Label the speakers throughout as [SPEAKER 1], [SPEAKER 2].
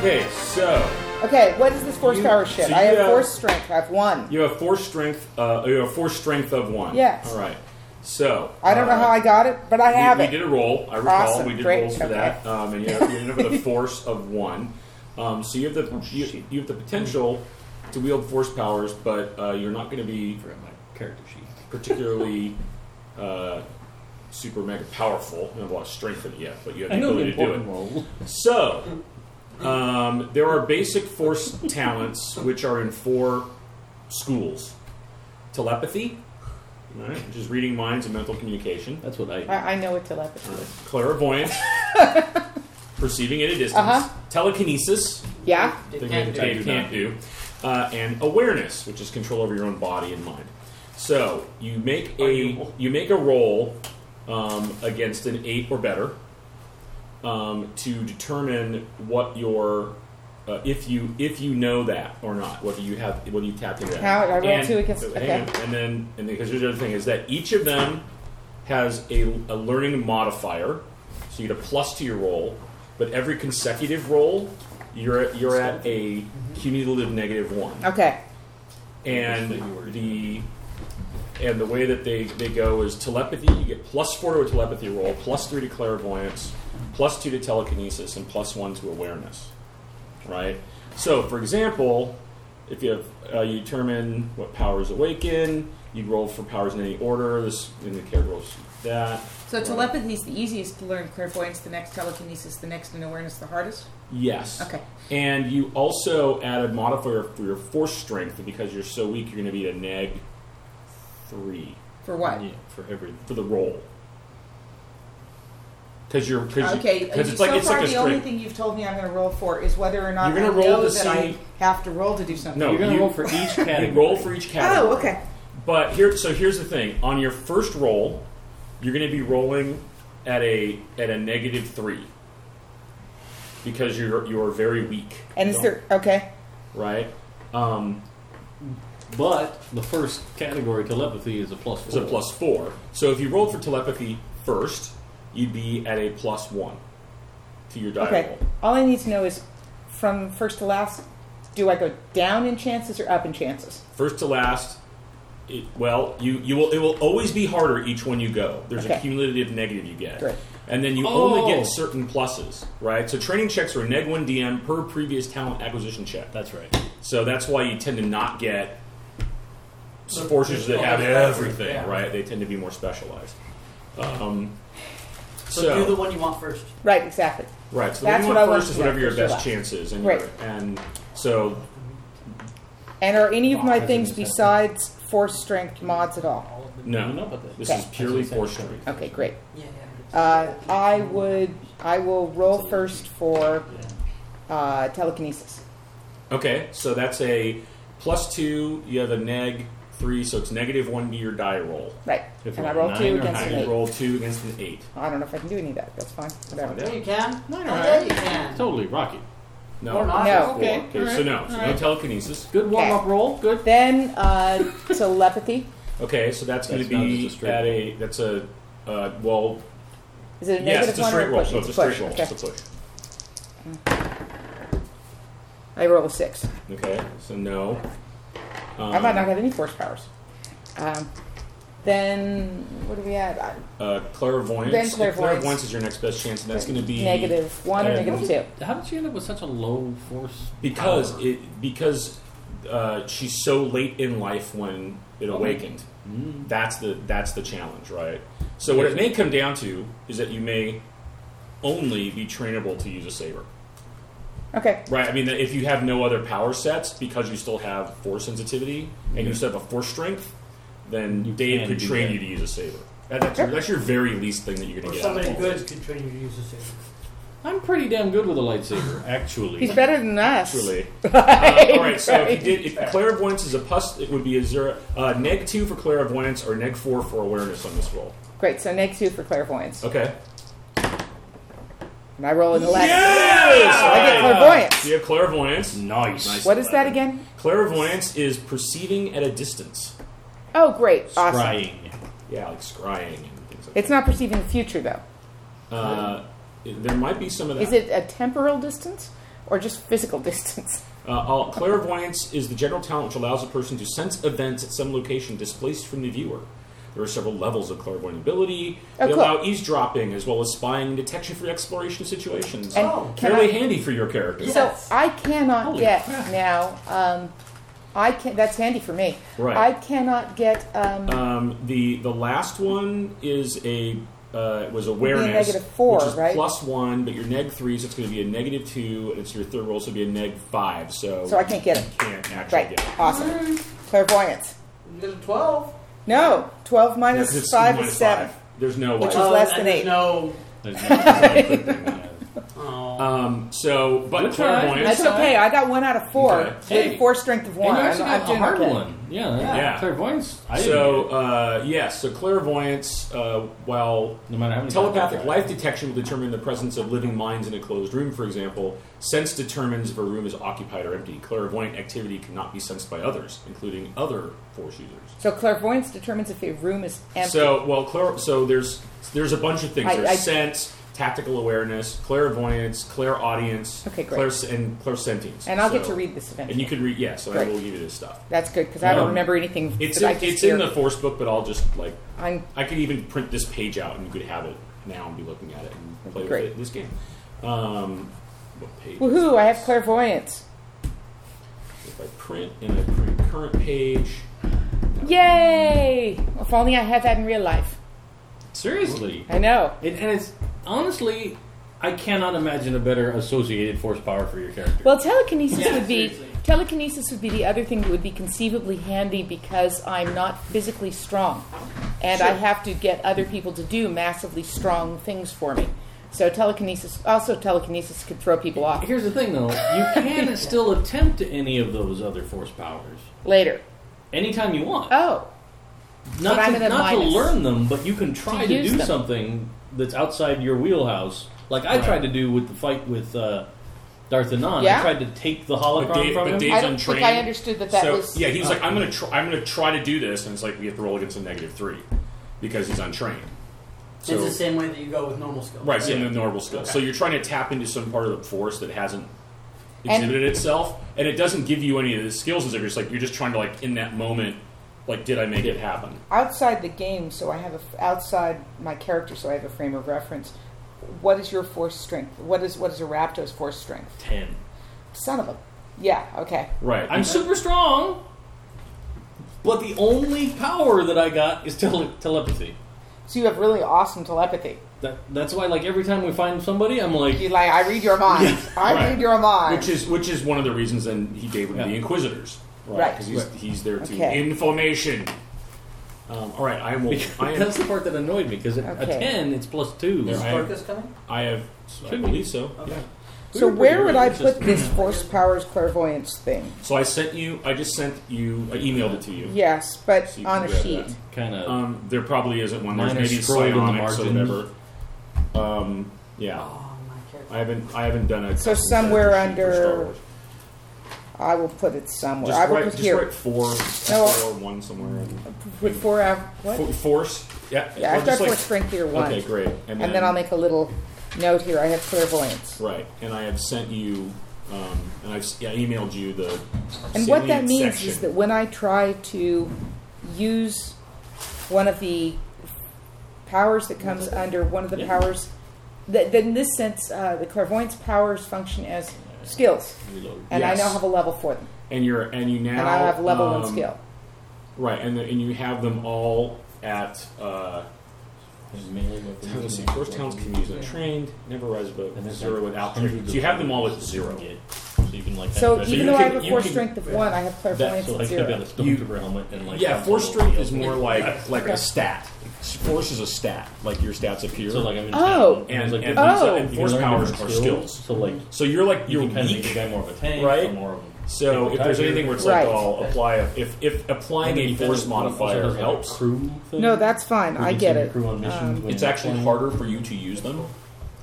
[SPEAKER 1] Okay, so
[SPEAKER 2] Okay, what is this force
[SPEAKER 1] You-
[SPEAKER 2] power shit?
[SPEAKER 1] so
[SPEAKER 2] I
[SPEAKER 1] you
[SPEAKER 2] have
[SPEAKER 1] have-
[SPEAKER 2] force strength. I have one.
[SPEAKER 1] you have four strength. Uh, you have four strength of one.
[SPEAKER 2] Yes.
[SPEAKER 1] All right. So uh,
[SPEAKER 2] I don't know how I got it, but I
[SPEAKER 1] We-
[SPEAKER 2] have
[SPEAKER 1] we,
[SPEAKER 2] it.
[SPEAKER 1] did a roll. I recall
[SPEAKER 2] Awesome.
[SPEAKER 1] we did
[SPEAKER 2] Great.
[SPEAKER 1] rolls for
[SPEAKER 2] Okay.
[SPEAKER 1] that, um, and you have- you ended up with a force of one. Um, so you have the
[SPEAKER 2] Oh,
[SPEAKER 1] you, you have the potential to wield force powers, but uh, you're not going to be
[SPEAKER 3] forgot my character sheet.
[SPEAKER 1] particularly uh, super mega powerful. You don't have a lot of strength in it yet, but you have
[SPEAKER 3] I
[SPEAKER 1] the
[SPEAKER 3] know the
[SPEAKER 1] ability to do it.
[SPEAKER 3] important role.
[SPEAKER 1] So, um, there are basic force talents which are in four schools telepathy, all right, which is reading minds and mental communication,
[SPEAKER 3] That's what I. do.
[SPEAKER 2] I, I know what telepathy
[SPEAKER 1] all right,
[SPEAKER 2] is.
[SPEAKER 1] clairvoyance, perceiving at a distance,
[SPEAKER 2] Uh-huh.
[SPEAKER 1] telekinesis,
[SPEAKER 2] Yeah?
[SPEAKER 1] thing
[SPEAKER 4] Can't
[SPEAKER 1] that
[SPEAKER 4] do.
[SPEAKER 1] Dave can't do, uh, and awareness, which is control over your own body and mind. So, you make a,
[SPEAKER 4] Arguable.
[SPEAKER 1] you make a roll um, against an eight or better um, to determine what your uh, if you if you know that or not, whether you have whether you tapped into that.
[SPEAKER 2] How- I rolled
[SPEAKER 1] And-
[SPEAKER 2] two against-
[SPEAKER 1] hang
[SPEAKER 2] okay.
[SPEAKER 1] on, and then and because here's the other thing is that each of them has a, a learning modifier, so you get a plus to your roll, but every consecutive roll you're at, you're at a cumulative negative one
[SPEAKER 2] Okay.
[SPEAKER 1] and the and the way that they, they go is telepathy. You get plus four to a telepathy roll, plus three to clairvoyance, plus two to telekinesis, and plus one to awareness. Right. So, for example, if you have uh, you determine what powers awaken, you roll for powers in any order. This in the care rolls that.
[SPEAKER 5] So
[SPEAKER 1] Right.
[SPEAKER 5] telepathy is the easiest to learn. Clairvoyance, the next. Telekinesis, the next. And awareness, the hardest.
[SPEAKER 1] Yes.
[SPEAKER 5] Okay.
[SPEAKER 1] And you also add a modifier for your force strength, and because you're so weak, you're going to be at a neg three.
[SPEAKER 5] For what?
[SPEAKER 3] Yeah, for every.
[SPEAKER 1] for the role. Because you're because
[SPEAKER 5] Okay. uh,
[SPEAKER 1] because
[SPEAKER 5] you-
[SPEAKER 1] it's like
[SPEAKER 5] so
[SPEAKER 1] it's
[SPEAKER 5] far,
[SPEAKER 1] like a
[SPEAKER 5] the only
[SPEAKER 1] straight.
[SPEAKER 5] thing you've told me I'm going to roll for is whether or not
[SPEAKER 1] You're gonna
[SPEAKER 5] I
[SPEAKER 1] roll
[SPEAKER 5] know
[SPEAKER 1] to
[SPEAKER 5] that I
[SPEAKER 1] see-
[SPEAKER 5] have to roll to do something.
[SPEAKER 1] No,
[SPEAKER 3] You're gonna
[SPEAKER 1] you-
[SPEAKER 3] roll for each category.
[SPEAKER 1] You roll for each category.
[SPEAKER 5] Oh, okay.
[SPEAKER 1] But here, so here's the thing: on your first roll, you're going to be rolling at a at a negative three because you're you're very weak.
[SPEAKER 2] And is there. Okay.
[SPEAKER 1] right? Um,
[SPEAKER 3] But the first category, telepathy, is a plus four.
[SPEAKER 1] it's a plus four. So if you rolled for telepathy first, you'd be at a plus one to your die
[SPEAKER 2] Okay.
[SPEAKER 1] roll.
[SPEAKER 2] All I need to know is from first to last, do I go down in chances or up in chances?
[SPEAKER 1] first to last. It, well, you, you will it will always be harder each one you go. There's a
[SPEAKER 2] Okay.
[SPEAKER 1] cumulative negative you get,
[SPEAKER 2] Great.
[SPEAKER 1] and then you
[SPEAKER 3] Oh.
[SPEAKER 1] only get certain pluses, right? So training checks are a neg one DM per previous talent acquisition check.
[SPEAKER 3] That's right.
[SPEAKER 1] So that's why you tend to not get forces that have
[SPEAKER 4] Oh, Yeah.
[SPEAKER 1] everything, right? They tend to be more specialized. Um,
[SPEAKER 4] So, do the one you want first.
[SPEAKER 2] Right, exactly.
[SPEAKER 1] Right. So
[SPEAKER 2] That's
[SPEAKER 1] the one
[SPEAKER 2] what I
[SPEAKER 1] you want
[SPEAKER 2] want
[SPEAKER 1] first is
[SPEAKER 2] to
[SPEAKER 1] whatever
[SPEAKER 2] get
[SPEAKER 1] your
[SPEAKER 2] for
[SPEAKER 1] best
[SPEAKER 2] last.
[SPEAKER 1] chance is, and
[SPEAKER 2] Right.
[SPEAKER 1] your- and so
[SPEAKER 2] And are any of my
[SPEAKER 3] Mods
[SPEAKER 2] things
[SPEAKER 3] and stuff.
[SPEAKER 2] besides force strength mods at all?
[SPEAKER 3] I
[SPEAKER 1] no,
[SPEAKER 3] don't know about that.
[SPEAKER 1] This
[SPEAKER 2] Okay.
[SPEAKER 1] is purely force strength.
[SPEAKER 2] Okay, great.
[SPEAKER 4] Yeah.
[SPEAKER 2] Uh, I would. I will roll first for uh, telekinesis.
[SPEAKER 1] Okay, so that's a plus two. You have a neg three, so it's negative one to your die roll.
[SPEAKER 2] Right.
[SPEAKER 3] If
[SPEAKER 2] and I
[SPEAKER 3] you're
[SPEAKER 2] roll
[SPEAKER 3] a
[SPEAKER 2] two
[SPEAKER 3] nine or
[SPEAKER 2] against
[SPEAKER 1] I
[SPEAKER 2] an
[SPEAKER 3] higher,
[SPEAKER 2] eight.
[SPEAKER 1] you roll two against an eight.
[SPEAKER 2] I don't know if I can do any of that. That's fine. Whatever.
[SPEAKER 4] You can.
[SPEAKER 2] No, no,
[SPEAKER 4] Oh,
[SPEAKER 2] no.
[SPEAKER 4] yeah, you can.
[SPEAKER 3] Totally rocket.
[SPEAKER 1] No,
[SPEAKER 4] Or not.
[SPEAKER 2] No.
[SPEAKER 1] Four. Okay, so no, so no telekinesis.
[SPEAKER 3] Good warm up roll. Good.
[SPEAKER 2] Then uh, telepathy.
[SPEAKER 1] Okay, so that's going to
[SPEAKER 3] That's not
[SPEAKER 1] be
[SPEAKER 3] just a straight
[SPEAKER 1] at
[SPEAKER 3] roll.
[SPEAKER 1] a that's a uh, well.
[SPEAKER 2] Is it a
[SPEAKER 1] yes,
[SPEAKER 2] negative
[SPEAKER 1] it's a
[SPEAKER 2] one or
[SPEAKER 1] straight
[SPEAKER 2] a
[SPEAKER 1] roll.
[SPEAKER 2] push?
[SPEAKER 1] So it's a straight roll.
[SPEAKER 2] Okay.
[SPEAKER 1] It's a push.
[SPEAKER 2] I roll a six.
[SPEAKER 1] Okay, so no. Um,
[SPEAKER 2] I might not have any force powers. Um, then what do we add? I-
[SPEAKER 1] uh, clairvoyance.
[SPEAKER 2] Then clairvoyance.
[SPEAKER 1] is your next best chance, and that's going to be
[SPEAKER 2] negative one or
[SPEAKER 1] uh,
[SPEAKER 2] negative two.
[SPEAKER 3] How did you end up with such a low force?
[SPEAKER 1] because
[SPEAKER 3] power?
[SPEAKER 1] it because uh, she's so late in life when it awakened.
[SPEAKER 3] Mm.
[SPEAKER 1] That's the that's the challenge, right? So what it may come down to is that you may only be trainable to use a saber,
[SPEAKER 2] Okay.
[SPEAKER 1] right? I mean, if you have no other power sets because you still have force sensitivity and you still have a force strength, then
[SPEAKER 3] Mm-hmm. You
[SPEAKER 1] Dave
[SPEAKER 3] can
[SPEAKER 1] could
[SPEAKER 3] do
[SPEAKER 1] train
[SPEAKER 3] that.
[SPEAKER 1] you to use a saber. That, that's, your, that's your very least thing that you're going
[SPEAKER 4] Or
[SPEAKER 1] to get. Out of
[SPEAKER 4] somebody
[SPEAKER 1] all
[SPEAKER 4] good
[SPEAKER 1] this.
[SPEAKER 4] could train you to use this.
[SPEAKER 3] I'm pretty damn good with a lightsaber, actually.
[SPEAKER 2] He's better than us.
[SPEAKER 1] Actually, uh, all right. So if you did, if clairvoyance is a plus, it would be a zero, uh, neg two for clairvoyance or neg four for awareness on this roll.
[SPEAKER 2] Great. So negative two for clairvoyance.
[SPEAKER 1] Okay.
[SPEAKER 2] And I roll an eleven.
[SPEAKER 1] Yes.
[SPEAKER 2] I get clairvoyance.
[SPEAKER 1] You have clairvoyance.
[SPEAKER 3] Nice.
[SPEAKER 2] What is that again?
[SPEAKER 1] Clairvoyance is perceiving at a distance.
[SPEAKER 2] Oh, great. Awesome.
[SPEAKER 3] Scrying.
[SPEAKER 1] Yeah, like scrying and things like.
[SPEAKER 2] It's not perceiving the future, though.
[SPEAKER 1] that. Uh, there might be some of that.
[SPEAKER 2] Is it a temporal distance, or just physical distance.
[SPEAKER 1] Uh, all, clairvoyance is the general talent which allows a person to sense events at some location displaced from the viewer. There are several levels of clairvoyant ability.
[SPEAKER 2] Oh,
[SPEAKER 1] they
[SPEAKER 2] cool.
[SPEAKER 1] allow eavesdropping as well as spying and detection for exploration situations.
[SPEAKER 2] And
[SPEAKER 4] Oh,
[SPEAKER 2] can
[SPEAKER 1] Fairly
[SPEAKER 2] I-
[SPEAKER 1] handy for your character.
[SPEAKER 4] Yeah.
[SPEAKER 2] So
[SPEAKER 4] Yes.
[SPEAKER 2] I cannot
[SPEAKER 1] Holy
[SPEAKER 2] get
[SPEAKER 1] crap.
[SPEAKER 2] now. Um, I can. That's handy for me.
[SPEAKER 1] Right.
[SPEAKER 2] I cannot get. Um,
[SPEAKER 1] Um, the the last one is a uh, was awareness,
[SPEAKER 2] negative four,
[SPEAKER 1] which is
[SPEAKER 2] right?
[SPEAKER 1] plus one, but your neg three, so it's going to be a negative two, and it's your third roll, so it'll be a neg five. So
[SPEAKER 2] so I can't get it.
[SPEAKER 1] you can't actually
[SPEAKER 2] Right.
[SPEAKER 1] get it.
[SPEAKER 2] Awesome. Clairvoyance.
[SPEAKER 4] You get a 12.
[SPEAKER 2] No. Twelve
[SPEAKER 1] Yeah,
[SPEAKER 2] minus
[SPEAKER 1] 'cause it's
[SPEAKER 2] five
[SPEAKER 1] minus
[SPEAKER 2] is seven.
[SPEAKER 1] five. There's no
[SPEAKER 2] Which
[SPEAKER 1] way.
[SPEAKER 2] is less
[SPEAKER 4] and
[SPEAKER 2] than
[SPEAKER 4] there's
[SPEAKER 2] eight.
[SPEAKER 4] No.
[SPEAKER 6] There's no-
[SPEAKER 4] Oh.
[SPEAKER 1] Um, so, but
[SPEAKER 6] Good try.
[SPEAKER 1] clairvoyance.
[SPEAKER 2] That's okay. I got one out of four.
[SPEAKER 1] Okay.
[SPEAKER 2] With
[SPEAKER 6] Hey.
[SPEAKER 2] Four strength of one.
[SPEAKER 6] And you actually
[SPEAKER 2] I'm- I'm
[SPEAKER 6] got a
[SPEAKER 2] doing
[SPEAKER 6] hard
[SPEAKER 2] okay.
[SPEAKER 6] one. Yeah,
[SPEAKER 1] Yeah.
[SPEAKER 6] Clairvoyance. I didn't
[SPEAKER 1] So
[SPEAKER 6] get it.
[SPEAKER 1] uh, yes, so clairvoyance. Uh, while
[SPEAKER 6] no matter how many
[SPEAKER 1] telepathic
[SPEAKER 6] times I
[SPEAKER 1] life
[SPEAKER 6] tried.
[SPEAKER 1] detection will determine the presence of living minds in a closed room, for example, sense determines if a room is occupied or empty. Clairvoyant activity cannot be sensed by others, including other force users.
[SPEAKER 2] So clairvoyance determines if a room is empty.
[SPEAKER 1] So well, clair- so there's there's a bunch of things.
[SPEAKER 2] I-
[SPEAKER 1] there's
[SPEAKER 2] I-
[SPEAKER 1] sense, tactical awareness, clairvoyance, clairaudience,
[SPEAKER 2] Okay, great.
[SPEAKER 1] clairs- and clairsentience.
[SPEAKER 2] and I'll
[SPEAKER 1] So-
[SPEAKER 2] get to read this eventually.
[SPEAKER 1] And you can read, yeah. So
[SPEAKER 2] Great.
[SPEAKER 1] I will give you this stuff.
[SPEAKER 2] That's good because I don't
[SPEAKER 1] Um,
[SPEAKER 2] remember anything
[SPEAKER 1] It's
[SPEAKER 2] that I
[SPEAKER 1] in,
[SPEAKER 2] just
[SPEAKER 1] it's
[SPEAKER 2] hear.
[SPEAKER 1] in the force book, but I'll just like
[SPEAKER 2] I'm
[SPEAKER 1] I could even print this page out and you could have it now and be looking at it and play
[SPEAKER 2] Great.
[SPEAKER 1] with it in this game. Um, what page? is
[SPEAKER 2] woohoo! I have
[SPEAKER 1] this?
[SPEAKER 2] clairvoyance.
[SPEAKER 1] If I print and I print current page.
[SPEAKER 2] Yay! If only I had that in real life.
[SPEAKER 6] Seriously.
[SPEAKER 2] I know.
[SPEAKER 6] It, and it's honestly, I cannot imagine a better associated force power for your character.
[SPEAKER 2] Well, telekinesis
[SPEAKER 4] Yeah,
[SPEAKER 2] would be
[SPEAKER 4] seriously.
[SPEAKER 2] telekinesis would be the other thing that would be conceivably handy because I'm not physically strong, and I
[SPEAKER 1] Sure.
[SPEAKER 2] have to get other people to do massively strong things for me. So telekinesis, also telekinesis, could throw people off
[SPEAKER 6] Here's the thing, though. You can still attempt any of those other force powers
[SPEAKER 2] later.
[SPEAKER 6] anytime you want.
[SPEAKER 2] Oh,
[SPEAKER 6] not
[SPEAKER 2] but I'm in
[SPEAKER 6] to,
[SPEAKER 2] a
[SPEAKER 6] not to
[SPEAKER 2] minus.
[SPEAKER 6] learn them, but you can try
[SPEAKER 2] To
[SPEAKER 6] to,
[SPEAKER 2] use
[SPEAKER 6] do
[SPEAKER 2] them.
[SPEAKER 6] something that's outside your wheelhouse. Like I
[SPEAKER 1] Right.
[SPEAKER 6] tried to do with the fight with uh, Darth Anon.
[SPEAKER 2] Yeah.
[SPEAKER 6] I tried to take the
[SPEAKER 1] But
[SPEAKER 6] holocron
[SPEAKER 1] Dave,
[SPEAKER 6] from
[SPEAKER 1] but
[SPEAKER 6] him.
[SPEAKER 1] Dave's
[SPEAKER 2] I don't
[SPEAKER 1] untrained.
[SPEAKER 2] think I understood that that
[SPEAKER 1] so,
[SPEAKER 2] was.
[SPEAKER 1] Yeah, he's like, I'm gonna try, I'm gonna try to do this, and it's like we have to roll against a negative three because he's untrained. So
[SPEAKER 4] it's the same way that you go with normal skill.
[SPEAKER 1] right, so in
[SPEAKER 6] Yeah.
[SPEAKER 1] the normal skill. So
[SPEAKER 4] Okay.
[SPEAKER 1] you're trying to tap into some part of the force that hasn't
[SPEAKER 2] And-
[SPEAKER 1] exhibited itself, and it doesn't give you any of the skills. As if you're just like you're just trying to like in that moment, like did I make it happen?
[SPEAKER 2] outside the game, so I have a f- outside my character, so I have a frame of reference. What is your force strength? What is what is a Raptor's force strength?
[SPEAKER 6] Ten.
[SPEAKER 2] Son of a yeah, okay.
[SPEAKER 1] Right.
[SPEAKER 6] I'm super strong, but the only power that I got is tele- telepathy.
[SPEAKER 2] So you have really awesome telepathy.
[SPEAKER 6] That, that's why, like every time we find somebody, I'm like,
[SPEAKER 2] You like I read your mind. I
[SPEAKER 1] Right.
[SPEAKER 2] read your mind.
[SPEAKER 1] which is which is one of the reasons then he gave him
[SPEAKER 6] Yeah.
[SPEAKER 1] the Inquisitors,
[SPEAKER 2] Right.
[SPEAKER 1] Because he's,
[SPEAKER 6] Right.
[SPEAKER 1] he's there to
[SPEAKER 2] Okay.
[SPEAKER 1] information. Um, all right, I will. I, am,
[SPEAKER 6] that's the part that annoyed me because a
[SPEAKER 2] Okay.
[SPEAKER 6] ten, it's plus two.
[SPEAKER 1] Yeah.
[SPEAKER 4] Is
[SPEAKER 1] I-
[SPEAKER 4] Focus coming?
[SPEAKER 1] I have. I
[SPEAKER 6] Should
[SPEAKER 1] believe so.
[SPEAKER 4] Okay.
[SPEAKER 1] Yeah.
[SPEAKER 2] so
[SPEAKER 6] We were
[SPEAKER 2] where
[SPEAKER 6] pretty
[SPEAKER 2] would
[SPEAKER 6] good,
[SPEAKER 2] I
[SPEAKER 6] it's just-
[SPEAKER 2] put this force powers clairvoyance thing?
[SPEAKER 1] So I sent you. I just sent you. I emailed it to you.
[SPEAKER 2] Yes, but
[SPEAKER 1] So you can
[SPEAKER 2] on a
[SPEAKER 1] grab
[SPEAKER 2] sheet.
[SPEAKER 1] that.
[SPEAKER 6] Kind of.
[SPEAKER 1] Um, there probably isn't one. There's
[SPEAKER 6] Mine are
[SPEAKER 1] maybe
[SPEAKER 6] scrolled in the
[SPEAKER 1] psionics or
[SPEAKER 6] margins.
[SPEAKER 1] whatever. Um, yeah,
[SPEAKER 4] Oh, my character.
[SPEAKER 1] I haven't. I haven't done a.
[SPEAKER 2] So
[SPEAKER 1] custom
[SPEAKER 2] somewhere
[SPEAKER 1] strategy for Star
[SPEAKER 2] under-
[SPEAKER 1] Wars.
[SPEAKER 2] I will put it somewhere. I
[SPEAKER 1] Just
[SPEAKER 2] will
[SPEAKER 1] write,
[SPEAKER 2] put
[SPEAKER 1] just
[SPEAKER 2] here
[SPEAKER 1] write four,
[SPEAKER 2] No.
[SPEAKER 1] four, oh one somewhere.
[SPEAKER 2] with four hour what?
[SPEAKER 1] Fo- force. Yeah.
[SPEAKER 2] yeah,
[SPEAKER 1] or
[SPEAKER 2] I've got
[SPEAKER 1] just like-
[SPEAKER 2] force strength here one.
[SPEAKER 1] Okay, great.
[SPEAKER 2] and, then I'll make a little note here. I have clairvoyance.
[SPEAKER 1] Right, and I have sent you, um, and I've yeah, emailed you the.
[SPEAKER 2] And what that
[SPEAKER 1] salient
[SPEAKER 2] means
[SPEAKER 1] section.
[SPEAKER 2] is that when I try to use one of the powers that comes under one of the
[SPEAKER 1] Yeah.
[SPEAKER 2] powers, that, that in this sense, uh, the clairvoyance powers function as skills,
[SPEAKER 6] Reload.
[SPEAKER 2] and I now
[SPEAKER 1] Yes.
[SPEAKER 2] have a level for them,
[SPEAKER 1] and you're and you now
[SPEAKER 2] and I have level one
[SPEAKER 1] um,
[SPEAKER 2] skill.
[SPEAKER 1] Right, and the, and you have them all at. Uh, Let's see. Force towns can use untrained. Never rise above
[SPEAKER 6] And there's
[SPEAKER 1] zero
[SPEAKER 6] like
[SPEAKER 1] without
[SPEAKER 6] hundreds
[SPEAKER 1] training.
[SPEAKER 6] of
[SPEAKER 1] So you have them all at zero.
[SPEAKER 6] Yeah. So you can like
[SPEAKER 2] So
[SPEAKER 6] have
[SPEAKER 1] you can-
[SPEAKER 2] even though I have a
[SPEAKER 1] you
[SPEAKER 2] force
[SPEAKER 1] can-
[SPEAKER 2] strength of one, I have
[SPEAKER 6] that,
[SPEAKER 2] clairvoyance
[SPEAKER 6] so
[SPEAKER 2] at
[SPEAKER 6] like I've got a
[SPEAKER 2] zero.
[SPEAKER 6] stormtrooper helmet and like
[SPEAKER 1] Yeah,
[SPEAKER 6] I'm
[SPEAKER 1] force
[SPEAKER 6] all-
[SPEAKER 1] strength is more like like
[SPEAKER 2] Okay.
[SPEAKER 1] a stat. Force is a stat. Like your stats appear.
[SPEAKER 6] So like I'm in
[SPEAKER 2] Oh.
[SPEAKER 6] town,
[SPEAKER 1] and,
[SPEAKER 6] it's like
[SPEAKER 1] and,
[SPEAKER 6] you
[SPEAKER 2] Oh.
[SPEAKER 1] and
[SPEAKER 6] can
[SPEAKER 1] force
[SPEAKER 6] learn
[SPEAKER 1] powers are
[SPEAKER 6] different
[SPEAKER 1] skills.
[SPEAKER 6] So like you
[SPEAKER 1] So you're like you're
[SPEAKER 6] can kind of make
[SPEAKER 1] weak.
[SPEAKER 6] the guy more of a tank,
[SPEAKER 1] right?
[SPEAKER 6] or more of a
[SPEAKER 1] So if there's
[SPEAKER 6] Right.
[SPEAKER 1] anything where it's
[SPEAKER 2] Right.
[SPEAKER 1] like, oh, I'll apply a, if if applying a force modifier helps,
[SPEAKER 6] Crew thing?
[SPEAKER 2] No, that's fine.
[SPEAKER 6] Where you
[SPEAKER 2] I
[SPEAKER 6] can
[SPEAKER 2] get
[SPEAKER 6] send your
[SPEAKER 2] it.
[SPEAKER 6] Crew on missions
[SPEAKER 2] Um,
[SPEAKER 6] when
[SPEAKER 1] it's
[SPEAKER 6] you're
[SPEAKER 1] actually
[SPEAKER 6] flying.
[SPEAKER 1] harder for you to use them.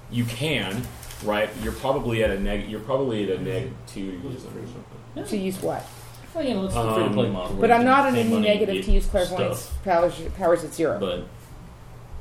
[SPEAKER 1] You can, right? You're probably at a neg. You're probably at a neg two to use them or something.
[SPEAKER 2] To use what?
[SPEAKER 6] Well, you know, it's the free to play
[SPEAKER 1] Um,
[SPEAKER 6] model.
[SPEAKER 2] But
[SPEAKER 6] where
[SPEAKER 2] I'm
[SPEAKER 6] you
[SPEAKER 2] not
[SPEAKER 6] can
[SPEAKER 2] on
[SPEAKER 6] pay
[SPEAKER 2] any
[SPEAKER 6] money and
[SPEAKER 2] negative
[SPEAKER 6] get
[SPEAKER 2] to use clairvoyance
[SPEAKER 6] stuff,
[SPEAKER 2] powers, powers at zero.
[SPEAKER 6] But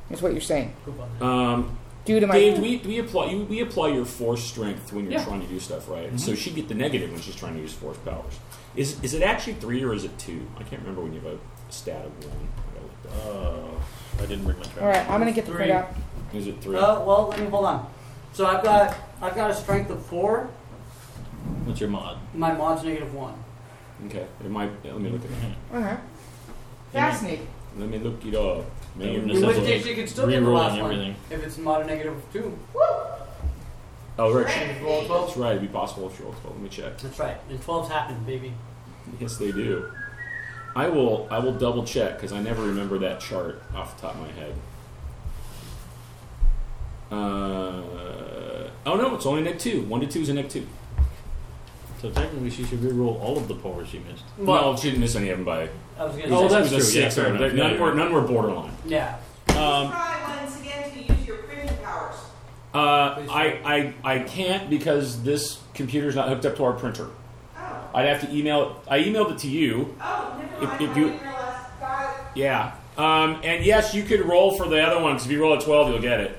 [SPEAKER 2] Is what you're saying?
[SPEAKER 4] Poop on that.
[SPEAKER 1] Um,
[SPEAKER 2] due to my
[SPEAKER 1] Dave, do we, do we apply you, we apply your force strength when you're
[SPEAKER 3] Yeah.
[SPEAKER 1] trying to do stuff, right?
[SPEAKER 6] Mm-hmm.
[SPEAKER 1] So she get the negative when she's trying to use force powers. Is is it actually three or is it two? I can't remember when you have a stat of one. I gotta look that up.
[SPEAKER 6] Oh, I didn't bring my trash.
[SPEAKER 2] All right, Oh. I'm gonna get the
[SPEAKER 4] Three.
[SPEAKER 2] print out.
[SPEAKER 1] Is it three?
[SPEAKER 4] Uh, well, let me hold on. So I've got I've got a strength of four.
[SPEAKER 6] What's your mod?
[SPEAKER 4] My mod's negative one.
[SPEAKER 1] okay. It might, let me look it up.
[SPEAKER 2] Uh huh.
[SPEAKER 5] Fascinating.
[SPEAKER 1] Let me look it up. Maybe-
[SPEAKER 6] wouldn't
[SPEAKER 4] In
[SPEAKER 6] This
[SPEAKER 4] which
[SPEAKER 6] is
[SPEAKER 4] case,
[SPEAKER 6] like
[SPEAKER 4] you could still get the
[SPEAKER 6] rerolling
[SPEAKER 4] last one
[SPEAKER 6] everything.
[SPEAKER 4] if it's mod of negative two.
[SPEAKER 1] oh, right.
[SPEAKER 4] If you roll a
[SPEAKER 1] That's
[SPEAKER 4] 12.
[SPEAKER 1] right. It'd be possible if you roll 12. Let me check.
[SPEAKER 4] That's right. And 12's happened, baby.
[SPEAKER 1] Yes, they do. I will. I will double check because I never remember that chart off the top of my head. Uh, oh no, it's only neck two. One to two is a neck two.
[SPEAKER 6] So technically, she should re-roll all of the powers she missed.
[SPEAKER 1] Well, she didn't miss any of them by.
[SPEAKER 4] I was gonna
[SPEAKER 6] Oh,
[SPEAKER 4] say.
[SPEAKER 1] it
[SPEAKER 6] that's
[SPEAKER 1] was a
[SPEAKER 6] true, yeah,
[SPEAKER 1] Six.
[SPEAKER 6] fair enough. Yeah,
[SPEAKER 1] none,
[SPEAKER 6] you're
[SPEAKER 1] were,
[SPEAKER 6] right.
[SPEAKER 1] none were borderline.
[SPEAKER 4] Yeah.
[SPEAKER 6] Um,
[SPEAKER 7] Try once again to use your printing powers.
[SPEAKER 1] Uh, I, I I can't because this computer's not hooked up to our printer.
[SPEAKER 7] Oh,
[SPEAKER 1] I'd have to email. I emailed it to you.
[SPEAKER 7] oh, never
[SPEAKER 1] If-
[SPEAKER 7] mind.
[SPEAKER 1] if
[SPEAKER 7] I
[SPEAKER 1] you-
[SPEAKER 7] didn't realize. Got it.
[SPEAKER 1] Yeah. Um, and yes, you could roll for the other one because if you roll a twelve, you'll get it.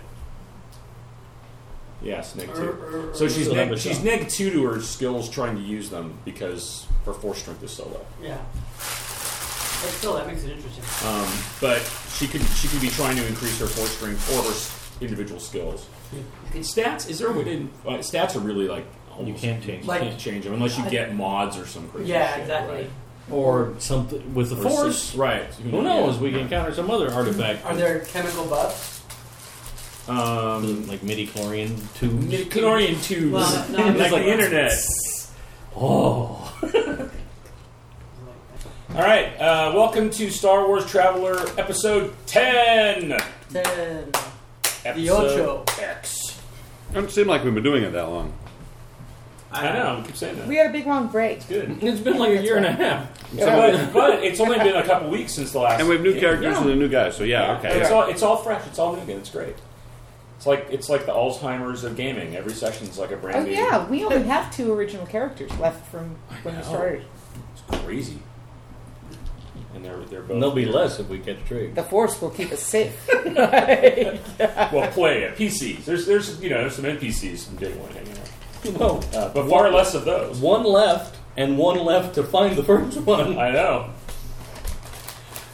[SPEAKER 1] Yes, neck two.
[SPEAKER 4] Er, er,
[SPEAKER 1] So
[SPEAKER 4] er,
[SPEAKER 1] she's
[SPEAKER 6] Still have
[SPEAKER 1] neg-
[SPEAKER 6] a
[SPEAKER 1] she's
[SPEAKER 6] shot.
[SPEAKER 1] neg two to her skills trying to use them because her force strength is so low.
[SPEAKER 4] Yeah. But still, that makes it interesting.
[SPEAKER 1] Um, but she could she could be trying to increase her force strength or her s- individual skills. Stats is there a way to uh, stats are really like almost,
[SPEAKER 6] you can't change.
[SPEAKER 1] you
[SPEAKER 4] Like-
[SPEAKER 1] can't change them unless you get mods or some crazy
[SPEAKER 4] Yeah,
[SPEAKER 1] shit,
[SPEAKER 4] exactly.
[SPEAKER 1] right?
[SPEAKER 6] or something with the
[SPEAKER 1] Or
[SPEAKER 6] force.
[SPEAKER 1] some- right?
[SPEAKER 6] Who knows? We can encounter some other artifact.
[SPEAKER 4] Are there chemical buffs?
[SPEAKER 1] Um,
[SPEAKER 6] like midi chlorian tubes?
[SPEAKER 1] Midichlorian tubes,
[SPEAKER 4] Well, no, no,
[SPEAKER 1] like
[SPEAKER 4] like-
[SPEAKER 1] the internet.
[SPEAKER 6] Oh,
[SPEAKER 1] All right, uh, welcome to Star Wars Traveler episode ten.
[SPEAKER 4] Ten. The
[SPEAKER 1] Episode
[SPEAKER 4] Ocho.
[SPEAKER 1] X.
[SPEAKER 8] Doesn't seem like we've been doing it that long.
[SPEAKER 1] I know. I keep saying that.
[SPEAKER 2] We had a big long break.
[SPEAKER 1] Good.
[SPEAKER 3] It's been like a year and a half.
[SPEAKER 1] But, but it's only been a couple weeks since the last.
[SPEAKER 8] And we have new characters
[SPEAKER 1] Yeah.
[SPEAKER 8] and a new guy, so yeah, okay.
[SPEAKER 1] It's all it's all fresh. It's all new again. It's great. It's like it's like the Alzheimer's of gaming. Every session's like a brand
[SPEAKER 2] Oh
[SPEAKER 1] new.
[SPEAKER 2] yeah, we only have two original characters left from when we
[SPEAKER 1] know.
[SPEAKER 2] started.
[SPEAKER 1] It's crazy. And they're they're both.
[SPEAKER 6] and there'll be less if we catch trade.
[SPEAKER 2] The Force will keep us safe.
[SPEAKER 1] well, play it. PCs. There's there's you know there's some NPCs from day one hanging out,
[SPEAKER 6] No,
[SPEAKER 1] uh, but far less of those.
[SPEAKER 6] one left and one left to find the first one.
[SPEAKER 1] I know.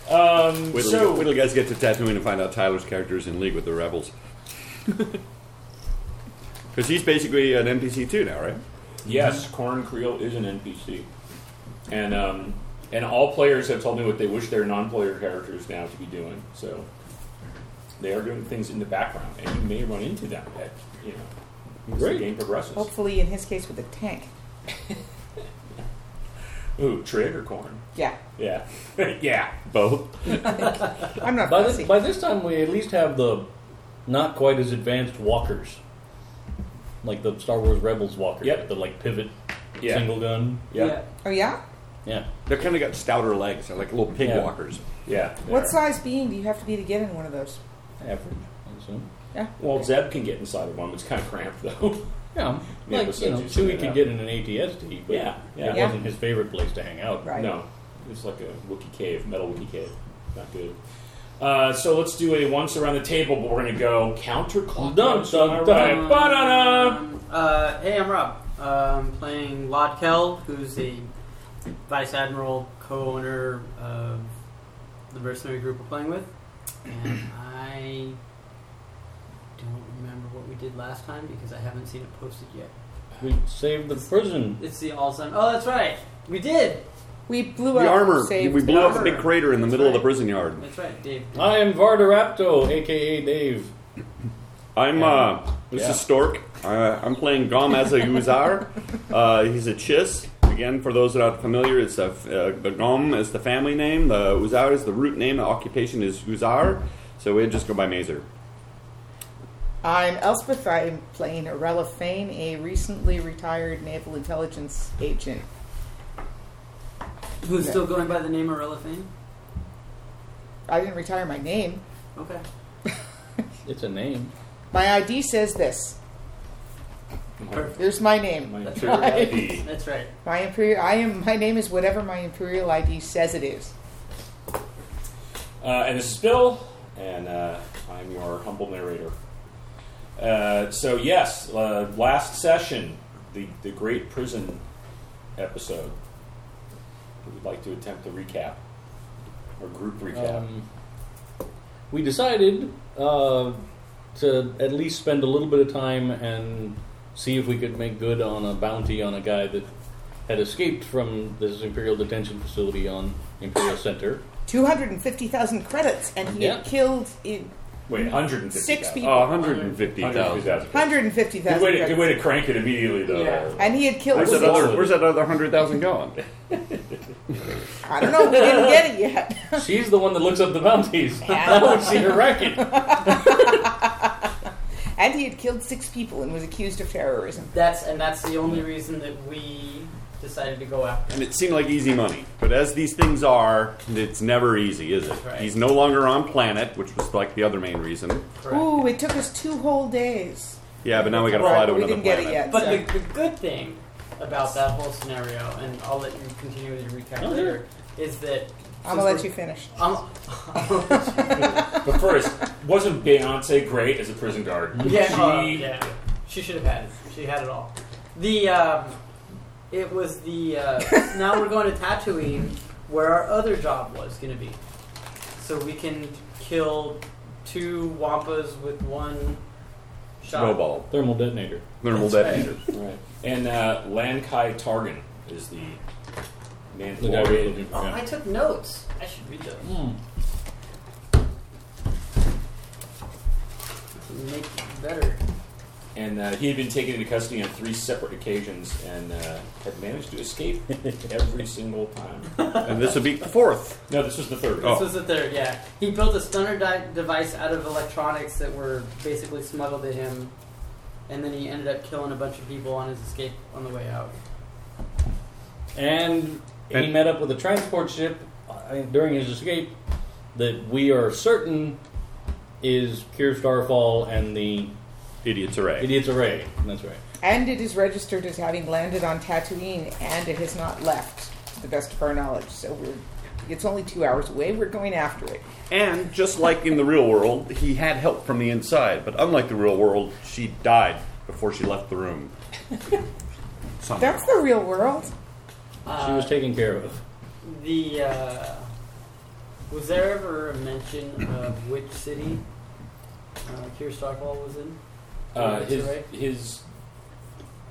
[SPEAKER 1] Um,
[SPEAKER 8] Wait till,
[SPEAKER 1] so
[SPEAKER 8] wait till you guys get to Tatooine and find out Tyler's character is in league with the rebels. Because he's basically an NPC too now, right?
[SPEAKER 1] Yes, Corn Creel is an NPC, and um, and all players have told me what they wish their non-player characters now to be doing. So they are doing things in the background, and you may run into them. At, you know, as the
[SPEAKER 6] Great.
[SPEAKER 1] game progresses.
[SPEAKER 2] Hopefully, in his case, with a tank.
[SPEAKER 1] Ooh, Trig or Corn?
[SPEAKER 2] Yeah,
[SPEAKER 1] Yeah, yeah.
[SPEAKER 8] Both.
[SPEAKER 2] I'm not
[SPEAKER 6] By this,
[SPEAKER 2] fussy.
[SPEAKER 6] by this time, we at least have the not quite as advanced walkers, like the Star Wars Rebels walker.
[SPEAKER 1] Yep.
[SPEAKER 6] the like pivot
[SPEAKER 1] Yeah.
[SPEAKER 6] single gun.
[SPEAKER 1] Yep.
[SPEAKER 4] Yeah.
[SPEAKER 2] Oh yeah.
[SPEAKER 6] Yeah,
[SPEAKER 8] They've kind of got stouter legs, they're like little pig
[SPEAKER 6] Yeah.
[SPEAKER 8] walkers.
[SPEAKER 1] Yeah. they
[SPEAKER 2] What
[SPEAKER 1] are.
[SPEAKER 2] size being do you have to be to get in one of those?
[SPEAKER 6] average. I assume.
[SPEAKER 1] Well, Zeb can get inside of one. It's kind of cramped though.
[SPEAKER 6] Yeah,
[SPEAKER 1] The
[SPEAKER 6] like you
[SPEAKER 1] episodes
[SPEAKER 6] know,
[SPEAKER 1] you
[SPEAKER 6] Chewie
[SPEAKER 1] send
[SPEAKER 6] could
[SPEAKER 1] out.
[SPEAKER 6] get in an ATSD, but
[SPEAKER 1] Yeah, yeah.
[SPEAKER 6] it
[SPEAKER 2] Yeah.
[SPEAKER 6] wasn't his favorite place to hang out.
[SPEAKER 2] Right.
[SPEAKER 1] No, it's like a Wookiee cave, metal Wookiee cave. Not good. Uh, so let's do a once around the table, but we're going to go counterclockwise.
[SPEAKER 6] Dun, dun,
[SPEAKER 1] All
[SPEAKER 6] dun.
[SPEAKER 1] right. Ba-da-da.
[SPEAKER 4] Um, Uh, hey, I'm Rob. Uh, I'm playing Lod Kell, who's the vice admiral, co-owner of the mercenary group we're playing with, and I don't remember what we did last time because I haven't seen it posted yet.
[SPEAKER 6] We saved the prison.
[SPEAKER 4] It's the Alzheimer's. Oh, that's right. We did.
[SPEAKER 2] We blew
[SPEAKER 8] The
[SPEAKER 2] up.
[SPEAKER 8] armor.
[SPEAKER 2] saved-
[SPEAKER 8] We blew up a
[SPEAKER 4] armor.
[SPEAKER 8] big crater in the
[SPEAKER 4] That's
[SPEAKER 8] middle of the
[SPEAKER 4] right.
[SPEAKER 8] prison yard.
[SPEAKER 4] That's right, Dave.
[SPEAKER 6] I am Vardarapto, aka Dave.
[SPEAKER 8] I'm uh, this
[SPEAKER 1] yeah.
[SPEAKER 8] is Stork. Uh, I'm playing Gom as a Uzar. Uh, he's a Chiss. Again, for those that aren't familiar, it's a, uh, the Gom is the family name. The Uzar is the root name. The occupation is Uzar. So we just go by Mazer.
[SPEAKER 2] I'm Elspeth. I am playing Arella Fane, a recently retired naval intelligence agent.
[SPEAKER 4] Who's still going by the name Arella Fane?
[SPEAKER 2] I didn't retire my name.
[SPEAKER 4] Okay.
[SPEAKER 6] It's a name.
[SPEAKER 2] My ID says this.
[SPEAKER 4] Perfect.
[SPEAKER 2] There's my name.
[SPEAKER 1] My
[SPEAKER 4] That's
[SPEAKER 1] trigger
[SPEAKER 4] right.
[SPEAKER 1] happy.
[SPEAKER 4] That's right.
[SPEAKER 2] My imperial. I am. My name is whatever my imperial ID says it is.
[SPEAKER 1] Uh, and this is Bill, and uh, I'm your humble narrator. Uh, so yes, uh, last session, the the great prison episode. We'd like to attempt a recap or group recap.
[SPEAKER 6] Um, we decided uh, to at least spend a little bit of time and see if we could make good on a bounty on a guy that had escaped from this Imperial detention facility on Imperial Center.
[SPEAKER 2] 250,000 credits, and he
[SPEAKER 6] Yeah.
[SPEAKER 2] had killed in
[SPEAKER 1] Wait, 150.
[SPEAKER 2] six people.
[SPEAKER 8] Oh, 150,000.
[SPEAKER 1] 150,000.
[SPEAKER 2] 150,000
[SPEAKER 1] Good way, to,
[SPEAKER 2] credits.
[SPEAKER 1] good way to crank it immediately, though.
[SPEAKER 4] Yeah.
[SPEAKER 2] And he had killed.
[SPEAKER 8] Where's that other, where's that other 100,000 going?
[SPEAKER 2] I don't know. We didn't get it yet.
[SPEAKER 6] She's the one that looks up the bounties. I don't see her racket.
[SPEAKER 2] And he had killed six people and was accused of terrorism.
[SPEAKER 4] That's and that's the only reason that we decided to go after.
[SPEAKER 8] And it seemed like easy money. But as these things are, it's never easy, is it?
[SPEAKER 4] Right.
[SPEAKER 8] He's no longer on planet, which was like the other main reason.
[SPEAKER 4] Correct.
[SPEAKER 2] Ooh, it took us two whole days.
[SPEAKER 8] Yeah, but now we gotta
[SPEAKER 2] Right,
[SPEAKER 8] fly to
[SPEAKER 2] but we
[SPEAKER 8] another
[SPEAKER 2] didn't
[SPEAKER 8] planet.
[SPEAKER 2] get it yet.
[SPEAKER 4] But
[SPEAKER 2] so-
[SPEAKER 4] the, the good thing about that whole scenario, and I'll let you continue with your recap later, is that
[SPEAKER 2] I'm gonna let you finish.
[SPEAKER 4] I'm,
[SPEAKER 1] But first, wasn't Beyonce great as a prison guard?
[SPEAKER 4] yeah,
[SPEAKER 1] She-
[SPEAKER 4] uh, yeah, she should have had it. She had it all. The um, it was the uh, now we're going to Tatooine, where our other job was going to be, so we can kill two wampas with one shot.
[SPEAKER 8] Snowball.
[SPEAKER 6] Thermal detonator.
[SPEAKER 8] Thermal
[SPEAKER 4] That's
[SPEAKER 8] detonator.
[SPEAKER 1] Right. And uh, Lankai Targan is the man
[SPEAKER 6] The guy we're looking for.
[SPEAKER 4] Oh,
[SPEAKER 6] Yeah. Hmm.
[SPEAKER 4] I took notes. I should read those. Make it better.
[SPEAKER 1] And uh, he had been taken into custody on three separate occasions and uh, had managed to escape every single time.
[SPEAKER 8] and this would be the fourth.
[SPEAKER 1] No, this was the third.
[SPEAKER 8] Oh.
[SPEAKER 4] This was the third, yeah. He built a stunner di- device out of electronics that were basically smuggled to him, and then he ended up killing a bunch of people on his escape on the way out.
[SPEAKER 6] And he
[SPEAKER 8] And-
[SPEAKER 6] met up with a transport ship uh, during his escape that we are certain is Kier Starfall and the
[SPEAKER 8] Idiots array.
[SPEAKER 6] Idiot's Array. That's right.
[SPEAKER 2] And it is registered as having landed on Tatooine, and it has not left, to the best of our knowledge. So we're. It's only two hours away. We're going after it.
[SPEAKER 8] And just like in the real world, he had help from the inside. But unlike the real world, she died before she left the room. Somehow.
[SPEAKER 2] That's the real world.
[SPEAKER 4] Uh,
[SPEAKER 6] She was taken care of.
[SPEAKER 4] the uh, was there ever a mention of which city uh, Keir Stockwell was in?
[SPEAKER 1] Uh,
[SPEAKER 4] That's
[SPEAKER 1] his,
[SPEAKER 4] right.
[SPEAKER 1] his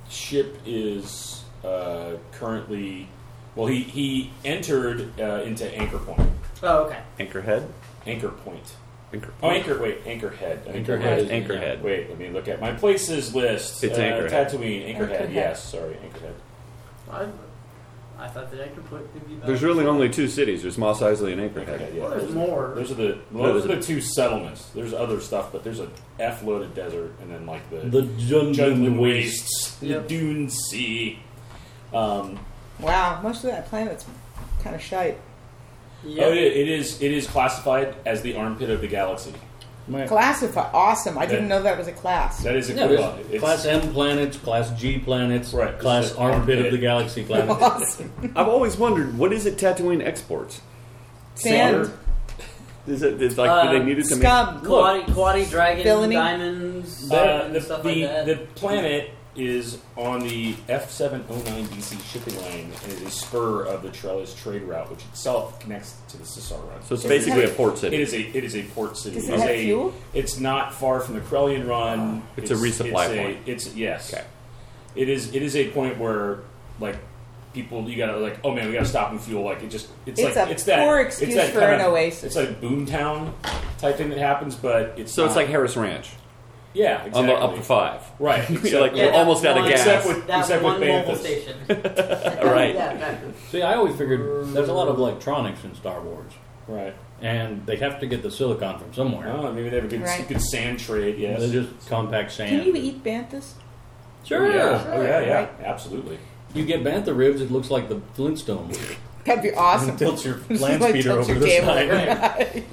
[SPEAKER 1] ship is uh, currently. Well, he, he entered uh, into Anchor Point.
[SPEAKER 4] Oh, okay.
[SPEAKER 8] Anchorhead?
[SPEAKER 1] Anchor Point.
[SPEAKER 8] Anchor
[SPEAKER 1] Oh, Anchor. Wait, Anchorhead.
[SPEAKER 6] Anchorhead is-
[SPEAKER 8] Anchorhead.
[SPEAKER 1] Wait, let me look at my places list.
[SPEAKER 8] It's
[SPEAKER 1] uh,
[SPEAKER 8] Anchorhead.
[SPEAKER 1] Tatooine, Anchorhead.
[SPEAKER 2] Anchorhead.
[SPEAKER 1] Yes, sorry, Anchorhead.
[SPEAKER 4] I, I thought that Anchor Point would be.
[SPEAKER 8] There's really only two cities. There's Moss Isley and Anchorhead.
[SPEAKER 1] Anchorhead, yeah.
[SPEAKER 4] Well, there's more.
[SPEAKER 1] Those are the well,
[SPEAKER 8] No,
[SPEAKER 1] those are
[SPEAKER 8] there's
[SPEAKER 1] the two settlements. There's other stuff, but there's a f loaded desert, and then like the
[SPEAKER 6] The
[SPEAKER 1] jungling
[SPEAKER 6] Jundun Waste.
[SPEAKER 1] wastes,
[SPEAKER 4] Yep.
[SPEAKER 1] the dune sea. Um,
[SPEAKER 2] Wow, most of that planet's kind of shite.
[SPEAKER 4] Yeah.
[SPEAKER 1] Oh, it, it is it is classified as the armpit of the galaxy.
[SPEAKER 6] My-
[SPEAKER 2] Classify. Awesome. I didn't know that was a class.
[SPEAKER 1] That is a
[SPEAKER 6] Yeah,
[SPEAKER 1] well,
[SPEAKER 6] there's
[SPEAKER 1] it's-
[SPEAKER 6] class M planets, class G planets,
[SPEAKER 1] Right,
[SPEAKER 6] class
[SPEAKER 1] it's the
[SPEAKER 6] armpit of the
[SPEAKER 1] armpit.
[SPEAKER 6] galaxy planets.
[SPEAKER 2] Awesome.
[SPEAKER 8] I've always wondered what is it Tatooine exports?
[SPEAKER 2] Sand.
[SPEAKER 8] Sand. Is it is like
[SPEAKER 4] Uh,
[SPEAKER 8] do they needed to make?
[SPEAKER 2] Scum.
[SPEAKER 4] Quadi, Quadi Dragon,
[SPEAKER 2] Villainy.
[SPEAKER 4] Diamonds,
[SPEAKER 1] Uh,
[SPEAKER 4] and
[SPEAKER 1] the,
[SPEAKER 4] stuff
[SPEAKER 1] the,
[SPEAKER 4] like that.
[SPEAKER 1] the planet is on the F709 DC shipping lane, and it is spur of the Trellis trade route, which itself connects to the Cesar Run.
[SPEAKER 8] So it's basically a port
[SPEAKER 1] It
[SPEAKER 8] city.
[SPEAKER 1] is a it is a port city.
[SPEAKER 2] Does it
[SPEAKER 1] it's
[SPEAKER 2] have
[SPEAKER 1] a,
[SPEAKER 2] fuel?
[SPEAKER 1] It's not far from the Corellian Run.
[SPEAKER 8] It's a resupply
[SPEAKER 1] it's
[SPEAKER 8] point.
[SPEAKER 1] A, it's yes.
[SPEAKER 8] Okay.
[SPEAKER 1] It is it is a point where like people you gotta like oh man we gotta stop and fuel like it just it's,
[SPEAKER 2] It's
[SPEAKER 1] like
[SPEAKER 2] a
[SPEAKER 1] it's that
[SPEAKER 2] poor
[SPEAKER 1] it's
[SPEAKER 2] excuse
[SPEAKER 1] that
[SPEAKER 2] for
[SPEAKER 1] kind
[SPEAKER 2] an
[SPEAKER 1] of-
[SPEAKER 2] oasis.
[SPEAKER 1] It's like boomtown type thing that happens, but it's
[SPEAKER 8] So it's
[SPEAKER 1] not-
[SPEAKER 8] like Harris Ranch
[SPEAKER 1] yeah exactly
[SPEAKER 8] on the up to five.
[SPEAKER 1] right
[SPEAKER 8] You're like
[SPEAKER 1] exactly.
[SPEAKER 8] we're
[SPEAKER 4] Yeah,
[SPEAKER 8] almost out of
[SPEAKER 4] one-
[SPEAKER 8] gas.
[SPEAKER 1] Except with-
[SPEAKER 4] that
[SPEAKER 1] except with
[SPEAKER 4] one mobile
[SPEAKER 1] Banthas.
[SPEAKER 4] station.
[SPEAKER 8] All right.
[SPEAKER 4] Yeah, that-
[SPEAKER 6] See, I always figured there's a lot of electronics in Star Wars,
[SPEAKER 1] right
[SPEAKER 6] and they have to get the silicon from somewhere.
[SPEAKER 1] oh maybe they have a good
[SPEAKER 2] Right.
[SPEAKER 1] good sand trade yes
[SPEAKER 6] They just compact sand.
[SPEAKER 2] Can you eat banthas?
[SPEAKER 1] Oh,
[SPEAKER 6] Sure.
[SPEAKER 1] yeah
[SPEAKER 6] yeah.
[SPEAKER 1] oh yeah yeah
[SPEAKER 2] Right.
[SPEAKER 1] absolutely
[SPEAKER 6] You get bantha ribs, it looks like the Flintstone.
[SPEAKER 2] That'd be awesome.
[SPEAKER 6] Tilt your
[SPEAKER 2] Just
[SPEAKER 6] land
[SPEAKER 2] like
[SPEAKER 6] speeder
[SPEAKER 2] tilt
[SPEAKER 6] over
[SPEAKER 2] your
[SPEAKER 6] the
[SPEAKER 2] table
[SPEAKER 6] side.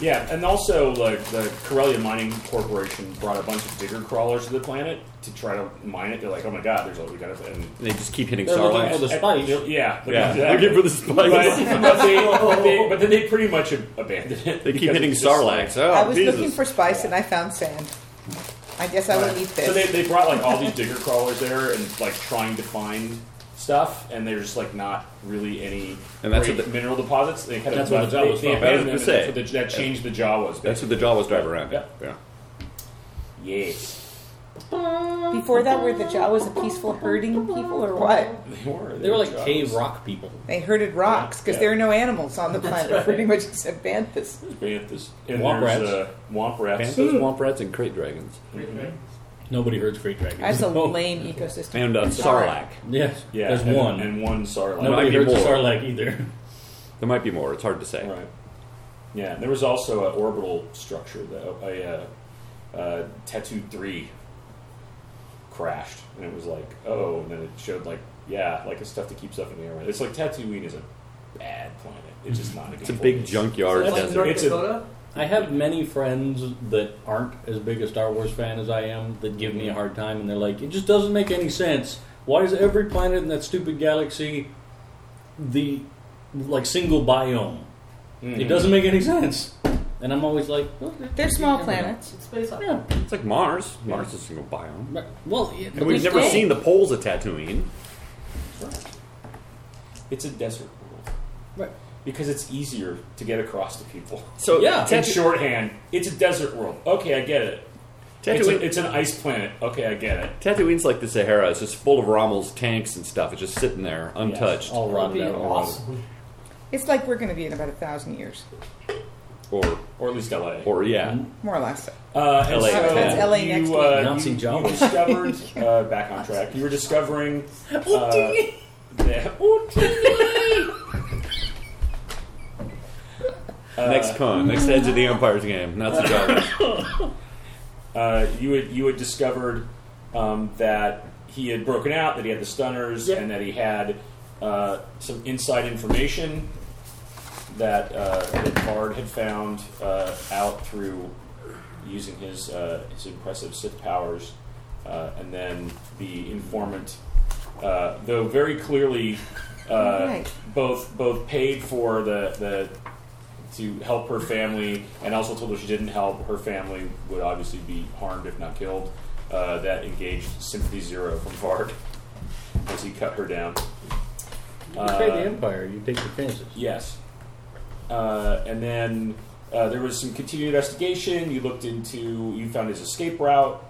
[SPEAKER 1] Yeah, and also like the Corellia Mining Corporation brought a bunch of digger crawlers to the planet to try to mine it. They're like, oh my god, there's a we got to. And,
[SPEAKER 8] They just keep hitting
[SPEAKER 6] They're looking for the
[SPEAKER 8] Starlands.
[SPEAKER 6] spice.
[SPEAKER 1] and- yeah,
[SPEAKER 8] Yeah,
[SPEAKER 1] exactly.
[SPEAKER 8] looking for the
[SPEAKER 1] But,
[SPEAKER 8] spice.
[SPEAKER 1] but they, but they- but then they pretty much ab- abandoned it.
[SPEAKER 8] They keep
[SPEAKER 1] because
[SPEAKER 8] hitting
[SPEAKER 1] it's just
[SPEAKER 8] Sarlacc. Oh,
[SPEAKER 2] I was
[SPEAKER 8] Jesus.
[SPEAKER 2] looking for spice and I found sand. I guess I would eat fish.
[SPEAKER 1] So they, they brought like all these digger crawlers there and like trying to find stuff, and there's like not really any
[SPEAKER 8] And that's
[SPEAKER 1] great
[SPEAKER 8] what the-
[SPEAKER 1] mineral deposits. They kind
[SPEAKER 3] That's
[SPEAKER 1] of
[SPEAKER 3] what the Jawas
[SPEAKER 1] they, they
[SPEAKER 3] from. I
[SPEAKER 1] abandoned
[SPEAKER 8] was
[SPEAKER 1] them,
[SPEAKER 8] gonna
[SPEAKER 1] and
[SPEAKER 8] say.
[SPEAKER 1] that's what the, that changed the Jawas.
[SPEAKER 8] That's what the Jawas drive around. in.
[SPEAKER 1] Yeah. yes,
[SPEAKER 2] Before that, were the Jawas a peaceful herding people or what?
[SPEAKER 1] they were.
[SPEAKER 6] They were like
[SPEAKER 1] Jawas.
[SPEAKER 6] cave rock people.
[SPEAKER 2] They herded rocks because
[SPEAKER 1] Yeah.
[SPEAKER 2] there are no animals on the planet, pretty much except banthas.
[SPEAKER 1] Banthas. And
[SPEAKER 6] Womp
[SPEAKER 1] there's,
[SPEAKER 6] rats.
[SPEAKER 1] Uh, womp rats.
[SPEAKER 8] Panthers, womp rats, and crate dragons.
[SPEAKER 6] Nobody herds great dragons.
[SPEAKER 2] That's a
[SPEAKER 6] No.
[SPEAKER 2] lame ecosystem.
[SPEAKER 8] And uh, Sarlacc.
[SPEAKER 6] Yes,
[SPEAKER 1] Yeah,
[SPEAKER 6] there's
[SPEAKER 1] and,
[SPEAKER 6] one.
[SPEAKER 1] and one sarlacc.
[SPEAKER 6] Nobody
[SPEAKER 8] might be
[SPEAKER 6] herds a
[SPEAKER 8] more.
[SPEAKER 6] sarlacc either.
[SPEAKER 8] There might be more. It's hard to say.
[SPEAKER 1] Right. Yeah, and there was also an orbital structure that oh, a uh, uh, Tattoo Three crashed, and it was like, oh, and then it showed like, yeah, like it's stuff that keeps up in the air. It's like Tatooine is a bad planet. It's just not a good.
[SPEAKER 8] It's a big
[SPEAKER 1] place.
[SPEAKER 8] junkyard
[SPEAKER 4] That's
[SPEAKER 8] desert.
[SPEAKER 4] North
[SPEAKER 1] It's a-
[SPEAKER 4] Dakota.
[SPEAKER 6] I have many friends that aren't as big a Star Wars fan as I am that give me a hard time, and they're like, "It just doesn't make any sense. Why is every planet in that stupid galaxy the like single biome? It
[SPEAKER 8] Mm-hmm.
[SPEAKER 6] doesn't make any sense." And I'm always like, well,
[SPEAKER 2] They're small planets.
[SPEAKER 4] It's space opera.
[SPEAKER 6] "Yeah,
[SPEAKER 8] It's like Mars. Mars is a single biome.
[SPEAKER 6] but- well, yeah,
[SPEAKER 8] And we've never seen the poles of Tatooine.
[SPEAKER 1] It's a desert world
[SPEAKER 6] Right.
[SPEAKER 1] because it's easier to get across to people.
[SPEAKER 8] So
[SPEAKER 6] Yeah.
[SPEAKER 1] In
[SPEAKER 8] Tatooine,
[SPEAKER 1] shorthand, it's a desert world. Okay, I get it. It's, a,
[SPEAKER 8] Tatooine,
[SPEAKER 1] it's an ice planet. Okay, I get it.
[SPEAKER 8] Tatooine's like the Sahara. It's just full of Rommel's tanks and stuff. It's just sitting there, untouched,
[SPEAKER 6] all
[SPEAKER 4] That would
[SPEAKER 6] rotted
[SPEAKER 4] be
[SPEAKER 6] out.
[SPEAKER 4] awesome.
[SPEAKER 2] It's like we're going to be in about a thousand years,
[SPEAKER 8] or
[SPEAKER 1] Or at least LA.
[SPEAKER 8] or yeah,
[SPEAKER 2] more or less.
[SPEAKER 1] Uh, and
[SPEAKER 8] LA.
[SPEAKER 1] so
[SPEAKER 8] That's
[SPEAKER 2] LA
[SPEAKER 1] you,
[SPEAKER 2] next
[SPEAKER 1] uh,
[SPEAKER 2] week.
[SPEAKER 6] Nazi
[SPEAKER 1] you,
[SPEAKER 6] job.
[SPEAKER 1] you discovered uh, back on track. You were discovering uh, the-
[SPEAKER 8] next con, next Edge of the Empire's game. That's the job.
[SPEAKER 1] uh, you had you had discovered um, that he had broken out, that he had the stunners, and that he had uh, some inside information that, uh, that Bard had found uh, out through using his uh, his impressive Sith powers, uh, and then the informant, uh, though very clearly. Uh,
[SPEAKER 2] Right.
[SPEAKER 1] Both both paid for the, the to help her family, and also told her she didn't help, her family would obviously be harmed if not killed. Uh, that engaged Sympathy Zero from Vard as he cut her down.
[SPEAKER 6] You pay the Uh, Empire, you take your chances.
[SPEAKER 1] Yes. Uh, and then uh, there was some continued investigation. You looked into, you found his escape route.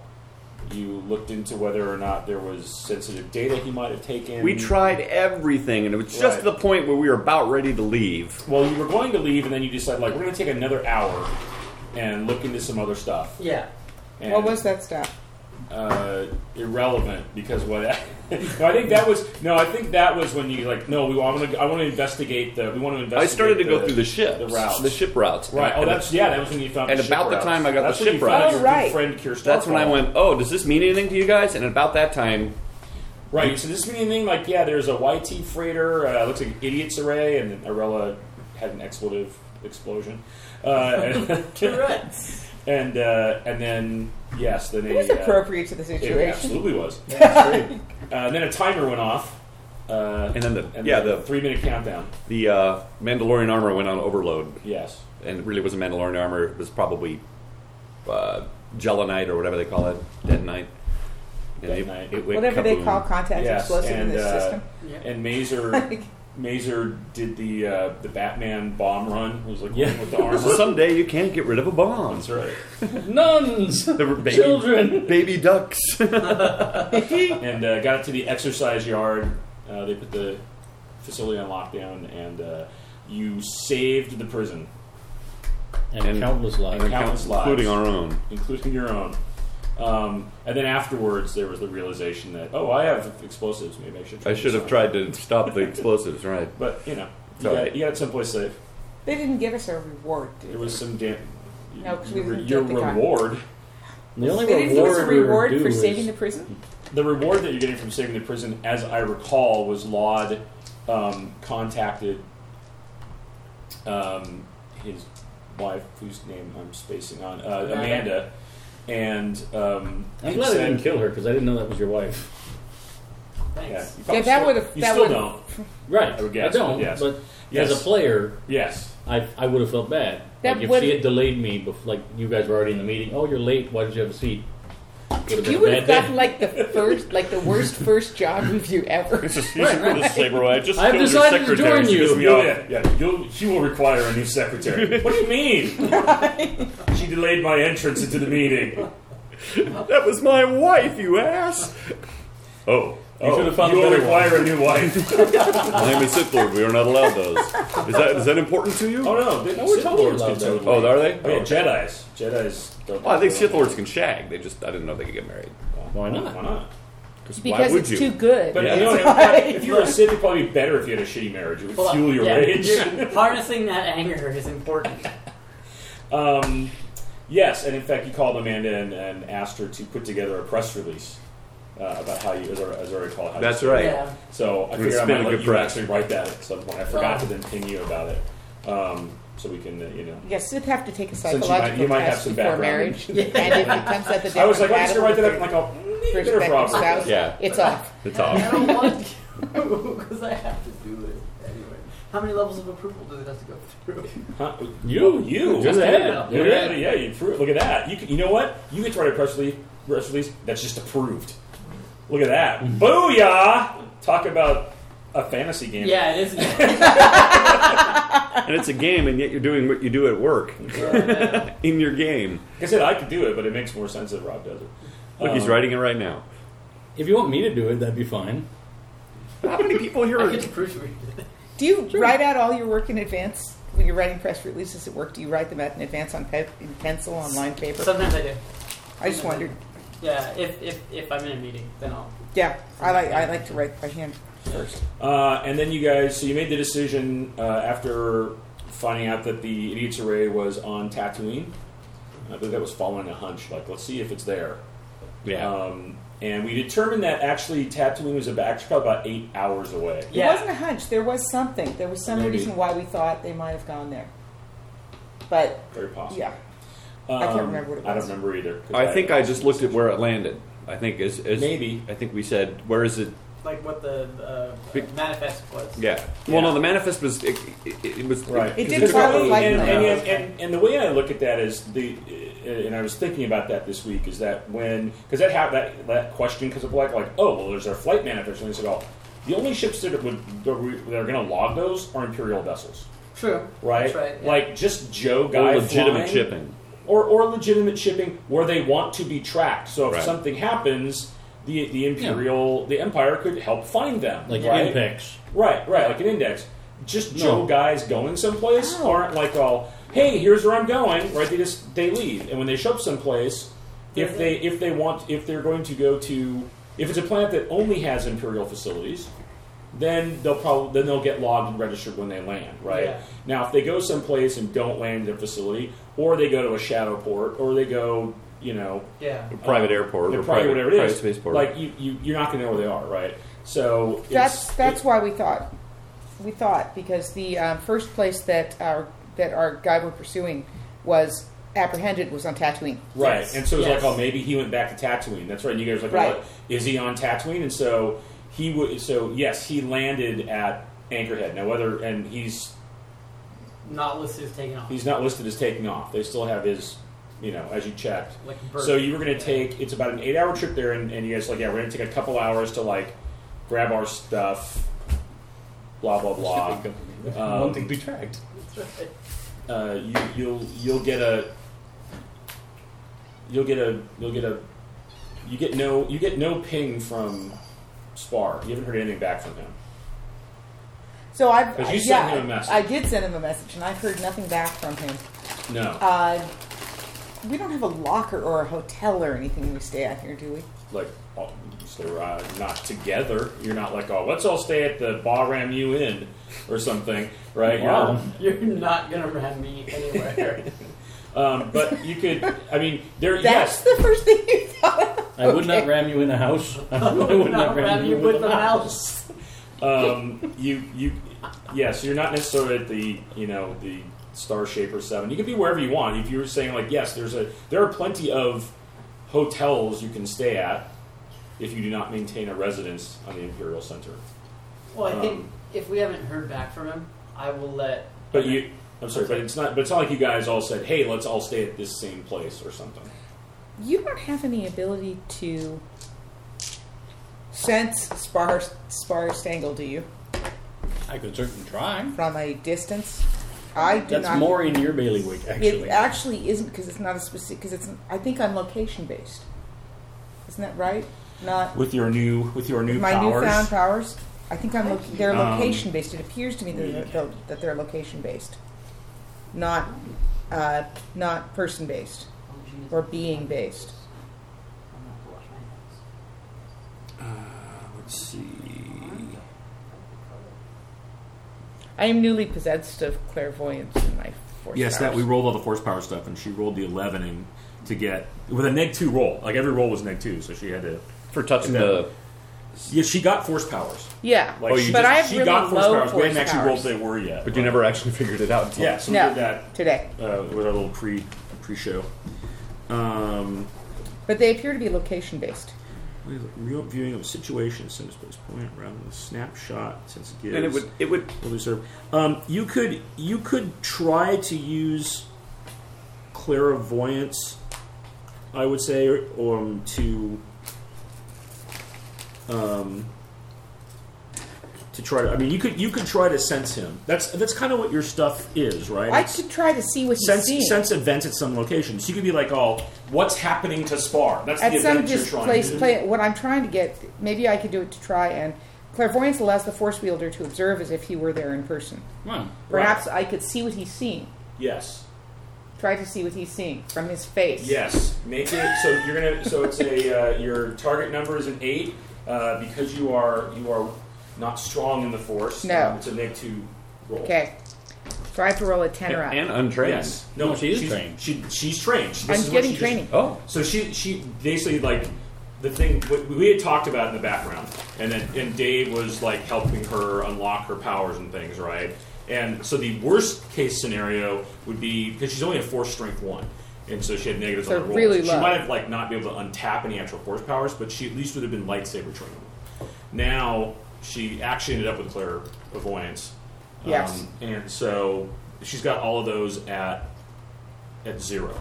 [SPEAKER 1] You looked into whether or not there was sensitive data he might have taken.
[SPEAKER 8] We tried everything, and it was just
[SPEAKER 1] Right.
[SPEAKER 8] to the point where we were about ready to leave.
[SPEAKER 1] Well, you were going to leave, and then you decided, like, we're going to take another hour and look into some other stuff.
[SPEAKER 4] Yeah.
[SPEAKER 1] And-
[SPEAKER 2] What was that stuff?
[SPEAKER 1] uh, irrelevant because what? no, I think that was no. I think that was when you like no. We want to. I want to investigate the. We want to investigate.
[SPEAKER 8] I started to
[SPEAKER 1] the,
[SPEAKER 8] go through the ships,
[SPEAKER 1] the routes,
[SPEAKER 8] the ship routes.
[SPEAKER 1] Right.
[SPEAKER 8] And-
[SPEAKER 1] Oh,
[SPEAKER 8] and
[SPEAKER 1] that's yeah. That was when you found.
[SPEAKER 8] and
[SPEAKER 1] the ship
[SPEAKER 8] about the
[SPEAKER 1] routes.
[SPEAKER 8] time I got
[SPEAKER 1] that's
[SPEAKER 8] the
[SPEAKER 1] when
[SPEAKER 8] ship
[SPEAKER 1] you found
[SPEAKER 8] routes.
[SPEAKER 1] your
[SPEAKER 2] Oh, right.
[SPEAKER 1] good friend Kirstar.
[SPEAKER 8] that's when I went. Oh, does this mean anything to you guys? And about that time,
[SPEAKER 1] Right. So this meaning like yeah, there's a YT freighter. Uh, looks like an idiots array, and Arella had an expletive explosion. Uh,
[SPEAKER 4] Correct.
[SPEAKER 1] and uh, and then yes, then
[SPEAKER 2] It was
[SPEAKER 1] a, uh,
[SPEAKER 2] appropriate to the
[SPEAKER 1] It
[SPEAKER 2] situation.
[SPEAKER 1] absolutely was. uh, and then a timer went off. Uh,
[SPEAKER 8] And then the- yeah, the-
[SPEAKER 1] three minute countdown.
[SPEAKER 8] the uh, Mandalorian armor went on overload,
[SPEAKER 1] Yes.
[SPEAKER 8] and it really wasn't Mandalorian armor. It was probably uh, Gelonite or whatever they call it, Detonite. And
[SPEAKER 1] Detonite.
[SPEAKER 8] it- it went
[SPEAKER 2] Whatever they
[SPEAKER 8] kaboom.
[SPEAKER 2] call contact
[SPEAKER 1] yes.
[SPEAKER 2] explosive
[SPEAKER 1] and,
[SPEAKER 2] in this
[SPEAKER 1] uh,
[SPEAKER 2] system.
[SPEAKER 4] Yeah.
[SPEAKER 1] And Mazer, Mazer did the uh, the Batman bomb run. It was like
[SPEAKER 6] Yeah.
[SPEAKER 1] one with the armor.
[SPEAKER 8] Someday you can't get rid of a bomb.
[SPEAKER 1] That's right.
[SPEAKER 6] Nuns,
[SPEAKER 8] There were baby,
[SPEAKER 6] children.
[SPEAKER 8] baby ducks.
[SPEAKER 1] And uh, got it to the exercise yard. Uh, they put the facility on lockdown, and uh, you saved the prison,
[SPEAKER 6] And,
[SPEAKER 8] And-
[SPEAKER 6] countless lives.
[SPEAKER 1] and countless lives.
[SPEAKER 8] Including our own.
[SPEAKER 1] including your own. Um, and then afterwards, there was the realization that oh, I have explosives. Maybe I should. Try
[SPEAKER 8] I should
[SPEAKER 1] this
[SPEAKER 8] have
[SPEAKER 1] out.
[SPEAKER 8] tried to stop the explosives, right?
[SPEAKER 1] But you know,
[SPEAKER 8] It's
[SPEAKER 1] you
[SPEAKER 8] all
[SPEAKER 1] got,
[SPEAKER 8] right.
[SPEAKER 1] you got it someplace safe.
[SPEAKER 2] They didn't give us a reward, dude.
[SPEAKER 1] There was some damn.
[SPEAKER 2] No, 'cause we
[SPEAKER 1] your,
[SPEAKER 2] didn't
[SPEAKER 1] your
[SPEAKER 2] get the guy.
[SPEAKER 1] reward.
[SPEAKER 6] The
[SPEAKER 2] they
[SPEAKER 6] only
[SPEAKER 2] didn't give us a
[SPEAKER 6] reward, we were
[SPEAKER 2] reward
[SPEAKER 6] due
[SPEAKER 2] for
[SPEAKER 6] is-
[SPEAKER 2] saving the prison?
[SPEAKER 1] The reward that you're getting from saving the prison, as I recall, was Laud um, contacted um, his wife, whose name I'm spacing on, uh, Amanda, and um,
[SPEAKER 6] I'm glad I
[SPEAKER 1] said-
[SPEAKER 6] didn't kill her because I didn't know that was your wife.
[SPEAKER 1] Yeah,
[SPEAKER 4] Thanks.
[SPEAKER 1] you probably
[SPEAKER 2] Yeah, that
[SPEAKER 1] still-
[SPEAKER 2] would've-
[SPEAKER 1] You
[SPEAKER 2] that
[SPEAKER 1] still
[SPEAKER 2] would've-
[SPEAKER 1] don't.
[SPEAKER 6] Right.
[SPEAKER 1] I would guess,
[SPEAKER 6] I don't.
[SPEAKER 1] yes.
[SPEAKER 6] But
[SPEAKER 1] Yes.
[SPEAKER 6] as a player,
[SPEAKER 1] Yes.
[SPEAKER 6] I, I would have felt bad.
[SPEAKER 2] That
[SPEAKER 6] like if
[SPEAKER 2] would-
[SPEAKER 6] she had delayed me, bef- like you guys were already in the meeting. Oh, you're late. Why did you have a seat? Would have been
[SPEAKER 2] You
[SPEAKER 6] a
[SPEAKER 2] would have
[SPEAKER 6] bad day.
[SPEAKER 2] gotten like the first, like the worst first job review ever.
[SPEAKER 8] This is this is Samurai. I just
[SPEAKER 3] I've
[SPEAKER 8] killed your
[SPEAKER 3] decided to
[SPEAKER 8] secretary.
[SPEAKER 3] join
[SPEAKER 8] She
[SPEAKER 3] you.
[SPEAKER 8] pissed me
[SPEAKER 1] Yeah,
[SPEAKER 8] off.
[SPEAKER 1] yeah, yeah. You'll, he will require a new secretary. what do you mean? she delayed my entrance into the meeting.
[SPEAKER 8] That was my wife, you ass. Oh.
[SPEAKER 1] You
[SPEAKER 8] Oh,
[SPEAKER 1] should have found
[SPEAKER 3] a
[SPEAKER 1] will
[SPEAKER 3] better
[SPEAKER 1] require a new wife.
[SPEAKER 8] I am a Sith Lord. We are not allowed those. Is that is that important to you?
[SPEAKER 1] oh no, they,
[SPEAKER 6] we're
[SPEAKER 1] Sith
[SPEAKER 6] totally
[SPEAKER 1] lords
[SPEAKER 6] allowed
[SPEAKER 1] can
[SPEAKER 6] that.
[SPEAKER 1] totally.
[SPEAKER 8] Oh, are they?
[SPEAKER 1] Oh, yeah,
[SPEAKER 8] Oh.
[SPEAKER 1] Jedi's. Jedi's. Don't
[SPEAKER 8] Well, I think Sith Lords can shag. They just I didn't know they could get married.
[SPEAKER 1] Why not? Why not?
[SPEAKER 8] Why
[SPEAKER 2] Because
[SPEAKER 8] would
[SPEAKER 2] it's
[SPEAKER 8] you?
[SPEAKER 2] too good.
[SPEAKER 1] But
[SPEAKER 8] Yeah.
[SPEAKER 1] you know,
[SPEAKER 2] It's
[SPEAKER 1] it would
[SPEAKER 2] like-
[SPEAKER 1] probably- if you were a Sith, it'd probably be better if you had a shitty marriage. It would
[SPEAKER 4] Hold on.
[SPEAKER 1] fuel your
[SPEAKER 4] Yeah,
[SPEAKER 1] rage.
[SPEAKER 4] you're- harnessing that anger is important.
[SPEAKER 1] Um, yes, and in fact, you called Amanda and, and asked her to put together a press release uh, about how you, as I, as I recall, how
[SPEAKER 8] That's
[SPEAKER 1] you,
[SPEAKER 8] right.
[SPEAKER 4] Yeah.
[SPEAKER 1] So I
[SPEAKER 8] It's
[SPEAKER 1] figured I
[SPEAKER 8] been
[SPEAKER 1] might
[SPEAKER 8] a
[SPEAKER 1] let
[SPEAKER 8] good
[SPEAKER 1] you
[SPEAKER 8] press.
[SPEAKER 1] actually write that at some point. I forgot to then ping you about it, um, so we can, uh, you know.
[SPEAKER 2] Yes, it'd have to take a
[SPEAKER 1] Since you might-
[SPEAKER 2] psychological
[SPEAKER 1] you might have
[SPEAKER 2] test
[SPEAKER 1] some
[SPEAKER 2] before
[SPEAKER 1] background.
[SPEAKER 2] marriage, and if it comes up that
[SPEAKER 1] I was like,
[SPEAKER 2] they're
[SPEAKER 1] I'm just gonna write that up. and
[SPEAKER 2] compatible
[SPEAKER 1] Like, oh, mm,
[SPEAKER 2] with
[SPEAKER 1] better
[SPEAKER 2] their
[SPEAKER 1] problem.
[SPEAKER 2] prospective spouse,
[SPEAKER 8] Yeah.
[SPEAKER 2] it's off.
[SPEAKER 8] It's
[SPEAKER 4] I
[SPEAKER 8] off.
[SPEAKER 4] don't want to because I have to do it anyway. How many levels of approval does it have to go through?
[SPEAKER 1] Huh? You, you,
[SPEAKER 6] Just
[SPEAKER 1] look at
[SPEAKER 6] ahead.
[SPEAKER 1] that.
[SPEAKER 6] You're
[SPEAKER 1] Look at
[SPEAKER 6] ahead.
[SPEAKER 1] that. Yeah, you prove. Look at that. You, can, you know what? You get to write a press release. Press release that's just approved. Look at that. Booyah! Talk about a fantasy game.
[SPEAKER 4] Yeah, it is.
[SPEAKER 8] And it's a game, and yet you're doing what you do at work
[SPEAKER 4] Yeah.
[SPEAKER 8] in your game.
[SPEAKER 1] Like I said, I could do it, but it makes more sense if Rob does it.
[SPEAKER 8] Look, he's
[SPEAKER 1] Um,
[SPEAKER 8] writing it right now.
[SPEAKER 6] If you want me to do it, that'd be fine.
[SPEAKER 8] How many people here?
[SPEAKER 4] I
[SPEAKER 8] Are,
[SPEAKER 4] get to proofread it.
[SPEAKER 2] Do you write out all your work in advance when you're writing press releases at work? Do you write them out in advance on pe- in pencil, on lined paper?
[SPEAKER 4] Sometimes I do.
[SPEAKER 2] I just wondered.
[SPEAKER 4] Yeah, if, if, if I'm in a meeting, then I'll.
[SPEAKER 2] Yeah, I like I like to write by hand.
[SPEAKER 1] Uh, and then you guys, so you made the decision uh, after finding out that the Idiot's Array was on Tatooine. I believe that was following a hunch. Like, let's see if it's there.
[SPEAKER 8] yeah.
[SPEAKER 1] Um, and we determined that actually Tatooine was about, actually probably about eight hours away.
[SPEAKER 4] Yeah.
[SPEAKER 2] It wasn't a hunch. There was something. There was some
[SPEAKER 1] Maybe.
[SPEAKER 2] reason why we thought they might have gone there. But
[SPEAKER 1] Very possible.
[SPEAKER 2] yeah,
[SPEAKER 1] Um,
[SPEAKER 2] can't remember what it
[SPEAKER 1] I don't
[SPEAKER 2] was.
[SPEAKER 1] remember either. 'cause
[SPEAKER 8] I think I just looked at where it landed. I think is is
[SPEAKER 1] Maybe.
[SPEAKER 8] I think we said where is it
[SPEAKER 4] Like what the uh,
[SPEAKER 8] Big-
[SPEAKER 4] manifest was.
[SPEAKER 8] Yeah.
[SPEAKER 1] Yeah.
[SPEAKER 8] Well, no, the manifest was it, it, it was
[SPEAKER 1] Right.
[SPEAKER 2] It did
[SPEAKER 8] because
[SPEAKER 2] follow
[SPEAKER 8] took a-
[SPEAKER 2] like
[SPEAKER 1] and,
[SPEAKER 2] that.
[SPEAKER 1] and, and, and, and the way I look at that is the, uh, and I was thinking about that this week is that when because that ha- that that question because of like like oh well there's our flight manifest and they said oh the only ships that would that are going to log those are Imperial vessels
[SPEAKER 4] True.
[SPEAKER 1] right,
[SPEAKER 4] That's right. yeah.
[SPEAKER 1] like just Joe
[SPEAKER 8] or
[SPEAKER 1] guy
[SPEAKER 8] legitimate
[SPEAKER 1] flying,
[SPEAKER 8] shipping.
[SPEAKER 1] or or legitimate shipping where they want to be tracked so if
[SPEAKER 8] Right.
[SPEAKER 1] something happens. The, the imperial the empire could help find them
[SPEAKER 6] Like
[SPEAKER 1] right?
[SPEAKER 6] Impex.
[SPEAKER 1] Right, right, like an index. Just
[SPEAKER 6] No.
[SPEAKER 1] Joe guys going someplace
[SPEAKER 2] Oh.
[SPEAKER 1] aren't like all, hey, here's where I'm going. Right? They just they leave, and when they show up someplace, if they if they want if they're going to go to if it's a planet that only has imperial facilities, then they'll probably then they'll get logged and registered when they land. Right
[SPEAKER 4] Yeah.
[SPEAKER 1] now, if they go someplace and don't land at a facility, or they go to a shadow port, or they go you know
[SPEAKER 4] Yeah.
[SPEAKER 8] A private
[SPEAKER 1] uh,
[SPEAKER 8] airport
[SPEAKER 1] they're
[SPEAKER 8] or
[SPEAKER 1] probably
[SPEAKER 8] private,
[SPEAKER 1] whatever it
[SPEAKER 8] private
[SPEAKER 1] is,
[SPEAKER 8] spaceport.
[SPEAKER 1] like you, you you're not going to know where they are. Right? So
[SPEAKER 2] that's
[SPEAKER 1] it's-
[SPEAKER 2] that's why we thought we thought because the um, first place that our that our guy we're pursuing was apprehended was on Tatooine.
[SPEAKER 1] Right,
[SPEAKER 4] Yes.
[SPEAKER 1] and so it's
[SPEAKER 4] Yes.
[SPEAKER 1] like, oh, maybe he went back to Tatooine. That's right. And you guys were like,
[SPEAKER 2] Right.
[SPEAKER 1] what? Is he on Tatooine? And so he would. So yes, he landed at Anchorhead. Now whether and he's
[SPEAKER 4] Not listed as taking off.
[SPEAKER 1] he's not listed as taking off. They still have his, you know, as you checked.
[SPEAKER 4] like a bird.
[SPEAKER 1] So you were going to take. It's about an eight-hour trip there, and, and you guys were like, yeah, we're going to take a couple hours to like grab our stuff. Blah blah blah. Um,
[SPEAKER 6] One thing to be tracked.
[SPEAKER 4] That's right.
[SPEAKER 1] uh, you, you'll you'll get a you'll get a you'll get a you get no you get no ping from Spar. You haven't heard anything back from him.
[SPEAKER 2] So I've
[SPEAKER 1] 'Cause you sent
[SPEAKER 2] yeah,
[SPEAKER 1] him a message.
[SPEAKER 2] I did send him a message, and I've heard nothing back from him.
[SPEAKER 1] No,
[SPEAKER 2] Uh, we don't have a locker or a hotel or anything we stay at here, do we?
[SPEAKER 1] like oh, so we're, uh, not together. You're not like oh let's all stay at the Bahram U Inn or something, right?
[SPEAKER 6] Wow.
[SPEAKER 1] You're-
[SPEAKER 4] You're not going to ram me anywhere.
[SPEAKER 1] Um, but you could. I mean, there. yes.
[SPEAKER 2] That's the first thing you thought. Of.
[SPEAKER 6] I would not ram you in a house. I would not ram you with a house.
[SPEAKER 1] um, you you yes, you're not necessarily at the you know the Star Shaper Seven. You can be wherever you want. If you were saying like yes, there's a there are plenty of hotels you can stay at if you do not maintain a residence on the Imperial Center.
[SPEAKER 4] Well, I think
[SPEAKER 1] Um,
[SPEAKER 4] if we haven't heard back from him, I will let.
[SPEAKER 1] But you. I'm sorry, but it's not. But it's not like you guys all said, "Hey, let's all stay at this same place" or something.
[SPEAKER 5] You don't have any ability to
[SPEAKER 2] Sense sparse, sparse angle, do you?
[SPEAKER 6] I could certainly try.
[SPEAKER 2] From a distance? I do
[SPEAKER 6] That's
[SPEAKER 2] not.
[SPEAKER 6] more in your bailiwick, actually.
[SPEAKER 2] It actually isn't because it's not a specific. Because it's, I think I'm location based. Isn't that right? Not
[SPEAKER 1] With your new, with your new
[SPEAKER 2] my
[SPEAKER 1] powers.
[SPEAKER 2] newfound powers. I think I'm. Lo- they're
[SPEAKER 8] Um,
[SPEAKER 2] location based. It appears to me that, they're- they're, that they're location based, not, uh, not person based or being based.
[SPEAKER 8] Let's see.
[SPEAKER 2] I am newly possessed of clairvoyance in my force.
[SPEAKER 1] Yes, that
[SPEAKER 2] powers.
[SPEAKER 1] we rolled all the horsepower stuff, and she rolled the elevening to get with a neg two roll. Like every roll was neg two, so she had to.
[SPEAKER 8] For touching
[SPEAKER 1] And then-
[SPEAKER 8] the.
[SPEAKER 1] Yeah, she got force powers.
[SPEAKER 2] Yeah,
[SPEAKER 1] Like
[SPEAKER 8] Oh,
[SPEAKER 1] she
[SPEAKER 8] you
[SPEAKER 2] but
[SPEAKER 1] just-
[SPEAKER 2] I have
[SPEAKER 1] she
[SPEAKER 2] really
[SPEAKER 1] got force
[SPEAKER 2] low
[SPEAKER 1] powers. we
[SPEAKER 2] force
[SPEAKER 1] hadn't actually
[SPEAKER 2] powers.
[SPEAKER 1] rolled they were yet.
[SPEAKER 8] But you never actually figured it out until.
[SPEAKER 1] Yeah, so
[SPEAKER 2] No.
[SPEAKER 1] we did that
[SPEAKER 2] today.
[SPEAKER 1] uh, with our little pre pre show. Um,
[SPEAKER 2] But they appear to be location based.
[SPEAKER 1] what is it? real viewing of a situation since this point rather than a snapshot since it gives.
[SPEAKER 8] And it would. It would.
[SPEAKER 1] will do serve. Um, you could you could try to use clairvoyance, I would say, or, um, to um, to try to. I mean, you could you could try to sense him. That's that's kind of what your stuff is, right?
[SPEAKER 2] I
[SPEAKER 1] It's-
[SPEAKER 2] could try to see what he's
[SPEAKER 1] sense
[SPEAKER 2] seeing
[SPEAKER 1] sense events at some location. So you could be like, oh, what's happening to Spar? That's the
[SPEAKER 2] at
[SPEAKER 1] event
[SPEAKER 2] some
[SPEAKER 1] you're trying to
[SPEAKER 2] displaced
[SPEAKER 1] do.
[SPEAKER 2] place. What I'm trying to get, maybe I could do it to try and clairvoyance allows the force wielder to observe as if he were there in person.
[SPEAKER 6] Well,
[SPEAKER 2] Perhaps I could see what he's seeing.
[SPEAKER 1] Yes.
[SPEAKER 2] Try to see what he's seeing from his face.
[SPEAKER 1] Yes, make it so you're gonna. So it's a uh, your target number is an eight uh, because you are you are not strong in the force.
[SPEAKER 2] No.
[SPEAKER 1] um, it's a neg two roll.
[SPEAKER 2] Okay. So I have to roll a ten or up.
[SPEAKER 8] And untrained.
[SPEAKER 1] Yes. No,
[SPEAKER 6] No, she is
[SPEAKER 1] she's,
[SPEAKER 6] trained.
[SPEAKER 1] She she's trained. This
[SPEAKER 2] I'm
[SPEAKER 1] is what
[SPEAKER 2] getting
[SPEAKER 1] she just-
[SPEAKER 2] training.
[SPEAKER 8] Oh.
[SPEAKER 1] so she she basically like the thing what we had talked about in the background, and then and Dave was like helping her unlock her powers and things, right? And so the worst case scenario would be because she's only a force strength one, and so she had negatives
[SPEAKER 2] So
[SPEAKER 1] on her rolls.
[SPEAKER 2] really
[SPEAKER 1] she
[SPEAKER 2] low.
[SPEAKER 1] might have like not been able to untap any actual force powers, but she at least would have been lightsaber trained. Now she actually ended up with clairvoyance.
[SPEAKER 2] Yes.
[SPEAKER 1] Um, and so she's got all of those at at zero.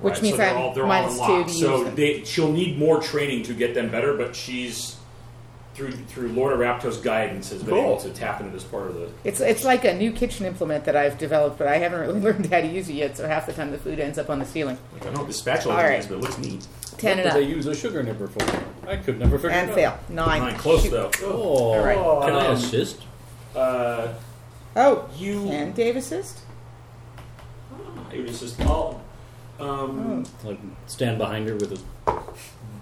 [SPEAKER 2] Which
[SPEAKER 1] Right,
[SPEAKER 2] means
[SPEAKER 1] so they're
[SPEAKER 2] I'm
[SPEAKER 1] all, they're
[SPEAKER 2] minus two
[SPEAKER 1] all unlocked.
[SPEAKER 2] to
[SPEAKER 1] so
[SPEAKER 2] use them.
[SPEAKER 1] They, she'll need more training to get them better, but she's through through Lorna Rapto's guidance has been
[SPEAKER 8] Cool.
[SPEAKER 1] able to tap into this part of the.
[SPEAKER 2] It's it's like a new kitchen implement that I've developed, but I haven't really learned how to use it yet. So half the time the food ends up on the ceiling.
[SPEAKER 1] I don't know what the spatula
[SPEAKER 2] All
[SPEAKER 1] is,
[SPEAKER 2] right.
[SPEAKER 1] but it looks neat.
[SPEAKER 2] Ten
[SPEAKER 6] what
[SPEAKER 2] and
[SPEAKER 6] do
[SPEAKER 2] up
[SPEAKER 6] they use a sugar nipper for? I could never figure
[SPEAKER 2] and
[SPEAKER 6] it out.
[SPEAKER 2] fail nine.
[SPEAKER 1] Fine, close
[SPEAKER 2] Shoot.
[SPEAKER 1] though.
[SPEAKER 6] Oh,
[SPEAKER 2] All right.
[SPEAKER 6] can I
[SPEAKER 1] Um,
[SPEAKER 6] assist?
[SPEAKER 1] Uh,
[SPEAKER 2] Oh,
[SPEAKER 1] you.
[SPEAKER 2] and Dave assist.
[SPEAKER 1] It was just all. Um,
[SPEAKER 6] Like stand behind her with a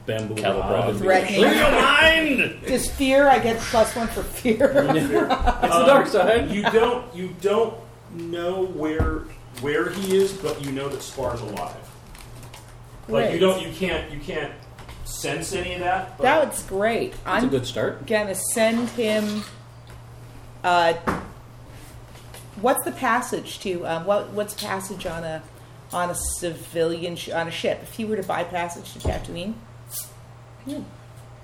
[SPEAKER 6] bamboo
[SPEAKER 8] Cattle
[SPEAKER 6] rod
[SPEAKER 8] prod.
[SPEAKER 6] and be
[SPEAKER 2] Threatening.
[SPEAKER 6] like, "Clear your mind.
[SPEAKER 2] Does fear? I get plus one for fear.
[SPEAKER 1] It's
[SPEAKER 6] the dark side.
[SPEAKER 1] Um, You don't you don't know where where he is, but you know that Spar's alive. Like you
[SPEAKER 2] Great.
[SPEAKER 1] don't you can't you can't sense any of that. But
[SPEAKER 2] That's great.
[SPEAKER 6] That's a
[SPEAKER 2] I'm
[SPEAKER 6] good start.
[SPEAKER 2] gonna send him. Uh, what's the passage to um, what? What's passage on a on a civilian sh- on a ship? If he were to buy passage to Tatooine,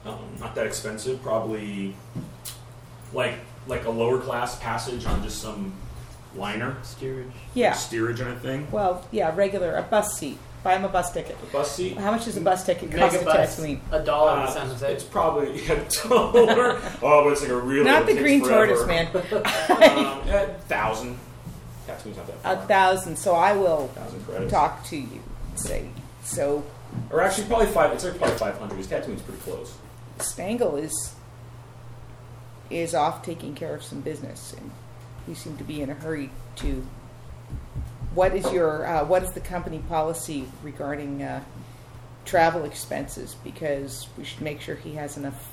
[SPEAKER 1] um, not that expensive. Probably like like a lower class passage on just some liner,
[SPEAKER 4] Steerage.
[SPEAKER 2] yeah.
[SPEAKER 1] steerage on a thing,
[SPEAKER 2] Well, yeah, regular a bus seat. Buy him a bus ticket.
[SPEAKER 1] a bus seat.
[SPEAKER 2] How much does a bus ticket cost to Tatooine?
[SPEAKER 4] Megabus. A dollar
[SPEAKER 1] Uh,
[SPEAKER 4] to San Jose.
[SPEAKER 1] it's probably a dollar. oh, but it's like a really
[SPEAKER 2] Not the
[SPEAKER 1] it takes
[SPEAKER 2] green
[SPEAKER 1] forever.
[SPEAKER 2] tortoise, man.
[SPEAKER 1] Um, a thousand. Tatooine's not that far.
[SPEAKER 2] A thousand. So I will
[SPEAKER 1] thousand credits.
[SPEAKER 2] talk to you. Say so.
[SPEAKER 1] Or actually, probably five. It's like probably five hundred. His tattooing's pretty close.
[SPEAKER 2] Stangle is is off taking care of some business, and you seem to be in a hurry to. What is your uh, what is the company policy regarding uh, travel expenses? Because we should make sure he has enough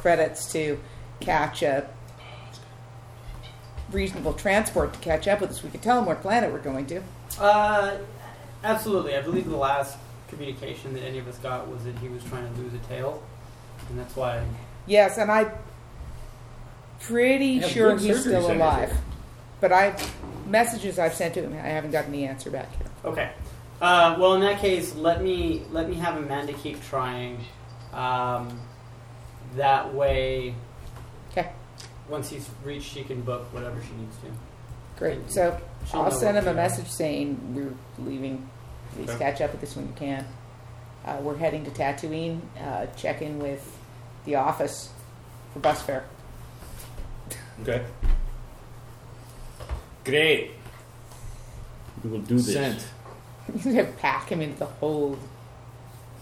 [SPEAKER 2] credits to catch a reasonable transport to catch up with us. We could tell him what planet we're going to.
[SPEAKER 4] Uh, absolutely. I believe the last communication that any of us got was that he was trying to lose a tail, and that's why.
[SPEAKER 2] Yes, and I'm pretty
[SPEAKER 6] Have
[SPEAKER 2] sure
[SPEAKER 6] good
[SPEAKER 2] he's
[SPEAKER 6] surgery
[SPEAKER 2] still
[SPEAKER 6] centers
[SPEAKER 2] alive.
[SPEAKER 6] here.
[SPEAKER 2] But I've messages I've sent to him, I haven't gotten the answer back yet.
[SPEAKER 4] Okay. Uh, well, in that case, let me let me have Amanda keep trying. Um, that way,
[SPEAKER 2] Okay,
[SPEAKER 4] once he's reached, she can book whatever she needs to.
[SPEAKER 2] great. So
[SPEAKER 4] She'll
[SPEAKER 2] I'll
[SPEAKER 4] know
[SPEAKER 2] send
[SPEAKER 4] what
[SPEAKER 2] him a
[SPEAKER 4] to do.
[SPEAKER 2] message saying we're leaving. Please
[SPEAKER 1] Okay.
[SPEAKER 2] catch up with us when you can. Uh, we're heading to Tatooine. Uh, check in with the office for bus fare.
[SPEAKER 1] Okay. Great.
[SPEAKER 6] We will do this.
[SPEAKER 1] Sent.
[SPEAKER 2] You have pack him into the hold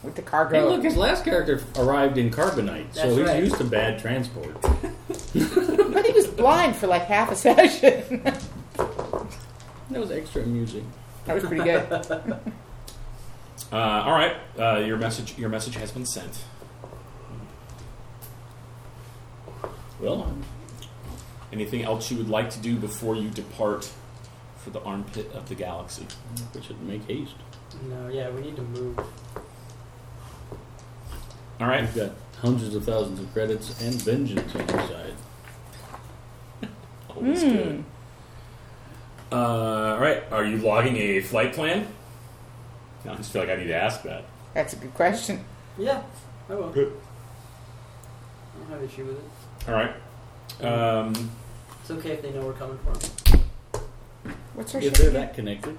[SPEAKER 2] with the cargo.
[SPEAKER 6] Hey, look, his last character arrived in carbonite, so
[SPEAKER 4] That's
[SPEAKER 6] he's
[SPEAKER 4] right.
[SPEAKER 6] used to bad transport.
[SPEAKER 2] But he was blind for like half a session.
[SPEAKER 6] That was extra amusing.
[SPEAKER 2] that was pretty good.
[SPEAKER 1] Uh, all right. Uh, your message. Your message has been sent.
[SPEAKER 6] Well,
[SPEAKER 1] Anything else you would like to do before you depart for the armpit of the galaxy?
[SPEAKER 6] we should make haste.
[SPEAKER 4] No, yeah, we need to move.
[SPEAKER 1] All right.
[SPEAKER 6] We've got hundreds of thousands of credits and vengeance on our side.
[SPEAKER 1] Always
[SPEAKER 6] Hmm.
[SPEAKER 1] good. Uh, all right. Are you logging a flight plan? I just feel like I need to ask that.
[SPEAKER 2] That's a good question.
[SPEAKER 4] Yeah, I will.
[SPEAKER 1] Good.
[SPEAKER 4] I don't have an issue with it.
[SPEAKER 1] All right. Um,
[SPEAKER 4] It's okay if they know we're coming for them.
[SPEAKER 2] What's our
[SPEAKER 6] If
[SPEAKER 2] ship?
[SPEAKER 6] they're
[SPEAKER 2] again?
[SPEAKER 6] that connected,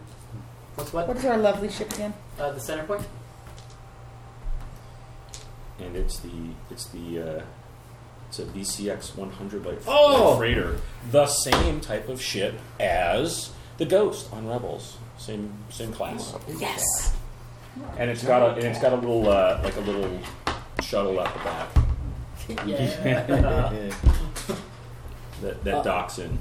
[SPEAKER 4] What's what?
[SPEAKER 2] What is our lovely ship again?
[SPEAKER 4] Uh, the center point?
[SPEAKER 1] and it's the it's the uh, it's a VCX 100 like
[SPEAKER 6] Oh!
[SPEAKER 1] freighter, the same type of ship as the Ghost on Rebels, same same class.
[SPEAKER 2] Yes.
[SPEAKER 1] And it's got a and it's got a little uh, like a little shuttle at the back
[SPEAKER 6] Uh,
[SPEAKER 4] Yeah.
[SPEAKER 1] that, that docks in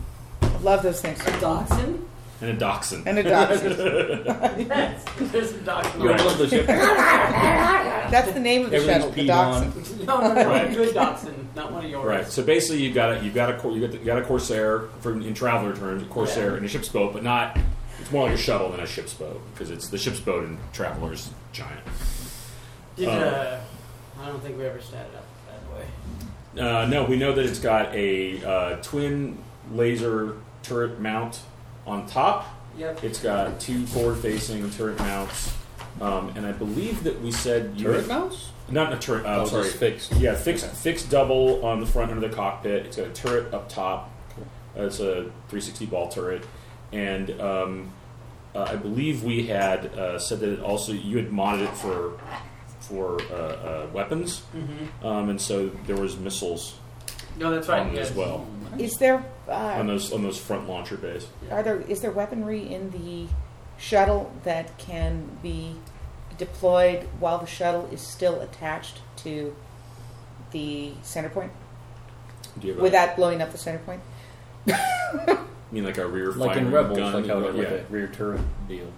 [SPEAKER 2] Love those things.
[SPEAKER 4] Dachshund?
[SPEAKER 1] and it docks in.
[SPEAKER 2] And a dachshund.
[SPEAKER 4] Yes, there's a dachshund.
[SPEAKER 6] you
[SPEAKER 1] Right.
[SPEAKER 6] love the ship.
[SPEAKER 2] That's the name of the
[SPEAKER 6] Everything's
[SPEAKER 2] shuttle, the
[SPEAKER 6] peed
[SPEAKER 2] dachshund.
[SPEAKER 4] No, no, no,
[SPEAKER 1] Right.
[SPEAKER 4] good dachshund, not one of yours.
[SPEAKER 1] Right. So basically, you've got a you've got a Cor- you got, you got a Corsair from in traveler terms, a Corsair
[SPEAKER 4] Yeah.
[SPEAKER 1] and a ship's boat, but not. It's more like a shuttle than a ship's boat because it's the ship's boat and traveler's giant.
[SPEAKER 4] Did,
[SPEAKER 1] Uh,
[SPEAKER 4] uh, I don't think we ever statted up that way.
[SPEAKER 1] Uh, no, we know that it's got a uh, twin laser turret mount on top.
[SPEAKER 4] Yep.
[SPEAKER 1] It's got two forward-facing turret mounts, um, and I believe that we said you
[SPEAKER 6] Turret mouse?
[SPEAKER 1] not a turret. Uh,
[SPEAKER 6] Oh,
[SPEAKER 1] sorry,
[SPEAKER 6] just fixed.
[SPEAKER 1] Yeah, fixed
[SPEAKER 6] Okay.
[SPEAKER 1] fixed double on the front under the cockpit. It's got a turret up top. Uh, it's a 360 ball turret, and um, uh, I believe we had uh, said that it also you had modded it for for uh, uh, weapons, um, and so there was missiles
[SPEAKER 4] No, that's right.
[SPEAKER 1] on it
[SPEAKER 4] yes.
[SPEAKER 1] as well
[SPEAKER 2] Is there
[SPEAKER 1] on
[SPEAKER 2] uh,
[SPEAKER 1] those on those front launcher bays.
[SPEAKER 2] are there is there weaponry in the shuttle that can be deployed while the shuttle is still attached to the center point
[SPEAKER 1] Do you have a-
[SPEAKER 2] without blowing up the center point?
[SPEAKER 1] I mean like a rear
[SPEAKER 6] Like in
[SPEAKER 1] firing
[SPEAKER 6] Rebels,
[SPEAKER 1] gun,
[SPEAKER 6] like, how, like
[SPEAKER 1] yeah.
[SPEAKER 6] a rear turret deal.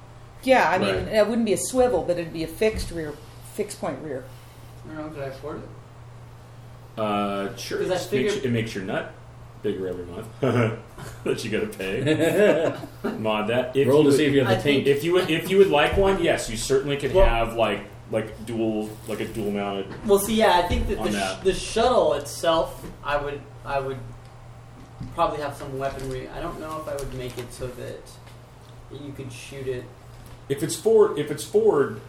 [SPEAKER 2] Yeah, I mean
[SPEAKER 1] Right.
[SPEAKER 2] it wouldn't be a swivel, but it'd be a fixed rear, fixed point rear.
[SPEAKER 4] I don't know, could I afford it?
[SPEAKER 1] Uh, sure. It,
[SPEAKER 4] Because I
[SPEAKER 1] just makes,
[SPEAKER 4] figure-
[SPEAKER 1] it makes your nut bigger every month that you got to pay. Mod that. If
[SPEAKER 6] Roll
[SPEAKER 1] you
[SPEAKER 6] to
[SPEAKER 1] would,
[SPEAKER 6] see if you have
[SPEAKER 4] I
[SPEAKER 6] the
[SPEAKER 4] think-
[SPEAKER 6] tank.
[SPEAKER 1] if you would, if you would like one, yes, you certainly could
[SPEAKER 4] Well-
[SPEAKER 1] have like like dual like a dual mounted.
[SPEAKER 4] Well, see, yeah, I think that
[SPEAKER 1] On
[SPEAKER 4] the,
[SPEAKER 1] that.
[SPEAKER 4] sh- the shuttle itself, I would, I would probably have some weaponry. I don't know if I would make it so that you could shoot it.
[SPEAKER 1] If it's forward, if it's forward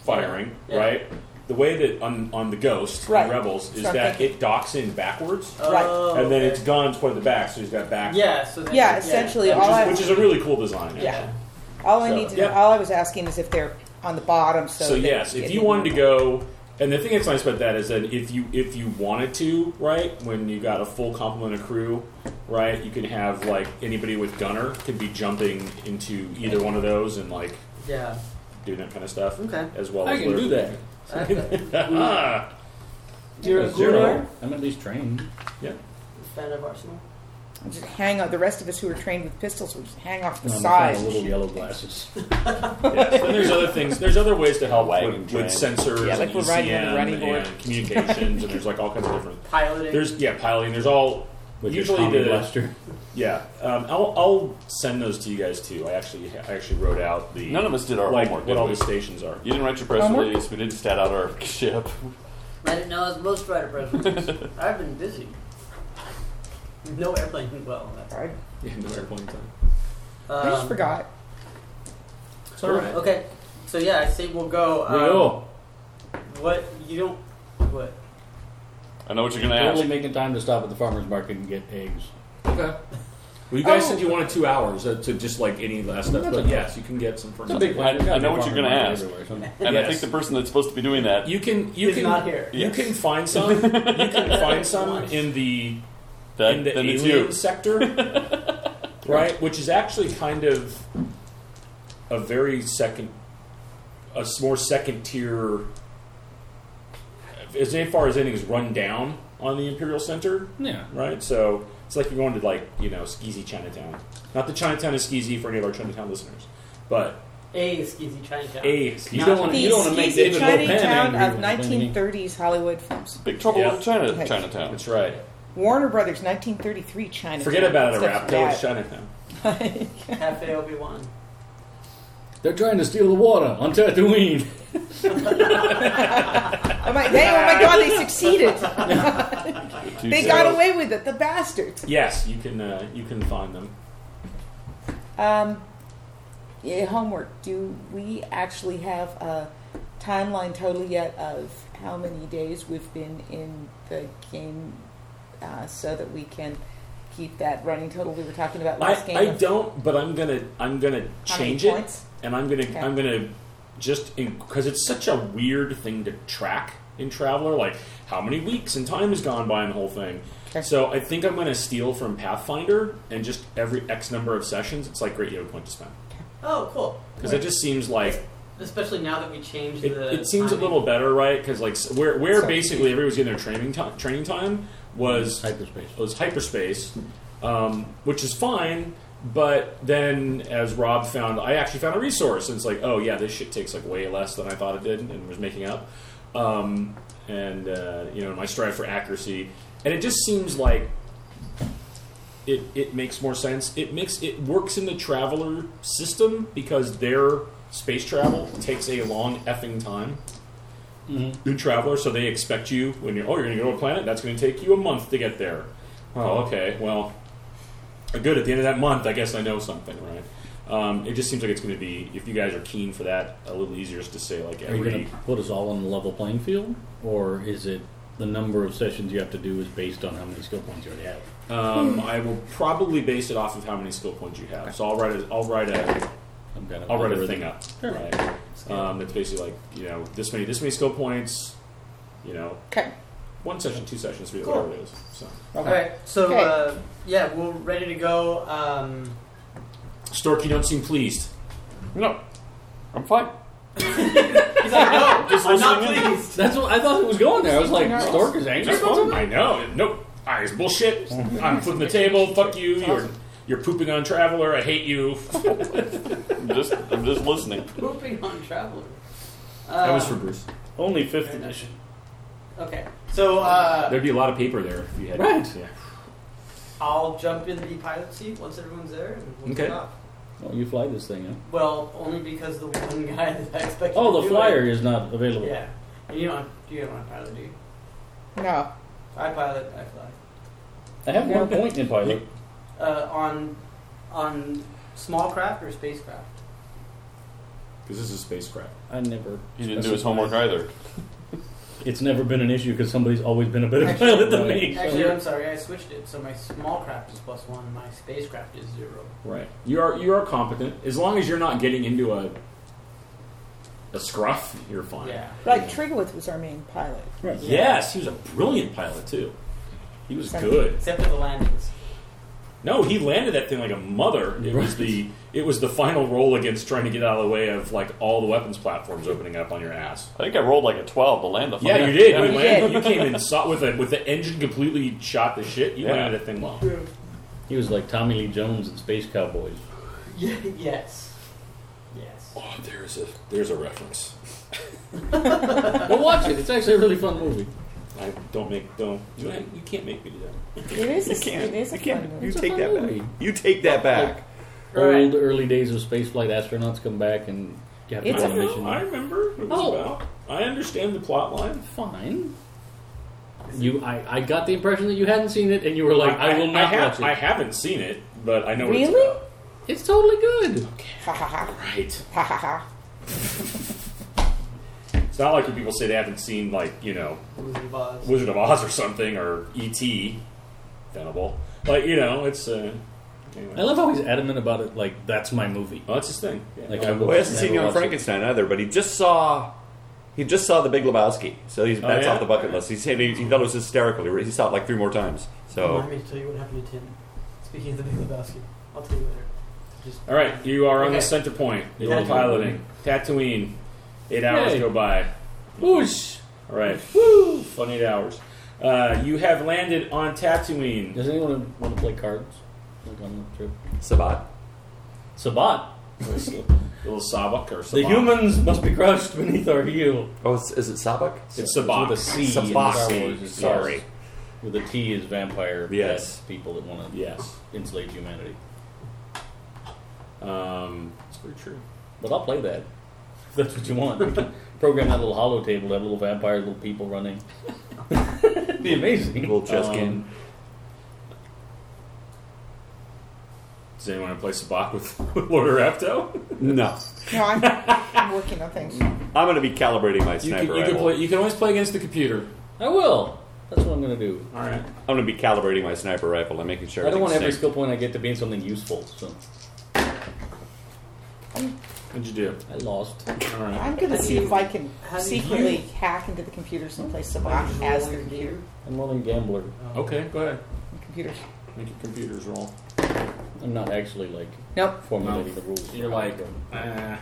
[SPEAKER 1] firing,
[SPEAKER 4] Yeah.
[SPEAKER 1] right? The way that on on the Ghost
[SPEAKER 2] Right.
[SPEAKER 1] in Rebels is
[SPEAKER 2] So I'm
[SPEAKER 1] that
[SPEAKER 2] thinking-
[SPEAKER 1] it docks in backwards,
[SPEAKER 2] Right.
[SPEAKER 4] Oh,
[SPEAKER 1] and then
[SPEAKER 4] okay.
[SPEAKER 1] it's gone toward the back, so he's got back.
[SPEAKER 4] yeah. Oh, So then,
[SPEAKER 2] Yeah, essentially
[SPEAKER 1] Which
[SPEAKER 2] all I
[SPEAKER 1] is, which is a really cool design.
[SPEAKER 2] Yeah.
[SPEAKER 1] actually.
[SPEAKER 2] all I
[SPEAKER 1] so,
[SPEAKER 2] need to
[SPEAKER 1] yeah.
[SPEAKER 2] know, all I was asking is if they're on the bottom. So,
[SPEAKER 1] So,
[SPEAKER 2] they
[SPEAKER 1] yes,
[SPEAKER 2] get
[SPEAKER 1] if you
[SPEAKER 2] hit.
[SPEAKER 1] wanted to go, and the thing that's nice about that is that if you if you wanted to, right, when you got a full complement of crew, right, you can have like anybody with gunner could be jumping into either one of those and like
[SPEAKER 4] Yeah.
[SPEAKER 1] doing that kind of stuff.
[SPEAKER 4] Okay.
[SPEAKER 1] As well
[SPEAKER 6] I
[SPEAKER 1] as
[SPEAKER 6] can do that.
[SPEAKER 4] Okay.
[SPEAKER 1] that.
[SPEAKER 4] You're a
[SPEAKER 6] That's
[SPEAKER 4] good
[SPEAKER 6] zero. I'm at least trained.
[SPEAKER 4] fan of Arsenal.
[SPEAKER 2] just hang on. The rest of us who are trained with pistols would just hang off the
[SPEAKER 6] I'm a fan
[SPEAKER 2] side.
[SPEAKER 6] of little yellow glasses.
[SPEAKER 1] And there's other things. There's other ways to help
[SPEAKER 8] Wagon
[SPEAKER 1] with,
[SPEAKER 8] train.
[SPEAKER 1] with sensors
[SPEAKER 2] Yeah, like
[SPEAKER 1] and
[SPEAKER 2] we're riding on a
[SPEAKER 1] ECM
[SPEAKER 2] running board.
[SPEAKER 1] and communications, and there's like all kinds of different.
[SPEAKER 4] Piloting.
[SPEAKER 1] There's yeah, piloting. There's all
[SPEAKER 6] With your
[SPEAKER 1] usually
[SPEAKER 6] Tommy
[SPEAKER 1] the
[SPEAKER 6] blaster.
[SPEAKER 1] Yeah, um, I'll, I'll send those to you guys too. I actually I actually wrote out the
[SPEAKER 8] None of us did our
[SPEAKER 1] like
[SPEAKER 8] homework,
[SPEAKER 1] what
[SPEAKER 8] did
[SPEAKER 1] all
[SPEAKER 8] we?
[SPEAKER 1] the stations are.
[SPEAKER 8] You didn't write your press
[SPEAKER 2] Homework?
[SPEAKER 8] release. We didn't stat out our ship.
[SPEAKER 4] I didn't know I was most writer president. I've been busy. No airplane. Well, that's.
[SPEAKER 2] I
[SPEAKER 1] Yeah, no airplane time.
[SPEAKER 2] I just
[SPEAKER 4] Um,
[SPEAKER 2] forgot.
[SPEAKER 1] It's all right.
[SPEAKER 4] Okay. So yeah, I say we'll go.
[SPEAKER 6] we
[SPEAKER 4] Um,
[SPEAKER 6] go.
[SPEAKER 4] what you don't. What?
[SPEAKER 8] I know what you're going to
[SPEAKER 6] Totally
[SPEAKER 8] ask.
[SPEAKER 6] making time to stop at the farmer's market and get eggs.
[SPEAKER 4] Okay.
[SPEAKER 1] Well, you guys
[SPEAKER 2] Oh.
[SPEAKER 1] said you wanted two hours uh, to just like any last stuff,
[SPEAKER 6] That's
[SPEAKER 1] but
[SPEAKER 6] okay.
[SPEAKER 1] yes, you can get some for
[SPEAKER 6] It's a big
[SPEAKER 1] nothing.
[SPEAKER 6] plan. It's gotta
[SPEAKER 8] I know
[SPEAKER 6] be
[SPEAKER 8] what you're gonna
[SPEAKER 6] $500
[SPEAKER 8] ask.
[SPEAKER 6] everywhere, so-
[SPEAKER 8] And I
[SPEAKER 1] Yes.
[SPEAKER 8] think the person that's supposed to be doing that.
[SPEAKER 1] You can you
[SPEAKER 4] Is
[SPEAKER 1] can
[SPEAKER 4] not here.
[SPEAKER 1] you
[SPEAKER 8] Yes.
[SPEAKER 1] can find some you can find some in the
[SPEAKER 8] that
[SPEAKER 1] in the
[SPEAKER 8] then it's
[SPEAKER 1] alien
[SPEAKER 8] you.
[SPEAKER 1] sector, right? Which is actually kind of a very second, a s- more second tier, as far as anything's run down on the Imperial Center,
[SPEAKER 6] Yeah.
[SPEAKER 1] right? So it's like you're going to like you know skeezy Chinatown. Not that Chinatown is skeezy for any of our Chinatown listeners, but
[SPEAKER 4] A skeezy Chinatown.
[SPEAKER 1] a skeezy.
[SPEAKER 6] You don't
[SPEAKER 2] The
[SPEAKER 6] want to. You don't want to make
[SPEAKER 2] skeezy
[SPEAKER 6] David Lopan
[SPEAKER 2] Chinatown
[SPEAKER 6] angry
[SPEAKER 2] of
[SPEAKER 6] with me.
[SPEAKER 2] 1930s Hollywood films.
[SPEAKER 8] Big trouble
[SPEAKER 1] Yeah.
[SPEAKER 8] in China,
[SPEAKER 2] Okay.
[SPEAKER 8] Chinatown.
[SPEAKER 1] That's right.
[SPEAKER 2] Warner Brothers, 1933 China.
[SPEAKER 1] Forget about it, Arapto. It's Chinatown.
[SPEAKER 4] Cafe Obi Wan.
[SPEAKER 6] They're trying to steal the water on Tatooine.
[SPEAKER 2] Oh my, they, oh my God, they succeeded.
[SPEAKER 8] Two
[SPEAKER 2] They
[SPEAKER 8] so-
[SPEAKER 2] got away with it, the bastards.
[SPEAKER 1] Yes, you can. Uh, you can find them.
[SPEAKER 2] Um, yeah, homework. Do we actually have a timeline totally yet of how many days we've been in the game uh, so that we can keep that running total we were talking about
[SPEAKER 1] I,
[SPEAKER 2] last game?
[SPEAKER 1] I
[SPEAKER 2] of
[SPEAKER 1] don't, but I'm gonna I'm gonna
[SPEAKER 2] how many
[SPEAKER 1] change it,
[SPEAKER 2] points?
[SPEAKER 1] and I'm gonna
[SPEAKER 2] Okay.
[SPEAKER 1] I'm gonna just because it's such a weird thing to track in Traveler, like how many weeks and time has gone by and the whole thing.
[SPEAKER 2] Okay.
[SPEAKER 1] So I think I'm gonna steal from Pathfinder and just every X number of sessions, it's like great you have a point to spend
[SPEAKER 4] Oh, cool.
[SPEAKER 1] because it just seems like
[SPEAKER 4] Especially now that we changed
[SPEAKER 1] it,
[SPEAKER 4] the.
[SPEAKER 1] it seems a
[SPEAKER 4] timing.
[SPEAKER 1] little better, right? Because like s- where where
[SPEAKER 2] So-
[SPEAKER 1] basically everybody was getting their training time training time was
[SPEAKER 6] Hyperspace.
[SPEAKER 1] was hyperspace, um, which is fine. But then, as Rob found, I actually found a resource, and it's like, oh yeah, this shit takes like way less than I thought it did, and was making up. Um, and uh, you know, my strive for accuracy, and it just seems like it it makes more sense. It makes it works in the traveler system because their space travel takes a long effing time new traveler, so they expect you when you're oh you're gonna go to a planet that's gonna take you a month to get there. Oh, okay, well, good. At the end of that month, I guess I know something, right? Um, it just seems like it's gonna be if you guys are keen for that, a little easier is to say like
[SPEAKER 6] Are you going
[SPEAKER 1] every
[SPEAKER 6] to put us all on the level playing field, or is it the number of sessions you have to do is based on how many skill points you already have?
[SPEAKER 1] um, I will probably base it off of how many skill points you have. So I'll write a I'll write a
[SPEAKER 6] I'm gonna
[SPEAKER 1] I'll write a thing up. Right? Um, it's basically like you know this many this many skill points, you know
[SPEAKER 2] Okay.
[SPEAKER 1] one session, two sessions, three,
[SPEAKER 4] Cool.
[SPEAKER 1] whatever it is. So
[SPEAKER 4] Alright, so
[SPEAKER 2] Okay.
[SPEAKER 4] uh, yeah, we're ready to go. Um,
[SPEAKER 1] Stork, you don't seem pleased.
[SPEAKER 8] No, I'm fine.
[SPEAKER 4] he's like, no,
[SPEAKER 8] Just
[SPEAKER 4] I'm not
[SPEAKER 8] listening in.
[SPEAKER 4] pleased.
[SPEAKER 6] That's what I thought it was going there. I was like,
[SPEAKER 2] Seems
[SPEAKER 6] Stork is angry.
[SPEAKER 1] That's
[SPEAKER 6] about
[SPEAKER 1] fine.
[SPEAKER 6] something?
[SPEAKER 1] I know. Nope. Ah, it's bullshit. I'm flipping the table. Fuck you. You're you're pooping on Traveler. I hate you.
[SPEAKER 8] I'm just, I'm just listening.
[SPEAKER 4] Pooping on traveler. Uh,
[SPEAKER 1] That was for Bruce.
[SPEAKER 6] Only fifth
[SPEAKER 4] Very nice.
[SPEAKER 6] edition.
[SPEAKER 4] Okay, so uh,
[SPEAKER 1] There'd be a lot of paper there if you had.
[SPEAKER 6] Right.
[SPEAKER 1] Yeah.
[SPEAKER 4] I'll jump in the pilot seat once everyone's there, and we'll
[SPEAKER 1] Okay.
[SPEAKER 4] take off.
[SPEAKER 6] Well, Oh, you fly this thing, huh?
[SPEAKER 4] Well, only because the one guy that I expected.
[SPEAKER 6] Oh,
[SPEAKER 4] to
[SPEAKER 6] the
[SPEAKER 4] do
[SPEAKER 6] flyer is not
[SPEAKER 4] It.
[SPEAKER 6] available.
[SPEAKER 4] Yeah, and you don't. Have, you don't want to pilot, do you?
[SPEAKER 2] No.
[SPEAKER 4] I pilot. I fly.
[SPEAKER 6] I have one point in pilot.
[SPEAKER 4] Uh, on on small craft or spacecraft.
[SPEAKER 1] Because this is spacecraft.
[SPEAKER 6] I never.
[SPEAKER 8] He didn't do his homework either.
[SPEAKER 6] It's never been an issue because somebody's always been a better pilot than me.
[SPEAKER 4] Actually, I'm sorry, I switched it. So my small craft is plus one, my spacecraft is zero.
[SPEAKER 1] Right. You are you are competent as long as you're not getting into a a scruff. You're fine.
[SPEAKER 4] Yeah.
[SPEAKER 2] Like, Trigowitz was our main pilot.
[SPEAKER 6] Right.
[SPEAKER 1] Yes, he was a brilliant pilot too. He was good.
[SPEAKER 4] Except for the landings.
[SPEAKER 1] No, he landed that thing like a mother. It was the it was the final roll against trying to get out of the way of like all the weapons platforms opening up on your ass.
[SPEAKER 8] I think I rolled like a 12 to land the
[SPEAKER 1] Yeah,
[SPEAKER 8] fucker.
[SPEAKER 1] you did.
[SPEAKER 8] Yeah.
[SPEAKER 1] You,
[SPEAKER 2] You
[SPEAKER 1] landed, you came in so- with a, with the engine completely shot the shit. You
[SPEAKER 8] Yeah.
[SPEAKER 1] landed a thing well.
[SPEAKER 6] He was like Tommy Lee Jones in Space Cowboys.
[SPEAKER 4] Yeah, yes. Yes.
[SPEAKER 1] Oh, there's a there's a reference.
[SPEAKER 6] well, watch it. It's actually a really fun movie.
[SPEAKER 1] I don't make don't you, you can't make me do that.
[SPEAKER 2] It is
[SPEAKER 8] You
[SPEAKER 2] a, it
[SPEAKER 8] can't.
[SPEAKER 2] is a
[SPEAKER 8] You can't.
[SPEAKER 2] fun
[SPEAKER 8] You
[SPEAKER 2] movie.
[SPEAKER 8] take
[SPEAKER 6] fun
[SPEAKER 8] that
[SPEAKER 6] movie.
[SPEAKER 8] back. You take that back.
[SPEAKER 4] Alright.
[SPEAKER 6] Old early days of spaceflight astronauts come back and you have to
[SPEAKER 2] It's
[SPEAKER 6] go
[SPEAKER 2] a
[SPEAKER 6] on a mission.
[SPEAKER 1] I remember what it was
[SPEAKER 6] Oh.
[SPEAKER 1] about. I understand the plot line.
[SPEAKER 6] Fine. You, I, I got the impression that you hadn't seen it, and you were like, "I, will not
[SPEAKER 1] have,
[SPEAKER 6] watch it."
[SPEAKER 1] I haven't seen it, but I know what
[SPEAKER 2] Really?
[SPEAKER 1] it's about.
[SPEAKER 6] it's totally good.
[SPEAKER 2] Ha ha ha.
[SPEAKER 1] Right.
[SPEAKER 2] Ha ha ha.
[SPEAKER 1] It's not like when people say they haven't seen like you know
[SPEAKER 4] Wizard of Oz.
[SPEAKER 1] E Wizard of Oz or something or E.T. Venable. Like you know, it's uh, Anyway.
[SPEAKER 6] I love how he's adamant about it. Like that's my movie.
[SPEAKER 1] Well, that's his thing. Yeah.
[SPEAKER 6] Like I will.
[SPEAKER 8] Well, he hasn't
[SPEAKER 6] never
[SPEAKER 8] seen Young
[SPEAKER 6] watch it.
[SPEAKER 8] Frankenstein either, but he just saw. He just saw The Big Lebowski, so he's
[SPEAKER 1] Oh,
[SPEAKER 8] that's
[SPEAKER 1] yeah?
[SPEAKER 8] off the bucket list. He said he, he thought it was hysterical. He, re- he saw it like three more times. So
[SPEAKER 4] Remind me to tell you what happened to Tim. Speaking of the Big Lebowski, I'll tell you later. Just
[SPEAKER 1] All right, you are on the
[SPEAKER 4] Okay.
[SPEAKER 1] center point. You're
[SPEAKER 4] Yeah.
[SPEAKER 1] piloting. Tatooine. Eight hours
[SPEAKER 6] Yay.
[SPEAKER 1] go by.
[SPEAKER 6] Whoosh!
[SPEAKER 1] All right. Woo! Fun eight hours. Uh, you have landed on Tatooine.
[SPEAKER 6] Does anyone want to play cards? Like on the trip?
[SPEAKER 8] Sabat.
[SPEAKER 6] Sabat.
[SPEAKER 1] little Sabak or Sabak.
[SPEAKER 6] The humans must be crushed beneath our heel.
[SPEAKER 8] Oh, is, is it Sabak?
[SPEAKER 1] It's Sabak.
[SPEAKER 6] With a C in
[SPEAKER 8] Sabak.
[SPEAKER 6] Star Wars. it's
[SPEAKER 8] Sorry.
[SPEAKER 6] yes. With a T is vampire.
[SPEAKER 8] Yes.
[SPEAKER 6] bad People that want to
[SPEAKER 1] Yes.
[SPEAKER 6] enslave humanity.
[SPEAKER 1] Um, it's pretty true.
[SPEAKER 6] But I'll play that. If that's what you want. We can program that little hollow table to have little vampires, little people running. It'd be amazing.
[SPEAKER 8] Little chess
[SPEAKER 1] Um,
[SPEAKER 8] game.
[SPEAKER 1] Does anyone want to play Sabak with, with Lord Repto?
[SPEAKER 8] No,
[SPEAKER 2] No, I'm, I'm working on things.
[SPEAKER 8] I'm going to be calibrating my
[SPEAKER 1] You
[SPEAKER 8] sniper
[SPEAKER 1] can, you, can
[SPEAKER 8] rifle.
[SPEAKER 1] play, you can always play against the computer.
[SPEAKER 6] I will. That's what I'm going to do.
[SPEAKER 1] All right.
[SPEAKER 8] I'm going to be calibrating my sniper rifle and making sure.
[SPEAKER 6] I don't want every
[SPEAKER 8] everything's
[SPEAKER 6] skill point I get to be in something useful. So
[SPEAKER 1] What'd you do?
[SPEAKER 6] I lost.
[SPEAKER 1] All right.
[SPEAKER 2] I'm going to see if I can
[SPEAKER 4] How do you-
[SPEAKER 2] secretly hack into the computers and play Sabak
[SPEAKER 4] Roll
[SPEAKER 2] as the
[SPEAKER 4] your
[SPEAKER 2] computer.
[SPEAKER 4] game.
[SPEAKER 6] I'm rolling gambler.
[SPEAKER 4] Oh.
[SPEAKER 1] Okay, go ahead.
[SPEAKER 2] computers.
[SPEAKER 1] Make your computers roll.
[SPEAKER 6] I'm not actually like
[SPEAKER 2] Nope.
[SPEAKER 6] formulating the rules.
[SPEAKER 1] You're like, uh,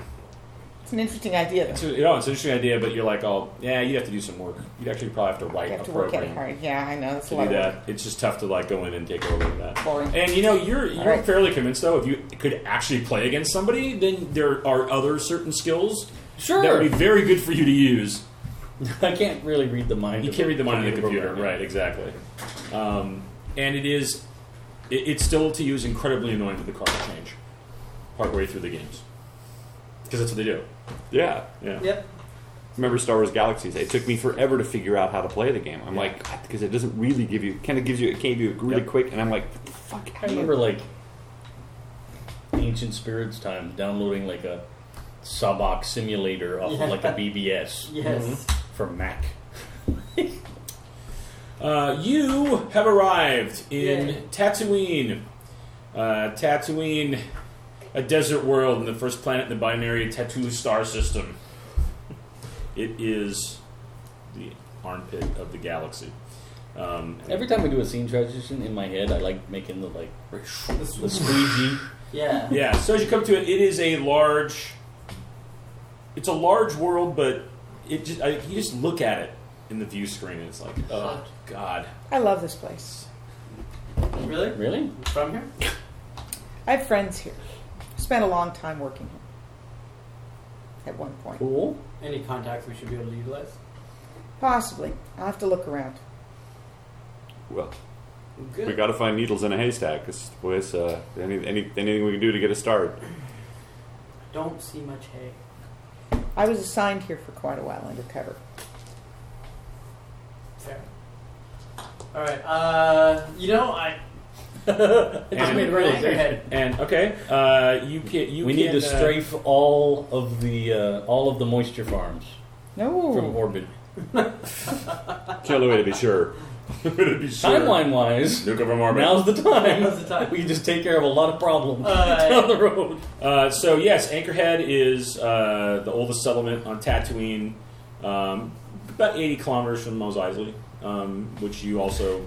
[SPEAKER 2] It's an interesting idea,
[SPEAKER 1] it's,
[SPEAKER 2] though.
[SPEAKER 1] a, you know, it's an interesting idea, but you're like, oh, yeah, you'd have to do some work. You'd actually probably have to write
[SPEAKER 2] You have
[SPEAKER 1] a
[SPEAKER 2] to work at
[SPEAKER 1] program.
[SPEAKER 2] it hard. Yeah, I know. That's a
[SPEAKER 1] to
[SPEAKER 2] lot
[SPEAKER 1] do
[SPEAKER 2] of work.
[SPEAKER 1] that. It's just tough to like go in and take over that.
[SPEAKER 2] Boring.
[SPEAKER 1] And you know, you're you're
[SPEAKER 2] Alright.
[SPEAKER 1] fairly convinced though. If you could actually play against somebody, then there are other certain skills that would be very good for you to use.
[SPEAKER 6] I can't really read the mind.
[SPEAKER 1] You
[SPEAKER 6] of
[SPEAKER 1] can't read the mind of the
[SPEAKER 6] computer
[SPEAKER 1] computer, right?
[SPEAKER 6] programming.
[SPEAKER 1] Exactly. Um, and it is, it, it's still to use incredibly annoying with the card change, partway through the games, because that's what they do.
[SPEAKER 8] Yeah.
[SPEAKER 1] Yeah.
[SPEAKER 4] Yep.
[SPEAKER 8] Remember Star Wars Galaxies? It took me forever to figure out how to play the game. I'm like, God, because it doesn't really give you. Kind of gives you. It gave you really
[SPEAKER 1] Yep.
[SPEAKER 8] quick, and I'm like, what the fuck.
[SPEAKER 6] I remember like ancient spirits time downloading like a Sabak simulator off
[SPEAKER 4] Yeah.
[SPEAKER 6] of like a BBS
[SPEAKER 4] Yes.
[SPEAKER 6] for Mac.
[SPEAKER 1] Uh, you have arrived in
[SPEAKER 4] Yay.
[SPEAKER 1] Tatooine. Uh, Tatooine, a desert world and the first planet in the binary Tatoo star system. It is the armpit of the galaxy. Um,
[SPEAKER 6] Every time we do a scene transition in my head, I like making the like
[SPEAKER 4] This
[SPEAKER 6] the
[SPEAKER 4] was-
[SPEAKER 6] squeegee.
[SPEAKER 4] yeah.
[SPEAKER 1] yeah, so as you come to it, it is a large. It's a large world, but it just I, you just look at it in the view screen, and it's like, oh god,
[SPEAKER 2] I love this place.
[SPEAKER 4] Really?
[SPEAKER 6] really?
[SPEAKER 4] From here?
[SPEAKER 2] I have friends here. Spent a long time working here. At one point.
[SPEAKER 6] Cool.
[SPEAKER 4] Any contacts we should be able to utilize?
[SPEAKER 2] Possibly. I'll have to look around.
[SPEAKER 8] Well,
[SPEAKER 4] Good.
[SPEAKER 8] we got to find needles in a haystack. This was uh, any, any anything we can do to get a start.
[SPEAKER 4] Don't see much hay.
[SPEAKER 2] I was assigned here for quite a while undercover.
[SPEAKER 4] Fair. All right. Uh, you know, I. I just
[SPEAKER 1] And-
[SPEAKER 4] made a realization.
[SPEAKER 1] and okay, uh, you can you
[SPEAKER 6] we need
[SPEAKER 1] can,
[SPEAKER 6] to
[SPEAKER 1] uh,
[SPEAKER 6] strafe all of the uh, all of the moisture farms
[SPEAKER 2] No.
[SPEAKER 6] from orbit.
[SPEAKER 8] It's the only way to be sure.
[SPEAKER 1] to be sure.
[SPEAKER 6] Timeline wise,
[SPEAKER 1] Nuke over Marmot.
[SPEAKER 6] now's the time.
[SPEAKER 4] Now's the time.
[SPEAKER 6] We can just take care of a lot of problems
[SPEAKER 4] Uh,
[SPEAKER 6] down the road.
[SPEAKER 1] Uh, so yes, Anchorhead is uh, the oldest settlement on Tatooine, um, about 80 kilometers from Mos Eisley, um, which you also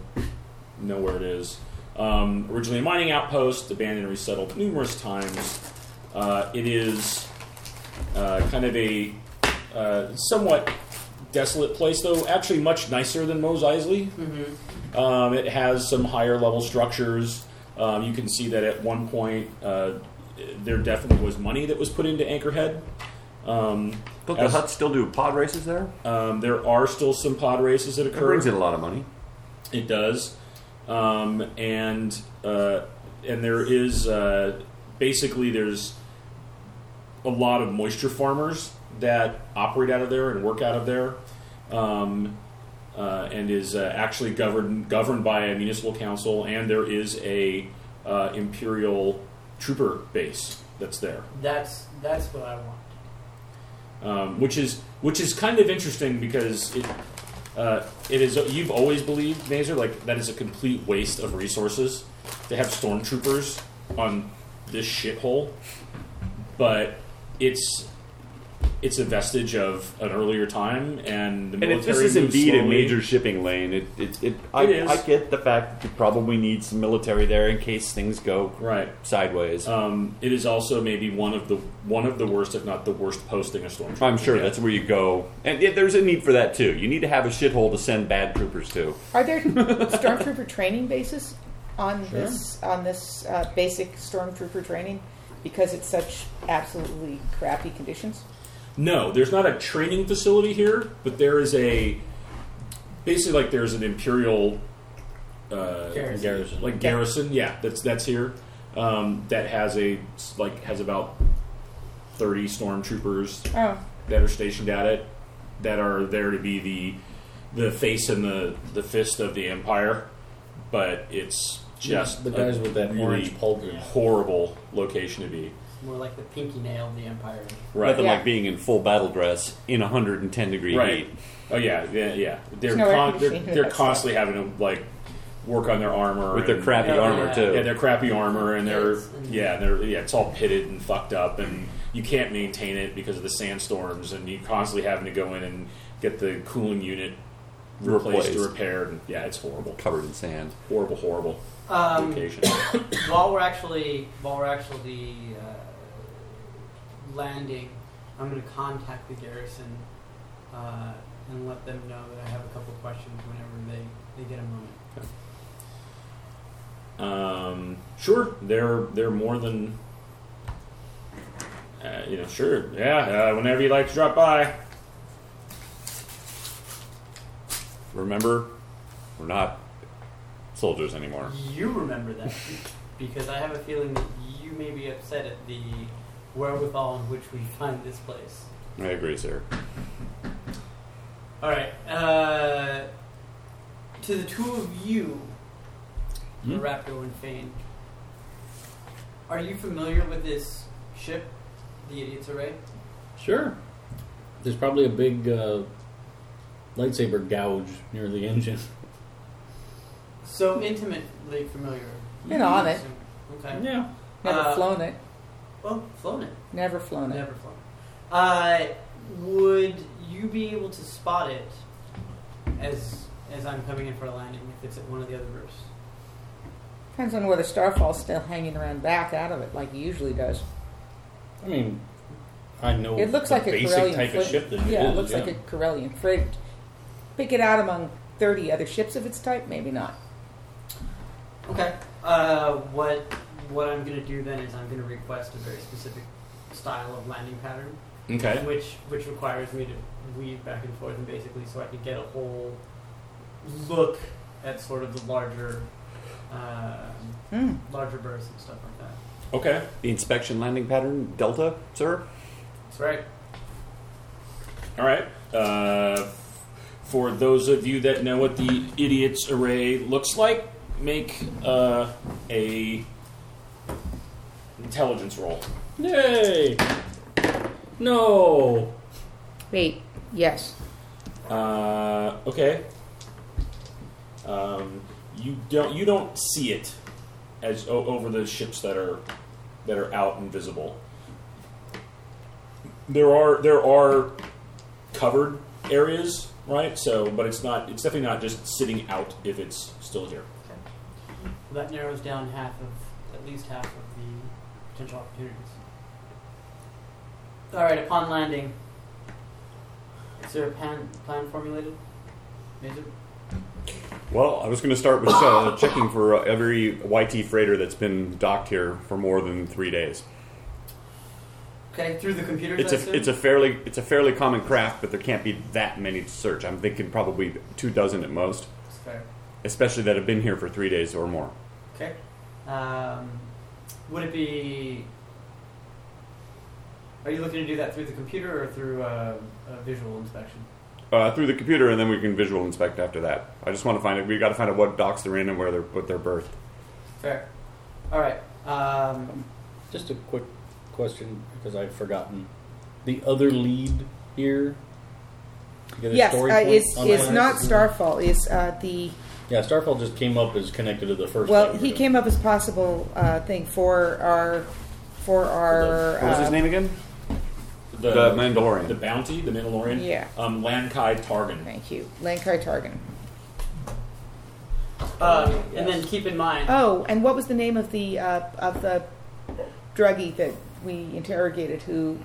[SPEAKER 1] know where it is. Um, originally a mining outpost, abandoned and resettled numerous times. Uh, it is uh, kind of a uh, somewhat desolate place, though actually much nicer than Mos Eisley. Um, it has some higher level structures. Um, you can see that at one point uh, there definitely was money that was put into Anchorhead. Um,
[SPEAKER 8] Don't
[SPEAKER 1] As-
[SPEAKER 8] the huts still do pod races there?
[SPEAKER 1] um, there are still some pod races that
[SPEAKER 8] It
[SPEAKER 1] occur.
[SPEAKER 8] brings in a lot of money.
[SPEAKER 1] It does, um, and uh, and there is uh, basically there's a lot of moisture farmers that operate out of there and work out of there, um, uh, and is uh, actually governed governed by a municipal council, and there is a uh, imperial trooper base that's there
[SPEAKER 4] That's that's what I want.
[SPEAKER 1] um, which is which is kind of interesting because it uh, it is you've always believed Mazer like that is a complete waste of resources to have stormtroopers on this shithole, but it's it's a vestige of an earlier time, and the
[SPEAKER 8] And
[SPEAKER 1] military
[SPEAKER 8] if this is
[SPEAKER 1] moves
[SPEAKER 8] indeed a
[SPEAKER 1] slowly.
[SPEAKER 8] major shipping lane, it, it, it, I,
[SPEAKER 1] It is.
[SPEAKER 8] I get the fact that you probably need some military there in case things go
[SPEAKER 1] right.
[SPEAKER 8] sideways.
[SPEAKER 1] Um, it is also maybe one of the one of the worst, if not the worst, posting a stormtrooper.
[SPEAKER 8] I'm sure
[SPEAKER 1] can get.
[SPEAKER 8] that's where you go. And yeah, there's a need for that too. You need to have a shithole to send bad troopers to.
[SPEAKER 2] Are there stormtrooper training bases on this on this uh, basic stormtrooper training because it's such absolutely crappy conditions?
[SPEAKER 1] No, there's not a training facility here, but there is a basically like there's an imperial uh,
[SPEAKER 4] Garrison.
[SPEAKER 6] Garrison.
[SPEAKER 1] like garrison. Yeah, that's that's here. Um, that has a like has about thirty stormtroopers
[SPEAKER 2] Oh,
[SPEAKER 1] that are stationed at it that are there to be the the face and the the fist of the empire, but it's just
[SPEAKER 6] the
[SPEAKER 1] a
[SPEAKER 6] guys with that
[SPEAKER 1] really
[SPEAKER 6] orange paltry.
[SPEAKER 1] horrible location to be.
[SPEAKER 4] More like the pinky nail of the Empire.
[SPEAKER 1] Right.
[SPEAKER 8] Nothing
[SPEAKER 2] Yeah.
[SPEAKER 8] like being in full battle dress in 110 degree
[SPEAKER 1] Right.
[SPEAKER 8] heat.
[SPEAKER 1] Oh yeah, yeah, yeah. They're
[SPEAKER 2] There's no air
[SPEAKER 1] con- they're,
[SPEAKER 2] conditioning in
[SPEAKER 1] they're
[SPEAKER 2] that
[SPEAKER 1] constantly having to like work on their armor
[SPEAKER 8] With their
[SPEAKER 1] and-
[SPEAKER 8] crappy
[SPEAKER 4] Oh, Yeah.
[SPEAKER 8] armor too.
[SPEAKER 1] Yeah, their crappy armor and they're
[SPEAKER 4] Yes, and-
[SPEAKER 1] yeah, they're yeah, it's all pitted and fucked up and you can't maintain it because of the sandstorms and you constantly having to go in and get the cooling unit replaced,
[SPEAKER 8] Replaced.
[SPEAKER 1] or repaired. And, yeah, it's horrible.
[SPEAKER 8] covered in sand.
[SPEAKER 1] Horrible, horrible
[SPEAKER 4] Um,
[SPEAKER 1] location.
[SPEAKER 4] while we're actually while we're actually uh, landing, I'm going to contact the garrison uh, and let them know that I have a couple questions whenever they, they get a moment.
[SPEAKER 1] Um, sure, they're they're more than uh, you know. Sure, yeah. Uh, whenever you like to drop by,
[SPEAKER 8] Remember, we're not soldiers anymore.
[SPEAKER 4] You remember that because I have a feeling that you may be upset at the wherewithal in which we find this place.
[SPEAKER 8] I agree, sir.
[SPEAKER 4] All right. Uh, to the two of you,
[SPEAKER 6] Hmm?
[SPEAKER 4] Raptor and Fane, are you familiar with this ship, the Idiot's Array?
[SPEAKER 6] Sure. There's probably a big uh, lightsaber gouge near the engine.
[SPEAKER 4] So intimately familiar.
[SPEAKER 2] Been on it.
[SPEAKER 4] Okay.
[SPEAKER 6] Yeah.
[SPEAKER 2] never
[SPEAKER 4] Uh,
[SPEAKER 2] flown it.
[SPEAKER 4] Well, flown it.
[SPEAKER 2] Never flown it.
[SPEAKER 4] Never flown. Uh, would you be able to spot it as as I'm coming in for a landing if it's at one of the other roofs?
[SPEAKER 2] Depends on whether Starfall's still hanging around back out of it like he usually does.
[SPEAKER 6] I mean, I know
[SPEAKER 2] It looks
[SPEAKER 6] the
[SPEAKER 2] like a
[SPEAKER 6] basic
[SPEAKER 2] Corellian
[SPEAKER 6] type
[SPEAKER 2] flit-
[SPEAKER 6] of ship that it
[SPEAKER 2] yeah,
[SPEAKER 6] is,
[SPEAKER 2] it looks like a Corellian frigate. Pick it out among 30 other ships of its type? Maybe not.
[SPEAKER 4] Okay. Uh, what what I'm gonna do then is I'm gonna request a very specific style of landing pattern,
[SPEAKER 1] okay.
[SPEAKER 4] which which requires me to weave back and forth and basically so I can get a whole look at sort of the larger um
[SPEAKER 2] Hmm.
[SPEAKER 4] larger bursts and stuff like that.
[SPEAKER 1] Okay.
[SPEAKER 8] The inspection landing pattern, Delta, sir?
[SPEAKER 4] That's right.
[SPEAKER 1] All right. Uh, for those of you that know what the idiots array looks like, make uh, a intelligence roll.
[SPEAKER 6] Yay! No!
[SPEAKER 2] Wait, yes.
[SPEAKER 1] Uh, okay. Um, you don't you don't see it as o- over the ships that are that are out and visible. There are there are covered areas, right? So, but it's not it's definitely not just sitting out if it's still here.
[SPEAKER 4] Well, that narrows down half of, at least half of the potential opportunities. All right, upon landing, is there a plan, plan formulated? Major?
[SPEAKER 8] Well, I was going to start with uh, checking for uh, every YT freighter that's been docked here for more than three days.
[SPEAKER 4] Okay, through the computers.
[SPEAKER 8] It's
[SPEAKER 4] I
[SPEAKER 8] a
[SPEAKER 4] assume?
[SPEAKER 8] it's a fairly it's a fairly common craft, but there can't be that many to search. I'm thinking probably two dozen at most,
[SPEAKER 4] It's fair.
[SPEAKER 8] especially that have been here for three days or more.
[SPEAKER 4] Okay. Um, would it be? Are you looking to do that through the computer or through uh, a visual inspection?
[SPEAKER 8] Uh, through the computer, and then we can visual inspect after that. I just want to find out. We got to find out what docks they're in and where they're what they're birthed.
[SPEAKER 4] Fair. All right. Um,
[SPEAKER 6] Just a quick question because I've forgotten. The other lead here? You got a
[SPEAKER 2] Yes,
[SPEAKER 6] story
[SPEAKER 2] uh,
[SPEAKER 6] point
[SPEAKER 2] it's,
[SPEAKER 6] on
[SPEAKER 2] it's
[SPEAKER 6] that?
[SPEAKER 2] not Starfall. It's uh, the
[SPEAKER 6] Yeah, Starfall just came up as connected to the first.
[SPEAKER 2] Well,
[SPEAKER 6] thing we're
[SPEAKER 2] he
[SPEAKER 6] doing.
[SPEAKER 2] came up as possible uh, thing for our for our.
[SPEAKER 8] What was
[SPEAKER 2] uh,
[SPEAKER 8] his name again?
[SPEAKER 1] The,
[SPEAKER 8] The Mandalorian.
[SPEAKER 1] the bounty, the Mandalorian.
[SPEAKER 2] Yeah.
[SPEAKER 1] Um, Lankai Targan.
[SPEAKER 2] Thank you, Lankai Targan.
[SPEAKER 4] Uh, And then keep in mind,
[SPEAKER 2] Oh, and what was the name of the uh, of the druggie that we interrogated who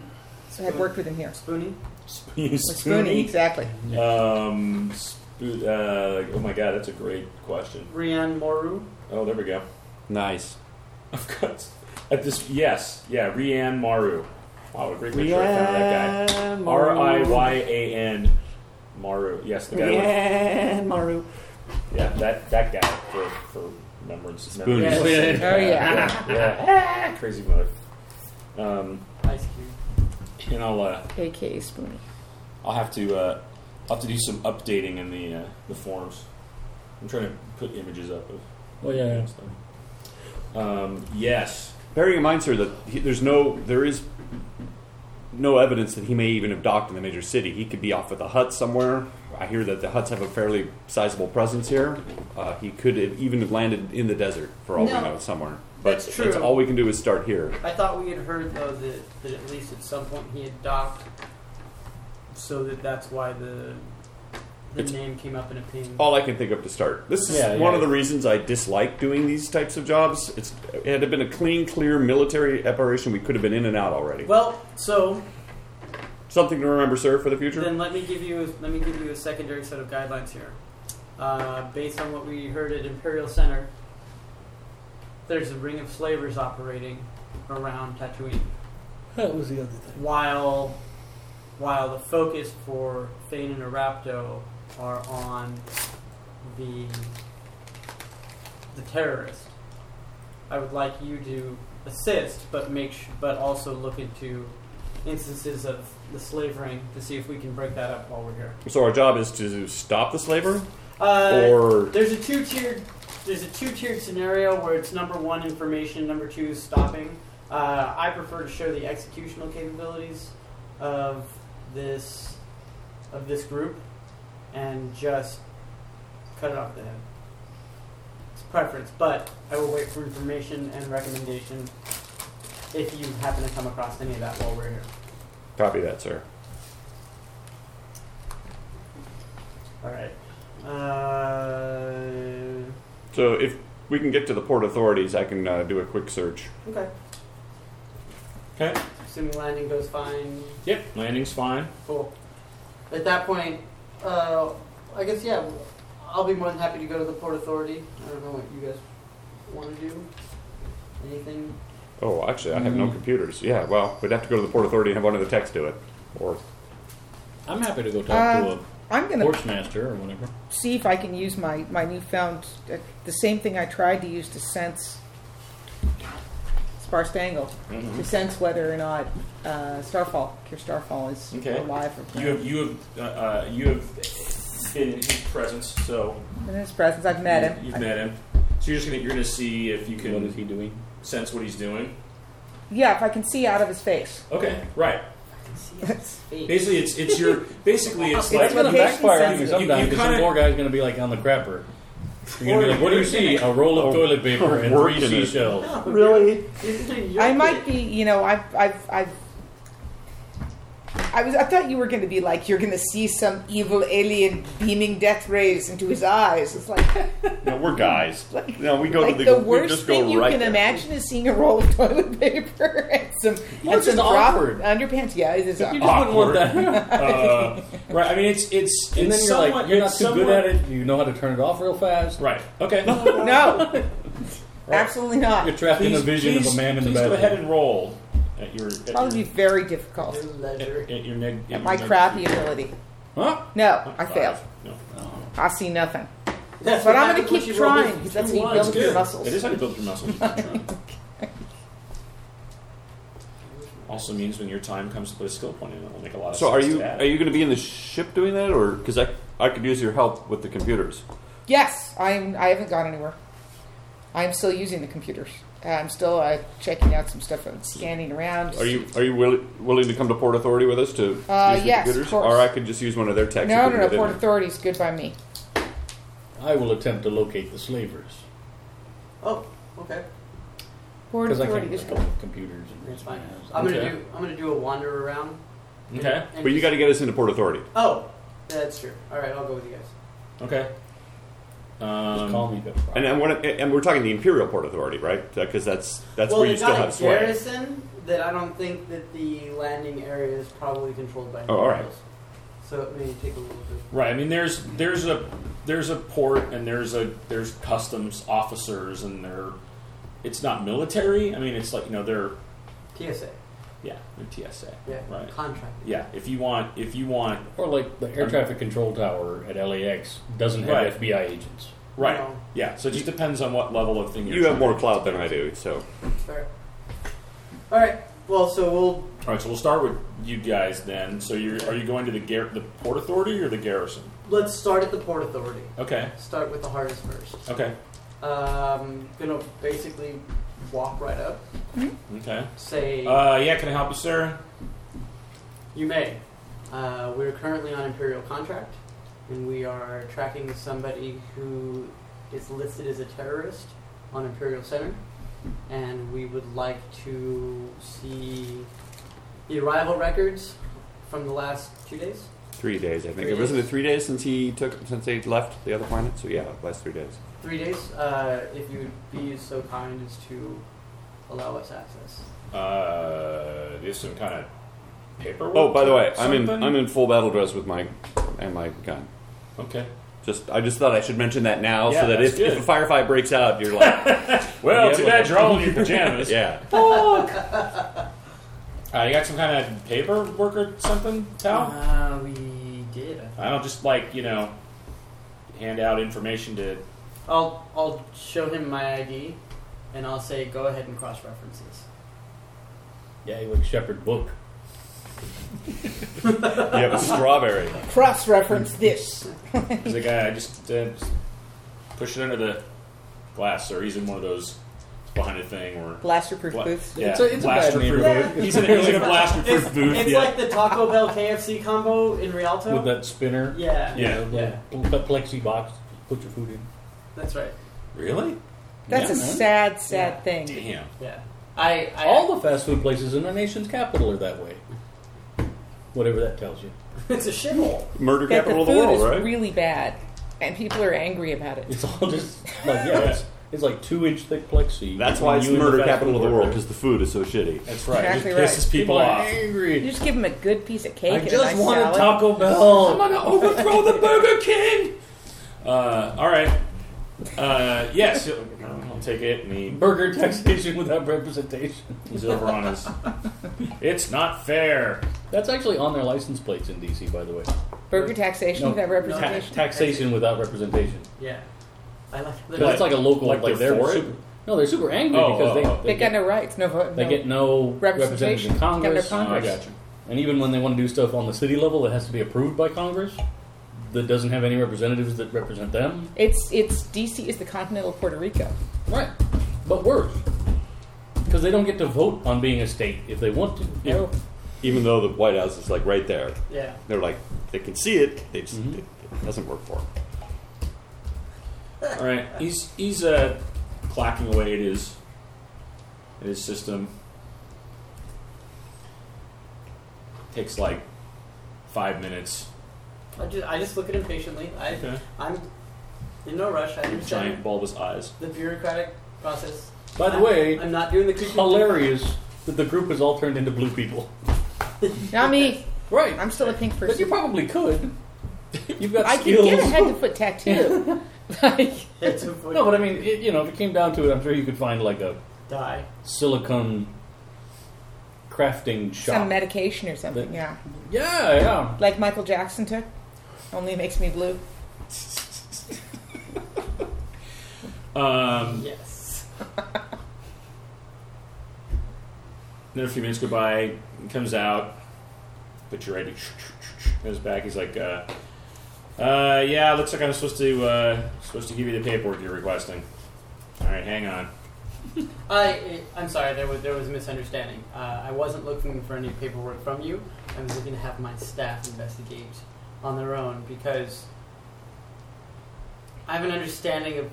[SPEAKER 2] had worked with him here?
[SPEAKER 4] Spoonie.
[SPEAKER 1] Spoony.
[SPEAKER 2] Spoonie, exactly.
[SPEAKER 1] Um, spoo- uh, oh my god, that's a great question.
[SPEAKER 4] Rian Moru.
[SPEAKER 1] Oh, there we go.
[SPEAKER 8] Nice.
[SPEAKER 1] Of course. At this, yes, yeah, Rian Maru. Wow, what a great picture I found of that guy. R I Y A N Maru. Yes, the guy. with-
[SPEAKER 8] Yeah, Maru.
[SPEAKER 1] yeah, that that guy for for remembrance.
[SPEAKER 8] Spoony.
[SPEAKER 1] memories.
[SPEAKER 2] Oh yeah.
[SPEAKER 1] Yeah, yeah. crazy mother. Um,
[SPEAKER 4] Ice Cube.
[SPEAKER 1] and I'll uh,
[SPEAKER 2] AKA Spoonie.
[SPEAKER 1] I'll have to uh, I'll have to do some updating in the uh, the forums. I'm trying to put images up of.
[SPEAKER 6] Well, Oh, yeah, yeah.
[SPEAKER 1] stuff. Um, yes.
[SPEAKER 8] Bearing in mind, sir, that he, there's no, there is no evidence that he may even have docked in the major city. He could be off at the hut somewhere. I hear that the huts have a fairly sizable presence here. Uh, he could have even have landed in the desert, for all we
[SPEAKER 4] No.
[SPEAKER 8] know, somewhere. But
[SPEAKER 4] That's
[SPEAKER 8] That's
[SPEAKER 4] true.
[SPEAKER 8] all we can do is start here.
[SPEAKER 4] I thought we had heard though that, that at least at some point he had docked, so that that's why the the
[SPEAKER 8] It's-
[SPEAKER 4] name came up in a ping.
[SPEAKER 8] all I can think of to start. This is
[SPEAKER 6] Yeah, yeah.
[SPEAKER 8] one of the reasons I dislike doing these types of jobs. It's had it been a clean, clear military operation, we could have been in and out already.
[SPEAKER 4] Well, so
[SPEAKER 8] Something to remember, sir, for the future.
[SPEAKER 4] Then let me give you let me give you a secondary set of guidelines here. Uh, based on what we heard at Imperial Center, there's a ring of slavers operating around Tatooine.
[SPEAKER 3] That was the other thing.
[SPEAKER 4] While while the focus for Thane and Arapto are on the the terrorist, I would like you to assist, but make sh- but also look into instances of the slave ring to see if we can break that up while we're here.
[SPEAKER 8] so our job is to stop the slaver,
[SPEAKER 4] Uh,
[SPEAKER 8] or
[SPEAKER 4] there's a two tiered there's a two tiered scenario where it's number one information, number two is stopping. Uh, I prefer to show the executional capabilities of this of this group and just cut it off the head. It's preference, but I will wait for information and recommendation if you happen to come across any of that while we're here.
[SPEAKER 8] copy that, sir.
[SPEAKER 4] All right. Uh,
[SPEAKER 8] So if we can get to the port authorities, I can uh, do a quick search.
[SPEAKER 4] okay.
[SPEAKER 1] Okay.
[SPEAKER 4] Assuming landing goes fine.
[SPEAKER 1] Yep. Landing's fine.
[SPEAKER 4] Cool. At that point, uh, I guess yeah, I'll be more than happy to go to the port authority. I don't know what you guys want to do. Anything?
[SPEAKER 8] Oh, actually, I have
[SPEAKER 2] Mm.
[SPEAKER 8] no computers. Yeah, well, we'd have to go to the port authority and have one of the techs do it, or
[SPEAKER 6] I'm happy to go talk
[SPEAKER 2] Uh,
[SPEAKER 6] to
[SPEAKER 2] I'm
[SPEAKER 6] a
[SPEAKER 2] gonna
[SPEAKER 6] quartzmaster or whatever.
[SPEAKER 2] see if I can use my my newfound uh, the same thing I tried to use to sense sparse dangle
[SPEAKER 6] Mm-hmm.
[SPEAKER 2] to sense whether or not uh, Starfall, Cure Starfall is
[SPEAKER 1] Okay.
[SPEAKER 2] alive or
[SPEAKER 1] You have you have uh, uh, you have been in his presence, so
[SPEAKER 2] in his presence. I've met him.
[SPEAKER 1] You've met him. So you're just gonna you're gonna see if you can
[SPEAKER 6] What is he doing?
[SPEAKER 1] sense what he's doing.
[SPEAKER 2] Yeah, if I can see out of his face.
[SPEAKER 1] Okay. Right.
[SPEAKER 2] it's
[SPEAKER 1] Basically, it's it's your basically it's like
[SPEAKER 6] It's gonna
[SPEAKER 2] location
[SPEAKER 6] backfire on you
[SPEAKER 2] sensitive.
[SPEAKER 1] You-
[SPEAKER 6] sometime
[SPEAKER 1] you
[SPEAKER 6] because some
[SPEAKER 1] kinda-
[SPEAKER 6] poor guy's gonna be like on the crapper. You're
[SPEAKER 1] Or
[SPEAKER 6] gonna be like, what do you see? A roll of
[SPEAKER 8] or-
[SPEAKER 6] toilet paper
[SPEAKER 8] or
[SPEAKER 6] and
[SPEAKER 8] work
[SPEAKER 6] three
[SPEAKER 8] in it.
[SPEAKER 6] seashells.
[SPEAKER 8] really.
[SPEAKER 2] I might be, you know, I've, I've, I've, I was, I thought you were going to be like, you're going to see some evil alien beaming death rays into his eyes. It's like,
[SPEAKER 8] No, we're guys.
[SPEAKER 2] Like-
[SPEAKER 8] no, we go
[SPEAKER 2] like
[SPEAKER 8] to
[SPEAKER 2] the,
[SPEAKER 8] the, we
[SPEAKER 2] worst
[SPEAKER 8] just go
[SPEAKER 2] thing you
[SPEAKER 8] right
[SPEAKER 2] can
[SPEAKER 8] there.
[SPEAKER 2] imagine is seeing a roll of toilet paper and some, and
[SPEAKER 6] Well, it's
[SPEAKER 2] some
[SPEAKER 6] just
[SPEAKER 2] drop-
[SPEAKER 6] awkward.
[SPEAKER 2] underpants. Yeah, it is.
[SPEAKER 6] You
[SPEAKER 2] awkward.
[SPEAKER 6] just wouldn't want that.
[SPEAKER 1] uh, right. I mean, it's it's
[SPEAKER 6] And
[SPEAKER 1] it's
[SPEAKER 6] then you're
[SPEAKER 1] somewhat,
[SPEAKER 6] like, you're not
[SPEAKER 1] it's
[SPEAKER 6] too good
[SPEAKER 1] somewhat-
[SPEAKER 6] at it. You know how to turn it off real fast.
[SPEAKER 1] Right. Okay.
[SPEAKER 2] No, absolutely
[SPEAKER 6] You're
[SPEAKER 2] not.
[SPEAKER 6] trapped in a
[SPEAKER 1] Please-
[SPEAKER 6] vision
[SPEAKER 1] please-
[SPEAKER 6] of a man in the
[SPEAKER 1] please go ahead
[SPEAKER 6] bathroom.
[SPEAKER 1] and roll at your at
[SPEAKER 2] That would be
[SPEAKER 1] your,
[SPEAKER 2] very difficult.
[SPEAKER 4] Ledger.
[SPEAKER 1] at, at your neg, at
[SPEAKER 2] At my
[SPEAKER 1] your neg-
[SPEAKER 2] crappy ability.
[SPEAKER 6] Huh?
[SPEAKER 2] No, I
[SPEAKER 1] Five.
[SPEAKER 2] failed.
[SPEAKER 1] No.
[SPEAKER 2] I see nothing.
[SPEAKER 4] That's
[SPEAKER 2] But
[SPEAKER 4] what
[SPEAKER 2] I'm going
[SPEAKER 4] happens
[SPEAKER 2] to
[SPEAKER 4] when
[SPEAKER 2] keep
[SPEAKER 4] you roll
[SPEAKER 2] trying because
[SPEAKER 4] with two
[SPEAKER 2] that's how you
[SPEAKER 4] ones.
[SPEAKER 1] It's
[SPEAKER 2] build your
[SPEAKER 1] good.
[SPEAKER 2] muscles.
[SPEAKER 1] It is how you build your muscles. also means when your time comes to put a skill point in, it will make a lot of
[SPEAKER 8] So are
[SPEAKER 1] sense.
[SPEAKER 8] you
[SPEAKER 1] to add.
[SPEAKER 8] are you going to be in the ship doing that, or because I I could use your help with the computers?
[SPEAKER 2] Yes, I'm. I haven't gone anywhere. I'm still using the computers. I'm still uh, checking out some stuff and scanning around.
[SPEAKER 8] Are you are you will, willing to come to Port Authority with us
[SPEAKER 2] Uh,
[SPEAKER 8] to use the
[SPEAKER 2] yes, of
[SPEAKER 8] computers,
[SPEAKER 2] course.
[SPEAKER 8] or I could just use one of their techs?
[SPEAKER 2] No,
[SPEAKER 8] and
[SPEAKER 2] no,
[SPEAKER 8] put
[SPEAKER 2] no.
[SPEAKER 8] it in.
[SPEAKER 2] Port authority's good by me.
[SPEAKER 6] I will attempt to locate the slavers
[SPEAKER 4] Oh, okay.
[SPEAKER 2] Board
[SPEAKER 6] because I
[SPEAKER 2] authority
[SPEAKER 6] can't
[SPEAKER 2] is
[SPEAKER 6] look up computers. And
[SPEAKER 4] That's fine.
[SPEAKER 6] Yeah.
[SPEAKER 4] I'm
[SPEAKER 3] Okay.
[SPEAKER 4] gonna do. I'm gonna do a wander around.
[SPEAKER 1] Okay.
[SPEAKER 4] And
[SPEAKER 8] But you
[SPEAKER 4] just-
[SPEAKER 8] got to get us into Port Authority.
[SPEAKER 4] Oh, that's true. All right, I'll go with you guys.
[SPEAKER 1] Okay.
[SPEAKER 6] Just
[SPEAKER 1] Um,
[SPEAKER 6] call me. Bill.
[SPEAKER 8] And and, what, and we're talking the Imperial Port Authority, right? Because that's that's
[SPEAKER 4] well,
[SPEAKER 8] where you
[SPEAKER 4] they
[SPEAKER 8] still
[SPEAKER 4] got
[SPEAKER 8] have
[SPEAKER 4] a
[SPEAKER 8] sway.
[SPEAKER 4] garrison that I don't think that the landing area is probably controlled by.
[SPEAKER 8] Oh, all right.
[SPEAKER 4] Imperials. So it may take a little bit.
[SPEAKER 1] Right. I mean, there's there's a there's a port and there's a there's customs officers and they're it's not military. I mean, it's like you know they're
[SPEAKER 4] TSA.
[SPEAKER 1] yeah they're TSA.
[SPEAKER 4] Yeah.
[SPEAKER 1] Right.
[SPEAKER 4] Contract.
[SPEAKER 1] Yeah. If you want if you want
[SPEAKER 6] Or like
[SPEAKER 8] Um,
[SPEAKER 6] the air traffic control tower at LAX doesn't have
[SPEAKER 1] Right.
[SPEAKER 6] FBI agents.
[SPEAKER 1] right
[SPEAKER 4] No.
[SPEAKER 1] yeah. So it just depends on what level of thing you're
[SPEAKER 8] You have
[SPEAKER 1] trying to-
[SPEAKER 8] more clout than I do, so
[SPEAKER 4] Fair. All right. Well, so we'll.
[SPEAKER 1] All right. So we'll start with you guys then. So you're are you going to the gar- the port authority or the garrison?
[SPEAKER 4] Let's start at the port authority.
[SPEAKER 1] Okay.
[SPEAKER 4] Start with the hardest first.
[SPEAKER 1] Okay.
[SPEAKER 4] Um, gonna basically walk right up.
[SPEAKER 1] Okay.
[SPEAKER 4] Say
[SPEAKER 1] Uh, yeah. Can I help you, sir?
[SPEAKER 4] you may. Uh, we're currently on imperial contract, and we are tracking somebody who is listed as a terrorist on imperial center, and we would like to see the arrival records from the last two days.
[SPEAKER 8] three days I think.
[SPEAKER 4] Three
[SPEAKER 8] Wasn't it
[SPEAKER 4] days.
[SPEAKER 8] three days since he took since they left the other planet? So yeah, last three days.
[SPEAKER 4] Three days. Uh, if you would be so kind as to allow us access.
[SPEAKER 1] Uh, there's some kind of paperwork.
[SPEAKER 8] Oh, by the way, I'm in
[SPEAKER 1] Something?
[SPEAKER 8] I'm in full battle dress with my and my gun.
[SPEAKER 1] Okay.
[SPEAKER 8] Just I just thought I should mention that now
[SPEAKER 1] Yeah,
[SPEAKER 8] so that
[SPEAKER 1] that's
[SPEAKER 8] if, if a
[SPEAKER 1] good.
[SPEAKER 8] firefight breaks out, you're like,
[SPEAKER 1] Well,
[SPEAKER 8] Yeah,
[SPEAKER 1] too
[SPEAKER 8] look.
[SPEAKER 1] bad you're all in your pajamas.
[SPEAKER 8] yeah.
[SPEAKER 1] Uh, you got some kind of paperwork or something, Tal?
[SPEAKER 4] Uh, we did. I think.
[SPEAKER 1] I don't just like you know hand out information to.
[SPEAKER 4] I'll I'll show him my ID, and I'll say go ahead and cross references.
[SPEAKER 6] Yeah, like Shepherd Book.
[SPEAKER 8] You have a strawberry.
[SPEAKER 2] cross reference
[SPEAKER 6] Hmm.
[SPEAKER 2] this.
[SPEAKER 1] There's a guy I just uh, just push it under the glass, or he's in one of those behind a thing or.
[SPEAKER 2] Blaster proof
[SPEAKER 1] Bla-
[SPEAKER 2] booths.
[SPEAKER 1] yeah,
[SPEAKER 6] It's a- it's a bad
[SPEAKER 1] blaster-proof
[SPEAKER 6] neighborhood.
[SPEAKER 1] booth. He's in a, he's in a blaster
[SPEAKER 4] It's,
[SPEAKER 1] proof booth.
[SPEAKER 4] it's
[SPEAKER 1] yeah.
[SPEAKER 4] like the Taco Bell KFC combo in
[SPEAKER 2] Oh.
[SPEAKER 4] Rialto.
[SPEAKER 6] With that spinner.
[SPEAKER 4] yeah,
[SPEAKER 1] Yeah.
[SPEAKER 6] You know, the pl- plexi box. Put your food in.
[SPEAKER 4] that's right.
[SPEAKER 1] really?
[SPEAKER 2] That's
[SPEAKER 6] Yeah,
[SPEAKER 2] a
[SPEAKER 6] man.
[SPEAKER 2] sad, sad
[SPEAKER 4] Yeah.
[SPEAKER 2] thing.
[SPEAKER 1] Damn.
[SPEAKER 4] Yeah, I, I
[SPEAKER 6] All the fast food places in our nation's capital are that way. Whatever that tells you.
[SPEAKER 4] it's a shithole.
[SPEAKER 8] Murder
[SPEAKER 2] That the
[SPEAKER 8] capital
[SPEAKER 2] food
[SPEAKER 8] of the world,
[SPEAKER 2] is
[SPEAKER 8] right?
[SPEAKER 2] really bad, and people are angry about it.
[SPEAKER 6] It's all just like yeah, it's, it's like two inch thick plexi.
[SPEAKER 8] That's why it's
[SPEAKER 6] You and the
[SPEAKER 8] murder
[SPEAKER 6] fast
[SPEAKER 8] capital of
[SPEAKER 6] food
[SPEAKER 8] the world
[SPEAKER 6] worker.
[SPEAKER 8] because the food is so shitty.
[SPEAKER 1] That's right.
[SPEAKER 2] Exactly
[SPEAKER 1] it
[SPEAKER 2] right.
[SPEAKER 1] pisses people
[SPEAKER 6] People are
[SPEAKER 1] off.
[SPEAKER 2] You
[SPEAKER 6] angry.
[SPEAKER 2] just give them a good piece of cake
[SPEAKER 6] I
[SPEAKER 2] and a
[SPEAKER 6] just
[SPEAKER 2] nice
[SPEAKER 6] want a
[SPEAKER 2] salad.
[SPEAKER 6] Taco Bell.
[SPEAKER 1] I'm gonna overthrow the Burger King. Uh, all right. Uh, yes, he'll- I'll take it. And he,
[SPEAKER 6] Burger taxation without representation.
[SPEAKER 1] he's over on his. It's not fair.
[SPEAKER 6] That's actually on their license plates in DC, by the way.
[SPEAKER 2] Burger taxation
[SPEAKER 6] No,
[SPEAKER 2] without
[SPEAKER 6] Ta-
[SPEAKER 2] representation.
[SPEAKER 6] taxation without representation.
[SPEAKER 4] Yeah, I like
[SPEAKER 6] Because
[SPEAKER 4] that.
[SPEAKER 6] it's like a local,
[SPEAKER 1] Like
[SPEAKER 6] like,
[SPEAKER 1] they're
[SPEAKER 6] they're,
[SPEAKER 1] for it?
[SPEAKER 6] super. No, they're super angry
[SPEAKER 1] Oh,
[SPEAKER 6] because
[SPEAKER 1] oh, oh.
[SPEAKER 6] they
[SPEAKER 2] They
[SPEAKER 6] they,
[SPEAKER 2] got
[SPEAKER 6] get,
[SPEAKER 2] no rights. No vote.
[SPEAKER 6] they
[SPEAKER 2] no.
[SPEAKER 6] get no representatives
[SPEAKER 2] Representation.
[SPEAKER 6] in Congress,
[SPEAKER 2] Got no
[SPEAKER 1] Oh, I got you.
[SPEAKER 6] and even when they want to do stuff on the city level, it has to be approved by Congress. That doesn't have any representatives that represent them.
[SPEAKER 2] It's it's DC is the continental Puerto Rico.
[SPEAKER 6] Right, but worse because they don't get to vote on being a state if they want to.
[SPEAKER 1] Yeah.
[SPEAKER 8] Even though the White House is like right there,
[SPEAKER 4] yeah.
[SPEAKER 8] they're like they can see it. They just it, it doesn't work for them.
[SPEAKER 1] All right, he's he's uh, clacking away at his at his system. Takes like five minutes.
[SPEAKER 4] I just I just look at him patiently. I
[SPEAKER 1] Okay.
[SPEAKER 4] I'm in no rush. I
[SPEAKER 1] Giant
[SPEAKER 4] understand
[SPEAKER 1] bulbous eyes.
[SPEAKER 4] the bureaucratic process.
[SPEAKER 6] By the
[SPEAKER 4] I'm-
[SPEAKER 6] way,
[SPEAKER 4] I'm not doing the
[SPEAKER 6] It's
[SPEAKER 4] cuckoo.
[SPEAKER 6] hilarious that the group has all turned into blue people.
[SPEAKER 2] Not me.
[SPEAKER 6] Right.
[SPEAKER 2] I'm still a pink
[SPEAKER 6] but you
[SPEAKER 2] person.
[SPEAKER 6] probably could. You've got
[SPEAKER 2] I could
[SPEAKER 6] skills.
[SPEAKER 2] get a head to foot tattoo. like,
[SPEAKER 4] It's a
[SPEAKER 6] no, but I mean, it, you know, if it came down to it, I'm sure you could find like a
[SPEAKER 4] die.
[SPEAKER 6] silicone crafting shop.
[SPEAKER 2] some medication or something.
[SPEAKER 6] But-
[SPEAKER 2] Yeah,
[SPEAKER 6] yeah, yeah.
[SPEAKER 2] like Michael Jackson took. Only makes me blue.
[SPEAKER 1] Um,
[SPEAKER 4] Yes.
[SPEAKER 1] Then a few minutes go by, he comes out, but you're ready. Goes back. He's like, uh, uh, "Yeah, looks like I'm supposed to uh, supposed to give you the paperwork you're requesting." All right, hang on.
[SPEAKER 4] I, I'm sorry, there was, there was a misunderstanding. Uh, I wasn't looking for any paperwork from you. I was looking to have my staff investigate on their own because I have an understanding of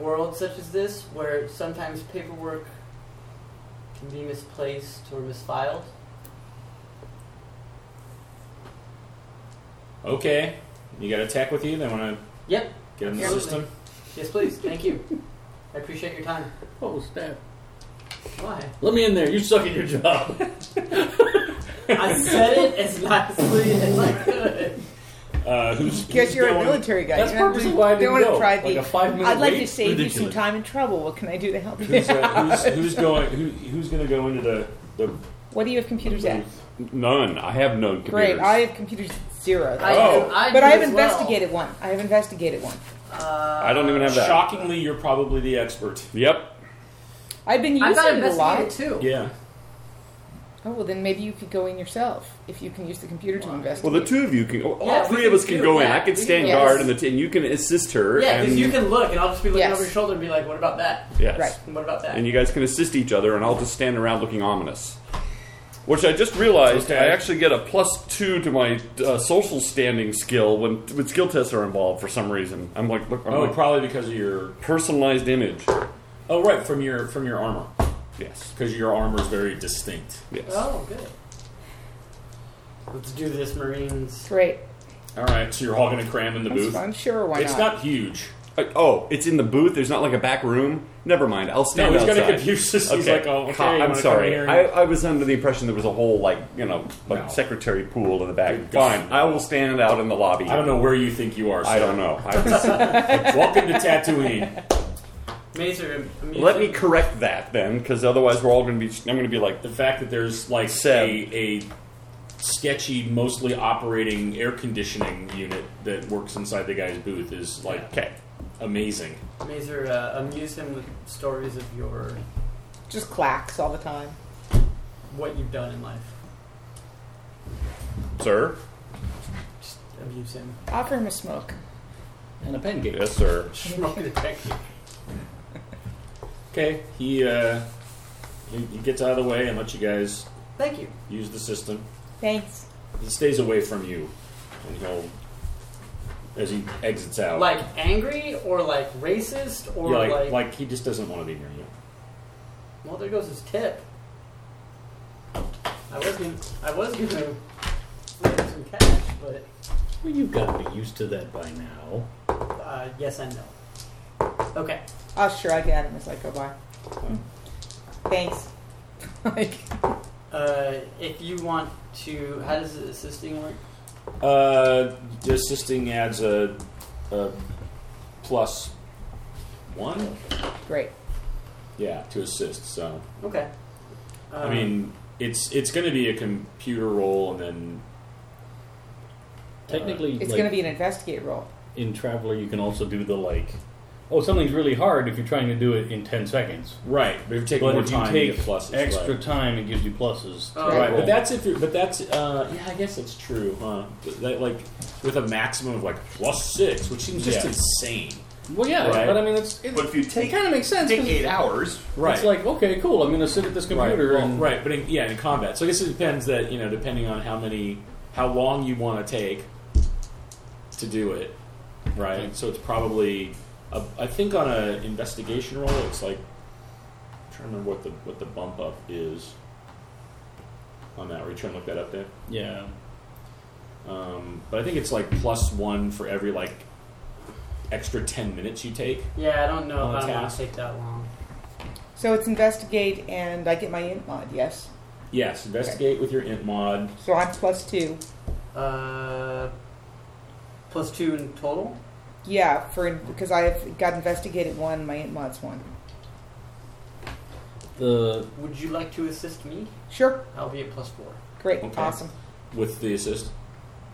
[SPEAKER 4] worlds such as this where sometimes paperwork can be misplaced or misfiled.
[SPEAKER 1] Okay, you got a tech with you? They want to
[SPEAKER 4] Yep.
[SPEAKER 1] get in the
[SPEAKER 4] Absolutely.
[SPEAKER 1] system?
[SPEAKER 4] Yes, please. Thank you. I appreciate your time.
[SPEAKER 6] Oh, snap.
[SPEAKER 4] Why?
[SPEAKER 6] Let me in there. You suck at your job.
[SPEAKER 4] I said it as nicely as I could.
[SPEAKER 1] Uh, who's
[SPEAKER 2] Because
[SPEAKER 1] who's
[SPEAKER 2] you're a
[SPEAKER 1] going?
[SPEAKER 2] military guy.
[SPEAKER 6] That's
[SPEAKER 2] you don't
[SPEAKER 6] purposely
[SPEAKER 2] have to-
[SPEAKER 6] why I didn't
[SPEAKER 2] don't want
[SPEAKER 6] go.
[SPEAKER 2] to try
[SPEAKER 6] Like
[SPEAKER 2] the.
[SPEAKER 6] a five-minute
[SPEAKER 2] I'd like
[SPEAKER 6] wait?
[SPEAKER 2] to save you some
[SPEAKER 6] Ridiculous.
[SPEAKER 2] time and trouble. What can I do to help you?
[SPEAKER 1] Who's, uh, who's, who's going? Who, who's going to go into the the
[SPEAKER 2] what do you have computers at?
[SPEAKER 1] booth?
[SPEAKER 8] None. I have none. Computers.
[SPEAKER 2] Great. I have computers at zero.
[SPEAKER 4] I
[SPEAKER 8] Oh.
[SPEAKER 4] do, I
[SPEAKER 2] but
[SPEAKER 4] do
[SPEAKER 2] I have
[SPEAKER 4] as well.
[SPEAKER 2] investigated one. I have investigated one.
[SPEAKER 4] Uh,
[SPEAKER 8] I don't even have that.
[SPEAKER 1] Shockingly, you're probably the expert.
[SPEAKER 8] Yep.
[SPEAKER 2] I've been
[SPEAKER 4] I
[SPEAKER 2] using
[SPEAKER 4] got
[SPEAKER 2] it a lot.
[SPEAKER 4] investigated too.
[SPEAKER 1] Yeah.
[SPEAKER 2] Oh well, then maybe you could go in yourself if you can use the computer to investigate.
[SPEAKER 8] Well, the two of you can. All
[SPEAKER 4] Yeah, we
[SPEAKER 8] three of
[SPEAKER 4] can
[SPEAKER 8] us can
[SPEAKER 4] do
[SPEAKER 8] go in.
[SPEAKER 4] that.
[SPEAKER 8] I can
[SPEAKER 4] We
[SPEAKER 8] stand
[SPEAKER 2] can- yes.
[SPEAKER 8] guard, and, the t- and you can assist her.
[SPEAKER 4] Yeah, because
[SPEAKER 8] and,
[SPEAKER 4] you can look, and I'll just be looking
[SPEAKER 2] Yes.
[SPEAKER 4] over your shoulder and be like, "What about that?
[SPEAKER 8] Yes.
[SPEAKER 2] Right.
[SPEAKER 4] And what about that?"
[SPEAKER 8] And you guys can assist each other, and I'll just stand around looking ominous. Which I just realized,
[SPEAKER 1] Okay.
[SPEAKER 8] I actually get a plus two to my uh, social standing skill when when skill tests are involved for some reason. I'm like, look, I'm
[SPEAKER 1] Oh,
[SPEAKER 8] like
[SPEAKER 1] probably because of your.
[SPEAKER 8] personalized image.
[SPEAKER 1] Oh, right from your from your armor
[SPEAKER 8] Yes.
[SPEAKER 1] because your armor is very distinct.
[SPEAKER 8] Yes.
[SPEAKER 4] Oh, good. Let's do this, Marines.
[SPEAKER 2] Great.
[SPEAKER 1] All right, so you're all going to cram in the
[SPEAKER 2] That's
[SPEAKER 1] booth.
[SPEAKER 2] fine. Sure. Why
[SPEAKER 1] It's not huge.
[SPEAKER 8] Like, oh, it's in the booth. There's not like a back room. Never mind. I'll
[SPEAKER 1] No,
[SPEAKER 8] stand
[SPEAKER 1] he's going to
[SPEAKER 8] outside.
[SPEAKER 1] confuse us. He's
[SPEAKER 8] Okay.
[SPEAKER 1] like, oh, okay,
[SPEAKER 8] Ca-
[SPEAKER 1] you wanna
[SPEAKER 8] I'm
[SPEAKER 1] come
[SPEAKER 8] sorry.
[SPEAKER 1] here?
[SPEAKER 8] I, I was under the impression there was a whole like you know like
[SPEAKER 1] No.
[SPEAKER 8] secretary pool in the back.
[SPEAKER 1] Good God.
[SPEAKER 8] Fine. I will stand out in the lobby.
[SPEAKER 1] I don't know where you think you are.
[SPEAKER 8] I don't know. I was-
[SPEAKER 1] sir. Welcome to Tatooine.
[SPEAKER 4] Mazer, uh, I'm using-
[SPEAKER 8] let me correct that then, because otherwise we're all going to be. I'm going to be like
[SPEAKER 1] The fact that there's like
[SPEAKER 8] Seb.
[SPEAKER 1] a, a sketchy, mostly operating air conditioning unit that works inside the guy's booth is like
[SPEAKER 8] okay.
[SPEAKER 1] amazing.
[SPEAKER 4] Mazer, uh, amuse him with stories of your
[SPEAKER 2] Just clacks all the time.
[SPEAKER 4] what you've done in life.
[SPEAKER 8] Sir?
[SPEAKER 4] Just amuse him.
[SPEAKER 2] Offer him a smoke.
[SPEAKER 6] and a pancake.
[SPEAKER 8] Yes, sir.
[SPEAKER 4] Smoke detector.
[SPEAKER 1] Okay, he uh, he, he gets out of the way and lets you guys
[SPEAKER 4] Thank you.
[SPEAKER 1] use the system.
[SPEAKER 2] Thanks.
[SPEAKER 1] He stays away from you, and he'll as he exits out.
[SPEAKER 4] Like angry or like racist or
[SPEAKER 1] Yeah, like,
[SPEAKER 4] like,
[SPEAKER 1] like he just doesn't want to be near you.
[SPEAKER 4] well there goes his tip. I was gonna I was gonna give him some cash, but
[SPEAKER 6] Well, you've got to be used to that by now.
[SPEAKER 4] uh, yes and no. Okay.
[SPEAKER 2] Oh sure, I get him as I go by. Thanks. Like
[SPEAKER 4] Uh, if you want to how does the assisting work?
[SPEAKER 1] Uh, the assisting adds a, a plus one.
[SPEAKER 2] great.
[SPEAKER 1] Yeah, to assist. So
[SPEAKER 4] Okay. Um,
[SPEAKER 1] I mean, it's it's going to be a computer roll, and then
[SPEAKER 6] Technically,
[SPEAKER 2] It's
[SPEAKER 6] like,
[SPEAKER 2] going to be an investigate roll.
[SPEAKER 6] in Traveler, you can also do the like, oh, something's really hard if you're trying to do it in 10 seconds.
[SPEAKER 1] right. But if you take
[SPEAKER 6] But
[SPEAKER 1] more
[SPEAKER 6] if you
[SPEAKER 1] time,
[SPEAKER 6] take
[SPEAKER 1] you get pluses.
[SPEAKER 6] Extra
[SPEAKER 1] right.
[SPEAKER 6] time, it gives you pluses. to
[SPEAKER 4] Oh.
[SPEAKER 1] Right,
[SPEAKER 6] roll.
[SPEAKER 1] but that's if you're, but that's, uh, yeah, I guess that's true, huh? That, like, with a maximum of like plus six, which seems just
[SPEAKER 6] Yeah.
[SPEAKER 1] insane.
[SPEAKER 6] Well, yeah,
[SPEAKER 1] Right.
[SPEAKER 6] but I mean, it's, it,
[SPEAKER 8] But if you
[SPEAKER 6] it
[SPEAKER 8] take
[SPEAKER 6] kind of makes sense. 'cause
[SPEAKER 8] hours,
[SPEAKER 1] Right.
[SPEAKER 6] It's like, okay, cool, I'm going to sit at this computer
[SPEAKER 1] right. well,
[SPEAKER 6] and
[SPEAKER 1] right, but in, yeah, in combat. So I guess it depends that you know, depending on how many, how long you want to take to do it, right? So it's probably, a, I think on a investigation roll, it's like, I'm trying to remember what the what the bump up is on that. Were you trying to look that up there?
[SPEAKER 6] Yeah.
[SPEAKER 1] Um, but I think it's like plus one for every like extra ten minutes you take.
[SPEAKER 4] Yeah, I don't know
[SPEAKER 1] On
[SPEAKER 4] if I want
[SPEAKER 1] task.
[SPEAKER 4] to take that long.
[SPEAKER 2] So it's investigate, and I get my int mod. Yes.
[SPEAKER 1] Yes, investigate with your int mod.
[SPEAKER 2] So I'm plus two.
[SPEAKER 4] Uh, plus two in total.
[SPEAKER 2] Yeah, for because I've got investigated one, my int mod's one.
[SPEAKER 6] The
[SPEAKER 4] Would you like to assist me?
[SPEAKER 2] Sure.
[SPEAKER 4] I'll be at plus four.
[SPEAKER 2] Great.
[SPEAKER 1] Okay.
[SPEAKER 2] Awesome.
[SPEAKER 1] With the assist,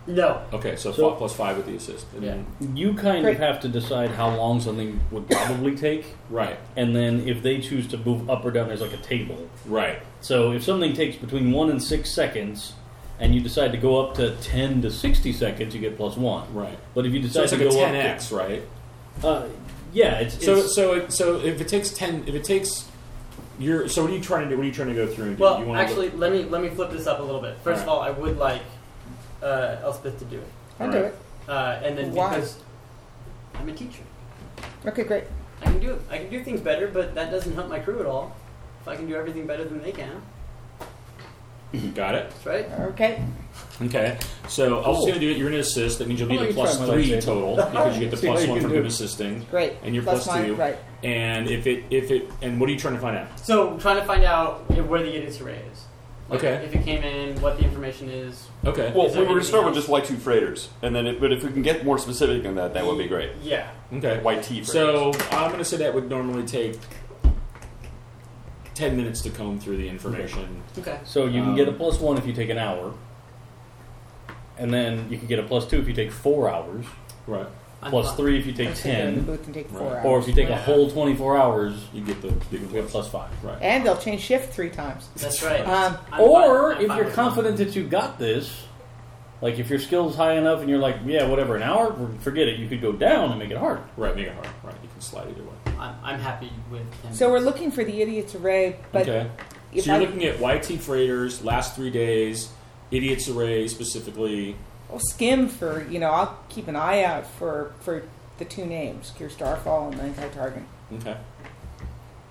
[SPEAKER 4] No.
[SPEAKER 1] okay, so,
[SPEAKER 6] So-
[SPEAKER 1] fi- plus five with the assist, and then
[SPEAKER 6] you kind
[SPEAKER 2] Great.
[SPEAKER 6] of have to decide how long something would probably take,
[SPEAKER 1] right,
[SPEAKER 6] and then if they choose to move up or down, there's like a table.
[SPEAKER 1] right.
[SPEAKER 6] So if something takes between one and six seconds, and you decide to go up to ten to sixty seconds, you get plus one.
[SPEAKER 1] Right.
[SPEAKER 6] But if you
[SPEAKER 1] So
[SPEAKER 6] decide
[SPEAKER 1] it's like
[SPEAKER 6] to
[SPEAKER 1] a
[SPEAKER 6] go up,
[SPEAKER 1] 10x, right?
[SPEAKER 6] to- uh, yeah, it's,
[SPEAKER 1] So
[SPEAKER 6] it's-
[SPEAKER 1] so it, so if it takes 10, if it takes your, so what are you trying to do? What are you trying to go through and do? you
[SPEAKER 4] Well,
[SPEAKER 1] wanna
[SPEAKER 4] actually, let me let me flip this up a little bit. First of all, I would like uh, Elspeth to do it,
[SPEAKER 2] I'll
[SPEAKER 1] All
[SPEAKER 2] do
[SPEAKER 1] right.
[SPEAKER 2] it.
[SPEAKER 4] uh, and then
[SPEAKER 2] Why?
[SPEAKER 4] because I'm a teacher.
[SPEAKER 2] Okay, great.
[SPEAKER 4] I can do it. I can do things better, but that doesn't help my crew at all. If I can do everything better than they can,
[SPEAKER 1] Got it.
[SPEAKER 4] that's right.
[SPEAKER 2] Okay.
[SPEAKER 1] Okay. So I'm just
[SPEAKER 6] Cool.
[SPEAKER 1] going to do it. You're going to assist. That means you'll need
[SPEAKER 6] Oh,
[SPEAKER 1] a
[SPEAKER 6] you
[SPEAKER 1] plus
[SPEAKER 6] try my
[SPEAKER 1] three
[SPEAKER 6] lightsaber.
[SPEAKER 1] total because you get the
[SPEAKER 6] See how
[SPEAKER 1] plus
[SPEAKER 6] you
[SPEAKER 1] one
[SPEAKER 6] can
[SPEAKER 1] from
[SPEAKER 6] do
[SPEAKER 1] him
[SPEAKER 6] it.
[SPEAKER 1] assisting.
[SPEAKER 2] Great.
[SPEAKER 1] And you're
[SPEAKER 2] Plus
[SPEAKER 1] plus
[SPEAKER 2] mine,
[SPEAKER 1] two.
[SPEAKER 2] right.
[SPEAKER 1] And if it if it and what are you trying to find out?
[SPEAKER 4] So I'm trying to find out if, where the agency array is. Like,
[SPEAKER 1] Okay.
[SPEAKER 4] If it came in, what the information is.
[SPEAKER 1] Okay.
[SPEAKER 8] Well,
[SPEAKER 4] Is
[SPEAKER 8] we
[SPEAKER 4] there
[SPEAKER 8] were going to start
[SPEAKER 4] anything
[SPEAKER 8] with just light two freighters, and then if, but if we can get more specific than that, that would be great.
[SPEAKER 4] Yeah.
[SPEAKER 1] Okay.
[SPEAKER 8] White tea. Freighters.
[SPEAKER 1] So I'm going to say that would normally take ten minutes to comb through the information.
[SPEAKER 4] Okay.
[SPEAKER 6] So you can get a
[SPEAKER 1] Um,
[SPEAKER 6] plus one if you take an hour, and then you can get a plus two if you take four hours,
[SPEAKER 1] Right.
[SPEAKER 6] plus three if you take
[SPEAKER 2] Sit there in the
[SPEAKER 6] ten,
[SPEAKER 2] booth and take four
[SPEAKER 1] Right.
[SPEAKER 2] hours.
[SPEAKER 6] or if you take a
[SPEAKER 4] Yeah.
[SPEAKER 6] whole twenty-four hours,
[SPEAKER 1] You get the you
[SPEAKER 6] you
[SPEAKER 1] get
[SPEAKER 6] get plus five.
[SPEAKER 1] Right.
[SPEAKER 2] and they'll change shift three times.
[SPEAKER 4] That's right.
[SPEAKER 2] Um,
[SPEAKER 4] I'm
[SPEAKER 6] or
[SPEAKER 4] fine- I'm
[SPEAKER 6] if
[SPEAKER 4] fine
[SPEAKER 6] you're
[SPEAKER 4] with that.
[SPEAKER 6] confident that you got this, like if your skill's high enough and you're like, yeah, whatever, an hour, forget it. You could go down and make it harder.
[SPEAKER 1] Right. Make it hard. Right. You can slide either way.
[SPEAKER 4] I'm, I'm happy with him.
[SPEAKER 2] So we're looking for the idiots array, but
[SPEAKER 1] okay.
[SPEAKER 2] if
[SPEAKER 1] So you're
[SPEAKER 2] I
[SPEAKER 1] looking at YT freighters, last three days, idiots array specifically.
[SPEAKER 2] I'll skim for you know I'll keep an eye out for for the two names, Kier Starfall and Lankai Targan,
[SPEAKER 1] Okay.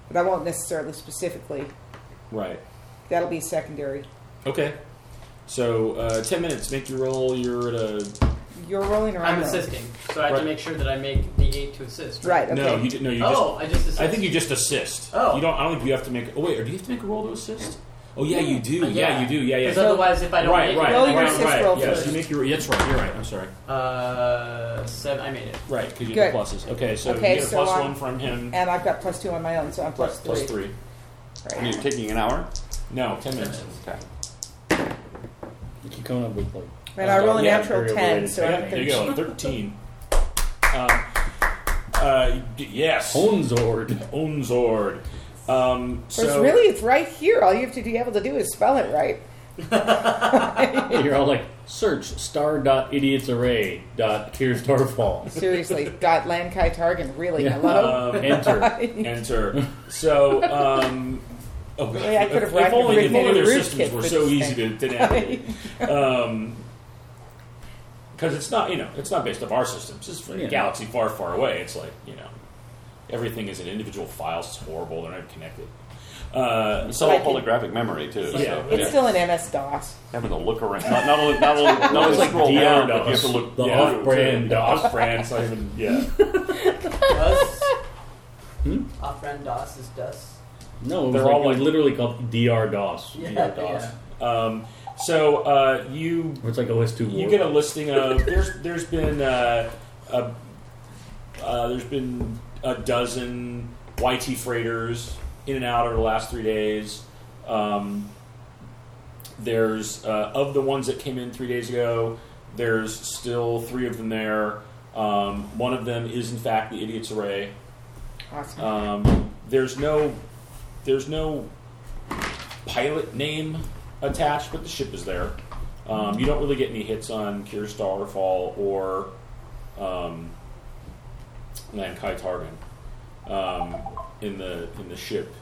[SPEAKER 2] but I won't necessarily specifically.
[SPEAKER 1] Right.
[SPEAKER 2] That'll be secondary.
[SPEAKER 1] Okay. So uh, ten minutes. Make your roll. You're at a
[SPEAKER 2] You're rolling around.
[SPEAKER 4] I'm assisting, so I have
[SPEAKER 1] Right.
[SPEAKER 4] to make sure that I make the eight to assist.
[SPEAKER 2] right? Okay.
[SPEAKER 1] no. You did, no. You just.
[SPEAKER 4] oh, I just. Assist.
[SPEAKER 1] I think you just assist.
[SPEAKER 4] Oh.
[SPEAKER 1] You don't. I don't think you have to make. Oh wait. Or do you have to make a roll to assist? Oh yeah, you do.
[SPEAKER 4] Uh,
[SPEAKER 1] Yeah,
[SPEAKER 4] yeah.
[SPEAKER 1] you do. Yeah, yeah.
[SPEAKER 4] Because otherwise, if I don't
[SPEAKER 1] right,
[SPEAKER 4] make
[SPEAKER 1] right,
[SPEAKER 4] it,
[SPEAKER 2] Roll
[SPEAKER 1] right,
[SPEAKER 2] your
[SPEAKER 1] right,
[SPEAKER 2] assist roll
[SPEAKER 1] Yes,
[SPEAKER 2] first.
[SPEAKER 1] you make your. That's right. You're right. I'm sorry.
[SPEAKER 4] Uh, seven. I made it.
[SPEAKER 1] Right, because you get
[SPEAKER 2] Good.
[SPEAKER 1] pluses. Okay, so
[SPEAKER 2] Okay,
[SPEAKER 1] you get a
[SPEAKER 2] so
[SPEAKER 1] plus
[SPEAKER 2] I'm-
[SPEAKER 1] one from him.
[SPEAKER 2] And I've got plus two on my own, so I'm plus
[SPEAKER 1] Right, plus
[SPEAKER 2] three.
[SPEAKER 1] three.
[SPEAKER 8] And you're taking an hour.
[SPEAKER 1] No, ten minutes.
[SPEAKER 8] Okay.
[SPEAKER 6] You keep coming up with like.
[SPEAKER 2] And I roll a
[SPEAKER 1] Yeah,
[SPEAKER 2] natural
[SPEAKER 6] very
[SPEAKER 2] ten,
[SPEAKER 6] related.
[SPEAKER 2] so
[SPEAKER 1] Yeah,
[SPEAKER 2] I'm
[SPEAKER 1] there you
[SPEAKER 2] thirteen.
[SPEAKER 1] go. Thirteen. Um, uh, d- yes.
[SPEAKER 6] Honzord.
[SPEAKER 1] Onzord. Um,
[SPEAKER 2] So it's
[SPEAKER 1] so
[SPEAKER 2] really, it's right here. All you have to be able to do is spell it right.
[SPEAKER 6] You're all like, search star.idiotsarray.tearstarfall.
[SPEAKER 2] Seriously, dot Lankai Targan. Really,
[SPEAKER 6] Yeah.
[SPEAKER 2] hello.
[SPEAKER 1] um,
[SPEAKER 6] Enter.
[SPEAKER 1] enter. So, um, oh,
[SPEAKER 2] Yeah, I could have
[SPEAKER 1] if,
[SPEAKER 2] racked-
[SPEAKER 1] if only, if
[SPEAKER 2] written it
[SPEAKER 1] only
[SPEAKER 2] in
[SPEAKER 1] their
[SPEAKER 2] a root
[SPEAKER 1] systems
[SPEAKER 2] kit
[SPEAKER 1] were
[SPEAKER 2] for
[SPEAKER 1] so
[SPEAKER 2] this
[SPEAKER 1] easy to,
[SPEAKER 2] thing.
[SPEAKER 1] to navigate. Um 'cause because it's not, you know, it's not based off our systems. It's from a
[SPEAKER 6] Yeah.
[SPEAKER 1] galaxy far, far away. It's like, you know, everything is in individual files. It's horrible. They're not connected. Uh,
[SPEAKER 8] It's
[SPEAKER 1] so,
[SPEAKER 8] all
[SPEAKER 2] Like it-
[SPEAKER 8] holographic memory too.
[SPEAKER 1] Yeah.
[SPEAKER 8] so,
[SPEAKER 2] It's still an MS DOS.
[SPEAKER 8] having to look around. Not, not only not only not only
[SPEAKER 6] like
[SPEAKER 8] scroll
[SPEAKER 6] DR
[SPEAKER 8] down, but you have to look.
[SPEAKER 6] The
[SPEAKER 1] yeah,
[SPEAKER 6] off-brand
[SPEAKER 1] the
[SPEAKER 6] DOS.
[SPEAKER 1] off-brand. So I even, yeah.
[SPEAKER 4] Dust.
[SPEAKER 1] Hmm?
[SPEAKER 4] Our friend Doss is Dust.
[SPEAKER 6] No, it was
[SPEAKER 1] They're
[SPEAKER 6] like,
[SPEAKER 1] all
[SPEAKER 6] it was
[SPEAKER 1] like-
[SPEAKER 6] literally called DR DOS.
[SPEAKER 4] Yeah,
[SPEAKER 6] DR DOS.
[SPEAKER 4] yeah.
[SPEAKER 1] Um, so uh, you
[SPEAKER 6] Or it's like OS2
[SPEAKER 1] You
[SPEAKER 6] Warp.
[SPEAKER 1] get a listing of there's there's been uh, a, uh, there's been a dozen YT freighters in and out over the last three days. Um, there's uh, of the ones that came in three days ago. There's still three of them there. Um, one of them is in fact the idiots array.
[SPEAKER 2] Awesome.
[SPEAKER 1] Um, there's no there's no pilot name attached, but the ship is there. Um, you don't really get any hits on Kier Starfall or um, Lankai Targan um, in the in the ship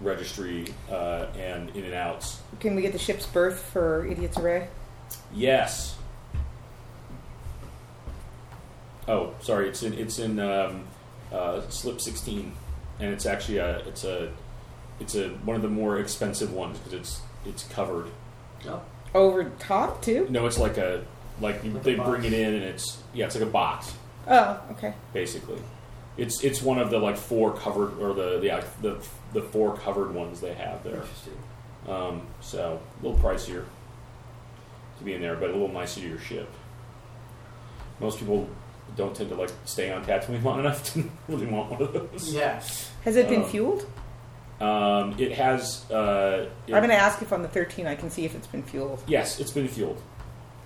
[SPEAKER 1] registry uh, and in and outs.
[SPEAKER 2] Can we get the ship's berth for Idiot's Array?
[SPEAKER 1] Yes. Oh, sorry. It's in it's in um, uh, slip sixteen, and it's actually a it's a it's a one of the more expensive ones because it's it's covered.
[SPEAKER 4] No.
[SPEAKER 2] Over top too?
[SPEAKER 1] No, it's like a like, you
[SPEAKER 4] Like a
[SPEAKER 1] they
[SPEAKER 4] box.
[SPEAKER 1] bring it in and it's yeah it's like a box
[SPEAKER 2] Oh, okay.
[SPEAKER 1] basically. It's it's one of the like four covered or the yeah, the the four covered ones they have there.
[SPEAKER 4] Interesting.
[SPEAKER 1] Um, so a little pricier to be in there, but a little nicer to your ship. Most people don't tend to like stay on Tatooine long enough to really want one of those.
[SPEAKER 4] Yeah.
[SPEAKER 2] Has it been
[SPEAKER 1] Um,
[SPEAKER 2] fueled?
[SPEAKER 1] Um, it has. Uh, it-
[SPEAKER 2] I'm going to ask if on the 13 I can see if it's been fueled.
[SPEAKER 1] yes, it's been fueled.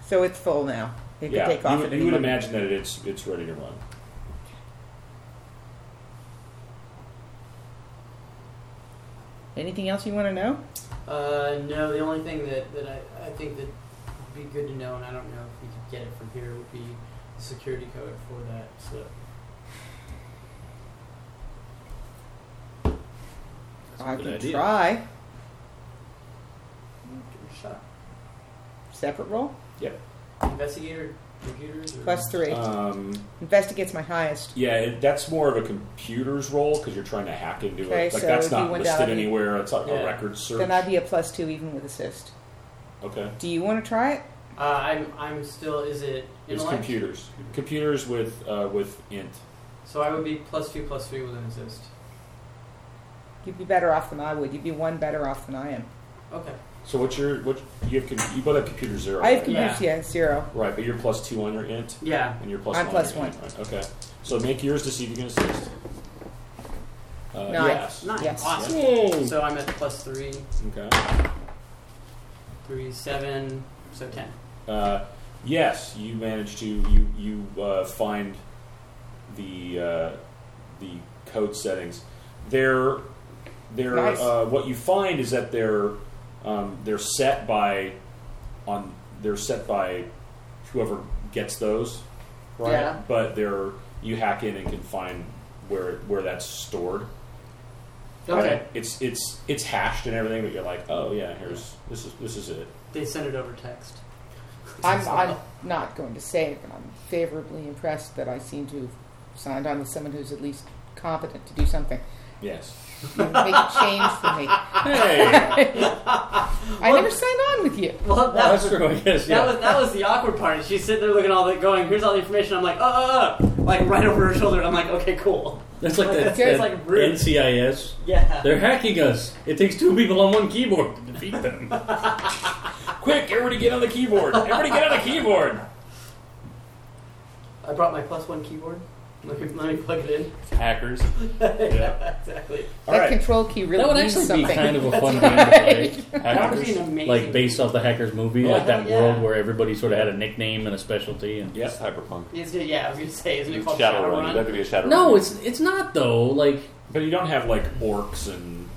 [SPEAKER 2] So it's full now. It
[SPEAKER 1] yeah,
[SPEAKER 2] could take off
[SPEAKER 1] you,
[SPEAKER 2] at
[SPEAKER 1] would-
[SPEAKER 2] any
[SPEAKER 1] you would
[SPEAKER 2] moment.
[SPEAKER 1] imagine that it's it's ready to run.
[SPEAKER 2] Anything else you want to know?
[SPEAKER 4] Uh, no, the only thing that, that I, I think that would be good to know, and I don't know if we could get it from here, would be the security code for that slip.
[SPEAKER 2] I
[SPEAKER 6] good
[SPEAKER 2] can
[SPEAKER 6] idea.
[SPEAKER 2] try.
[SPEAKER 4] Give it a shot.
[SPEAKER 2] Separate roll?
[SPEAKER 1] Yeah,
[SPEAKER 4] Investigator computers? Or?
[SPEAKER 2] Plus three.
[SPEAKER 1] Um,
[SPEAKER 2] Investigate's my highest.
[SPEAKER 1] yeah, it, that's more of a computer's role because you're trying to hack into
[SPEAKER 2] Okay,
[SPEAKER 1] it. Like
[SPEAKER 2] so
[SPEAKER 1] that's
[SPEAKER 2] it'd be
[SPEAKER 1] not
[SPEAKER 2] one
[SPEAKER 1] listed
[SPEAKER 2] down.
[SPEAKER 1] anywhere. It's like
[SPEAKER 4] Yeah.
[SPEAKER 1] a record search.
[SPEAKER 2] Then I'd be a plus two even with assist.
[SPEAKER 1] okay,
[SPEAKER 2] Do you want to try it?
[SPEAKER 4] Uh, I'm, I'm still. Is it
[SPEAKER 1] it's
[SPEAKER 4] intellect?
[SPEAKER 1] computers. Computers with uh, with int.
[SPEAKER 4] So I would be plus two, plus three with an assist.
[SPEAKER 2] You'd be better off than I would. You'd be one better off than I am.
[SPEAKER 4] Okay.
[SPEAKER 1] So what's your what you have? com- You both have computer zero.
[SPEAKER 2] I have
[SPEAKER 1] right?
[SPEAKER 2] computers, yeah, zero.
[SPEAKER 1] right, but you're plus two on your int.
[SPEAKER 4] Yeah.
[SPEAKER 1] And you're plus
[SPEAKER 2] I'm
[SPEAKER 1] one.
[SPEAKER 2] plus
[SPEAKER 1] you're
[SPEAKER 2] one.
[SPEAKER 1] gonna- right, Okay. So make yours to see if you can assist. Uh,
[SPEAKER 2] Nine.
[SPEAKER 1] Yes.
[SPEAKER 4] Nice.
[SPEAKER 2] Yes.
[SPEAKER 4] Awesome.
[SPEAKER 1] Yay.
[SPEAKER 4] So I'm at plus three,
[SPEAKER 1] Okay.
[SPEAKER 4] three, seven, so ten.
[SPEAKER 1] Uh, yes, you manage to you you uh, find the uh, the code settings. They're they're
[SPEAKER 2] Nice.
[SPEAKER 1] uh, what you find is that they're um, they're set by on they're set by whoever gets those, right?
[SPEAKER 2] Yeah.
[SPEAKER 1] But they're you hack in and can find where where that's stored.
[SPEAKER 4] Okay.
[SPEAKER 1] It's it's it's hashed and everything, but you're like, oh yeah, here's this is this is it.
[SPEAKER 4] They sent it over text.
[SPEAKER 2] I'm, I'm not going to say it, but I'm favorably impressed that I seem to have signed on with someone who's at least competent to do something.
[SPEAKER 1] Yes.
[SPEAKER 2] You Make a change for me.
[SPEAKER 1] Hey.
[SPEAKER 2] I never signed on with you.
[SPEAKER 4] Well, that
[SPEAKER 6] that's
[SPEAKER 4] was,
[SPEAKER 6] true, I guess,
[SPEAKER 4] that
[SPEAKER 6] yeah.
[SPEAKER 4] was that was the awkward part. She's sitting there looking all that, going, "Here's all the information." I'm like, "Uh, uh, uh," like right over her shoulder. I'm like, "Okay, cool."
[SPEAKER 6] That's like that,
[SPEAKER 4] It's just
[SPEAKER 6] that
[SPEAKER 4] like rude.
[SPEAKER 6] NCIS.
[SPEAKER 4] Yeah.
[SPEAKER 6] They're hacking us. It takes two people on one keyboard to defeat them.
[SPEAKER 1] Quick, everybody get on the keyboard. Everybody get on the keyboard.
[SPEAKER 4] I brought my plus one keyboard. Let me, let me plug it in.
[SPEAKER 6] Hackers.
[SPEAKER 4] yeah, exactly.
[SPEAKER 1] All
[SPEAKER 2] that
[SPEAKER 1] right.
[SPEAKER 2] control key really
[SPEAKER 6] That would
[SPEAKER 2] means
[SPEAKER 6] actually
[SPEAKER 2] something.
[SPEAKER 6] be kind of a fun game to play.
[SPEAKER 4] That would
[SPEAKER 6] Hackers.
[SPEAKER 4] be an amazing.
[SPEAKER 6] Like based off the hackers movie,
[SPEAKER 4] Oh,
[SPEAKER 6] like that
[SPEAKER 4] yeah.
[SPEAKER 6] world where everybody sort of had a nickname and a specialty. And
[SPEAKER 1] Yep.
[SPEAKER 8] Yes, Cyberpunk.
[SPEAKER 4] Is it- yeah, I was gonna say, isn't it called
[SPEAKER 8] Shadowrun.
[SPEAKER 4] Shadowrun?
[SPEAKER 8] That'd have to be a Shadowrun.
[SPEAKER 6] no, it's it's not though. Like
[SPEAKER 1] But you don't have like orcs and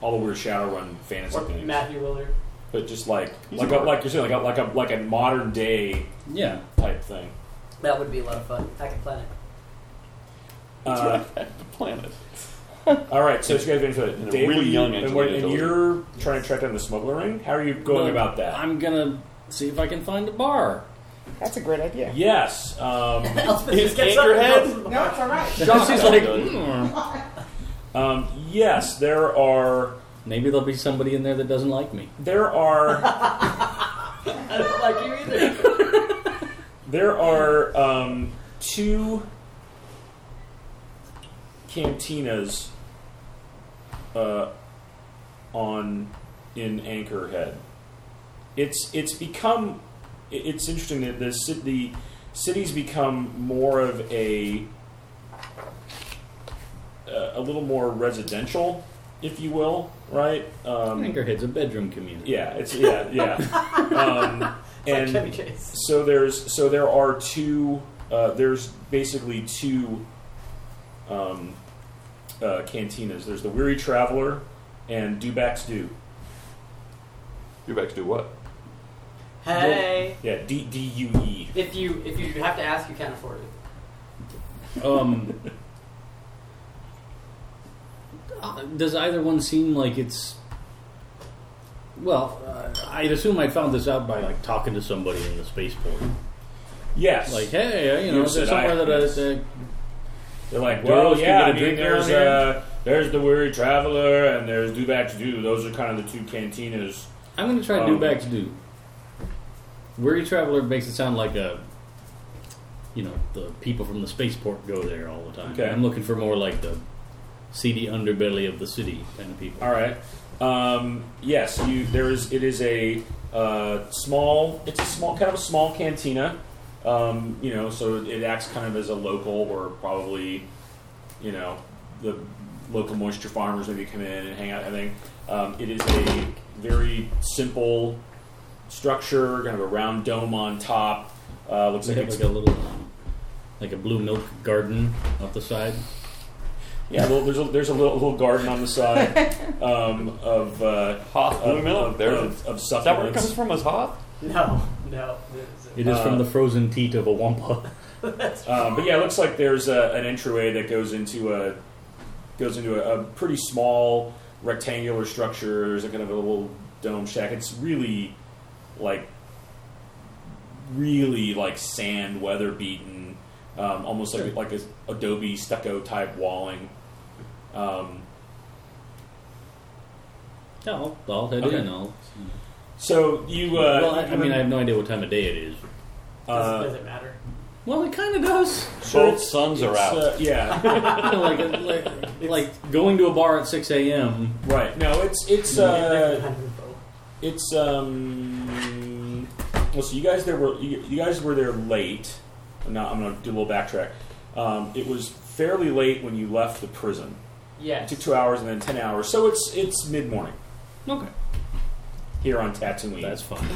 [SPEAKER 1] all the weird Shadowrun fantasy
[SPEAKER 4] Or
[SPEAKER 1] things.
[SPEAKER 4] Matthew Willard.
[SPEAKER 1] But just like
[SPEAKER 8] He's
[SPEAKER 1] like
[SPEAKER 8] an
[SPEAKER 1] a,
[SPEAKER 8] orc.
[SPEAKER 1] like you're saying, like a, like a like a modern day
[SPEAKER 6] yeah,
[SPEAKER 1] type thing.
[SPEAKER 4] That would be a lot of fun. Hack a planet.
[SPEAKER 1] Uh,
[SPEAKER 8] the planet.
[SPEAKER 1] all right, so you guys have info.
[SPEAKER 8] And a
[SPEAKER 1] Dave,
[SPEAKER 8] really
[SPEAKER 1] what you-
[SPEAKER 8] young
[SPEAKER 1] and, what-
[SPEAKER 8] Angelina
[SPEAKER 1] and
[SPEAKER 8] Jolie.
[SPEAKER 1] you're trying to track down the smuggler ring. How are you going
[SPEAKER 6] But
[SPEAKER 1] about that?
[SPEAKER 6] I'm gonna see if I can find a bar.
[SPEAKER 2] That's a great idea.
[SPEAKER 1] yes. Um,
[SPEAKER 4] Elspeth
[SPEAKER 8] Hit
[SPEAKER 4] just gets up and
[SPEAKER 8] Anchorhead?
[SPEAKER 2] No,
[SPEAKER 4] goes to the bar.
[SPEAKER 2] it's all right.
[SPEAKER 6] She's like, "Hmm,
[SPEAKER 1] um, yes, there are
[SPEAKER 6] maybe there'll be somebody in there that doesn't like me.
[SPEAKER 1] there are.
[SPEAKER 4] I don't like you either.
[SPEAKER 1] There are um, two cantinas uh, on in Anchorhead. It's it's become i- it's interesting that the ci- the city's become more of a uh, a little more residential, if you will, right? Um,
[SPEAKER 6] Anchorhead's a bedroom community.
[SPEAKER 1] yeah, it's yeah yeah. Um,
[SPEAKER 4] It's
[SPEAKER 1] and
[SPEAKER 4] like Chevy Chase.
[SPEAKER 1] so there's so there are two. Uh, there's basically two um, uh, cantinas. There's the Weary Traveler and Dubac's Do.
[SPEAKER 8] You back to do what?
[SPEAKER 4] Hey,
[SPEAKER 1] Yeah, D D U E.
[SPEAKER 4] if you if you have to ask, you can't afford it.
[SPEAKER 6] Um, uh, does either one seem like it's? Well, uh, I'd assume I found this out by like talking to somebody in the spaceport.
[SPEAKER 1] Yes.
[SPEAKER 6] Like, hey, uh, you
[SPEAKER 1] You
[SPEAKER 6] know,
[SPEAKER 1] said
[SPEAKER 6] there's somewhere
[SPEAKER 1] I-
[SPEAKER 6] that I
[SPEAKER 1] yes.
[SPEAKER 6] that-
[SPEAKER 1] They're like,
[SPEAKER 6] Dude,
[SPEAKER 1] well,
[SPEAKER 6] can
[SPEAKER 1] yeah.
[SPEAKER 6] you get a
[SPEAKER 1] I mean,
[SPEAKER 6] drink
[SPEAKER 1] there's
[SPEAKER 6] down there?
[SPEAKER 1] uh, there's the Weary Traveler and there's Dubac's Do. Those are kind of the two cantinas.
[SPEAKER 6] I'm going to try
[SPEAKER 1] Um,
[SPEAKER 6] do back to do. Weary Traveler makes it sound like a, you know, the people from the spaceport go there all the time.
[SPEAKER 1] Okay.
[SPEAKER 6] I'm looking for more like the seedy underbelly of the city kind of people.
[SPEAKER 1] All right. Um, yes, you. There is. It is a uh, small. It's a small, kind of a small cantina. Um, you know, so it acts kind of as a local, or probably, you know, the local moisture farmers maybe come in and hang out. I think um, it is a very simple structure, kind of a round dome on top. Uh, looks
[SPEAKER 6] They
[SPEAKER 1] like
[SPEAKER 6] have
[SPEAKER 1] it's
[SPEAKER 6] like a little, um, like a blue milk garden up the side.
[SPEAKER 1] yeah. Well, there's a, there's a little, little garden on the side um, of, uh,
[SPEAKER 8] Hoth Blue
[SPEAKER 1] of
[SPEAKER 8] Milk.
[SPEAKER 1] of,
[SPEAKER 8] There's
[SPEAKER 1] of, of
[SPEAKER 8] Is that where it comes
[SPEAKER 1] succulents.
[SPEAKER 8] from? Is Hoth?
[SPEAKER 4] No, no.
[SPEAKER 6] It is
[SPEAKER 1] Uh,
[SPEAKER 6] from the frozen teat of a wampa.
[SPEAKER 1] Um, but yeah, it looks like there's a, an entryway that goes into a goes into a, a pretty small rectangular structure. There's a kind of a little dome shack. It's really like really like sand, weather beaten, um, almost like like a adobe stucco type walling. Um,
[SPEAKER 6] Yeah, I'll, I'll head
[SPEAKER 1] Oh. Okay.
[SPEAKER 6] in. I'll,
[SPEAKER 1] so you, uh,
[SPEAKER 6] well, I, I mean, I have no idea what time of day it is.
[SPEAKER 1] uh,
[SPEAKER 4] does, does it matter?
[SPEAKER 6] Well, it kind of does.
[SPEAKER 1] Sure,
[SPEAKER 6] Both suns are
[SPEAKER 1] it's,
[SPEAKER 6] out.
[SPEAKER 1] uh, yeah,
[SPEAKER 6] like, like, like going to a bar at 6 a.m.
[SPEAKER 1] right. No, it's it's
[SPEAKER 4] Different
[SPEAKER 1] uh,
[SPEAKER 4] kind of boat.
[SPEAKER 1] It's um. Well, so you guys there were you, you guys were there late. I'm not. I'm gonna do a little backtrack. Um, it was fairly late when you left the prison. It
[SPEAKER 4] Yes.
[SPEAKER 1] took two hours and then ten hours, so it's it's mid morning
[SPEAKER 6] Okay.
[SPEAKER 1] here on Tatooine.
[SPEAKER 6] That's fine.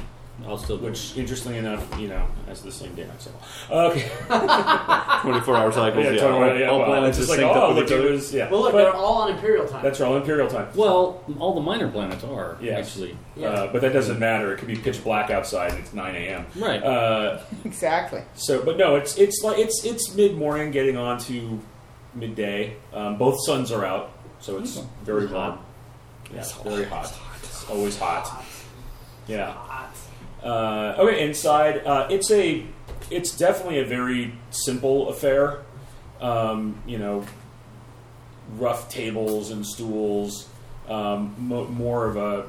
[SPEAKER 6] I'll still do
[SPEAKER 1] which, interestingly enough, you know, has the same day cycle. Okay,
[SPEAKER 8] 24 hour cycles.
[SPEAKER 1] yeah,
[SPEAKER 8] Yeah,
[SPEAKER 1] totally,
[SPEAKER 8] all,
[SPEAKER 1] yeah,
[SPEAKER 8] all
[SPEAKER 1] well,
[SPEAKER 8] planets
[SPEAKER 1] it's just
[SPEAKER 8] just
[SPEAKER 1] like,
[SPEAKER 8] synced
[SPEAKER 1] oh,
[SPEAKER 8] up with
[SPEAKER 1] look,
[SPEAKER 8] each
[SPEAKER 1] it
[SPEAKER 8] other.
[SPEAKER 1] was, yeah.
[SPEAKER 4] Well, look,
[SPEAKER 1] But
[SPEAKER 4] they're all on Imperial time.
[SPEAKER 1] that's all Imperial time.
[SPEAKER 6] Well, all the minor planets are
[SPEAKER 1] Yes.
[SPEAKER 6] actually
[SPEAKER 1] Uh, but that doesn't matter. It could be pitch black outside and it's 9 a.m.
[SPEAKER 6] right.
[SPEAKER 1] Uh,
[SPEAKER 2] Exactly.
[SPEAKER 1] So, but no, it's it's like it's it's mid morning, getting on to midday. Um, both suns are out, so it's very
[SPEAKER 6] It's hot.
[SPEAKER 1] warm. Yeah, Mm. it's very hot. It's always hot. Yeah.
[SPEAKER 4] Hot.
[SPEAKER 1] Uh, okay, inside, uh, it's a, it's definitely a very simple affair. Um, you know, rough tables and stools, um, mo- more of a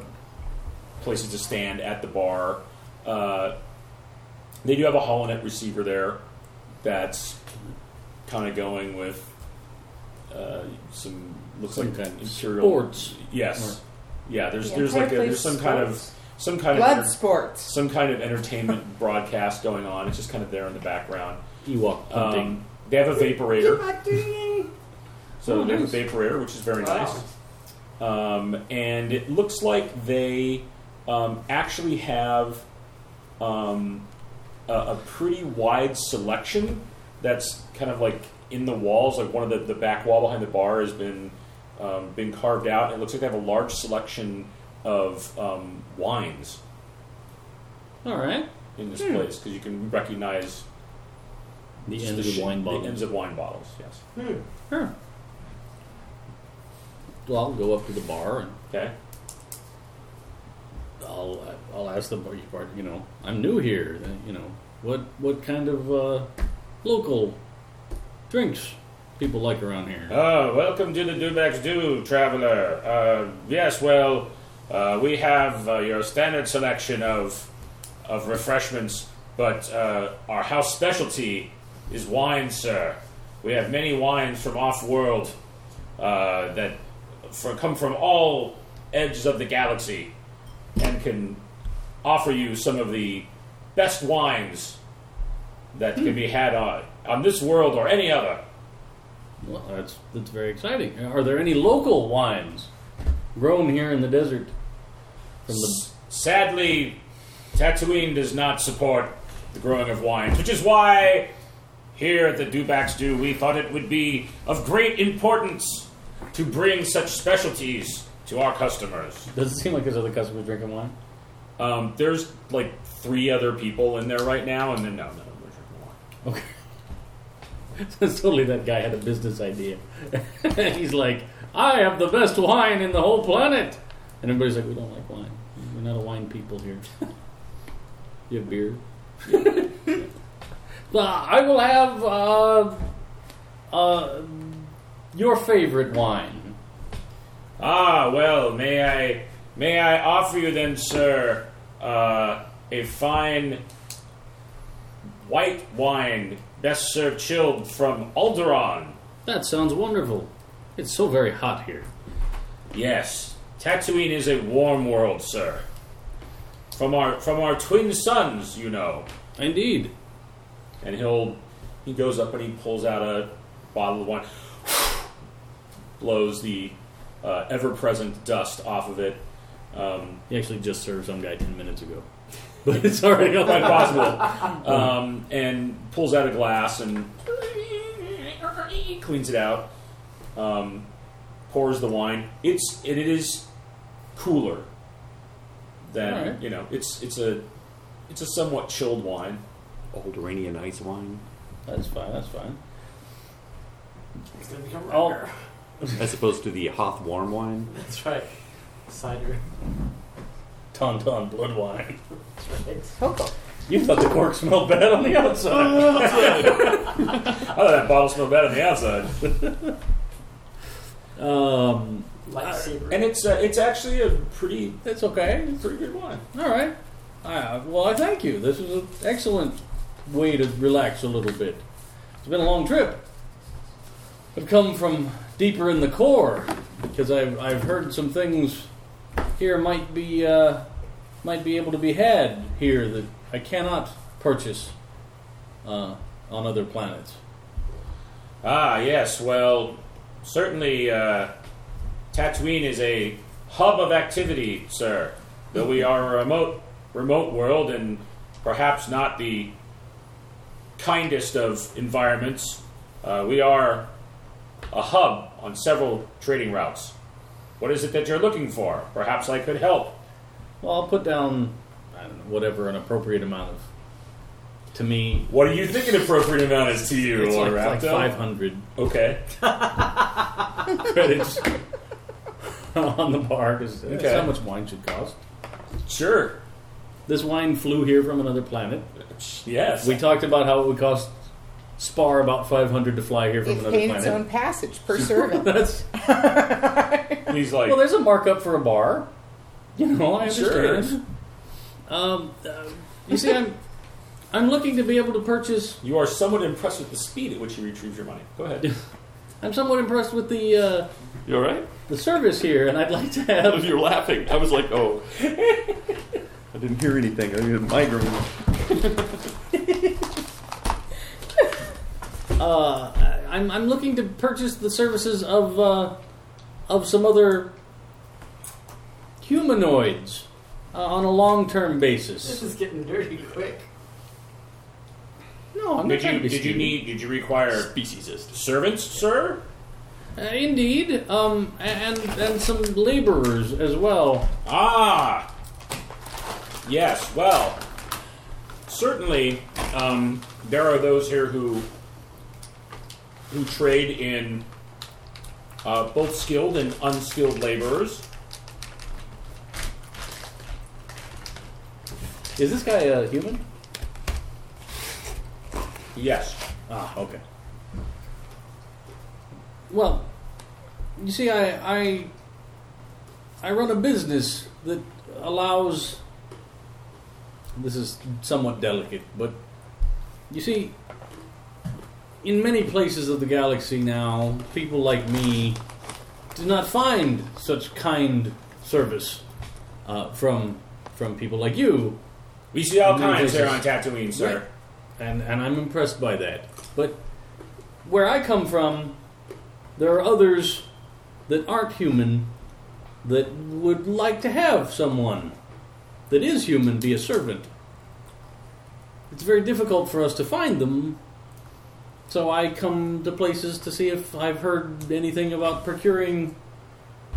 [SPEAKER 1] places to stand at the bar. Uh, they do have a Holonet receiver there that's kind of going with uh, some looks
[SPEAKER 6] Some
[SPEAKER 1] like
[SPEAKER 6] kind of
[SPEAKER 1] imperial
[SPEAKER 6] sports.
[SPEAKER 1] Yes, yeah. There's
[SPEAKER 2] Yeah,
[SPEAKER 1] there's
[SPEAKER 2] entire
[SPEAKER 1] like a,
[SPEAKER 2] place
[SPEAKER 1] there's some
[SPEAKER 2] is
[SPEAKER 1] kind of
[SPEAKER 2] sports.
[SPEAKER 1] some kind of
[SPEAKER 2] Blood
[SPEAKER 1] enter-
[SPEAKER 2] sports.
[SPEAKER 1] some kind of entertainment broadcast going on. It's just kind of there in the background.
[SPEAKER 6] Ewok hunting.
[SPEAKER 1] Um, they have a vaporator, so
[SPEAKER 6] Oh,
[SPEAKER 1] they have
[SPEAKER 6] nice.
[SPEAKER 1] a vaporator, which is very
[SPEAKER 4] Wow.
[SPEAKER 1] nice. Um, and it looks like they um, actually have um, a, a pretty wide selection that's kind of like in the walls. Like one of the, the back wall behind the bar has been um, been carved out. It looks like they have a large selection of um, wines
[SPEAKER 6] all right.
[SPEAKER 1] in this place 'cause place because you can recognize
[SPEAKER 6] The
[SPEAKER 1] just
[SPEAKER 6] end of
[SPEAKER 1] sh-
[SPEAKER 6] the wine bottle.
[SPEAKER 1] The ends of wine bottles. Yes.
[SPEAKER 6] Sure. Well, I'll go up to the bar and
[SPEAKER 1] Okay.
[SPEAKER 6] I'll I'll ask the bar bar- You know, I'm new here. uh, You know, what what kind of uh, local drinks people like around here?
[SPEAKER 1] Uh, welcome to the Dubex Do, traveler. Uh, yes, well, uh, we have uh, your standard selection of of refreshments, but uh, our house specialty is wine, sir. We have many wines from off-world uh, that for, come from all edges of the galaxy and can offer you some of the best wines that can be had on, on this world or any other.
[SPEAKER 6] Well, that's that's very exciting. Uh, Are there any local wines grown here in the desert? From the
[SPEAKER 1] S- Sadly, Tatooine does not support the growing of wines, which is why here at the Dubacks Do we thought it would be of great importance to bring such specialties to our customers.
[SPEAKER 6] does it seem like there's other customers drinking wine?
[SPEAKER 1] Um, there's like three other people in there right now, and then no, no, we're drinking wine.
[SPEAKER 6] Okay. That's totally that guy had a business idea. He's like, I have the best wine in the whole planet. And everybody's like, we don't like wine. We're not a wine people here. you have beer? Uh, I will have uh, uh, your favorite wine.
[SPEAKER 1] Ah, well, may I may I offer you then, sir, uh, a fine white wine, best served chilled from Alderon.
[SPEAKER 6] That sounds wonderful. It's so very hot here.
[SPEAKER 1] Yes, Tatooine is a warm world, sir. From our from our twin sons, you know.
[SPEAKER 6] Indeed.
[SPEAKER 1] And he'll he goes up and he pulls out a bottle of wine, blows the uh, ever present dust off of it. Um,
[SPEAKER 6] He actually just served some guy 10 minutes ago. But it's already on
[SPEAKER 1] quite
[SPEAKER 6] my
[SPEAKER 1] possible. Um, and pulls out a glass and cleans it out. Um, pours the wine. It's and it is cooler than
[SPEAKER 6] Alright.
[SPEAKER 1] you know. It's it's a it's a somewhat chilled wine.
[SPEAKER 8] Old rainy and ice wine,
[SPEAKER 6] That's fine, that's fine.
[SPEAKER 4] It's gonna become
[SPEAKER 6] Oh.
[SPEAKER 4] rocker.
[SPEAKER 8] as opposed to the Hoth warm wine.
[SPEAKER 4] That's right. Cider.
[SPEAKER 6] Tauntaun blood wine.
[SPEAKER 4] That's right.
[SPEAKER 2] Coco.
[SPEAKER 6] You thought the cork smelled bad on the outside.
[SPEAKER 1] I thought that bottle smelled bad on the outside.
[SPEAKER 6] Um,
[SPEAKER 4] Lightsaber.
[SPEAKER 1] And it's uh, it's actually a pretty
[SPEAKER 6] that's okay.
[SPEAKER 1] pretty good wine.
[SPEAKER 6] All right. Uh, well, I thank you. This was an excellent way to relax a little bit. It's been a long trip. I've come from deeper in the core because I've, I've heard some things here might be uh, might be able to be had here that I cannot purchase uh, on other planets.
[SPEAKER 1] Ah, yes. Well, certainly, uh, Tatooine is a hub of activity, sir. Though we are a remote, remote world, and perhaps not the kindest of environments, uh, we are a hub on several trading routes. What is it that you're looking for? Perhaps I could help.
[SPEAKER 6] Well, I'll put down I don't know, whatever an appropriate amount of to me.
[SPEAKER 1] What do you think an appropriate amount is to you,
[SPEAKER 6] It's like, like
[SPEAKER 1] Raptor?
[SPEAKER 6] five hundred.
[SPEAKER 1] Okay.
[SPEAKER 6] credits on the bar because that's
[SPEAKER 1] Okay.
[SPEAKER 6] how much wine should cost.
[SPEAKER 1] Sure.
[SPEAKER 6] This wine flew here from another planet.
[SPEAKER 1] Yes.
[SPEAKER 6] We talked about how it would cost Spar about five hundred to fly here from
[SPEAKER 2] It
[SPEAKER 6] another
[SPEAKER 2] paid its own
[SPEAKER 6] planet.
[SPEAKER 2] passage per serving.
[SPEAKER 6] That's
[SPEAKER 1] He's like,
[SPEAKER 6] well, there's a markup for a bar. You know, I
[SPEAKER 1] Sure.
[SPEAKER 6] understand. Um, uh, you see, I'm I'm looking to be able to purchase.
[SPEAKER 1] You are somewhat impressed with the speed at which you retrieve your money. Go ahead.
[SPEAKER 6] I'm somewhat impressed with the uh,
[SPEAKER 8] You all right?
[SPEAKER 6] the service here, and I'd like to have
[SPEAKER 8] You're laughing. I was like, oh. I didn't hear anything. I had a migraine.
[SPEAKER 6] Uh, I'm, I'm looking to purchase the services of uh, of some other humanoids uh, on a long term
[SPEAKER 4] This
[SPEAKER 6] basis.
[SPEAKER 4] is getting dirty quick.
[SPEAKER 6] No, I'm not
[SPEAKER 1] did
[SPEAKER 6] trying
[SPEAKER 1] you
[SPEAKER 6] to be
[SPEAKER 1] did you
[SPEAKER 6] sneaky.
[SPEAKER 1] need did you require
[SPEAKER 8] Speciesist.
[SPEAKER 1] servants, sir?
[SPEAKER 6] Uh, indeed, um, and and some laborers as well.
[SPEAKER 1] Ah, yes. Well, certainly um, there are those here who who trade in uh, both skilled and unskilled laborers.
[SPEAKER 6] Is this guy a human?
[SPEAKER 1] Yes.
[SPEAKER 6] Ah, okay. Well, you see, I I, I run a business that allows. This is somewhat delicate, but you see, in many places of the galaxy now, people like me do not find such kind service uh, from from people like you
[SPEAKER 1] We see all
[SPEAKER 6] Many
[SPEAKER 1] kinds here on
[SPEAKER 6] places.
[SPEAKER 1] Tatooine, sir.
[SPEAKER 6] and and I'm impressed by that. But where I come from, there are others that aren't human that would like to have someone that is human be a servant. It's very difficult for us to find them. So I come to places to see if I've heard anything about procuring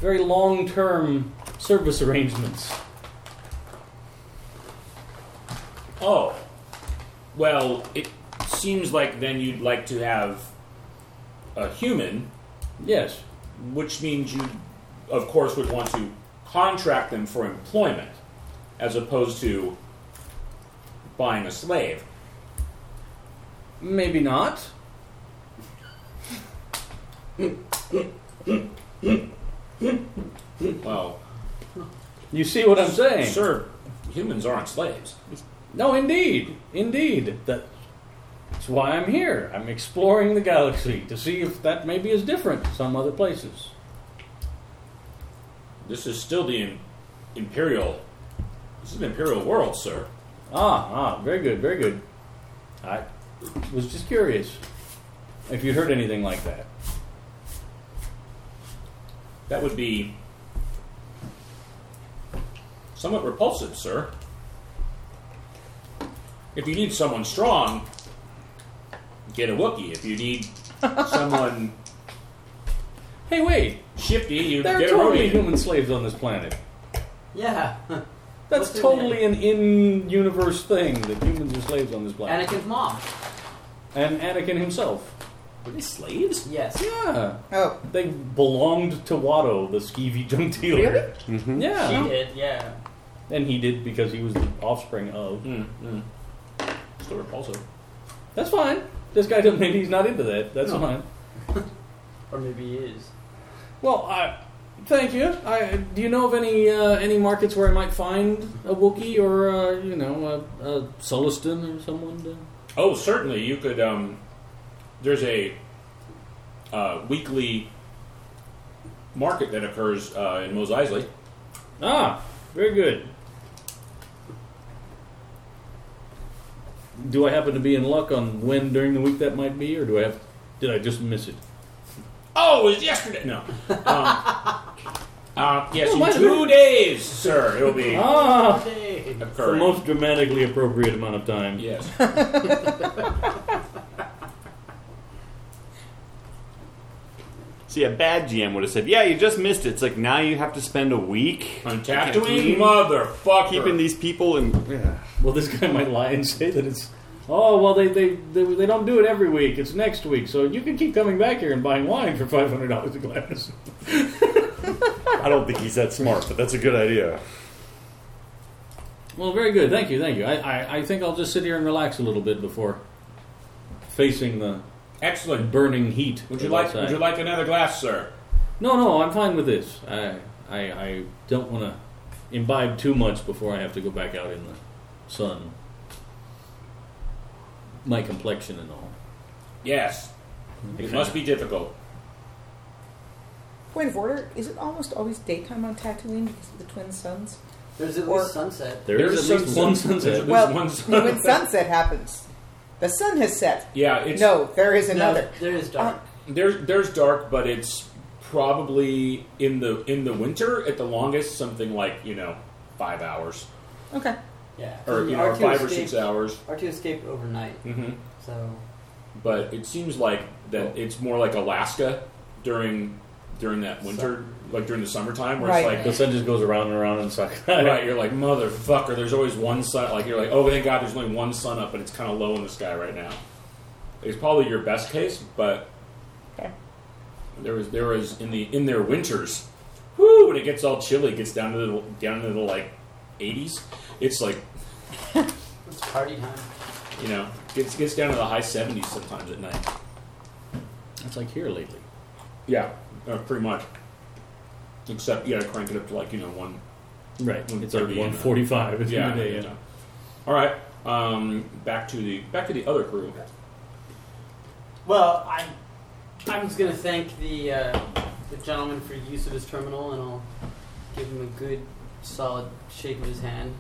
[SPEAKER 6] very long-term service arrangements.
[SPEAKER 1] Oh, well, it seems like then you'd like to have a human
[SPEAKER 6] Yes.
[SPEAKER 1] which means you, of course, would want to contract them for employment as opposed to buying a slave.
[SPEAKER 6] Maybe not.
[SPEAKER 1] Well,
[SPEAKER 6] You see what I'm saying?
[SPEAKER 1] sir, humans aren't slaves.
[SPEAKER 6] No, indeed, indeed. That- That's why I'm here. I'm exploring the galaxy to see if that maybe is different some other places.
[SPEAKER 1] This is still the im- imperial. This is an imperial world, sir.
[SPEAKER 6] Ah, ah, very good, very good. I was just curious if you'd heard anything like that.
[SPEAKER 1] That would be somewhat repulsive, sir. If you need someone strong, get a Wookiee. If you need someone
[SPEAKER 6] Hey, wait!
[SPEAKER 1] shifty, you
[SPEAKER 6] There are
[SPEAKER 1] get a
[SPEAKER 6] totally
[SPEAKER 1] Rodian.
[SPEAKER 6] human slaves on this planet.
[SPEAKER 4] Yeah.
[SPEAKER 6] That's
[SPEAKER 4] What's his
[SPEAKER 6] totally an in-universe thing that humans are slaves on this planet.
[SPEAKER 4] Anakin's mom.
[SPEAKER 6] And Anakin himself.
[SPEAKER 1] Were they slaves?
[SPEAKER 4] Yes.
[SPEAKER 6] Yeah,
[SPEAKER 2] Oh,
[SPEAKER 6] they belonged to Watto, the skeevy junk dealer.
[SPEAKER 2] really?
[SPEAKER 6] Yeah.
[SPEAKER 4] She did, yeah.
[SPEAKER 6] And he did because he was the offspring of.
[SPEAKER 1] Mm, mm. store also.
[SPEAKER 6] That's fine. This guy doesn't. Maybe he's not into that. That's
[SPEAKER 3] No.
[SPEAKER 6] fine.
[SPEAKER 4] Or maybe he is.
[SPEAKER 6] Well, I thank you. I do you know of any uh, any markets where I might find a Wookiee or uh, you know a, a Sulliston or someone? To...
[SPEAKER 1] Oh, certainly. You could. Um, there's a uh, weekly market that occurs uh, in Mos Eisley.
[SPEAKER 6] Ah, very good. Do I happen to be in luck on when during the week that might be, or do I have? Did I just miss it?
[SPEAKER 1] Oh, it was yesterday. No. Um, uh, yes,
[SPEAKER 6] Oh,
[SPEAKER 1] in
[SPEAKER 6] my
[SPEAKER 1] two days, sir. It'll be Oh.
[SPEAKER 6] Ah,
[SPEAKER 4] Hey.
[SPEAKER 6] the
[SPEAKER 1] occurring.
[SPEAKER 6] most dramatically appropriate amount of time.
[SPEAKER 1] yes.
[SPEAKER 8] See, a bad GM would have said, "Yeah, you just missed it." It's like now you have to spend a week
[SPEAKER 1] On
[SPEAKER 8] Keeping-
[SPEAKER 1] Tatooine, motherfucker.
[SPEAKER 8] keeping these people in. Yeah.
[SPEAKER 6] Well, this guy might lie and say that it's. Oh well, they they, they they don't do it every week. It's next week, so you can keep coming back here and buying wine for five hundred dollars a glass.
[SPEAKER 8] I don't think he's that smart, but that's a good idea.
[SPEAKER 6] Well, very good. Thank you, thank you. I, I, I think I'll just sit here and relax a little bit before facing the
[SPEAKER 1] Excellent.
[SPEAKER 6] burning heat.
[SPEAKER 1] Would you like?
[SPEAKER 6] outside.
[SPEAKER 1] Would you like another glass, sir?
[SPEAKER 6] No, no, I'm fine with this. I I, I don't want to imbibe too much before I have to go back out in the sun. My complexion and all.
[SPEAKER 1] Yes. It must be difficult.
[SPEAKER 2] Point of order: Is it almost always daytime on Tatooine because of the twin suns?
[SPEAKER 4] There's at
[SPEAKER 2] Or-
[SPEAKER 4] least sunset.
[SPEAKER 6] There is at least one sunset.
[SPEAKER 1] There's
[SPEAKER 2] Well,
[SPEAKER 1] one sun-
[SPEAKER 2] when sunset happens, the sun has set.
[SPEAKER 1] yeah, it's
[SPEAKER 2] no, there is another.
[SPEAKER 4] No, there is dark.
[SPEAKER 1] There's there's dark, but it's probably in the in the winter at the longest something like you know five hours
[SPEAKER 2] Okay.
[SPEAKER 4] yeah.
[SPEAKER 1] or you know
[SPEAKER 4] R2
[SPEAKER 1] five or
[SPEAKER 4] escaped,
[SPEAKER 1] six hours.
[SPEAKER 4] R2 escaped overnight,
[SPEAKER 1] hmm
[SPEAKER 4] so
[SPEAKER 1] But it seems like that it's more like Alaska during during that winter, like during the summertime, where
[SPEAKER 2] Right.
[SPEAKER 1] it's
[SPEAKER 6] The
[SPEAKER 1] like.
[SPEAKER 6] sun just goes around and around and sucks.
[SPEAKER 1] Right, you're like motherfucker. There's always one sun. Like you're like, oh, thank God, there's only one sun up, and it's kind of low in the sky right now. It's probably your best case, but
[SPEAKER 2] Okay.
[SPEAKER 1] there was there was in the in their winters, whoo, when it gets all chilly, it gets down to the down to the like 80s. It's like
[SPEAKER 4] it's party time.
[SPEAKER 1] you know, gets gets down to the high 70s sometimes at night.
[SPEAKER 6] That's like here lately.
[SPEAKER 1] Yeah, uh, pretty much. Except you got to crank it up to like you know one
[SPEAKER 6] Right. It's like
[SPEAKER 1] 1:30,
[SPEAKER 6] 145. It's
[SPEAKER 1] Yeah.
[SPEAKER 6] midday, yeah.
[SPEAKER 1] yeah. All right. Um, back to the back to the other crew.
[SPEAKER 4] Well, I, I was gonna thank the uh, the gentleman for use of his terminal, and I'll give him a good, solid shake of his hand.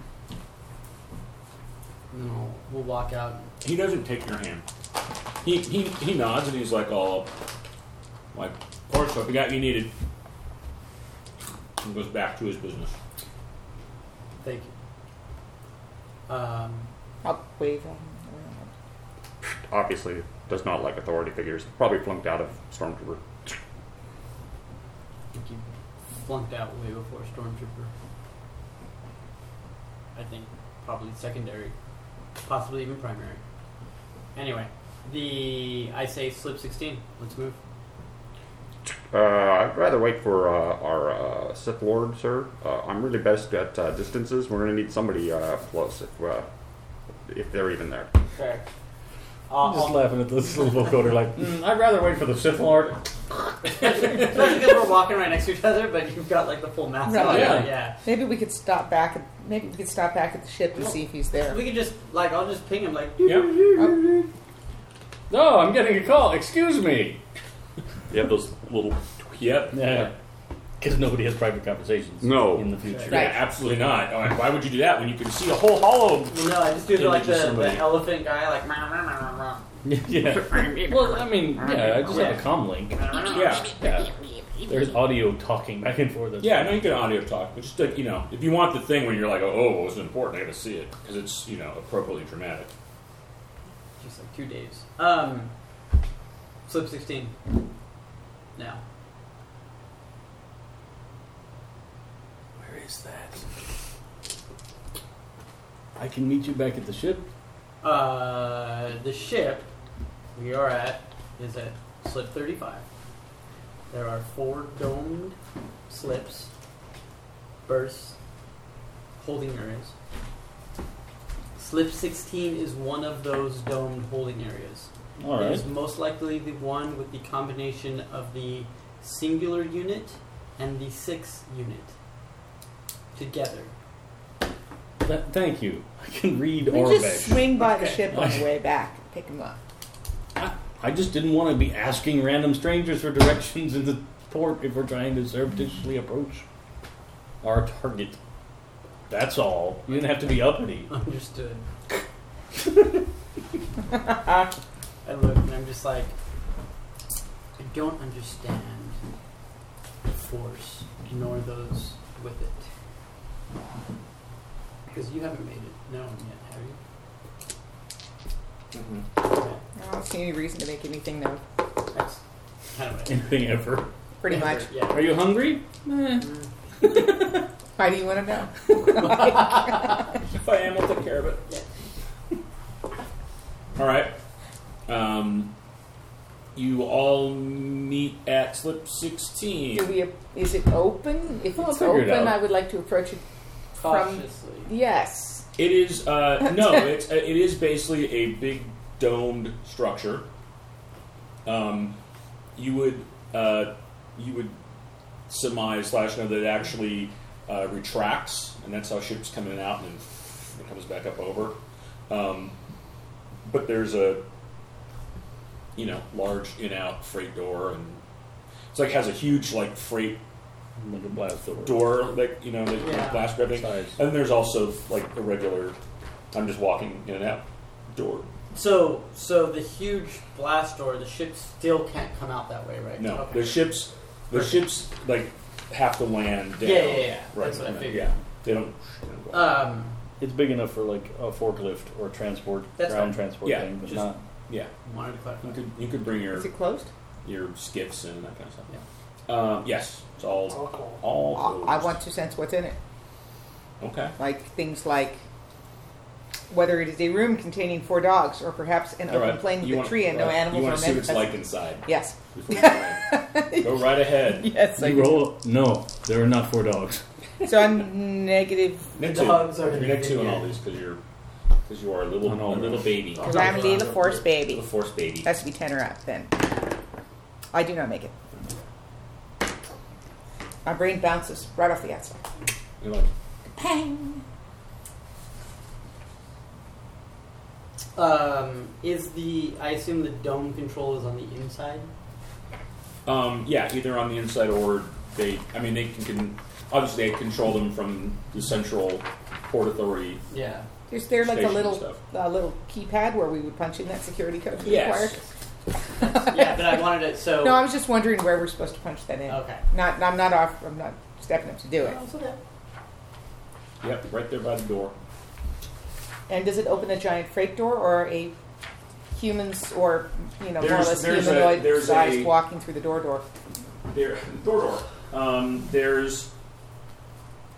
[SPEAKER 4] And then I'll, we'll walk out.
[SPEAKER 1] He doesn't take your hand. He he he nods and he's like, "Oh, like, of course, I forgot you needed." And goes back to his business.
[SPEAKER 4] Thank you. Um,
[SPEAKER 2] I'll wave. at him.
[SPEAKER 8] Obviously, does not like authority figures. Probably flunked out of stormtrooper.
[SPEAKER 4] I think you flunked out way before Stormtrooper. I think probably secondary, possibly even primary. Anyway, the I say slip sixteen. Let's move.
[SPEAKER 8] Uh, I'd rather wait for uh, our uh, Sith Lord, sir. Uh, I'm really best at uh, distances. We're going to need somebody uh, close if, uh, if they're even there.
[SPEAKER 4] Fair.
[SPEAKER 6] I'm just laughing at this little vocoder like, "Mm, I'd rather wait for the Sith Lord.
[SPEAKER 4] Especially because we're walking right next to each other, but you've got like the full mask
[SPEAKER 2] Right.
[SPEAKER 4] on.
[SPEAKER 1] Yeah.
[SPEAKER 4] yeah.
[SPEAKER 2] Maybe we could stop back. At, maybe we could stop back at the ship and see if he's there.
[SPEAKER 4] We could just like I'll just ping him like.
[SPEAKER 1] Yep.
[SPEAKER 6] No, I'm getting a call. Excuse me.
[SPEAKER 8] You have those little.
[SPEAKER 1] Yep.
[SPEAKER 6] Yeah. Because nobody has private conversations
[SPEAKER 8] No.
[SPEAKER 6] in the future.
[SPEAKER 1] Yeah, absolutely not. All right, why would you do that when you can see a whole hollow?
[SPEAKER 4] Well, no, I just do the,
[SPEAKER 1] Image
[SPEAKER 4] like
[SPEAKER 1] of
[SPEAKER 4] the, the
[SPEAKER 1] somebody.
[SPEAKER 4] elephant guy like. "Meow, meow, meow, meow,
[SPEAKER 6] yeah. Well, I mean, yeah, I just have a comm link.
[SPEAKER 1] Yeah,
[SPEAKER 6] Yeah. There's audio talking back and forth.
[SPEAKER 1] yeah. No, you can audio talk, but just like you know, if you want the thing where you're like, oh, well, it's important, I got to see it because it's you know appropriately dramatic.
[SPEAKER 4] meow." Just like two days. Um, slip sixteen. Now.
[SPEAKER 6] Where is that? I can meet you back at the ship.
[SPEAKER 4] Uh, the ship we are at is at slip 35. There are four domed slips, berths, holding areas. Slip 16 is one of those domed holding areas.
[SPEAKER 6] All
[SPEAKER 4] It
[SPEAKER 6] right.
[SPEAKER 4] is most likely the one with the combination of the singular unit and the six unit together.
[SPEAKER 6] Th- thank you. I can read
[SPEAKER 2] We just
[SPEAKER 6] Orbex.
[SPEAKER 2] swing by the ship on the way back, and pick him up.
[SPEAKER 6] I, I just didn't want to be asking random strangers for directions in the port if we're trying to surreptitiously approach our target. That's all. You didn't have to be uppity.
[SPEAKER 4] Understood. I look and I'm just like, I don't understand the force nor those with it. Because you haven't made it known yet, have you?
[SPEAKER 2] I don't see any reason to make anything though.
[SPEAKER 4] That's kind of it.
[SPEAKER 6] Anything ever.
[SPEAKER 2] Pretty much.
[SPEAKER 4] Yeah.
[SPEAKER 6] Are you hungry? Eh.
[SPEAKER 4] Mm,
[SPEAKER 2] Why do you want to know?
[SPEAKER 1] If I am, I'll take care of it.
[SPEAKER 4] Yeah.
[SPEAKER 1] all right. Um, you all meet at slip
[SPEAKER 2] Do
[SPEAKER 1] 16.
[SPEAKER 2] we? Is it open? If
[SPEAKER 6] I'll
[SPEAKER 2] it's
[SPEAKER 6] figure it
[SPEAKER 2] open,
[SPEAKER 6] out.
[SPEAKER 2] I would like to approach it.
[SPEAKER 4] Cautiously.
[SPEAKER 2] Yes.
[SPEAKER 1] It is, uh, no, it's, it is basically a big domed structure. Um, you would, uh, you would surmise slash know that it actually uh, retracts, and that's how ships come in and out, and then it comes back up over. Um, but there's a, you know, large in-out freight door, and it's like has a huge like freight
[SPEAKER 6] Like a blast door.
[SPEAKER 1] door, like you know, that you
[SPEAKER 4] Yeah.
[SPEAKER 1] blast grabbing.
[SPEAKER 6] Size.
[SPEAKER 1] And there's also like a regular. I'm just walking in and out door.
[SPEAKER 4] So, so the huge blast door, the ship still can't come out that way, right?
[SPEAKER 1] No,
[SPEAKER 4] Okay.
[SPEAKER 1] the ships, the
[SPEAKER 4] Perfect.
[SPEAKER 1] ships like have to land. Down.
[SPEAKER 4] Yeah, yeah, yeah.
[SPEAKER 1] Right.
[SPEAKER 4] That's what I
[SPEAKER 1] right,
[SPEAKER 4] figured.
[SPEAKER 1] Yeah, they don't. They don't go.
[SPEAKER 4] Um,
[SPEAKER 6] It's big enough for like a forklift or transport,
[SPEAKER 4] That's
[SPEAKER 6] ground
[SPEAKER 4] fine.
[SPEAKER 6] transport
[SPEAKER 1] Yeah,
[SPEAKER 6] thing, but
[SPEAKER 4] just-
[SPEAKER 6] not.
[SPEAKER 1] yeah,
[SPEAKER 4] wanted to clarify.
[SPEAKER 1] you could you could bring your
[SPEAKER 2] Is it closed?
[SPEAKER 1] your skiffs and that kind of stuff. Yeah. Um, yes, it's all
[SPEAKER 4] Alcohol.
[SPEAKER 1] all.
[SPEAKER 2] I I
[SPEAKER 1] closed.
[SPEAKER 2] want to sense what's in it,
[SPEAKER 1] Okay.
[SPEAKER 2] like things like whether it is a room containing four dogs or perhaps an
[SPEAKER 1] All
[SPEAKER 2] open
[SPEAKER 1] right.
[SPEAKER 2] plain
[SPEAKER 1] You
[SPEAKER 2] with a
[SPEAKER 1] want-
[SPEAKER 2] tree and no
[SPEAKER 1] right.
[SPEAKER 2] animals
[SPEAKER 1] You
[SPEAKER 2] or
[SPEAKER 1] want
[SPEAKER 2] men.
[SPEAKER 1] to see what it's
[SPEAKER 2] present.
[SPEAKER 1] like inside?
[SPEAKER 2] Yes.
[SPEAKER 1] Before you land. go right ahead.
[SPEAKER 2] Yes. I
[SPEAKER 6] You roll. No, there are not four dogs.
[SPEAKER 2] do. So I'm negative
[SPEAKER 1] Nick
[SPEAKER 4] The
[SPEAKER 1] two.
[SPEAKER 4] hugs are
[SPEAKER 1] You're Nick two and
[SPEAKER 4] yeah.
[SPEAKER 1] all these because you're because you are a little
[SPEAKER 6] An
[SPEAKER 1] a
[SPEAKER 6] older.
[SPEAKER 1] little baby.
[SPEAKER 2] because I'm a little force
[SPEAKER 1] The
[SPEAKER 2] baby.
[SPEAKER 1] force baby.
[SPEAKER 2] That's to be ten or up then. I do not make it. My brain bounces right off the outside.
[SPEAKER 1] You're like,
[SPEAKER 2] Pang.
[SPEAKER 4] Um, is the I assume the dome control is on the inside.
[SPEAKER 1] um, yeah, either on the inside or they. I mean, they can, can obviously they control them from the central port authority.
[SPEAKER 4] Yeah.
[SPEAKER 2] Is there like a
[SPEAKER 1] Station
[SPEAKER 2] little
[SPEAKER 1] stuff.
[SPEAKER 2] a little keypad where we would punch in that security code? we
[SPEAKER 1] Yes.
[SPEAKER 2] require?
[SPEAKER 4] Yeah, but I wanted it so.
[SPEAKER 2] No, I was just wondering where we're supposed to punch that in.
[SPEAKER 4] okay.
[SPEAKER 2] Not, I'm not off. I'm not stepping up to do it.
[SPEAKER 1] Yep, right there by the door.
[SPEAKER 2] And does it open a giant freight door or a humans or you know more or
[SPEAKER 1] There's-
[SPEAKER 2] less
[SPEAKER 1] there's a-
[SPEAKER 2] humanoid
[SPEAKER 1] there's
[SPEAKER 2] sized
[SPEAKER 1] a-
[SPEAKER 2] walking through the door door?
[SPEAKER 1] There, door door. Um, there's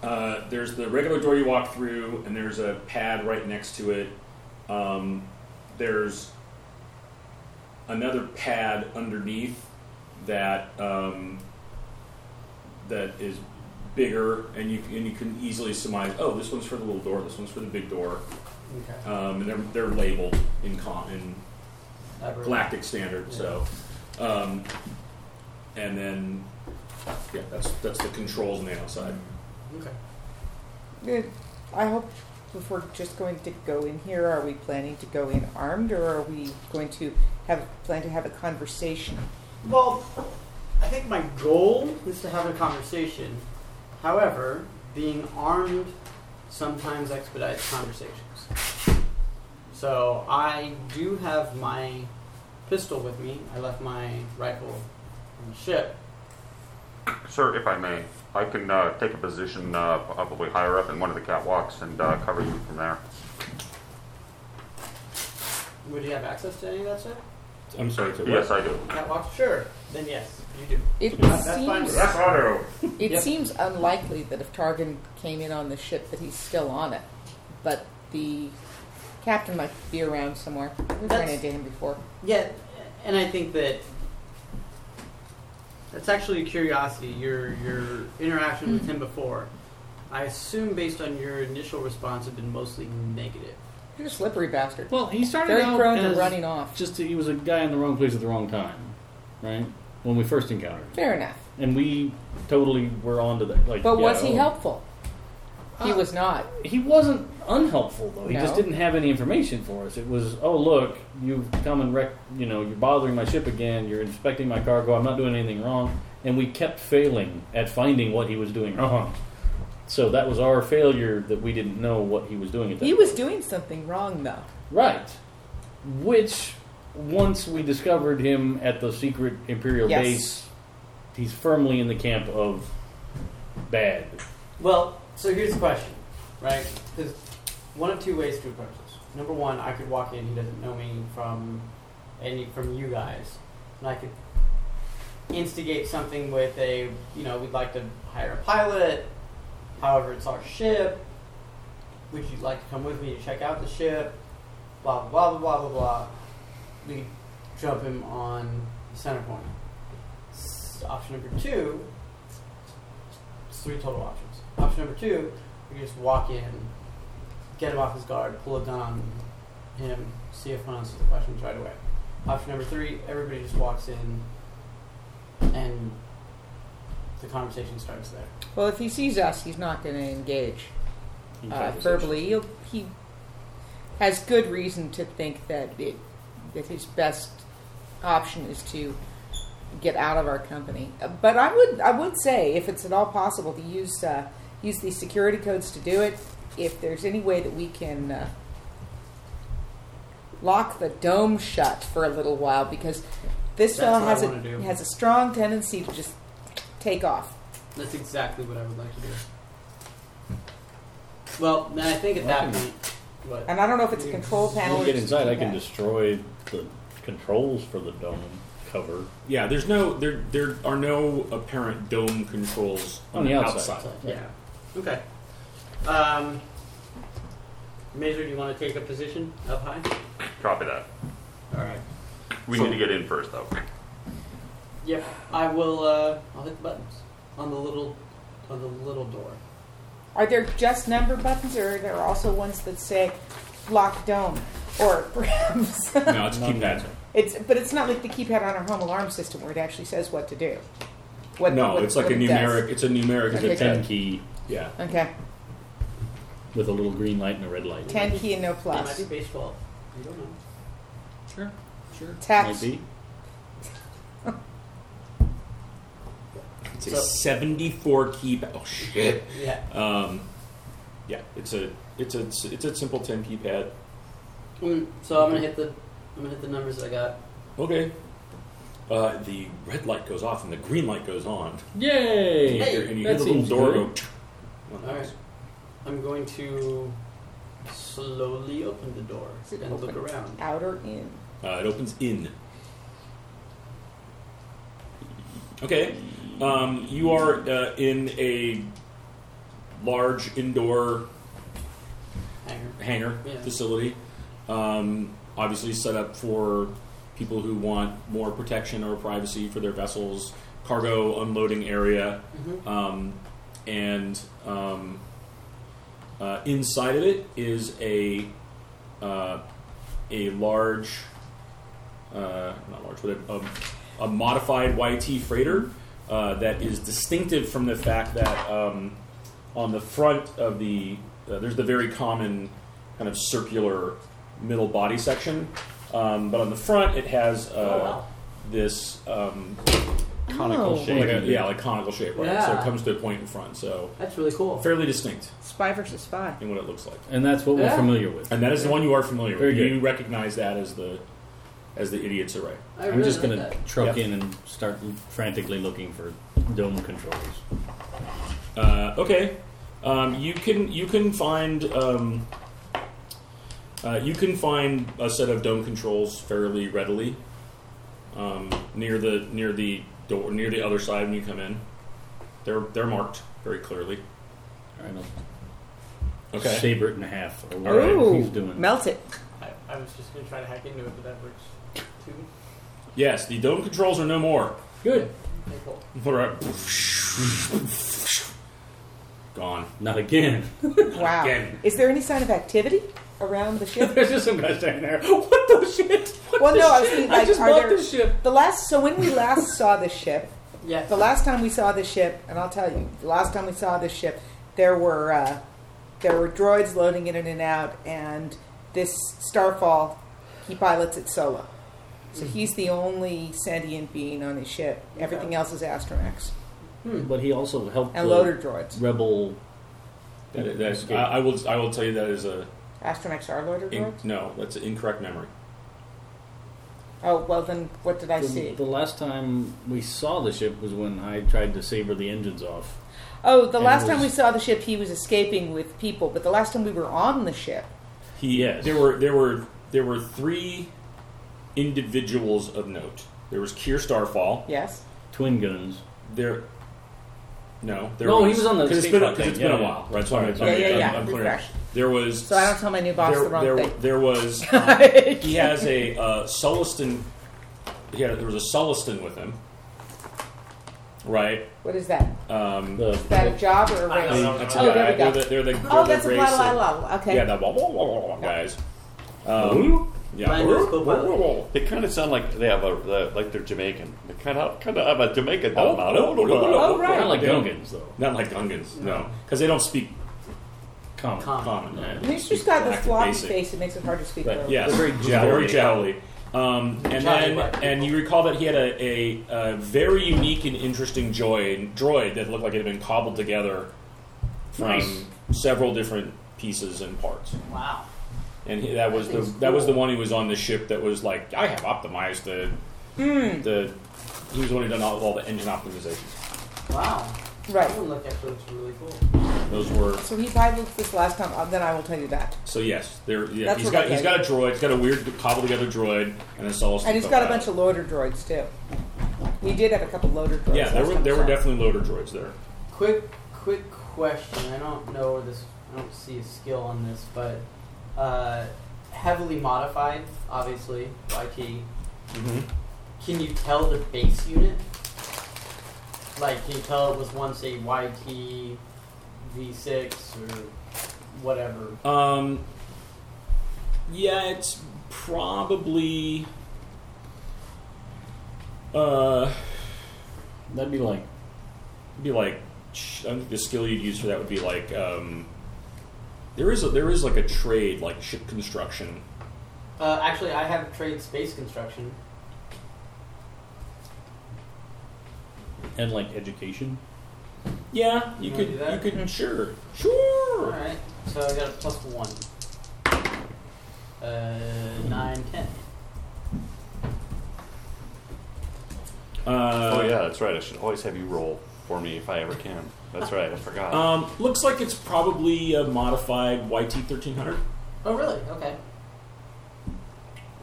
[SPEAKER 1] uh, there's the regular door you walk through, and there's a pad right next to it. Um, there's another pad underneath that um, that is bigger, and you and you can easily surmise. Oh, this one's for the little door. This one's for the big door,
[SPEAKER 4] Okay.
[SPEAKER 1] um, and they're they're labeled in con in
[SPEAKER 4] That works.
[SPEAKER 1] galactic standard. So, um, and then yeah, that's that's the controls on the outside.
[SPEAKER 4] Okay.
[SPEAKER 2] Eh, I hope if we're just going to go in here, are we planning to go in armed or are we going to have plan to have a conversation?
[SPEAKER 4] Well, I think my goal is to have a conversation. However, being armed sometimes expedites conversations. So I do have my pistol with me. I left my rifle on the ship.
[SPEAKER 9] Sir, if I may, I can uh, take a position uh, probably higher up in one of the catwalks and uh, cover you from there.
[SPEAKER 4] Would you have access to any of that stuff?
[SPEAKER 1] I'm sorry to
[SPEAKER 9] Yes, I do.
[SPEAKER 4] Catwalk? Sure. Then yes, you do.
[SPEAKER 2] It
[SPEAKER 4] That's fine.
[SPEAKER 2] seems
[SPEAKER 9] Yes, I do.
[SPEAKER 2] it
[SPEAKER 4] Yep.
[SPEAKER 2] seems unlikely that if Targan came in on the ship that he's still on it, but the captain might be around somewhere. We've ran
[SPEAKER 4] That's-
[SPEAKER 2] into him before.
[SPEAKER 4] Yeah, and I think that that's actually a curiosity. Your your interaction with him before, I assume based on your initial response, have been mostly negative.
[SPEAKER 2] You're a slippery bastard.
[SPEAKER 6] Well, he started
[SPEAKER 2] Very
[SPEAKER 6] out
[SPEAKER 2] prone to
[SPEAKER 6] as
[SPEAKER 2] running off.
[SPEAKER 6] Just he was a guy in the wrong place at the wrong time, right? When we first encountered, him.
[SPEAKER 2] Fair enough.
[SPEAKER 6] and we totally were onto that. Like,
[SPEAKER 2] But
[SPEAKER 6] yeah,
[SPEAKER 2] was he
[SPEAKER 6] oh.
[SPEAKER 2] helpful? He
[SPEAKER 6] Uh,
[SPEAKER 2] was not.
[SPEAKER 6] He wasn't unhelpful though. He just
[SPEAKER 2] No.
[SPEAKER 6] didn't have any information for us. It was, oh look, you've come and wrecked. You know, you're bothering my ship again. You're inspecting my cargo. I'm not doing anything wrong, and we kept failing at finding what he was doing wrong. So that was our failure that we didn't know what he was doing at that.
[SPEAKER 2] He was
[SPEAKER 6] point.
[SPEAKER 2] doing something wrong, though.
[SPEAKER 6] Right. Which, once we discovered him at the secret Imperial
[SPEAKER 2] Yes.
[SPEAKER 6] base, he's firmly in the camp of bad.
[SPEAKER 4] Well, so here's the question, right? There's one of two ways to approach this. Number one, I could walk in, he doesn't know me from any from you guys, and I could instigate something with a, you know, we'd like to hire a pilot. However, it's our ship. Would you like to come with me to check out the ship? Blah blah blah blah blah blah. We jump him on center point. S- Option number two it's three total options. Option number two, we can just walk in, get him off his guard, pull a gun on him, see if one answers the questions right away. Option number three, everybody just walks in, and the conversation starts there.
[SPEAKER 2] Well, if he sees us, he's not going to engage
[SPEAKER 6] in
[SPEAKER 2] uh,
[SPEAKER 6] conversation.
[SPEAKER 2] verbally. He'll, he has good reason to think that it, that his best option is to get out of our company. Uh, But I would I would say, if it's at all possible, to use uh, use these security codes to do it. If there's any way that we can uh, lock the dome shut for a little while, because this
[SPEAKER 4] That's
[SPEAKER 2] fellow
[SPEAKER 4] what I
[SPEAKER 2] has a
[SPEAKER 4] wanna do.
[SPEAKER 2] has a strong tendency to just take off.
[SPEAKER 4] That's exactly what I would like to do. Well, then I think at that point, what?
[SPEAKER 2] And I don't know if it's a control
[SPEAKER 6] When
[SPEAKER 2] panel.
[SPEAKER 6] we
[SPEAKER 2] or
[SPEAKER 6] get
[SPEAKER 2] just
[SPEAKER 6] inside, I
[SPEAKER 2] keypad.
[SPEAKER 6] can destroy the controls for the dome cover.
[SPEAKER 1] Yeah, there's no there there are no apparent dome controls on, the outside.
[SPEAKER 4] Yeah. Okay. Um, Major, do you want to take a position up high?
[SPEAKER 9] Copy that.
[SPEAKER 4] All right.
[SPEAKER 9] We
[SPEAKER 1] So-
[SPEAKER 9] need to get in first, though.
[SPEAKER 4] Yep, I will. Uh, I'll hit the buttons on the little on the little door.
[SPEAKER 2] Are there just number buttons, or are there also ones that say "lock dome" or perhaps
[SPEAKER 1] No, it's keypad.
[SPEAKER 2] it's? But it's not like the keypad on our home alarm system where it actually says what to do. What,
[SPEAKER 1] no,
[SPEAKER 2] what-
[SPEAKER 1] it's like
[SPEAKER 2] what
[SPEAKER 1] a
[SPEAKER 2] it
[SPEAKER 1] numeric. It's a numeric.
[SPEAKER 2] Okay,
[SPEAKER 1] It's a
[SPEAKER 2] good.
[SPEAKER 1] ten
[SPEAKER 6] Ten
[SPEAKER 1] key.
[SPEAKER 6] key
[SPEAKER 1] Yeah,
[SPEAKER 2] does. Okay,
[SPEAKER 6] with a little green light and a red light.
[SPEAKER 2] ten key and no plus.
[SPEAKER 4] It might be baseball. You don't know.
[SPEAKER 6] Sure, sure.
[SPEAKER 2] Taps.
[SPEAKER 6] Might be.
[SPEAKER 1] it's a
[SPEAKER 4] So-
[SPEAKER 1] seventy-four keypad. Oh shit.
[SPEAKER 4] Yeah.
[SPEAKER 1] Um, yeah, it's a it's a it's a simple ten keypad.
[SPEAKER 4] Mm, so I'm gonna hit the I'm gonna hit the numbers that I got.
[SPEAKER 1] Okay. Uh, the red light goes off and the green light goes on.
[SPEAKER 6] Yay!
[SPEAKER 1] And you hear, and you
[SPEAKER 6] that
[SPEAKER 1] hear the little
[SPEAKER 6] seems
[SPEAKER 1] door
[SPEAKER 6] good.
[SPEAKER 1] go.
[SPEAKER 4] All right. I'm going to slowly open the door
[SPEAKER 2] Is it
[SPEAKER 4] and look
[SPEAKER 2] open?
[SPEAKER 4] around.
[SPEAKER 2] Out or in?
[SPEAKER 1] Uh, it opens in. Okay. Um, you are uh, in a large indoor
[SPEAKER 4] Hanger.
[SPEAKER 1] hangar
[SPEAKER 4] Yeah.
[SPEAKER 1] facility. Um, obviously, set up for people who want more protection or privacy for their vessels, cargo unloading area.
[SPEAKER 4] Mhm.
[SPEAKER 1] Um, and um, uh, inside of it is a uh, a large, uh, not large, but a, a, a modified YT freighter uh, that is distinctive from the fact that um, on the front of the uh, there's the very common kind of circular middle body section, um, but on the front it has uh,
[SPEAKER 6] Oh,
[SPEAKER 4] wow.
[SPEAKER 1] this um,
[SPEAKER 8] Conical
[SPEAKER 2] Oh.
[SPEAKER 8] shape.
[SPEAKER 1] like a- yeah like conical shape, right? So it
[SPEAKER 4] Yeah.
[SPEAKER 1] comes to a point in front, so
[SPEAKER 4] That's really cool.
[SPEAKER 1] fairly distinct
[SPEAKER 2] Spy versus spy.
[SPEAKER 1] in what it looks like.
[SPEAKER 6] And that's what
[SPEAKER 4] Yeah.
[SPEAKER 6] we're familiar with.
[SPEAKER 1] And that is the one you are familiar
[SPEAKER 6] Very
[SPEAKER 1] with.
[SPEAKER 6] good.
[SPEAKER 1] You recognize that as the as the idiots array.
[SPEAKER 4] I
[SPEAKER 6] I'm
[SPEAKER 4] really
[SPEAKER 6] just
[SPEAKER 4] like
[SPEAKER 6] gonna
[SPEAKER 4] that.
[SPEAKER 6] truck
[SPEAKER 1] Yep.
[SPEAKER 6] in and start frantically looking for dome controls.
[SPEAKER 1] Uh, okay, um, you can you can find um, uh, you can find a set of dome controls fairly readily um, near the near the door near the other side when you come in. They're they're marked very clearly.
[SPEAKER 6] All right, I'll
[SPEAKER 1] Okay.
[SPEAKER 6] saber it in half or
[SPEAKER 1] All right,
[SPEAKER 6] whatever
[SPEAKER 2] Ooh,
[SPEAKER 6] he's doing.
[SPEAKER 2] melt it.
[SPEAKER 4] I, I was just gonna try to hack into it, but that works too.
[SPEAKER 1] Yes, the dome controls are no more.
[SPEAKER 6] Good.
[SPEAKER 4] Okay, cool.
[SPEAKER 1] All right. Gone.
[SPEAKER 6] Not again.
[SPEAKER 2] Wow.
[SPEAKER 1] Again.
[SPEAKER 2] Is there any sign of activity? around the ship?
[SPEAKER 6] There's just some guy standing there. What the shit? What
[SPEAKER 2] Well,
[SPEAKER 6] the
[SPEAKER 2] no, I was
[SPEAKER 6] shit?
[SPEAKER 2] thinking,
[SPEAKER 6] I
[SPEAKER 2] like,
[SPEAKER 6] just
[SPEAKER 2] are
[SPEAKER 6] bought
[SPEAKER 2] there-
[SPEAKER 6] this ship.
[SPEAKER 2] The last, so when we last saw the ship,
[SPEAKER 4] Yeah.
[SPEAKER 2] the last time we saw the ship, and I'll tell you, the last time we saw the ship, there were uh, there were droids loading in and out, and this Starfall, he pilots it solo, so
[SPEAKER 1] Hmm.
[SPEAKER 2] he's the only sentient being on his ship. Everything else is astromechs
[SPEAKER 6] But he also helped
[SPEAKER 2] and
[SPEAKER 6] the
[SPEAKER 2] loader droids.
[SPEAKER 6] rebel.
[SPEAKER 1] That, that, I, I will. I will tell you that is a
[SPEAKER 2] Astromechs are loader
[SPEAKER 1] in,
[SPEAKER 2] droids.
[SPEAKER 1] no. That's an incorrect memory.
[SPEAKER 2] Oh well, then what did I
[SPEAKER 6] the,
[SPEAKER 2] see?
[SPEAKER 6] the last time we saw the ship was when I tried to saber the engines off.
[SPEAKER 2] Oh, the
[SPEAKER 6] and
[SPEAKER 2] last
[SPEAKER 6] it
[SPEAKER 2] time we
[SPEAKER 6] was-
[SPEAKER 2] saw the ship, he was escaping with people, but the last time we were on the ship,
[SPEAKER 1] He
[SPEAKER 6] Yes.
[SPEAKER 1] There were there were there were three individuals of note. There was Keir Starfall.
[SPEAKER 2] yes.
[SPEAKER 6] Twin guns.
[SPEAKER 1] There. No. There
[SPEAKER 6] No, he was on the
[SPEAKER 1] 'cause it's
[SPEAKER 6] state
[SPEAKER 1] been,
[SPEAKER 6] front
[SPEAKER 1] 'cause
[SPEAKER 6] thing.
[SPEAKER 1] it's been
[SPEAKER 6] Yeah,
[SPEAKER 1] a
[SPEAKER 6] yeah.
[SPEAKER 1] while, right? So I'm,
[SPEAKER 6] Yeah,
[SPEAKER 1] I'm-
[SPEAKER 2] yeah,
[SPEAKER 1] I'm-
[SPEAKER 2] yeah.
[SPEAKER 1] I'm clear.
[SPEAKER 2] Refresh.
[SPEAKER 1] There was.
[SPEAKER 2] So I don't tell my new boss
[SPEAKER 1] there,
[SPEAKER 2] the wrong
[SPEAKER 1] there,
[SPEAKER 2] thing.
[SPEAKER 1] there was. um, he has a uh, Sulliston. Yeah, there was a Sulliston with him. Right.
[SPEAKER 2] What is that?
[SPEAKER 1] Um,
[SPEAKER 6] The,
[SPEAKER 2] Is that a job or a
[SPEAKER 4] I
[SPEAKER 2] race?
[SPEAKER 4] don't know.
[SPEAKER 1] that's a
[SPEAKER 2] Oh, there
[SPEAKER 1] guy.
[SPEAKER 2] we go.
[SPEAKER 1] They're the, they're the, they're
[SPEAKER 2] Oh,
[SPEAKER 1] the
[SPEAKER 2] that's a
[SPEAKER 1] race
[SPEAKER 2] blah,
[SPEAKER 1] of-
[SPEAKER 2] blah, blah, blah. Okay.
[SPEAKER 1] Yeah, the blah, blah, blah, blah, blah guys. Um,
[SPEAKER 6] Ooh.
[SPEAKER 1] yeah.
[SPEAKER 4] Mine was cool, by the way.
[SPEAKER 8] They kind of sound like they have a the- like they're Jamaican. They kind of kind of have a Jamaican
[SPEAKER 1] Oh,
[SPEAKER 8] dumb out.
[SPEAKER 1] no, no, no, no.
[SPEAKER 2] Oh, right.
[SPEAKER 6] Not like
[SPEAKER 1] Yeah.
[SPEAKER 6] Gungans, though.
[SPEAKER 1] Not like Gungans, no, because they don't speak
[SPEAKER 6] Common.
[SPEAKER 4] Common.
[SPEAKER 1] common.
[SPEAKER 6] Yeah.
[SPEAKER 2] He's just got this
[SPEAKER 1] Back to
[SPEAKER 2] floppy
[SPEAKER 1] basic.
[SPEAKER 2] face. It makes it hard to speak.
[SPEAKER 6] Right,
[SPEAKER 2] though.
[SPEAKER 1] Yes,
[SPEAKER 6] They're very
[SPEAKER 1] very jowly.
[SPEAKER 6] jowly.
[SPEAKER 1] Um, and
[SPEAKER 4] Jowly
[SPEAKER 1] then,
[SPEAKER 4] black
[SPEAKER 1] and you recall that he had a, a, a very unique and interesting joy, droid that looked like it had been cobbled together from
[SPEAKER 6] Nice.
[SPEAKER 1] several different pieces and parts.
[SPEAKER 4] Wow.
[SPEAKER 1] And he, that was the that was the one who was on the ship that was like, I have optimized the
[SPEAKER 2] Hmm.
[SPEAKER 1] the. He was the one who done all, all the engine optimizations.
[SPEAKER 4] Wow. That
[SPEAKER 2] Right.
[SPEAKER 4] one looked actually looks really cool.
[SPEAKER 1] Those were
[SPEAKER 2] So he pilots this last time. uh, Then I will tell you that.
[SPEAKER 1] so yes. There, yeah,
[SPEAKER 2] That's
[SPEAKER 1] he's
[SPEAKER 2] what
[SPEAKER 1] got
[SPEAKER 2] I
[SPEAKER 1] he's
[SPEAKER 2] get.
[SPEAKER 1] got a droid. He's got a weird cobbled together droid, and a Solus.
[SPEAKER 2] And he's got a bunch of loader droids too. He did have a couple loader droids.
[SPEAKER 1] Yeah, there
[SPEAKER 2] last
[SPEAKER 1] were
[SPEAKER 2] time
[SPEAKER 1] there
[SPEAKER 2] I
[SPEAKER 1] were
[SPEAKER 2] saw him.
[SPEAKER 1] definitely loader droids there.
[SPEAKER 4] Quick, quick question. I don't know where this. I don't see a skill on this, but uh, heavily modified, obviously. YT.
[SPEAKER 1] Mhm.
[SPEAKER 4] Can you tell the base unit? Like, can you tell it was once a YT V6 or whatever?
[SPEAKER 1] Um, yeah, it's probably. Uh,
[SPEAKER 6] That'd be like
[SPEAKER 1] it'd be like sh- I think the skill you'd use for that would be like um, there is a, there is like a trade like ship construction.
[SPEAKER 4] Uh, actually, I have trade space construction.
[SPEAKER 6] and like education.
[SPEAKER 1] Yeah, you
[SPEAKER 4] You wanna
[SPEAKER 1] could
[SPEAKER 4] do
[SPEAKER 1] you
[SPEAKER 4] that?
[SPEAKER 1] could
[SPEAKER 2] Hmm.
[SPEAKER 1] sure sure.
[SPEAKER 4] Alright, so I got a plus one. Uh, nine, ten.
[SPEAKER 1] Uh,
[SPEAKER 8] Oh yeah, that's right. I should always have you roll for me if I ever can. That's right. I forgot.
[SPEAKER 1] Um, looks like it's probably a modified YT thirteen hundred.
[SPEAKER 4] Oh, really? Okay.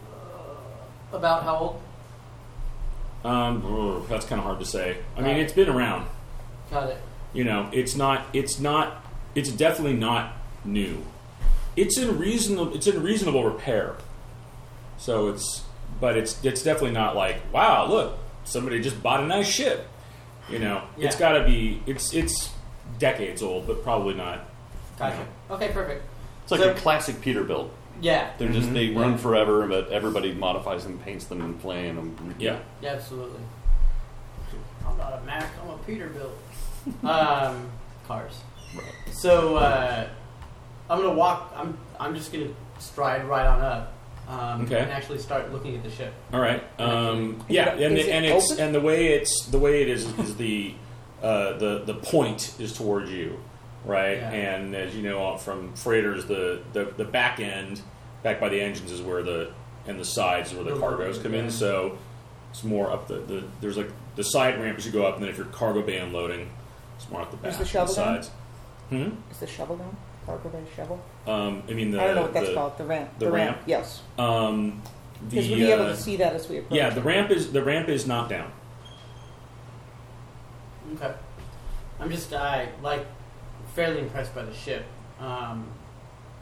[SPEAKER 4] Uh, about how old?
[SPEAKER 1] Um, brr, that's kind of hard to say. I mean,
[SPEAKER 4] Mm. Right.
[SPEAKER 1] it's been around.
[SPEAKER 4] Got it.
[SPEAKER 1] You know, it's not. It's not. It's definitely not new. It's in reasonable. It's in reasonable repair. So it's, but it's it's definitely not like wow, look, somebody just bought a nice ship. You know, it's
[SPEAKER 4] Yeah.
[SPEAKER 1] got to be. It's it's decades old, but probably not.
[SPEAKER 4] Gotcha. Okay, perfect.
[SPEAKER 8] it's like
[SPEAKER 4] so-
[SPEAKER 8] a classic Peterbilt.
[SPEAKER 4] Yeah,
[SPEAKER 8] They're just they run forever, but everybody modifies them, paints them, and flame them.
[SPEAKER 1] Yeah.
[SPEAKER 4] yeah, absolutely. I'm not a Mac, I'm a Peterbilt. um, cars. So, uh, I'm gonna walk, I'm, I'm just gonna stride right on up. Um,
[SPEAKER 1] Okay.
[SPEAKER 4] And actually start looking at the ship.
[SPEAKER 1] All right. Um, yeah,
[SPEAKER 2] Is it-
[SPEAKER 1] and
[SPEAKER 2] is
[SPEAKER 1] the,
[SPEAKER 2] it
[SPEAKER 1] and it's
[SPEAKER 2] open?
[SPEAKER 1] and the way it's the way it is is the uh, the the point is towards you, right?
[SPEAKER 4] Yeah.
[SPEAKER 1] And as you know uh, from freighters, the, the the back end, back by the engines, is where the and the sides where the
[SPEAKER 4] The
[SPEAKER 1] cargos come in.
[SPEAKER 4] loading,
[SPEAKER 1] So it's more up the, the there's like the side ramp as you go up, and then if you're cargo bay unloading, it's more up the back,
[SPEAKER 2] Is the shovel
[SPEAKER 1] the
[SPEAKER 2] down?
[SPEAKER 1] sides. Hmm.
[SPEAKER 2] Is the shovel down? Cargo bay shovel?
[SPEAKER 1] Um, I mean the
[SPEAKER 2] I don't know what that's
[SPEAKER 1] the,
[SPEAKER 2] called. The ramp.
[SPEAKER 1] the ramp?
[SPEAKER 2] Yes.
[SPEAKER 1] Um, the
[SPEAKER 2] Because we'll be able
[SPEAKER 1] uh,
[SPEAKER 2] to see that as we approach.
[SPEAKER 1] yeah, the ramp is the ramp is not down.
[SPEAKER 4] Okay. I'm just I like fairly impressed by the ship, um,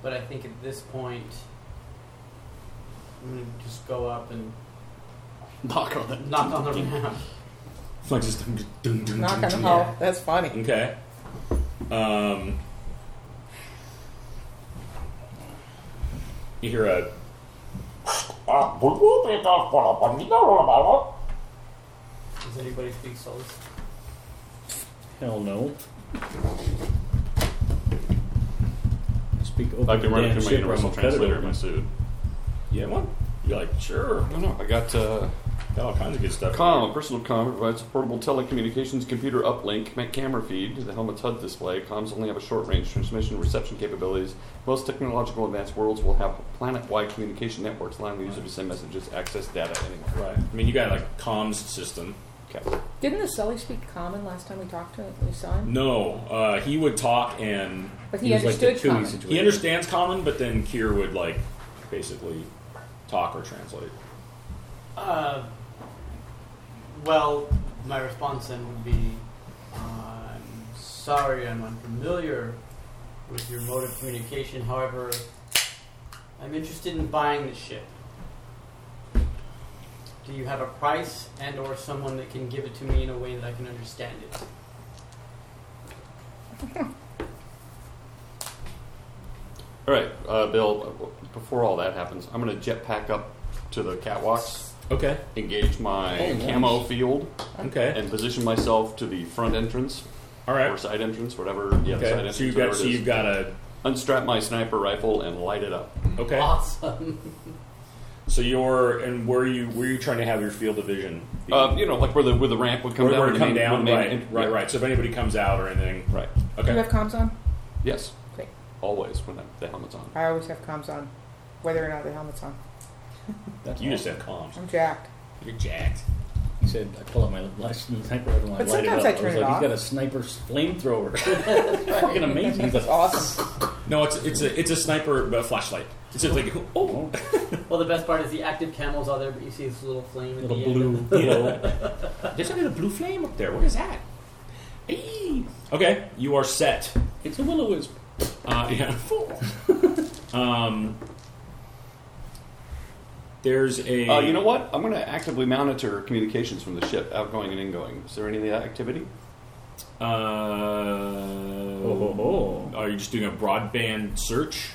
[SPEAKER 4] but I think at this point I'm gonna just go up and
[SPEAKER 6] Knock on them.
[SPEAKER 4] knock on the ramp.
[SPEAKER 1] Like just dun- dun- dun-
[SPEAKER 2] Knock on the
[SPEAKER 1] dun-
[SPEAKER 2] hall. That's funny.
[SPEAKER 1] Okay. Um, you hear a
[SPEAKER 4] Does anybody speak Solus?
[SPEAKER 6] Hell no. Speak open
[SPEAKER 8] I can run it
[SPEAKER 6] damn
[SPEAKER 8] through my
[SPEAKER 6] ship or I'm
[SPEAKER 8] universal
[SPEAKER 6] gonna cut it
[SPEAKER 8] translator in
[SPEAKER 6] open.
[SPEAKER 8] my suit.
[SPEAKER 1] yeah one. You're like sure,
[SPEAKER 8] I don't know. I got uh,
[SPEAKER 1] got all kinds of good stuff.
[SPEAKER 8] com, a personal com that provides a portable telecommunications computer uplink, my camera feed, the helmet's HUD display. Comms only have a short range transmission reception capabilities. Most technological advanced worlds will have planet wide communication networks allowing the user to send messages, access data anywhere.
[SPEAKER 1] Right. I mean, you got like comms system.
[SPEAKER 8] Okay.
[SPEAKER 5] Didn't the Sully speak common last time we talked to him? We saw him.
[SPEAKER 1] No, uh, he would talk and
[SPEAKER 5] But he,
[SPEAKER 6] It was like the
[SPEAKER 5] understood
[SPEAKER 6] Tui
[SPEAKER 5] common.
[SPEAKER 6] situation.
[SPEAKER 1] he understands common, but then Kier would like basically talk or translate.
[SPEAKER 4] Uh, well, my response then would be, I'm sorry, I'm unfamiliar with your mode of communication. However, I'm interested in buying the ship. Do you have a price and/or someone that can give it to me in a way that I can understand it?
[SPEAKER 8] All right, uh, Bill, before all that happens, I'm going to jetpack up to the catwalks,
[SPEAKER 1] Okay.
[SPEAKER 8] engage my
[SPEAKER 6] Oh, nice.
[SPEAKER 8] camo field,
[SPEAKER 1] Okay.
[SPEAKER 8] and position myself to the front entrance
[SPEAKER 1] All
[SPEAKER 8] or
[SPEAKER 1] right.
[SPEAKER 8] side entrance, whatever. Yeah, side
[SPEAKER 1] Okay.
[SPEAKER 8] entrance.
[SPEAKER 1] So you've
[SPEAKER 8] whatever
[SPEAKER 1] got
[SPEAKER 8] it
[SPEAKER 1] so
[SPEAKER 8] is.
[SPEAKER 1] you've got a
[SPEAKER 8] Unstrap my sniper rifle and light it up.
[SPEAKER 1] okay.
[SPEAKER 4] Awesome.
[SPEAKER 1] So you're and where you where you trying to have your field of vision? be?
[SPEAKER 8] Uh, you know, like where the where the ramp would come
[SPEAKER 1] where,
[SPEAKER 8] down.
[SPEAKER 1] where
[SPEAKER 8] the
[SPEAKER 1] it Um, come
[SPEAKER 8] main-
[SPEAKER 1] down,
[SPEAKER 8] the main
[SPEAKER 1] right,
[SPEAKER 8] ent-
[SPEAKER 1] right,
[SPEAKER 8] yeah.
[SPEAKER 1] right. So if anybody comes out or anything,
[SPEAKER 8] right.
[SPEAKER 5] Do you
[SPEAKER 1] okay,
[SPEAKER 5] have comms on?
[SPEAKER 8] Yes,
[SPEAKER 5] Great.
[SPEAKER 8] always when that, the helmet's on.
[SPEAKER 2] I always have comms on, whether or not the helmet's on.
[SPEAKER 1] you just have comms.
[SPEAKER 2] I'm jacked.
[SPEAKER 1] You're jacked.
[SPEAKER 6] He said, I pull out my last sniper rifle and I
[SPEAKER 2] But
[SPEAKER 6] light it up.
[SPEAKER 2] sometimes I turn
[SPEAKER 6] was
[SPEAKER 2] it
[SPEAKER 6] like,
[SPEAKER 2] off.
[SPEAKER 6] he's got a sniper's flamethrower. It's fucking amazing. He's
[SPEAKER 2] That's
[SPEAKER 6] like,
[SPEAKER 2] awesome.
[SPEAKER 1] No, it's it's a it's a sniper but flashlight. It's just like oh
[SPEAKER 6] oh,
[SPEAKER 4] Well, the best part is the active camels out there, but you see this little flame. At
[SPEAKER 6] little
[SPEAKER 4] the end.
[SPEAKER 6] blue, you know.
[SPEAKER 1] There's a little blue flame up there. What is that? Eee. Okay, you are set.
[SPEAKER 6] It's a willow wisp.
[SPEAKER 1] Uh, yeah. um, there's a.
[SPEAKER 8] Uh, you know what? I'm going to actively monitor communications from the ship, outgoing and ingoing. Is there any of that activity?
[SPEAKER 1] Uh, Oh,
[SPEAKER 6] Oh,
[SPEAKER 1] Are you just doing a broadband search?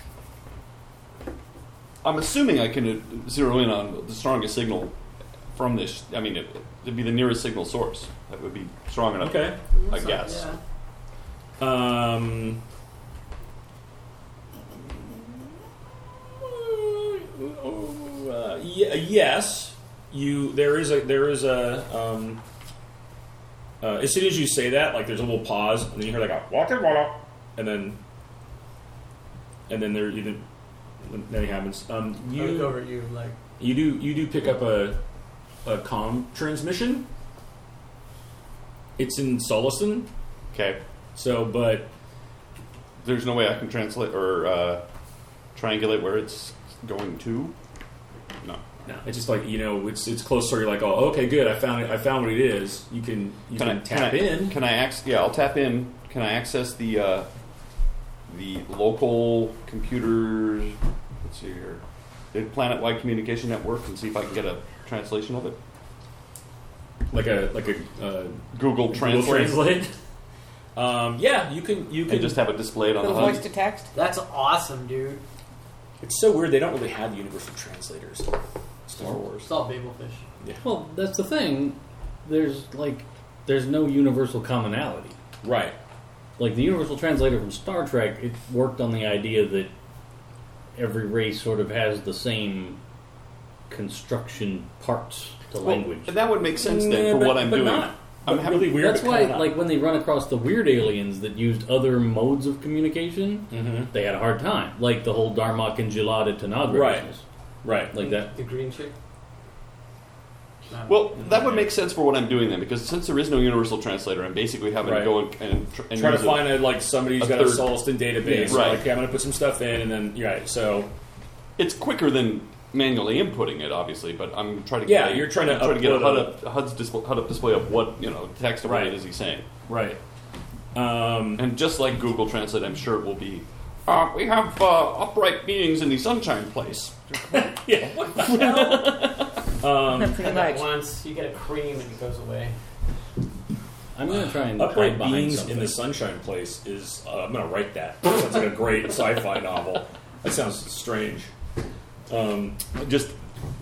[SPEAKER 8] I'm assuming I can uh, zero in on the strongest signal from this. I mean, it, it'd be the nearest signal source. That would be strong enough.
[SPEAKER 1] Okay.
[SPEAKER 8] I guess.
[SPEAKER 4] Yeah.
[SPEAKER 1] Um, uh, ye- yes, you. There is a. There is a. Um, uh, as soon as you say that, like there's a little pause, and then you hear like a walking water, and then, and then there you did- nothing happens. Um,
[SPEAKER 4] I look
[SPEAKER 1] you
[SPEAKER 4] over at you like,
[SPEAKER 1] you do you do pick up a a com transmission. It's in Solison,
[SPEAKER 8] Okay.
[SPEAKER 1] so but
[SPEAKER 8] There's no way I can translate or uh, triangulate where it's going to. No.
[SPEAKER 1] No, it's just like you know, it's it's close. So you're like, oh, okay, good. I found it. I found what it is. You can you can, tap
[SPEAKER 8] I,
[SPEAKER 1] in.
[SPEAKER 8] Can I access? Yeah, I'll tap in. Can I access the uh, the local computer? Let's see here. The planet-wide communication network, and see if I can get a translation of it.
[SPEAKER 1] like a like a uh,
[SPEAKER 8] Google
[SPEAKER 1] Google
[SPEAKER 8] Translate,
[SPEAKER 1] Translate. um, yeah, you can you
[SPEAKER 8] and
[SPEAKER 1] can.
[SPEAKER 8] just have it displayed on the
[SPEAKER 2] Little
[SPEAKER 8] HUD.
[SPEAKER 2] voice to text.
[SPEAKER 4] "That's awesome, dude."
[SPEAKER 1] it's so weird. They don't really have universal translators. Star Wars.
[SPEAKER 4] It's all babelfish.
[SPEAKER 6] Well, that's the thing. There's like, there's no universal commonality.
[SPEAKER 1] Right.
[SPEAKER 6] Like the universal translator from Star Trek, it worked on the idea that every race sort of has the same construction parts to
[SPEAKER 8] Well,
[SPEAKER 6] language.
[SPEAKER 8] That would make sense then
[SPEAKER 1] Yeah,
[SPEAKER 8] for
[SPEAKER 1] but-
[SPEAKER 8] what I'm
[SPEAKER 1] but
[SPEAKER 8] doing.
[SPEAKER 1] not.
[SPEAKER 8] I'm
[SPEAKER 1] But
[SPEAKER 8] having
[SPEAKER 1] really weird.
[SPEAKER 6] That's why, like, when they run across the weird aliens that used other modes of communication,
[SPEAKER 8] Mm-hmm.
[SPEAKER 1] hmm
[SPEAKER 6] they had a hard time. Like the whole Darmok and Gelada Tanagra
[SPEAKER 1] Right.
[SPEAKER 6] business.
[SPEAKER 1] Right.
[SPEAKER 6] Like that.
[SPEAKER 4] The green chick. No.
[SPEAKER 8] Well, that would make sense for what I'm doing then, because since there is no universal translator, I'm basically having
[SPEAKER 1] Right.
[SPEAKER 8] to go and, and, tr- and
[SPEAKER 1] Try to
[SPEAKER 8] use it.
[SPEAKER 1] find a, like somebody who's
[SPEAKER 8] a
[SPEAKER 1] got a
[SPEAKER 8] third-
[SPEAKER 1] Solston database.
[SPEAKER 8] Yeah, right.
[SPEAKER 1] Like, okay, I'm going to put some stuff in, and then right. So
[SPEAKER 8] It's quicker than manually inputting it, obviously, but I'm trying to
[SPEAKER 1] Yeah,
[SPEAKER 8] get a-
[SPEAKER 1] you're trying to
[SPEAKER 8] I'm trying to get a
[SPEAKER 1] upload
[SPEAKER 8] HUD,
[SPEAKER 1] a-
[SPEAKER 8] up, a HUD's display, HUD up display of what you know text of what
[SPEAKER 1] Right.
[SPEAKER 8] it is he's saying,
[SPEAKER 1] right. Um,
[SPEAKER 8] and just like Google Translate, I'm sure it will be. Uh, we have uh, upright beings in the Sunshine Place.
[SPEAKER 1] yeah. What the hell? um,
[SPEAKER 2] Pretty
[SPEAKER 4] That
[SPEAKER 2] much.
[SPEAKER 4] once you get a cream and it goes away.
[SPEAKER 6] I'm going to try and hide
[SPEAKER 1] Upright
[SPEAKER 6] behind
[SPEAKER 1] Beings
[SPEAKER 6] something.
[SPEAKER 1] in the Sunshine Place is. Uh, I'm going to write that. That Sounds like a great sci fi novel. That sounds strange. Um,
[SPEAKER 8] just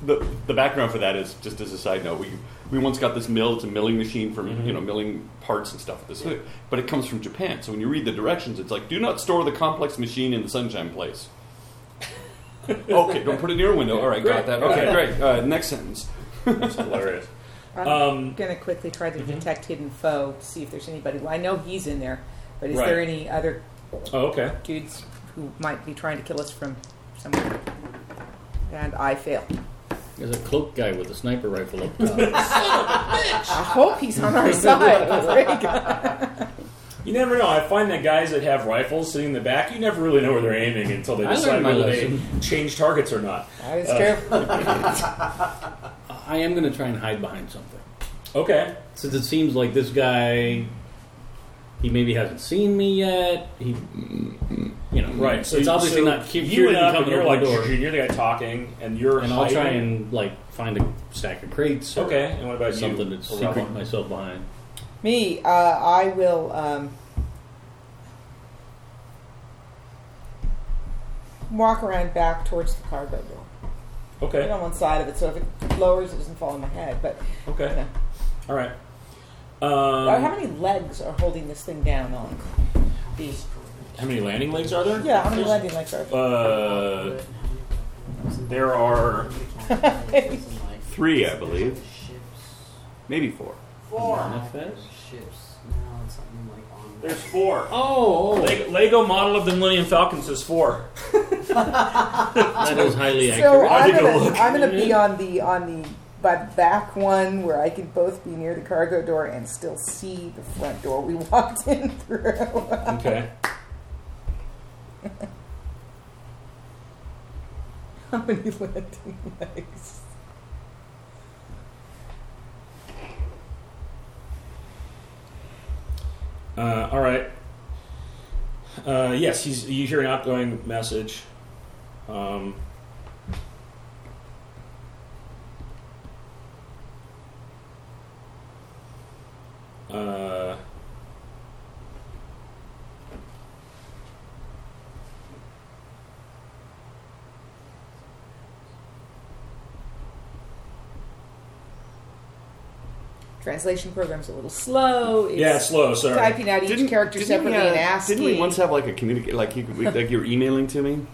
[SPEAKER 8] the, the background for that is just as a side note. We we once got this mill. It's a milling machine for you know milling parts and stuff. This, but it comes from Japan. So when you read the directions, it's like, do not store the complex machine in the sunshine place. okay, don't put it near a window. All right, got
[SPEAKER 1] Great.
[SPEAKER 8] that. Okay,
[SPEAKER 1] Yeah.
[SPEAKER 8] great. Uh, next sentence.
[SPEAKER 1] that's hilarious.
[SPEAKER 2] I'm
[SPEAKER 1] Um,
[SPEAKER 2] going to quickly try to detect hidden foe to see if there's anybody. Well, I know he's in there, but is there
[SPEAKER 1] Right.
[SPEAKER 2] any other
[SPEAKER 1] Oh, okay.
[SPEAKER 2] dudes who might be trying to kill us from somewhere? And I fail.
[SPEAKER 6] There's a cloak guy with a sniper rifle up top.
[SPEAKER 2] I hope he's on our side. Very good.
[SPEAKER 1] You never know. I find that guys that have rifles sitting in the back, you never really know where they're aiming until they
[SPEAKER 6] I
[SPEAKER 1] decide
[SPEAKER 6] learned my
[SPEAKER 1] whether they
[SPEAKER 6] lesson.
[SPEAKER 1] change targets or not.
[SPEAKER 2] That is true.
[SPEAKER 6] I am going to try and hide behind something.
[SPEAKER 1] Okay.
[SPEAKER 6] Since it seems like this guy, he maybe hasn't seen me yet. He, you know,
[SPEAKER 1] Right. So
[SPEAKER 6] it's
[SPEAKER 1] Mm-hmm. you-
[SPEAKER 6] obviously
[SPEAKER 1] so
[SPEAKER 6] not keep
[SPEAKER 1] you
[SPEAKER 6] hearing
[SPEAKER 1] went
[SPEAKER 6] me
[SPEAKER 1] up
[SPEAKER 6] coming
[SPEAKER 1] and you're
[SPEAKER 6] over
[SPEAKER 1] like,
[SPEAKER 6] the door.
[SPEAKER 1] "Shh," and you're the guy talking, and you're.
[SPEAKER 6] and I'll try
[SPEAKER 1] hiding.
[SPEAKER 6] and like find a stack of crates. Or
[SPEAKER 1] Okay. And what about you?
[SPEAKER 6] something to secret
[SPEAKER 1] Orella?
[SPEAKER 6] myself behind.
[SPEAKER 2] Me, uh, I will. Um, walk around back towards the cargo door. Get
[SPEAKER 1] Okay.
[SPEAKER 2] on one side of it, so if it lowers, it doesn't fall on my head. But you
[SPEAKER 1] Okay.
[SPEAKER 2] know.
[SPEAKER 1] All right.
[SPEAKER 2] Uh,
[SPEAKER 1] Um,
[SPEAKER 2] how many legs are holding this thing down on? The,
[SPEAKER 1] how many landing legs are there?
[SPEAKER 2] yeah, how many
[SPEAKER 1] There's-
[SPEAKER 2] landing legs
[SPEAKER 1] Oh,
[SPEAKER 2] are?
[SPEAKER 1] Uh, there are
[SPEAKER 8] Three, I believe. Maybe four.
[SPEAKER 4] Four.
[SPEAKER 6] Manifest?
[SPEAKER 4] Ships. No, it's something like on.
[SPEAKER 1] there's four.
[SPEAKER 6] Oh,
[SPEAKER 1] Leg- Lego model of the Millennium Falcon says four.
[SPEAKER 6] that is highly
[SPEAKER 2] So
[SPEAKER 6] accurate.
[SPEAKER 2] I'm
[SPEAKER 1] I'll take a
[SPEAKER 2] gonna,
[SPEAKER 1] look.
[SPEAKER 2] I'm gonna be on the on the by the back one where I can both be near the cargo door and still see the front door we walked in through.
[SPEAKER 1] Okay.
[SPEAKER 2] How many landing legs?
[SPEAKER 1] Uh, all right. Uh, yes, he's, you hear an outgoing message. Um, uh,
[SPEAKER 2] Translation program's a little slow. It's
[SPEAKER 1] yeah, it's slow. Sorry.
[SPEAKER 2] typing out each character
[SPEAKER 8] didn't
[SPEAKER 2] separately
[SPEAKER 8] we, uh,
[SPEAKER 2] and asking.
[SPEAKER 8] Didn't we once have like a communicate like you could, like you were emailing to me?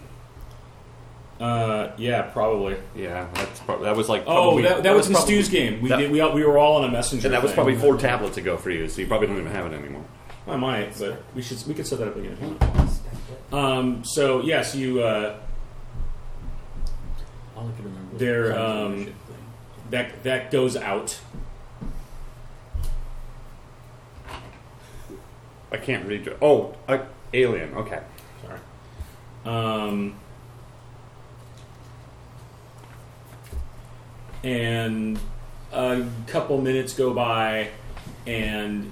[SPEAKER 1] Uh, yeah, probably.
[SPEAKER 8] Yeah, that's prob- that was like
[SPEAKER 1] Oh,
[SPEAKER 8] probably-
[SPEAKER 1] that, that was in
[SPEAKER 8] probably-
[SPEAKER 1] Stu's game. We
[SPEAKER 8] that-
[SPEAKER 1] did, we, all- we were all on a messenger.
[SPEAKER 8] And that was
[SPEAKER 1] thing.
[SPEAKER 8] probably four tablets ago for you, so you probably don't even have it anymore.
[SPEAKER 1] I might, but we should we could set that up again. Um, so yes, you uh,
[SPEAKER 6] All I can remember was
[SPEAKER 1] They're,
[SPEAKER 6] the
[SPEAKER 1] um,
[SPEAKER 6] censorship thing.
[SPEAKER 1] that that goes out.
[SPEAKER 8] I can't read. your- Oh, uh, Alien. Okay.
[SPEAKER 1] Sorry. Um, and a couple minutes go by, and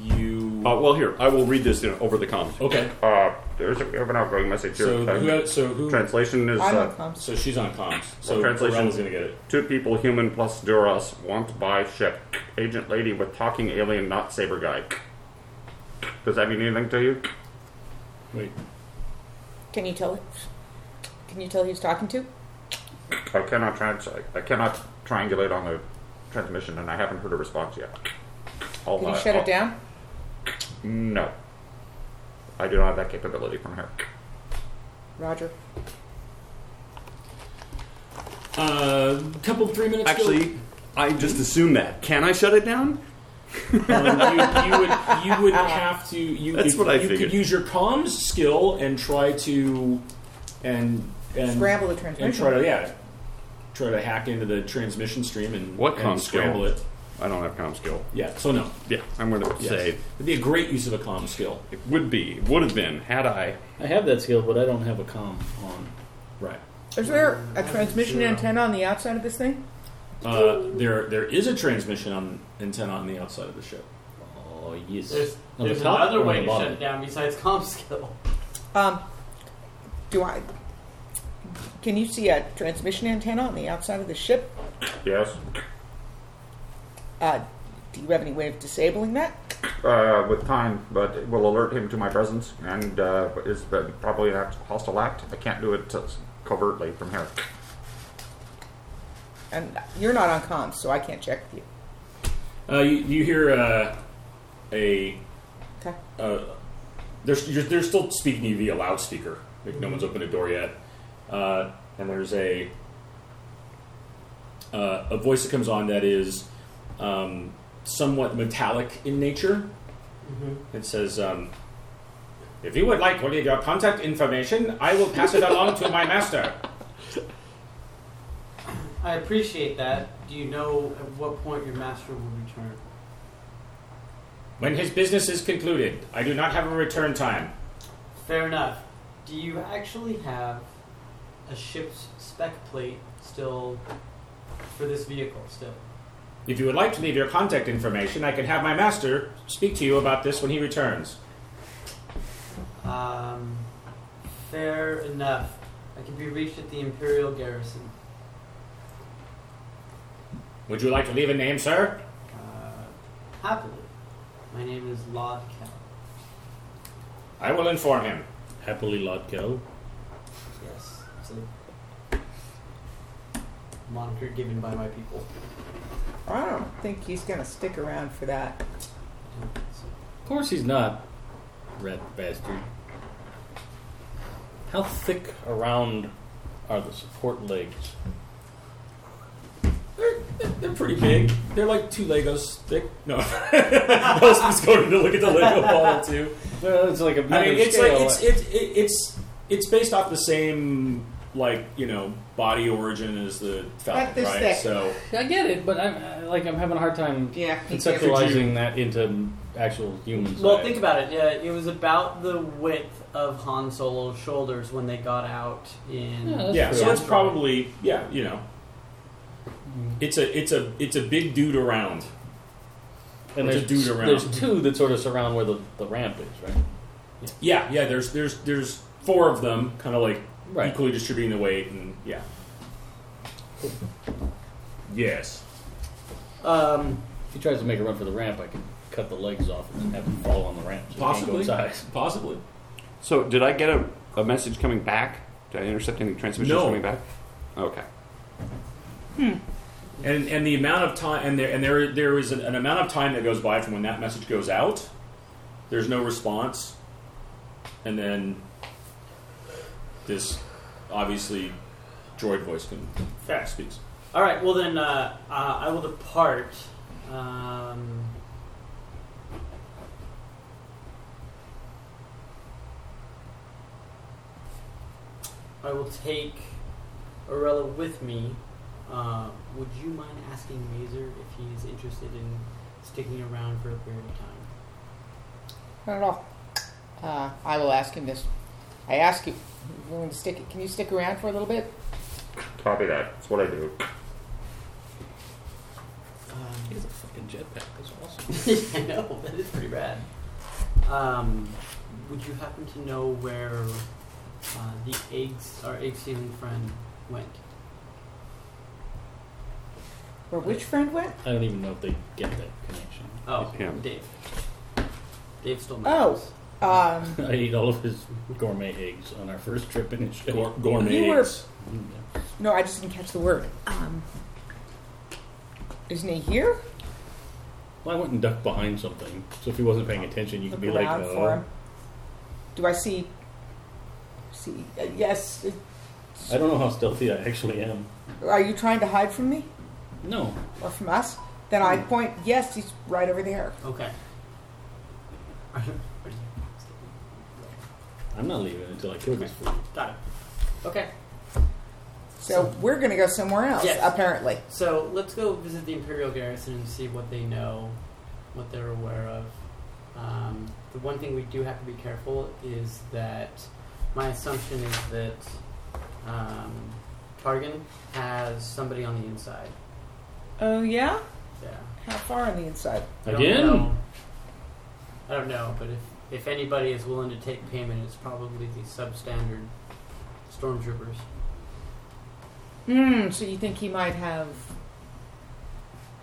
[SPEAKER 1] you
[SPEAKER 8] Uh, well, here I will read this in, over the comms.
[SPEAKER 1] okay.
[SPEAKER 9] Uh, there's a, we have an outgoing message here.
[SPEAKER 1] So
[SPEAKER 9] Um,
[SPEAKER 1] who? So who?
[SPEAKER 9] translation is
[SPEAKER 2] I'm on
[SPEAKER 9] uh,
[SPEAKER 2] comms.
[SPEAKER 1] So she's on comms. So
[SPEAKER 9] Translation.
[SPEAKER 1] Corella's gonna get it.
[SPEAKER 9] two people, human plus Duras, want buy ship. Agent lady with talking alien, not saber guy. Does that mean anything to you?
[SPEAKER 1] Wait.
[SPEAKER 2] Can you tell? Can you tell who's talking to?
[SPEAKER 8] Oh,
[SPEAKER 9] I cannot trans- I cannot triangulate on the transmission, and I haven't heard a response yet. I'll,
[SPEAKER 2] Can
[SPEAKER 9] uh,
[SPEAKER 2] you shut
[SPEAKER 9] I'll-
[SPEAKER 2] it down?
[SPEAKER 9] No, I do not have that capability from here.
[SPEAKER 2] Roger.
[SPEAKER 1] A Uh, couple three minutes. go-
[SPEAKER 8] Actually, I just assumed that. Can I shut it down?
[SPEAKER 1] Um, you, you would you would
[SPEAKER 2] Ah.
[SPEAKER 1] have to you,
[SPEAKER 8] That's
[SPEAKER 1] if-
[SPEAKER 8] what I
[SPEAKER 1] you could
[SPEAKER 8] figured.
[SPEAKER 1] use your comms skill and try to and and
[SPEAKER 2] Scramble the
[SPEAKER 1] and
[SPEAKER 2] transmission.
[SPEAKER 1] try to yeah try to hack into the transmission stream and
[SPEAKER 8] What
[SPEAKER 1] and
[SPEAKER 8] comms
[SPEAKER 1] scramble
[SPEAKER 8] skill?
[SPEAKER 1] it
[SPEAKER 8] I don't have comm skill.
[SPEAKER 1] yeah so no
[SPEAKER 8] Yeah, I'm going to
[SPEAKER 1] yes.
[SPEAKER 8] say
[SPEAKER 1] it'd be a great use of a comm skill
[SPEAKER 8] it would be, would have been, had I.
[SPEAKER 6] I have that skill, but I don't have a com on.
[SPEAKER 1] right
[SPEAKER 2] Is there a transmission antenna on the outside of this thing?
[SPEAKER 1] uh, there there is a transmission on antenna on the outside of the ship
[SPEAKER 6] Oh yes.
[SPEAKER 4] There's,
[SPEAKER 6] On the
[SPEAKER 4] there's
[SPEAKER 6] top or
[SPEAKER 4] another
[SPEAKER 6] on
[SPEAKER 4] way
[SPEAKER 6] the
[SPEAKER 4] to
[SPEAKER 6] bottom?
[SPEAKER 4] shut it down besides comp skill.
[SPEAKER 2] Um, do I? Can you see a transmission antenna on the outside of the ship?
[SPEAKER 9] Yes,
[SPEAKER 2] Uh, do you have any way of disabling that?
[SPEAKER 9] uh, with time, but it will alert him to my presence, and uh, is the- probably a hostile act. I can't do it uh, covertly from here.
[SPEAKER 2] and you're not on comms, so I can't check with you.
[SPEAKER 1] Uh, you, you hear uh, a
[SPEAKER 2] Okay.
[SPEAKER 1] uh, there's you're, they're still speaking to you via loudspeaker. Like no one's opened a door yet, uh, and there's a uh, a voice that comes on that is um, somewhat metallic in nature. It says, um, "If you would like one of your contact information, I will pass it along to my master."
[SPEAKER 4] I appreciate that. Do you know at what point your master will return?
[SPEAKER 1] When his business is concluded, I do not have a return time.
[SPEAKER 4] Fair enough. Do you actually have a ship's spec plate still for this vehicle still?
[SPEAKER 1] If you would like to leave your contact information, I can have my master speak to you about this when he returns.
[SPEAKER 4] Um, fair enough. I can be reached at the Imperial Garrison.
[SPEAKER 1] Would you like to leave a name, sir?
[SPEAKER 4] Uh, happily. My name is Lod Cal.
[SPEAKER 1] I will inform him.
[SPEAKER 6] Happily, Lodkel.
[SPEAKER 4] Yes. It's a moniker given by my people.
[SPEAKER 2] I don't think he's going to stick around for that.
[SPEAKER 6] Of course he's not, rat bastard. How thick around are the support legs?
[SPEAKER 1] They're, they're pretty big. They're like two Legos thick. No, I was just going to look at the Lego model too.
[SPEAKER 6] Well, it's like
[SPEAKER 1] I
[SPEAKER 6] a
[SPEAKER 1] mean,
[SPEAKER 6] bigger
[SPEAKER 1] it's like
[SPEAKER 6] scale.
[SPEAKER 1] it's it, it, it's it's based off the same like you know body origin as the
[SPEAKER 2] Like
[SPEAKER 1] Falcon,
[SPEAKER 2] this
[SPEAKER 1] right?
[SPEAKER 2] thick.
[SPEAKER 1] So
[SPEAKER 6] I get it, but I'm uh, like I'm having a hard time
[SPEAKER 2] Yeah, me too.
[SPEAKER 6] conceptualizing that into actual humans.
[SPEAKER 4] Well, think about it. Yeah, it was about the width of Han Solo's shoulders when they got out in.
[SPEAKER 6] Yeah, that's
[SPEAKER 1] yeah, so
[SPEAKER 6] true.
[SPEAKER 1] that's probably yeah, you know, it's a it's a it's a big dude around.
[SPEAKER 6] and
[SPEAKER 1] Or
[SPEAKER 6] there's
[SPEAKER 1] just dude around.
[SPEAKER 6] There's two that sort of surround where the, the ramp is, right?
[SPEAKER 1] Yeah, yeah. There's there's there's four of them, kind of like
[SPEAKER 6] Right.
[SPEAKER 1] equally distributing the weight, and yeah. Yes.
[SPEAKER 4] Um,
[SPEAKER 6] If he tries to make a run for the ramp, I can cut the legs off and then have him fall on the ramp. So he can't go
[SPEAKER 1] Possibly.
[SPEAKER 6] inside.
[SPEAKER 1] Possibly.
[SPEAKER 8] So, did I get a, a message coming back? Did I intercept any transmissions
[SPEAKER 1] No.
[SPEAKER 8] coming back? Okay.
[SPEAKER 1] And and the amount of time and there and there there is an, an amount of time that goes by from when that message goes out. There's no response, and then this obviously droid voice can fast speaks.
[SPEAKER 4] all right. Well, then uh, uh, I will depart. Um, I will take Arella with me. Uh, would you mind asking Mazer if he's interested in sticking around for a period of time?
[SPEAKER 2] Not at all. Uh, I will ask him this. I ask you, you willing to stick it? Can you stick around for a little bit?
[SPEAKER 9] Copy that. That's what I do.
[SPEAKER 6] He has a fucking jetpack. That's awesome.
[SPEAKER 4] Um, I know that is pretty rad. Um, would you happen to know where uh, the eggs, our egg stealing friend, went?
[SPEAKER 2] Where which friend went?
[SPEAKER 6] I don't even know if they get that connection.
[SPEAKER 4] Oh,
[SPEAKER 8] him.
[SPEAKER 4] Dave. Dave still
[SPEAKER 2] Oh.
[SPEAKER 4] knows.
[SPEAKER 2] Um,
[SPEAKER 6] I ate all of his gourmet eggs on our first trip in Mm-hmm. Israel.
[SPEAKER 1] Gour- gourmet.
[SPEAKER 2] You were-
[SPEAKER 1] eggs.
[SPEAKER 2] no, I just didn't catch the word. Um, isn't he here?
[SPEAKER 6] Well, I went and ducked behind something, so if he wasn't paying attention, you could
[SPEAKER 2] Look
[SPEAKER 6] be like,
[SPEAKER 2] around
[SPEAKER 6] oh.
[SPEAKER 2] for him. Do I see? See? Uh, yes.
[SPEAKER 6] I don't know how stealthy I actually am.
[SPEAKER 2] Are you trying to hide from me
[SPEAKER 6] No.
[SPEAKER 2] or from us? Then I
[SPEAKER 6] Hmm.
[SPEAKER 2] point. Yes, he's right over there.
[SPEAKER 4] Okay.
[SPEAKER 6] I'm not leaving until I kill this fool.
[SPEAKER 4] Got it. Okay.
[SPEAKER 2] So, we're going to go somewhere else.
[SPEAKER 4] Yes.
[SPEAKER 2] Apparently.
[SPEAKER 4] So let's go visit the Imperial Garrison and see what they know, what they're aware of. Um, the one thing we do have to be careful is that my assumption is that um, Targan has somebody on the inside.
[SPEAKER 2] Oh yeah.
[SPEAKER 4] Yeah.
[SPEAKER 2] How far on the inside?
[SPEAKER 4] I don't
[SPEAKER 6] Again?
[SPEAKER 4] know- I don't know, but if, if anybody is willing to take payment, it's probably the substandard stormtroopers.
[SPEAKER 2] Hmm. So you think he might have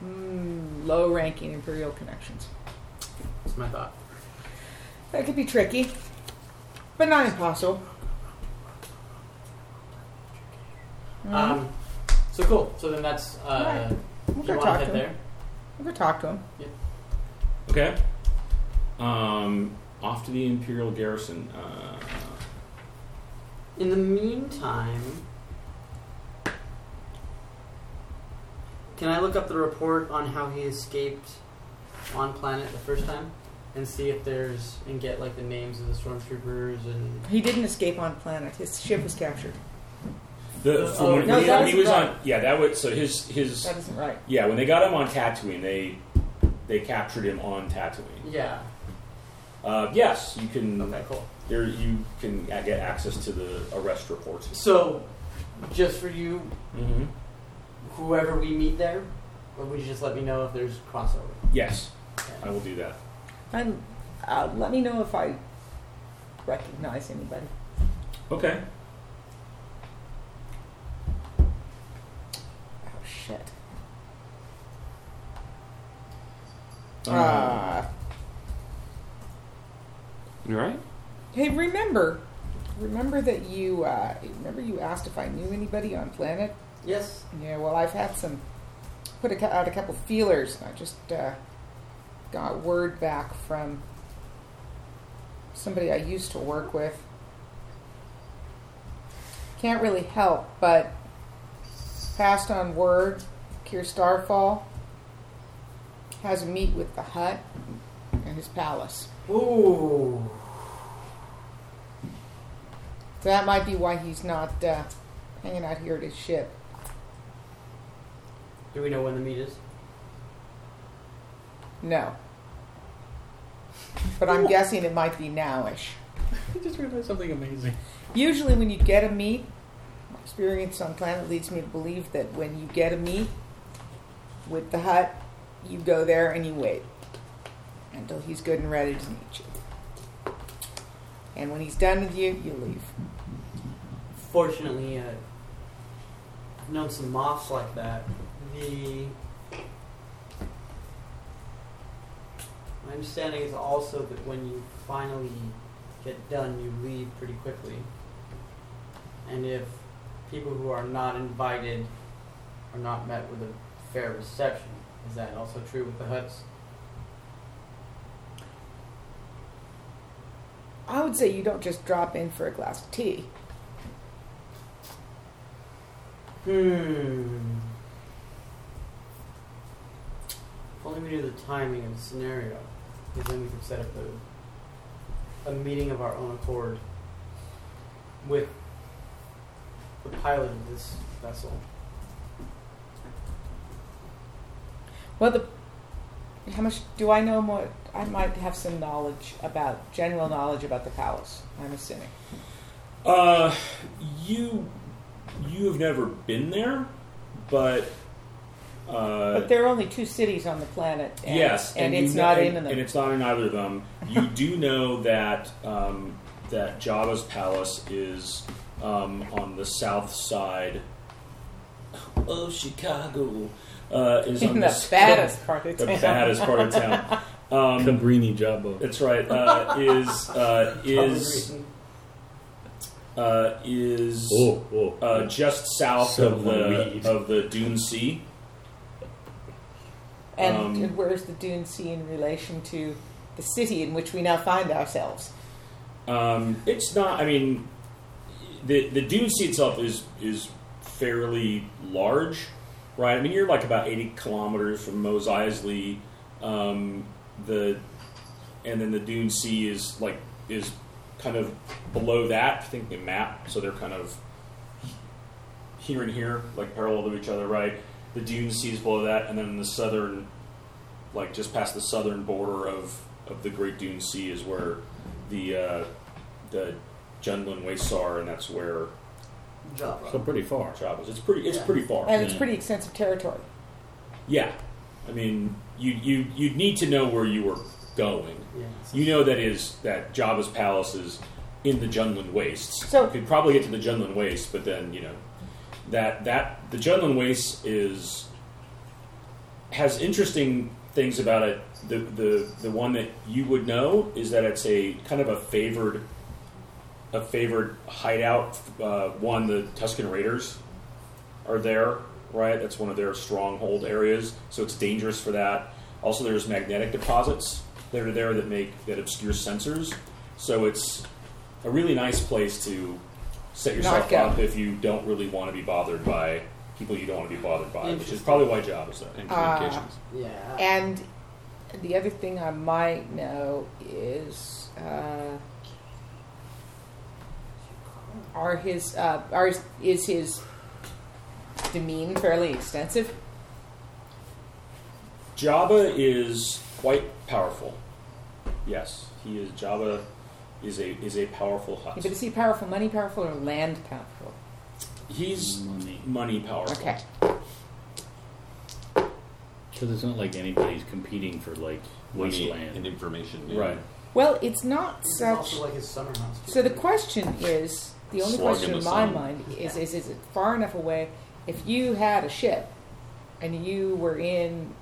[SPEAKER 2] mm, low-ranking imperial connections?
[SPEAKER 4] That's my thought.
[SPEAKER 2] That could be tricky, but not impossible.
[SPEAKER 4] Um, So cool. So then that's uh,
[SPEAKER 2] We'll
[SPEAKER 4] you
[SPEAKER 2] go
[SPEAKER 4] want
[SPEAKER 2] talk to
[SPEAKER 4] to head
[SPEAKER 2] him.
[SPEAKER 4] there.
[SPEAKER 2] We'll go talk to him.
[SPEAKER 1] Okay. Um, off to the Imperial Garrison. Uh,
[SPEAKER 4] In the meantime, can I look up the report on how he escaped on planet the first time and see if there's and get like the names of the stormtroopers and
[SPEAKER 2] He didn't escape on planet. His ship was captured.
[SPEAKER 1] the, from
[SPEAKER 4] Oh,
[SPEAKER 1] when,
[SPEAKER 2] no,
[SPEAKER 1] when
[SPEAKER 2] that
[SPEAKER 1] he
[SPEAKER 2] isn't
[SPEAKER 1] was
[SPEAKER 2] right.
[SPEAKER 1] on, yeah, that was so his his
[SPEAKER 2] That isn't right.
[SPEAKER 1] yeah. When they got him on Tatooine, they they captured him on Tatooine.
[SPEAKER 4] yeah.
[SPEAKER 1] Uh, yes, you can.
[SPEAKER 4] Okay, cool.
[SPEAKER 1] There, you can a- get access to the arrest reports.
[SPEAKER 4] So, just for you,
[SPEAKER 1] Mm-hmm.
[SPEAKER 4] whoever we meet there, or would you just let me know if there's crossover?
[SPEAKER 1] Yes, I will do that.
[SPEAKER 2] And uh, let me know if I recognize anybody.
[SPEAKER 1] Okay.
[SPEAKER 2] Oh shit.
[SPEAKER 1] Uh,
[SPEAKER 2] Uh,
[SPEAKER 8] You all right?
[SPEAKER 2] hey, remember, remember that you uh, remember you asked if I knew anybody on planet.
[SPEAKER 4] Yes.
[SPEAKER 2] Yeah, well, I've had some put a, cou- out a couple feelers, and I just uh, got word back from somebody I used to work with. Can't really help, but passed on word. Kier Starfall has a meet with the Hut and his palace.
[SPEAKER 4] Ooh.
[SPEAKER 2] So that might be why he's not uh, hanging out here at his ship.
[SPEAKER 4] Do we know when the meet is?
[SPEAKER 2] No. But I'm guessing it might be nowish.
[SPEAKER 6] I just realized something amazing.
[SPEAKER 2] Usually, when you get a meat, my experience on planet leads me to believe that when you get a meat with the hut, you go there and you wait until he's good and ready to meet you. And when he's done with you, you leave.
[SPEAKER 4] Fortunately, uh, I've known some moths like that. The my understanding is also that when you finally get done, you leave pretty quickly. And if people who are not invited are not met with a fair reception, is that also true with the huts?
[SPEAKER 2] I would say you don't just drop in for a glass of tea.
[SPEAKER 4] Hmm. If only we knew the timing of the scenario, because then we could set up a, a meeting of our own accord with the pilot of this vessel.
[SPEAKER 2] Well, the how much do I know more? I might have some knowledge about general knowledge about the palace. I'm assuming.
[SPEAKER 1] Uh, you you have never been there, but uh,
[SPEAKER 2] But there are only two cities on the planet. And,
[SPEAKER 1] yes,
[SPEAKER 2] and,
[SPEAKER 1] you
[SPEAKER 2] it's
[SPEAKER 1] kno-
[SPEAKER 2] not
[SPEAKER 1] and,
[SPEAKER 2] in them.
[SPEAKER 1] and it's not in either of them. You do know that um, that Java's palace is um, on the south side of Chicago. Uh, is on
[SPEAKER 2] in the
[SPEAKER 1] s-
[SPEAKER 2] fattest part of
[SPEAKER 1] the
[SPEAKER 2] town.
[SPEAKER 1] baddest part of town. Um,
[SPEAKER 6] Cabrini Jabbo.
[SPEAKER 1] that's right. Uh, is uh, is uh, is
[SPEAKER 6] Oh, oh.
[SPEAKER 1] uh, just south of
[SPEAKER 6] Some
[SPEAKER 1] the
[SPEAKER 6] weed.
[SPEAKER 1] of the Dune Sea.
[SPEAKER 2] and
[SPEAKER 1] um,
[SPEAKER 2] and where's the Dune Sea in relation to the city in which we now find ourselves?
[SPEAKER 1] Um, it's not. I mean, the the Dune Sea itself is is fairly large, right? I mean, you're like about eighty kilometers from Mos Eisley. Um, the and then the Dune Sea is like is kind of below that. I think the map, so they're kind of here and here, like parallel to each other, right? The Dune Sea is below that, and then the southern, like just past the southern border of of the Great Dune Sea is where the uh, the Jundland Wastes are, and that's where
[SPEAKER 4] Java.
[SPEAKER 6] So pretty far.
[SPEAKER 1] Jabba's. It's pretty. It's
[SPEAKER 4] Yeah.
[SPEAKER 1] pretty far.
[SPEAKER 2] And it's
[SPEAKER 6] Yeah.
[SPEAKER 2] pretty extensive territory.
[SPEAKER 1] yeah, I mean, you you you'd need to know where you were going.
[SPEAKER 4] Yeah.
[SPEAKER 1] You know that is that Jabba's palace is in the Jundland Wastes.
[SPEAKER 2] So-
[SPEAKER 1] you could probably get to the Jundland Wastes, but then you know that that the Jundland Wastes is has interesting things about it. The the the one that you would know is that it's a kind of a favored a favored hideout. Uh, one the Tuscan Raiders are there right? That's one of their stronghold areas, so it's dangerous for that. Also, there's magnetic deposits that are there that make that obscure sensors, so it's a really nice place to set yourself
[SPEAKER 2] Not go.
[SPEAKER 1] up if you don't really want to be bothered by people you don't want to be bothered by, which is probably why Job is there.
[SPEAKER 9] And
[SPEAKER 2] Uh,
[SPEAKER 9] communications.
[SPEAKER 4] Yeah.
[SPEAKER 2] And the other thing I might know is uh, are his uh, are his- is his demean fairly extensive?
[SPEAKER 1] Jabba is quite powerful. Yes, he is. Jabba is a is a powerful
[SPEAKER 2] Yeah,
[SPEAKER 1] hut.
[SPEAKER 2] But is he powerful? Money powerful or land powerful?
[SPEAKER 1] He's money powerful.
[SPEAKER 2] Okay.
[SPEAKER 6] Because it's not like anybody's competing for like
[SPEAKER 9] Money
[SPEAKER 6] wasteland.
[SPEAKER 9] and information. yeah.
[SPEAKER 1] Right.
[SPEAKER 2] Well, it's not
[SPEAKER 4] It's
[SPEAKER 2] such.
[SPEAKER 4] also like his summer house. too.
[SPEAKER 2] So the question is, the only
[SPEAKER 9] Slug
[SPEAKER 2] question
[SPEAKER 9] in
[SPEAKER 2] in
[SPEAKER 9] the
[SPEAKER 2] my
[SPEAKER 9] sun.
[SPEAKER 2] mind is, is, is it far enough away? If you had a ship and you were in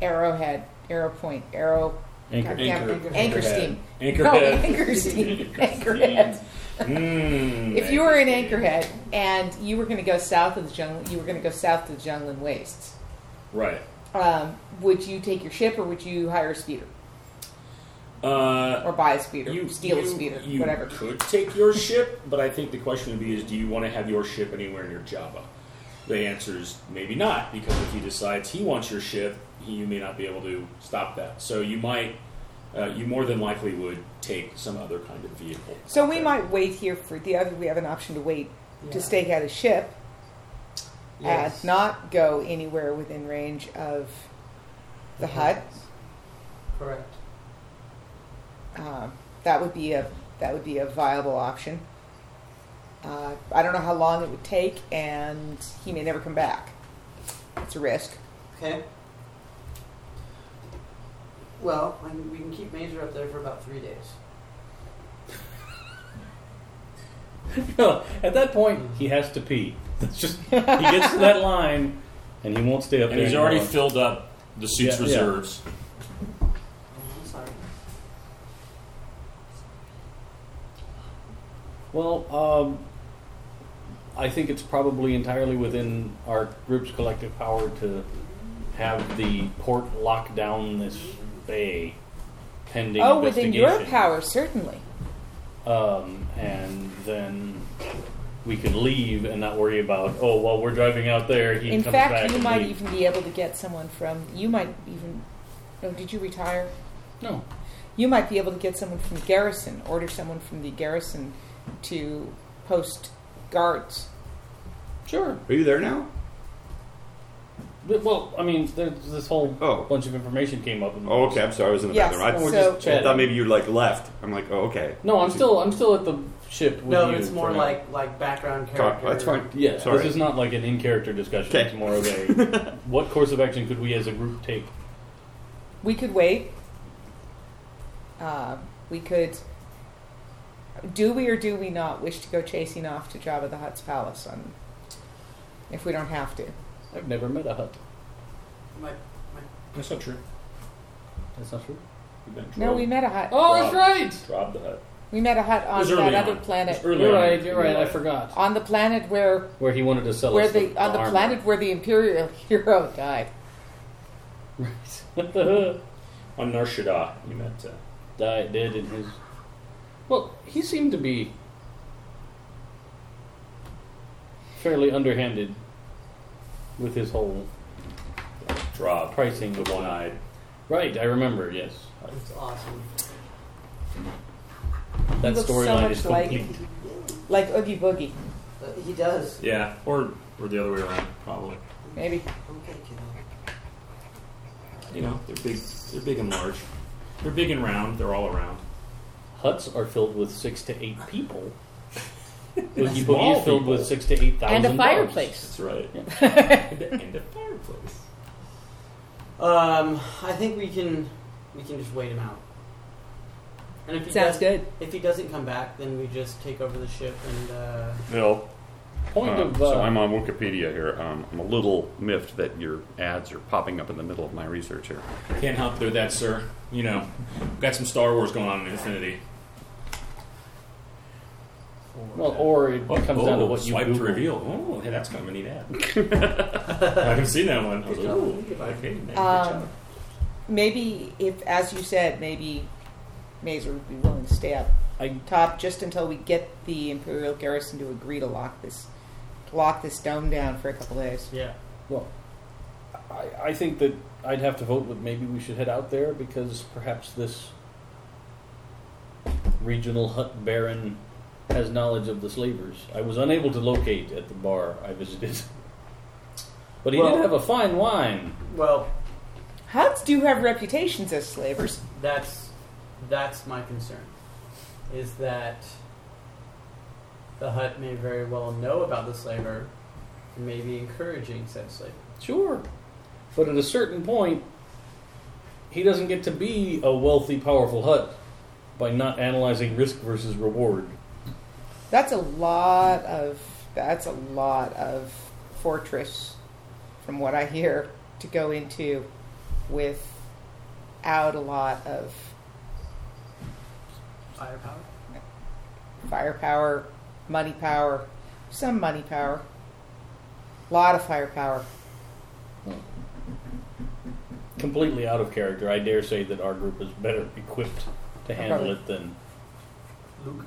[SPEAKER 2] Arrowhead, Arrow Point, Arrow,
[SPEAKER 6] Anchor.
[SPEAKER 2] goddamn-
[SPEAKER 1] Anchor.
[SPEAKER 2] anchor
[SPEAKER 1] Anchorhead.
[SPEAKER 2] steam, no,
[SPEAKER 1] Anchorhead.
[SPEAKER 2] anchor steam,
[SPEAKER 1] Anchorhead.
[SPEAKER 2] anchorhead.
[SPEAKER 1] Mm,
[SPEAKER 2] If you were in
[SPEAKER 1] Anchorhead.
[SPEAKER 2] Anchorhead and you were going to go south of the jungle, you were going to go south to the jungle and wastes.
[SPEAKER 1] right?
[SPEAKER 2] Um, would you take your ship or would you hire a speeder
[SPEAKER 1] Uh,
[SPEAKER 2] or buy a speeder,
[SPEAKER 1] you
[SPEAKER 2] steal a
[SPEAKER 1] you-
[SPEAKER 2] speeder,
[SPEAKER 1] you
[SPEAKER 2] whatever?
[SPEAKER 1] could take your ship, but I think the question would be: Is do you want to have your ship anywhere near Jabba? The answer is maybe not, because if he decides he wants your ship, you may not be able to stop that. So you might, uh, you more than likely would take some other kind of vehicle.
[SPEAKER 2] So we
[SPEAKER 1] Okay.
[SPEAKER 2] might wait here for the other. We have an option to wait
[SPEAKER 4] Yeah.
[SPEAKER 2] to stake out a ship
[SPEAKER 4] Yes.
[SPEAKER 2] and not go anywhere within range of the
[SPEAKER 4] Mm-hmm.
[SPEAKER 2] hut.
[SPEAKER 4] Correct.
[SPEAKER 2] Um, that would be a that would be a viable option. Uh, I don't know how long it would take, and he may never come back. It's a risk.
[SPEAKER 4] Okay. Well, I mean, we can keep Major up there for about three days.
[SPEAKER 6] At that point, he has to pee. That's just he gets to that line, and he won't stay up
[SPEAKER 1] And
[SPEAKER 6] there.
[SPEAKER 1] he's already
[SPEAKER 6] anymore.
[SPEAKER 1] filled up the suit's
[SPEAKER 6] Yeah, yeah.
[SPEAKER 1] reserves.
[SPEAKER 4] Oh, I'm sorry.
[SPEAKER 6] Well, um, I think it's probably entirely within our group's collective power to have the port lock down this bay, pending
[SPEAKER 2] oh, within
[SPEAKER 6] investigation.
[SPEAKER 2] your power, certainly.
[SPEAKER 6] Um, and then we could leave and not worry about oh, well, we're driving out there. He
[SPEAKER 2] In
[SPEAKER 6] comes
[SPEAKER 2] fact,
[SPEAKER 6] back
[SPEAKER 2] you
[SPEAKER 6] and
[SPEAKER 2] might
[SPEAKER 6] we-
[SPEAKER 2] even be able to get someone from. You might even. Oh, did you retire?
[SPEAKER 6] no.
[SPEAKER 2] You might be able to get someone from garrison, order someone from the garrison to post guards.
[SPEAKER 6] Sure.
[SPEAKER 8] Are you there now?
[SPEAKER 6] But- Well, I mean, there's this whole
[SPEAKER 8] Oh.
[SPEAKER 6] bunch of information came up. And
[SPEAKER 8] Oh, okay. I'm sorry. I was in the
[SPEAKER 2] Yes,
[SPEAKER 8] bathroom. I,
[SPEAKER 6] We're
[SPEAKER 2] So-
[SPEAKER 6] just
[SPEAKER 8] I thought
[SPEAKER 6] chatting.
[SPEAKER 8] maybe you like left. I'm like, oh, okay.
[SPEAKER 6] No, I'm still I'm still at the ship. With
[SPEAKER 4] No,
[SPEAKER 6] you
[SPEAKER 4] it's more
[SPEAKER 6] for now.
[SPEAKER 4] like like background
[SPEAKER 8] God,
[SPEAKER 4] character.
[SPEAKER 8] that's fine.
[SPEAKER 6] yeah.
[SPEAKER 8] Sorry.
[SPEAKER 6] This is not like an in character discussion.
[SPEAKER 8] Okay.
[SPEAKER 6] It's more of a what course of action could we as a group take?
[SPEAKER 2] We could wait. Uh, we could. Do we or do we not wish to go chasing off to Jabba the Hutt's palace on, if we don't have to?
[SPEAKER 6] I've never met a hut.
[SPEAKER 4] My, my,
[SPEAKER 1] That's not true.
[SPEAKER 6] That's not true.
[SPEAKER 1] You've been
[SPEAKER 2] No,
[SPEAKER 1] dropped-
[SPEAKER 2] we met a hut.
[SPEAKER 6] Oh,
[SPEAKER 1] that's
[SPEAKER 6] that's right.
[SPEAKER 1] dropped the hut.
[SPEAKER 2] We met a hut
[SPEAKER 1] It
[SPEAKER 2] on
[SPEAKER 1] was early
[SPEAKER 2] that
[SPEAKER 1] on.
[SPEAKER 2] other
[SPEAKER 1] It was
[SPEAKER 2] planet.
[SPEAKER 1] early
[SPEAKER 6] You're
[SPEAKER 1] on.
[SPEAKER 6] right. You're right. I
[SPEAKER 1] Right.
[SPEAKER 6] forgot
[SPEAKER 2] On the planet where
[SPEAKER 6] where he wanted to sell
[SPEAKER 2] where
[SPEAKER 6] us
[SPEAKER 2] the, on the
[SPEAKER 6] armor.
[SPEAKER 2] planet where the imperial hero died.
[SPEAKER 6] Right.
[SPEAKER 1] On Nar Shaddaa, you meant. Uh,
[SPEAKER 6] Died dead in his. Well, he seemed to be fairly underhanded with his whole
[SPEAKER 1] Drob,
[SPEAKER 6] pricing.
[SPEAKER 1] the one-eyed.
[SPEAKER 6] Right. I remember. Yes.
[SPEAKER 4] that's awesome.
[SPEAKER 6] That
[SPEAKER 2] looks so
[SPEAKER 6] storyline
[SPEAKER 2] much
[SPEAKER 6] is
[SPEAKER 2] like-
[SPEAKER 6] complete.
[SPEAKER 2] Like Oogie Boogie,
[SPEAKER 4] Uh, he does.
[SPEAKER 1] Yeah, or or the other way around, probably.
[SPEAKER 2] maybe.
[SPEAKER 4] Okay, kiddo.
[SPEAKER 1] You know, they're big. They're big and large. They're big and round. They're all around.
[SPEAKER 6] Huts are filled with six to eight people. Oogie
[SPEAKER 1] Small
[SPEAKER 6] Boogie is filled
[SPEAKER 1] people.
[SPEAKER 6] with six to eight thousand.
[SPEAKER 2] And a
[SPEAKER 6] dogs.
[SPEAKER 2] fireplace.
[SPEAKER 1] right. and a fireplace.
[SPEAKER 4] Um, I think we can we can just wait him out. And if he
[SPEAKER 2] Sounds
[SPEAKER 4] does,
[SPEAKER 2] good.
[SPEAKER 4] If he doesn't come back, then we just take over the ship and. Uh,
[SPEAKER 9] Bill.
[SPEAKER 6] Point
[SPEAKER 9] Uh,
[SPEAKER 6] of uh,
[SPEAKER 9] so I'm on Wikipedia here. Um, I'm a little miffed that your ads are popping up in the middle of my research here.
[SPEAKER 1] Can't help through that, sir. You know, got some Star Wars going on in Infinity.
[SPEAKER 6] Well, or it comes down to what you
[SPEAKER 1] Oh, swipe
[SPEAKER 6] Google.
[SPEAKER 1] to reveal. Oh, hey, that's kind of a neat ad. I haven't seen that one. I was like, ooh, okay, man, good job.
[SPEAKER 2] Um, maybe if, as you said, maybe Mazer would be willing to stay up
[SPEAKER 6] I-
[SPEAKER 2] top just until we get the Imperial garrison to agree to lock this, to lock this dome down for a couple days.
[SPEAKER 4] Yeah.
[SPEAKER 6] Well, I, I think that I'd have to vote with maybe we should head out there because perhaps this regional hut baron has knowledge of the slavers. I was unable to locate at the bar I visited. But he
[SPEAKER 4] Well-
[SPEAKER 6] did have a fine wine.
[SPEAKER 4] Well,
[SPEAKER 2] Huts do have reputations as slavers.
[SPEAKER 4] that's that's my concern. Is that the hut may very well know about the slaver and may be encouraging said slaver.
[SPEAKER 6] Sure. But at a certain point, he doesn't get to be a wealthy, powerful hut by not analyzing risk versus reward.
[SPEAKER 2] That's a lot of that's a lot of fortress, from what I hear, to go into, without a lot of
[SPEAKER 4] Firepower.
[SPEAKER 2] firepower, money power, some money power, a lot of firepower.
[SPEAKER 6] completely out of character. I dare say that our group is better equipped to handle it than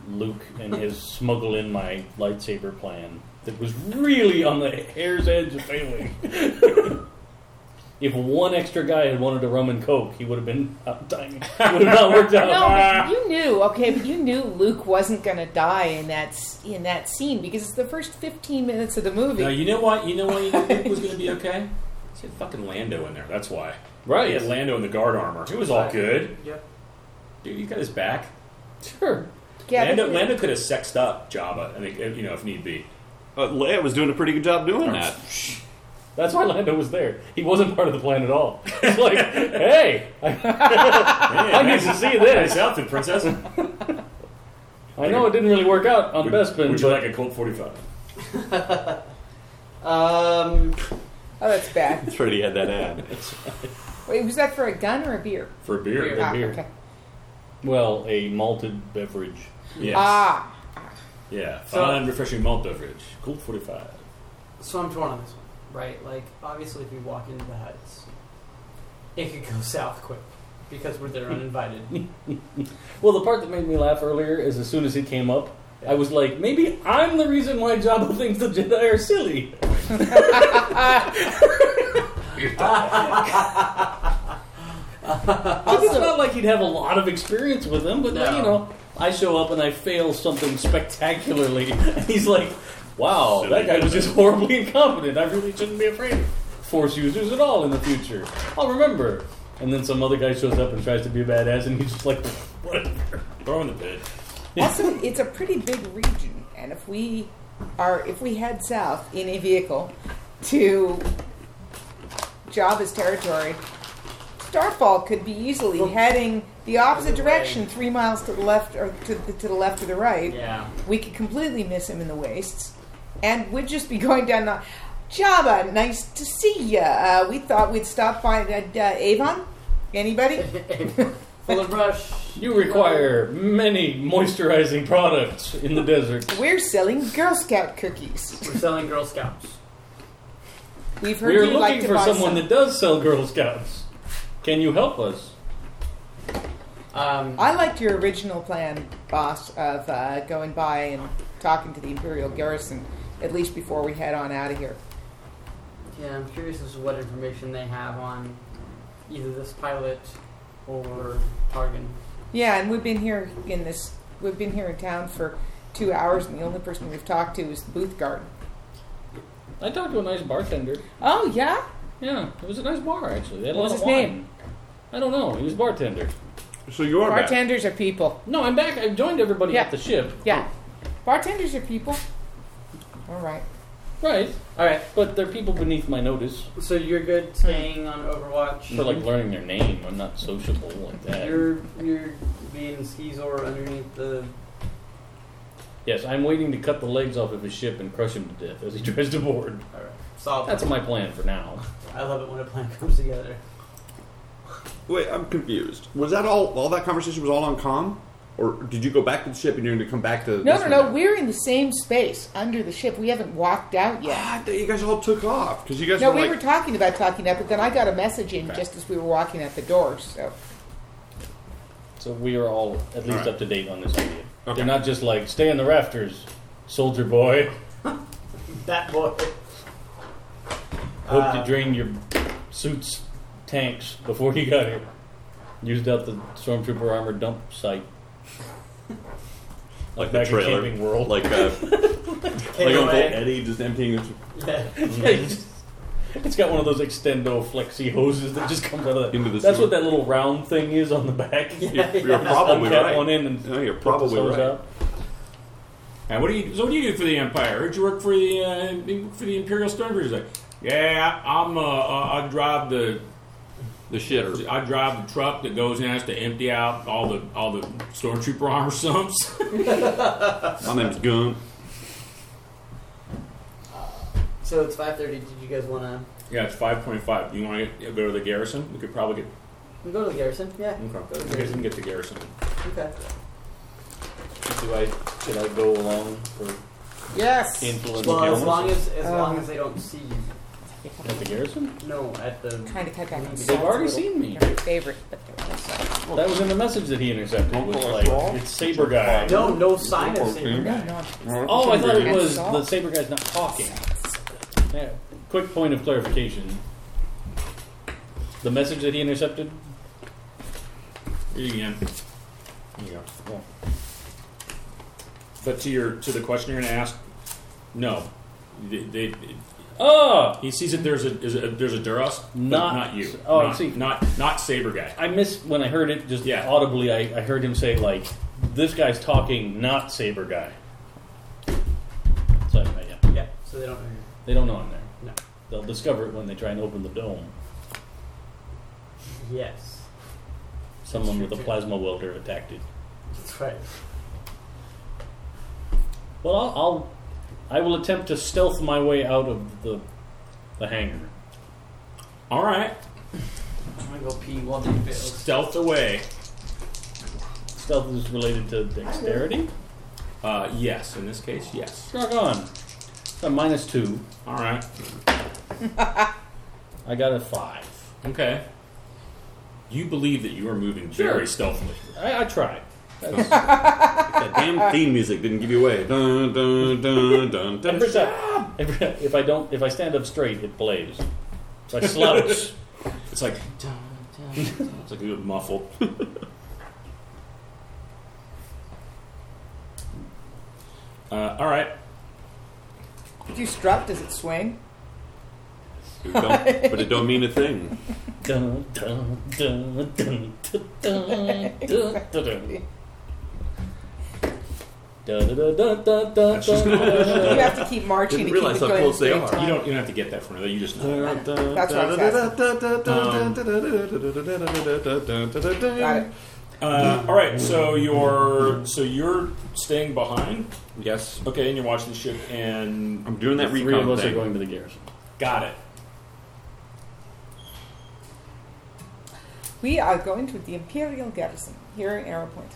[SPEAKER 6] Luke, and his smuggle in my lightsaber plan that was really on the hair's edge of failing. if one extra guy had wanted a rum and coke, he would have been out of time. Would have not worked out.
[SPEAKER 2] No, but you knew, okay, but you knew Luke wasn't going to die in that s- in that scene because it's the first fifteen minutes of the movie.
[SPEAKER 1] No, you know what? You know why you think was going to be okay? He had fucking Lando in there. That's why. He
[SPEAKER 6] Right.
[SPEAKER 1] had Lando in the guard armor. It was all good.
[SPEAKER 4] Yep.
[SPEAKER 1] Dude, you got his back.
[SPEAKER 6] Sure.
[SPEAKER 2] yeah, but-
[SPEAKER 1] Lando, Lando could have sexed up Jabba, I think, if- you know, if need be.
[SPEAKER 8] Uh, Leia was doing a pretty good job doing that.
[SPEAKER 6] That's why Lando was there. He wasn't part of the plan at all. It's like, hey, I
[SPEAKER 1] Man,
[SPEAKER 6] need
[SPEAKER 1] nice,
[SPEAKER 6] to see this.
[SPEAKER 1] nice outfit, princess.
[SPEAKER 6] I know it didn't really work out on
[SPEAKER 1] Would-
[SPEAKER 6] Bespin,
[SPEAKER 1] Would you
[SPEAKER 6] but
[SPEAKER 1] like a Colt 45?
[SPEAKER 4] Um,
[SPEAKER 2] oh, that's bad.
[SPEAKER 8] That's right, he had that ad.
[SPEAKER 2] Wait, was that for a gun or a beer?
[SPEAKER 1] For a beer.
[SPEAKER 4] Beer.
[SPEAKER 2] Ah,
[SPEAKER 6] beer.
[SPEAKER 2] okay.
[SPEAKER 6] Well, a malted beverage.
[SPEAKER 1] Yes.
[SPEAKER 2] Ah,
[SPEAKER 1] yeah.
[SPEAKER 4] So-
[SPEAKER 1] Fun, refreshing malt beverage. Colt 45.
[SPEAKER 4] so I'm torn on this one, right? Like, obviously, if we walk into the huts, it could go south quick because we're there uninvited.
[SPEAKER 6] Well, the part that made me laugh earlier is as soon as he came up, I was like, maybe I'm the reason why Jabba thinks the Jedi are silly. Because it's not like he'd have a lot of experience with them, but like,
[SPEAKER 4] No.
[SPEAKER 6] you know, I show up and I fail something spectacularly, and he's like, "Wow,
[SPEAKER 1] Silly
[SPEAKER 6] that guy was
[SPEAKER 1] Jedi."
[SPEAKER 6] just horribly incompetent. I really shouldn't be afraid of force users at all in the future. I'll remember." And then some other guy shows up and tries to be a badass, and he's just like, "Whatever."
[SPEAKER 1] Throw in the pit.
[SPEAKER 2] also, it's a pretty big region, and if we are if we head south in a vehicle to Java's territory, Starfall could be easily heading the opposite
[SPEAKER 4] Either way.
[SPEAKER 2] direction, three miles to the left or to the, to the left or the right.
[SPEAKER 4] yeah.
[SPEAKER 2] We could completely miss him in the wastes, and we'd just be going down the. Java, nice to see ya. Uh, we thought we'd stop by at uh, Avon. Anybody?
[SPEAKER 4] Full of rush.
[SPEAKER 6] You require many moisturizing products in the desert.
[SPEAKER 2] We're selling Girl Scout cookies.
[SPEAKER 4] We're selling Girl Scouts.
[SPEAKER 2] We've heard
[SPEAKER 6] We are
[SPEAKER 2] you like
[SPEAKER 6] looking
[SPEAKER 2] to
[SPEAKER 6] for
[SPEAKER 2] buy some.
[SPEAKER 6] someone that does sell Girl Scouts. Can you help us?
[SPEAKER 4] Um,
[SPEAKER 2] I liked your original plan, boss, of uh, going by and talking to the Imperial garrison at least before we head on out of here.
[SPEAKER 4] yeah, I'm curious as to what information they have on either this pilot or Targan.
[SPEAKER 2] Yeah, and we've been here in this. We've been here in town for two hours, and the only person we've talked to is the booth guard.
[SPEAKER 6] I talked to a nice bartender.
[SPEAKER 2] Oh yeah,
[SPEAKER 6] Yeah, it was a nice bar actually. They had a
[SPEAKER 2] What
[SPEAKER 6] lot
[SPEAKER 2] was
[SPEAKER 6] of
[SPEAKER 2] his
[SPEAKER 6] wine.
[SPEAKER 2] name?
[SPEAKER 6] I don't know. He was a bartender.
[SPEAKER 8] So you are back.
[SPEAKER 2] bartenders are people.
[SPEAKER 6] No, I'm back. I've joined everybody
[SPEAKER 2] Yeah.
[SPEAKER 6] at the ship.
[SPEAKER 2] Yeah,
[SPEAKER 8] Oh.
[SPEAKER 2] bartenders are people. All right.
[SPEAKER 6] Right,
[SPEAKER 4] All right,
[SPEAKER 6] but they're people beneath my notice
[SPEAKER 4] so you're good staying on Overwatch.
[SPEAKER 6] for like learning their name. I'm not sociable like that.
[SPEAKER 4] You're you're being Skizor underneath the.
[SPEAKER 6] Yes, I'm waiting to cut the legs off of his ship and crush him to death as he tries to board.
[SPEAKER 4] All right, solid.
[SPEAKER 6] That's my plan for now.
[SPEAKER 4] I love it when a plan comes together.
[SPEAKER 8] Wait, I'm confused. Was that all? All that conversation was all on com? Or did you go back to the ship and you're going to come back
[SPEAKER 2] No,
[SPEAKER 8] to? this
[SPEAKER 2] no,
[SPEAKER 8] one
[SPEAKER 2] no.
[SPEAKER 8] now?
[SPEAKER 2] We're in the same space under the ship. We haven't walked out yet.
[SPEAKER 8] Ah, I thought you guys all took off because you guys
[SPEAKER 2] No,
[SPEAKER 8] were
[SPEAKER 2] we
[SPEAKER 8] like,
[SPEAKER 2] were talking about talking up, but then I got a message in just as we were walking out the door. So
[SPEAKER 6] So we are all at least
[SPEAKER 8] Alright.
[SPEAKER 6] up to date on this idea.
[SPEAKER 8] Okay.
[SPEAKER 6] They're not just like stay in the rafters, soldier boy.
[SPEAKER 4] That boy.
[SPEAKER 6] Hope
[SPEAKER 4] Uh,
[SPEAKER 6] you drained your suits tanks before you got here. Used out the stormtrooper armor dump site.
[SPEAKER 8] like
[SPEAKER 6] Back
[SPEAKER 8] the
[SPEAKER 6] in
[SPEAKER 8] trailer,
[SPEAKER 6] Camping World.
[SPEAKER 8] like uh, like Uncle
[SPEAKER 4] Anyway.
[SPEAKER 8] Eddie just emptying. His,
[SPEAKER 4] Yeah.
[SPEAKER 6] it's got one of those extendo flexi hoses that just comes out of that.
[SPEAKER 8] Into the
[SPEAKER 6] That's
[SPEAKER 8] sewer.
[SPEAKER 6] what that little round thing is on the back.
[SPEAKER 4] Yeah,
[SPEAKER 8] you're
[SPEAKER 4] yeah.
[SPEAKER 8] probably
[SPEAKER 6] Uncap
[SPEAKER 8] right.
[SPEAKER 6] one in and
[SPEAKER 8] no, you're
[SPEAKER 6] put this
[SPEAKER 8] probably
[SPEAKER 6] hose
[SPEAKER 8] right.
[SPEAKER 6] out.
[SPEAKER 1] And what do you? So what do you do for the Empire? Heard you work for the uh, you- for the Imperial Stormtroopers. Like, yeah, I'm. Uh, uh, I drive the
[SPEAKER 8] The shitter.
[SPEAKER 1] I drive the truck that goes and has to empty out all the all the stormtrooper armor sumps.
[SPEAKER 8] My name's Gun.
[SPEAKER 4] So it's 5:30. Did you guys want to?
[SPEAKER 1] yeah, it's five point five. Do you want to go to the garrison? We could probably get.
[SPEAKER 4] We go to the garrison. Yeah.
[SPEAKER 1] Okay,
[SPEAKER 4] Go to
[SPEAKER 1] we
[SPEAKER 4] the
[SPEAKER 1] can
[SPEAKER 4] garrison.
[SPEAKER 1] get the garrison.
[SPEAKER 4] Okay.
[SPEAKER 6] Do I should I go along for
[SPEAKER 2] yes,
[SPEAKER 6] influence?
[SPEAKER 4] Well, as
[SPEAKER 6] count?
[SPEAKER 4] long as as long
[SPEAKER 2] Um,
[SPEAKER 4] as they don't see you.
[SPEAKER 6] at the garrison.
[SPEAKER 4] No, at the.
[SPEAKER 2] trying to cut back on
[SPEAKER 4] They've
[SPEAKER 2] salt a
[SPEAKER 6] already
[SPEAKER 2] little.
[SPEAKER 6] seen me.
[SPEAKER 2] They're my favorite, but they're also-
[SPEAKER 6] That was in the message that he intercepted.
[SPEAKER 8] Don't
[SPEAKER 6] Was
[SPEAKER 8] pull
[SPEAKER 6] like,
[SPEAKER 8] us off.
[SPEAKER 6] it's Saber Guy.
[SPEAKER 4] No, no sign of
[SPEAKER 8] Okay.
[SPEAKER 4] Saber
[SPEAKER 2] no,
[SPEAKER 4] guy.
[SPEAKER 2] no,
[SPEAKER 6] Oh, I thought it
[SPEAKER 2] That's
[SPEAKER 6] was
[SPEAKER 2] all.
[SPEAKER 6] the Saber Guy's not talking. Yeah. Quick point of clarification. The message that he intercepted?
[SPEAKER 1] Here you go. Here you go. But to your to the question you're going to ask, no. They, they,
[SPEAKER 6] Oh!
[SPEAKER 1] he sees that there's a, is a there's a Duras, but
[SPEAKER 6] Not-
[SPEAKER 1] not you.
[SPEAKER 6] oh, I
[SPEAKER 1] not,
[SPEAKER 6] see.
[SPEAKER 1] Not not saber guy.
[SPEAKER 6] I missed when I heard it just
[SPEAKER 1] Yeah.
[SPEAKER 6] audibly. I, I heard him say, like, this guy's talking, not Saber Guy. So, anyway, yeah.
[SPEAKER 4] Yeah. So they don't. know you.
[SPEAKER 6] They don't know I'm there.
[SPEAKER 4] No.
[SPEAKER 6] They'll discover it when they try and open the dome.
[SPEAKER 4] Yes.
[SPEAKER 6] Someone with a
[SPEAKER 4] true.
[SPEAKER 6] plasma welder attacked it.
[SPEAKER 4] That's right.
[SPEAKER 6] Well, I'll, I'll I will attempt to stealth my way out of the the hangar.
[SPEAKER 1] All right,
[SPEAKER 4] I'm gonna go pee while they fails.
[SPEAKER 1] stealth away.
[SPEAKER 6] Stealth is related to dexterity.
[SPEAKER 1] Uh, yes, in this case, yes.
[SPEAKER 6] Rock on. A minus two.
[SPEAKER 1] All right.
[SPEAKER 6] I got a five.
[SPEAKER 1] Okay. You believe that you are moving very
[SPEAKER 6] Sure.
[SPEAKER 1] stealthily.
[SPEAKER 6] I, I tried.
[SPEAKER 8] That damn theme music didn't give you away. Dun dun dun dun. dun.
[SPEAKER 6] Every time, every, if I don't, if I stand up straight, it plays. So I slouch.
[SPEAKER 1] It's like it's like a good muffle. uh, all right.
[SPEAKER 2] If you strut, does it swing?
[SPEAKER 8] It don't- but it don't mean a thing.
[SPEAKER 6] dun, dun, dun, dun, dun, dun, dun, dun, dun. Dun, dun, dun, dun, dun, dun,
[SPEAKER 2] You have to keep marching
[SPEAKER 8] Uh,
[SPEAKER 2] to
[SPEAKER 8] Didn't
[SPEAKER 2] keep
[SPEAKER 8] realize
[SPEAKER 2] it
[SPEAKER 8] how
[SPEAKER 2] going.
[SPEAKER 8] close they
[SPEAKER 2] at the
[SPEAKER 8] are.
[SPEAKER 2] same
[SPEAKER 1] You
[SPEAKER 2] time.
[SPEAKER 1] don't you don't have to get that from there. You just know.
[SPEAKER 2] That's what I was asking.
[SPEAKER 8] Um.
[SPEAKER 2] Got it.
[SPEAKER 1] Uh, all right. So you're so you're staying behind.
[SPEAKER 8] Yes,
[SPEAKER 1] Okay, and you're watching the ship and
[SPEAKER 8] I'm doing that
[SPEAKER 6] Three of
[SPEAKER 8] recon
[SPEAKER 6] us are
[SPEAKER 8] thing.
[SPEAKER 6] going to the garrison.
[SPEAKER 1] got it.
[SPEAKER 2] We are going to the Imperial Garrison here in Arrowpoint.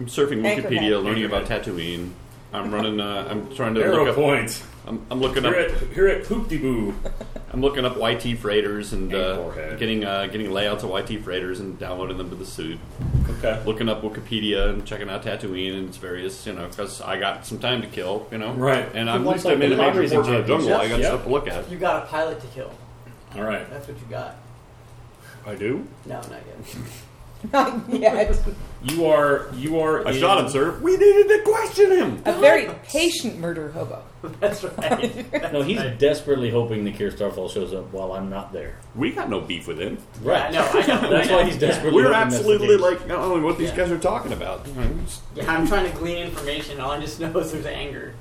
[SPEAKER 8] I'm surfing
[SPEAKER 2] Anchor
[SPEAKER 8] Wikipedia,
[SPEAKER 2] back.
[SPEAKER 8] learning about Tatooine. I'm running. Uh, I'm trying to
[SPEAKER 1] Arrow
[SPEAKER 8] look up.
[SPEAKER 1] point.
[SPEAKER 8] I'm, I'm looking up.
[SPEAKER 1] Here at here at poop de boo.
[SPEAKER 8] I'm looking up YT freighters and
[SPEAKER 1] Hey,
[SPEAKER 8] uh,
[SPEAKER 1] Jorge.
[SPEAKER 8] getting uh, getting layouts of YT freighters and downloading them to the suit.
[SPEAKER 1] Okay.
[SPEAKER 8] Looking up Wikipedia and checking out Tatooine and its various, you know, because I got some time to kill, you know.
[SPEAKER 1] Right.
[SPEAKER 6] And
[SPEAKER 8] And I'm, at
[SPEAKER 6] once,
[SPEAKER 8] least I
[SPEAKER 6] like,
[SPEAKER 8] made a
[SPEAKER 6] the
[SPEAKER 8] major
[SPEAKER 6] Padres
[SPEAKER 8] report on
[SPEAKER 6] and
[SPEAKER 8] jungle. I
[SPEAKER 6] Jets-
[SPEAKER 8] got
[SPEAKER 1] yeah.
[SPEAKER 8] stuff to look at.
[SPEAKER 4] You got a pilot to kill.
[SPEAKER 1] All right.
[SPEAKER 4] That's what you got.
[SPEAKER 8] I do.
[SPEAKER 4] No, not yet.
[SPEAKER 2] Not yet.
[SPEAKER 1] You are you are.
[SPEAKER 8] I
[SPEAKER 1] in-
[SPEAKER 8] shot him, sir. We needed to question him.
[SPEAKER 2] A very patient murder hobo.
[SPEAKER 4] That's right.
[SPEAKER 6] No, he's desperately hoping that Kier Starfall shows up while I'm not there.
[SPEAKER 8] We got no beef with him.
[SPEAKER 4] I know. I know.
[SPEAKER 6] That's
[SPEAKER 4] I know.
[SPEAKER 6] why he's
[SPEAKER 4] Yeah.
[SPEAKER 6] desperately.
[SPEAKER 8] We're
[SPEAKER 6] hoping that's the
[SPEAKER 8] absolutely
[SPEAKER 6] case.
[SPEAKER 8] like, I don't know what these
[SPEAKER 4] Yeah.
[SPEAKER 8] guys are talking about.
[SPEAKER 4] Yeah, I'm trying to glean information. All I just know is there's anger.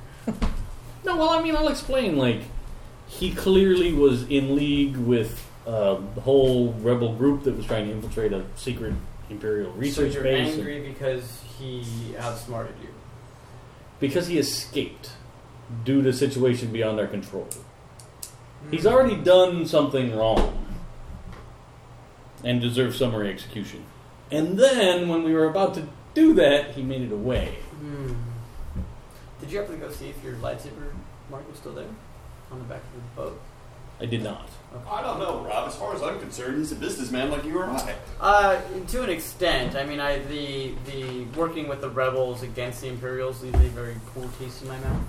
[SPEAKER 6] No, well, I mean, I'll explain. Like, he clearly was in league with uh, the whole rebel group that was trying to infiltrate a secret imperial research
[SPEAKER 4] so you're
[SPEAKER 6] base and-
[SPEAKER 4] angry because he outsmarted you.
[SPEAKER 6] because he escaped due to situation beyond our control.
[SPEAKER 4] Hmm.
[SPEAKER 6] He's already done something wrong and deserves summary execution. And then, when we were about to
[SPEAKER 3] do that, he made it away.
[SPEAKER 4] Hmm. Did you happen to go see if your lightsaber mark was still there on the back of the boat?
[SPEAKER 3] I did not.
[SPEAKER 8] I don't know, Rob. As far as I'm concerned, he's a businessman like you or I.
[SPEAKER 4] Uh, to an extent. I mean, I the the working with the rebels against the Imperials leaves a very poor taste in my mouth.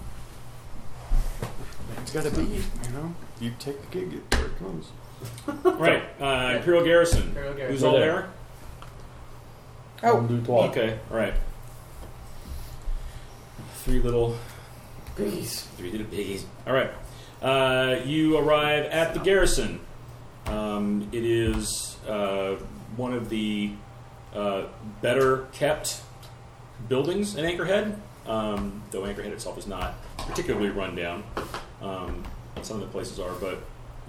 [SPEAKER 8] It's got to be, you know. You take the gig, it- there it comes.
[SPEAKER 1] Right. Uh, Imperial Garrison.
[SPEAKER 4] Imperial Garrison.
[SPEAKER 1] Who's
[SPEAKER 4] We're
[SPEAKER 1] all
[SPEAKER 6] there.
[SPEAKER 1] there?
[SPEAKER 2] Oh,
[SPEAKER 6] Do twelve.
[SPEAKER 1] Okay. All right. Three little biggies. Three little biggies. All right. Uh, you arrive at the garrison. Um, it is uh, one of the uh, better kept buildings in Anchorhead, um, though Anchorhead itself is not particularly run down. Um, some of the places are, but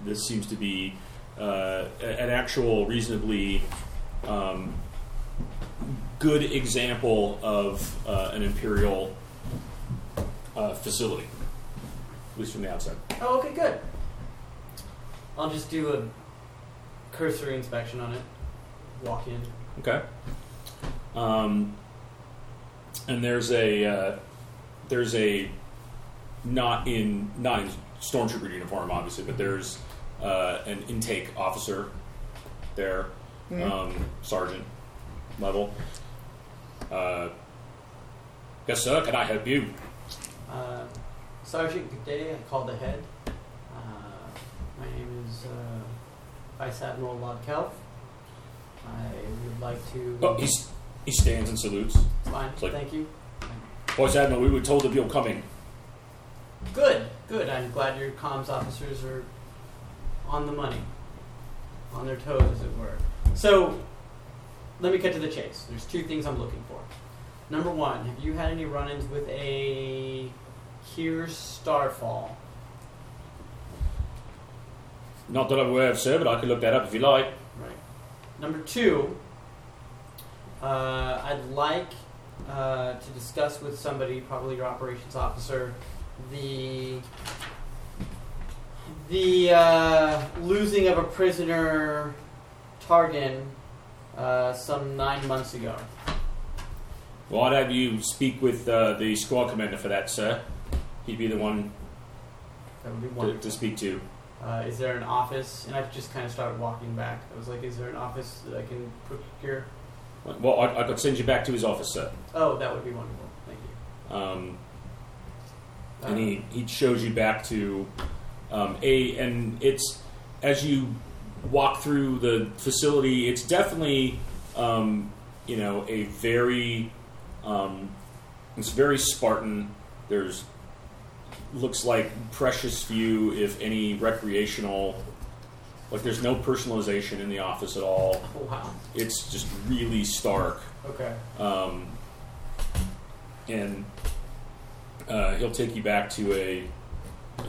[SPEAKER 1] this seems to be uh, a- an actual reasonably um, good example of uh, an imperial uh, facility, at least from the outside.
[SPEAKER 4] Oh, okay, good. I'll just do a cursory inspection on it. Walk in.
[SPEAKER 1] Okay. Um, and there's a uh, there's a not in not in stormtrooper uniform, obviously, but there's uh, an intake officer there, um, sergeant level. Uh, yes, sir. Can I help you?
[SPEAKER 4] Uh, Sergeant, good day. I called ahead. Uh, my name is uh, Vice Admiral Lodkelf. I would like to.
[SPEAKER 1] Oh, he's, he stands and salutes.
[SPEAKER 4] Fine,
[SPEAKER 1] click.
[SPEAKER 4] thank you.
[SPEAKER 1] Voice Admiral, we were told of your coming.
[SPEAKER 4] Good, good. I'm glad your comms officers are on the money, on their toes, as it were. So, let me cut to the chase. There's two things I'm looking for. Number one, have you had any run ins with a Here's Starfall?
[SPEAKER 1] Not that I'm aware of, sir, but I can look that up if you like.
[SPEAKER 4] Right. Number two, uh, I'd like uh, to discuss with somebody, probably your operations officer, the the uh, losing of a prisoner, Targan, uh, some nine months ago.
[SPEAKER 1] Well, I'd have you speak with uh, the squad commander for that, sir. He'd be the one
[SPEAKER 4] That would be
[SPEAKER 1] to,
[SPEAKER 4] one.
[SPEAKER 1] to speak to.
[SPEAKER 4] Uh, is there an office? And I just kind of started walking back. I was like, "Is there an office that I can procure?"
[SPEAKER 1] Well, I, I could send you back to his office, sir.
[SPEAKER 4] Oh, that would be wonderful. Thank you.
[SPEAKER 1] Um,
[SPEAKER 4] Uh,
[SPEAKER 1] and he, he shows you back to um, a and it's as you walk through the facility it's definitely um, you know a very um, it's very spartan there's looks like precious few if any recreational like there's no personalization in the office at all
[SPEAKER 4] oh, wow.
[SPEAKER 1] it's just really stark
[SPEAKER 4] Okay.
[SPEAKER 1] um, and uh, he'll take you back to a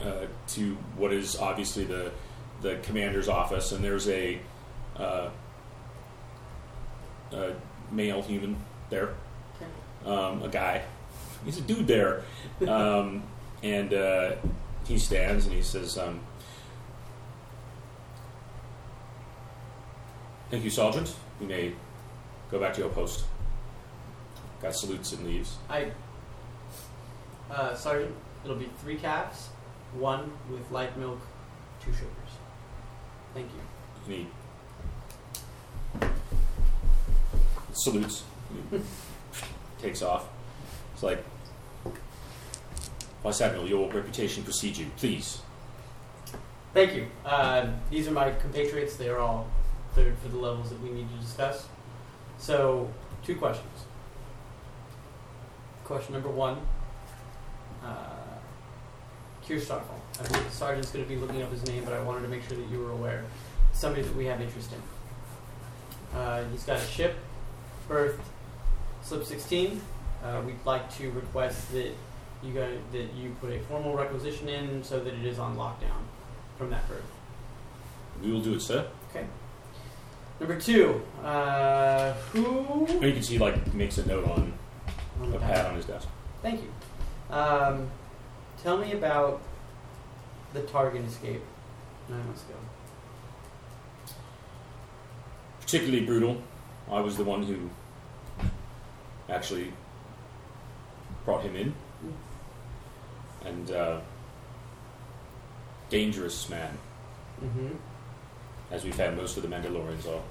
[SPEAKER 1] uh, to what is obviously the the commander's office, and there's a, uh, a male human there, um, a guy. He's a dude there, um, and uh, he stands and he says, um, "Thank you, sergeant. You may go back to your post." Guy salutes and leaves.
[SPEAKER 4] I, uh, Sergeant, it'll be three caps, one with light milk, two sugars. Thank you.
[SPEAKER 1] and he salutes. and he takes off. It's like, Vice Admiral, your reputation precedes you. Please.
[SPEAKER 4] Thank you. Uh, these are my compatriots. They are all cleared for the levels that we need to discuss. So, two questions. Question number one. Uh, Kier Starfall. I believe the sergeant's going to be looking up his name, but I wanted to make sure that you were aware. Somebody that we have interest in. Uh, he's got a ship, berthed, slip 16. Uh, we'd like to request that you guys, that you put a formal requisition in so that it is on lockdown from that birth.
[SPEAKER 1] We will do it, sir.
[SPEAKER 4] Okay. Number two, uh, who?
[SPEAKER 1] And you can see, like, makes a note on
[SPEAKER 4] on
[SPEAKER 1] a
[SPEAKER 4] the
[SPEAKER 1] pad
[SPEAKER 4] back.
[SPEAKER 1] on his desk.
[SPEAKER 4] Thank you. Um, tell me about the Target escape nine months ago.
[SPEAKER 1] Particularly brutal. I was the one who actually brought him in. And uh, dangerous man,
[SPEAKER 4] Mm-hmm.
[SPEAKER 1] as we've had most of the Mandalorians are.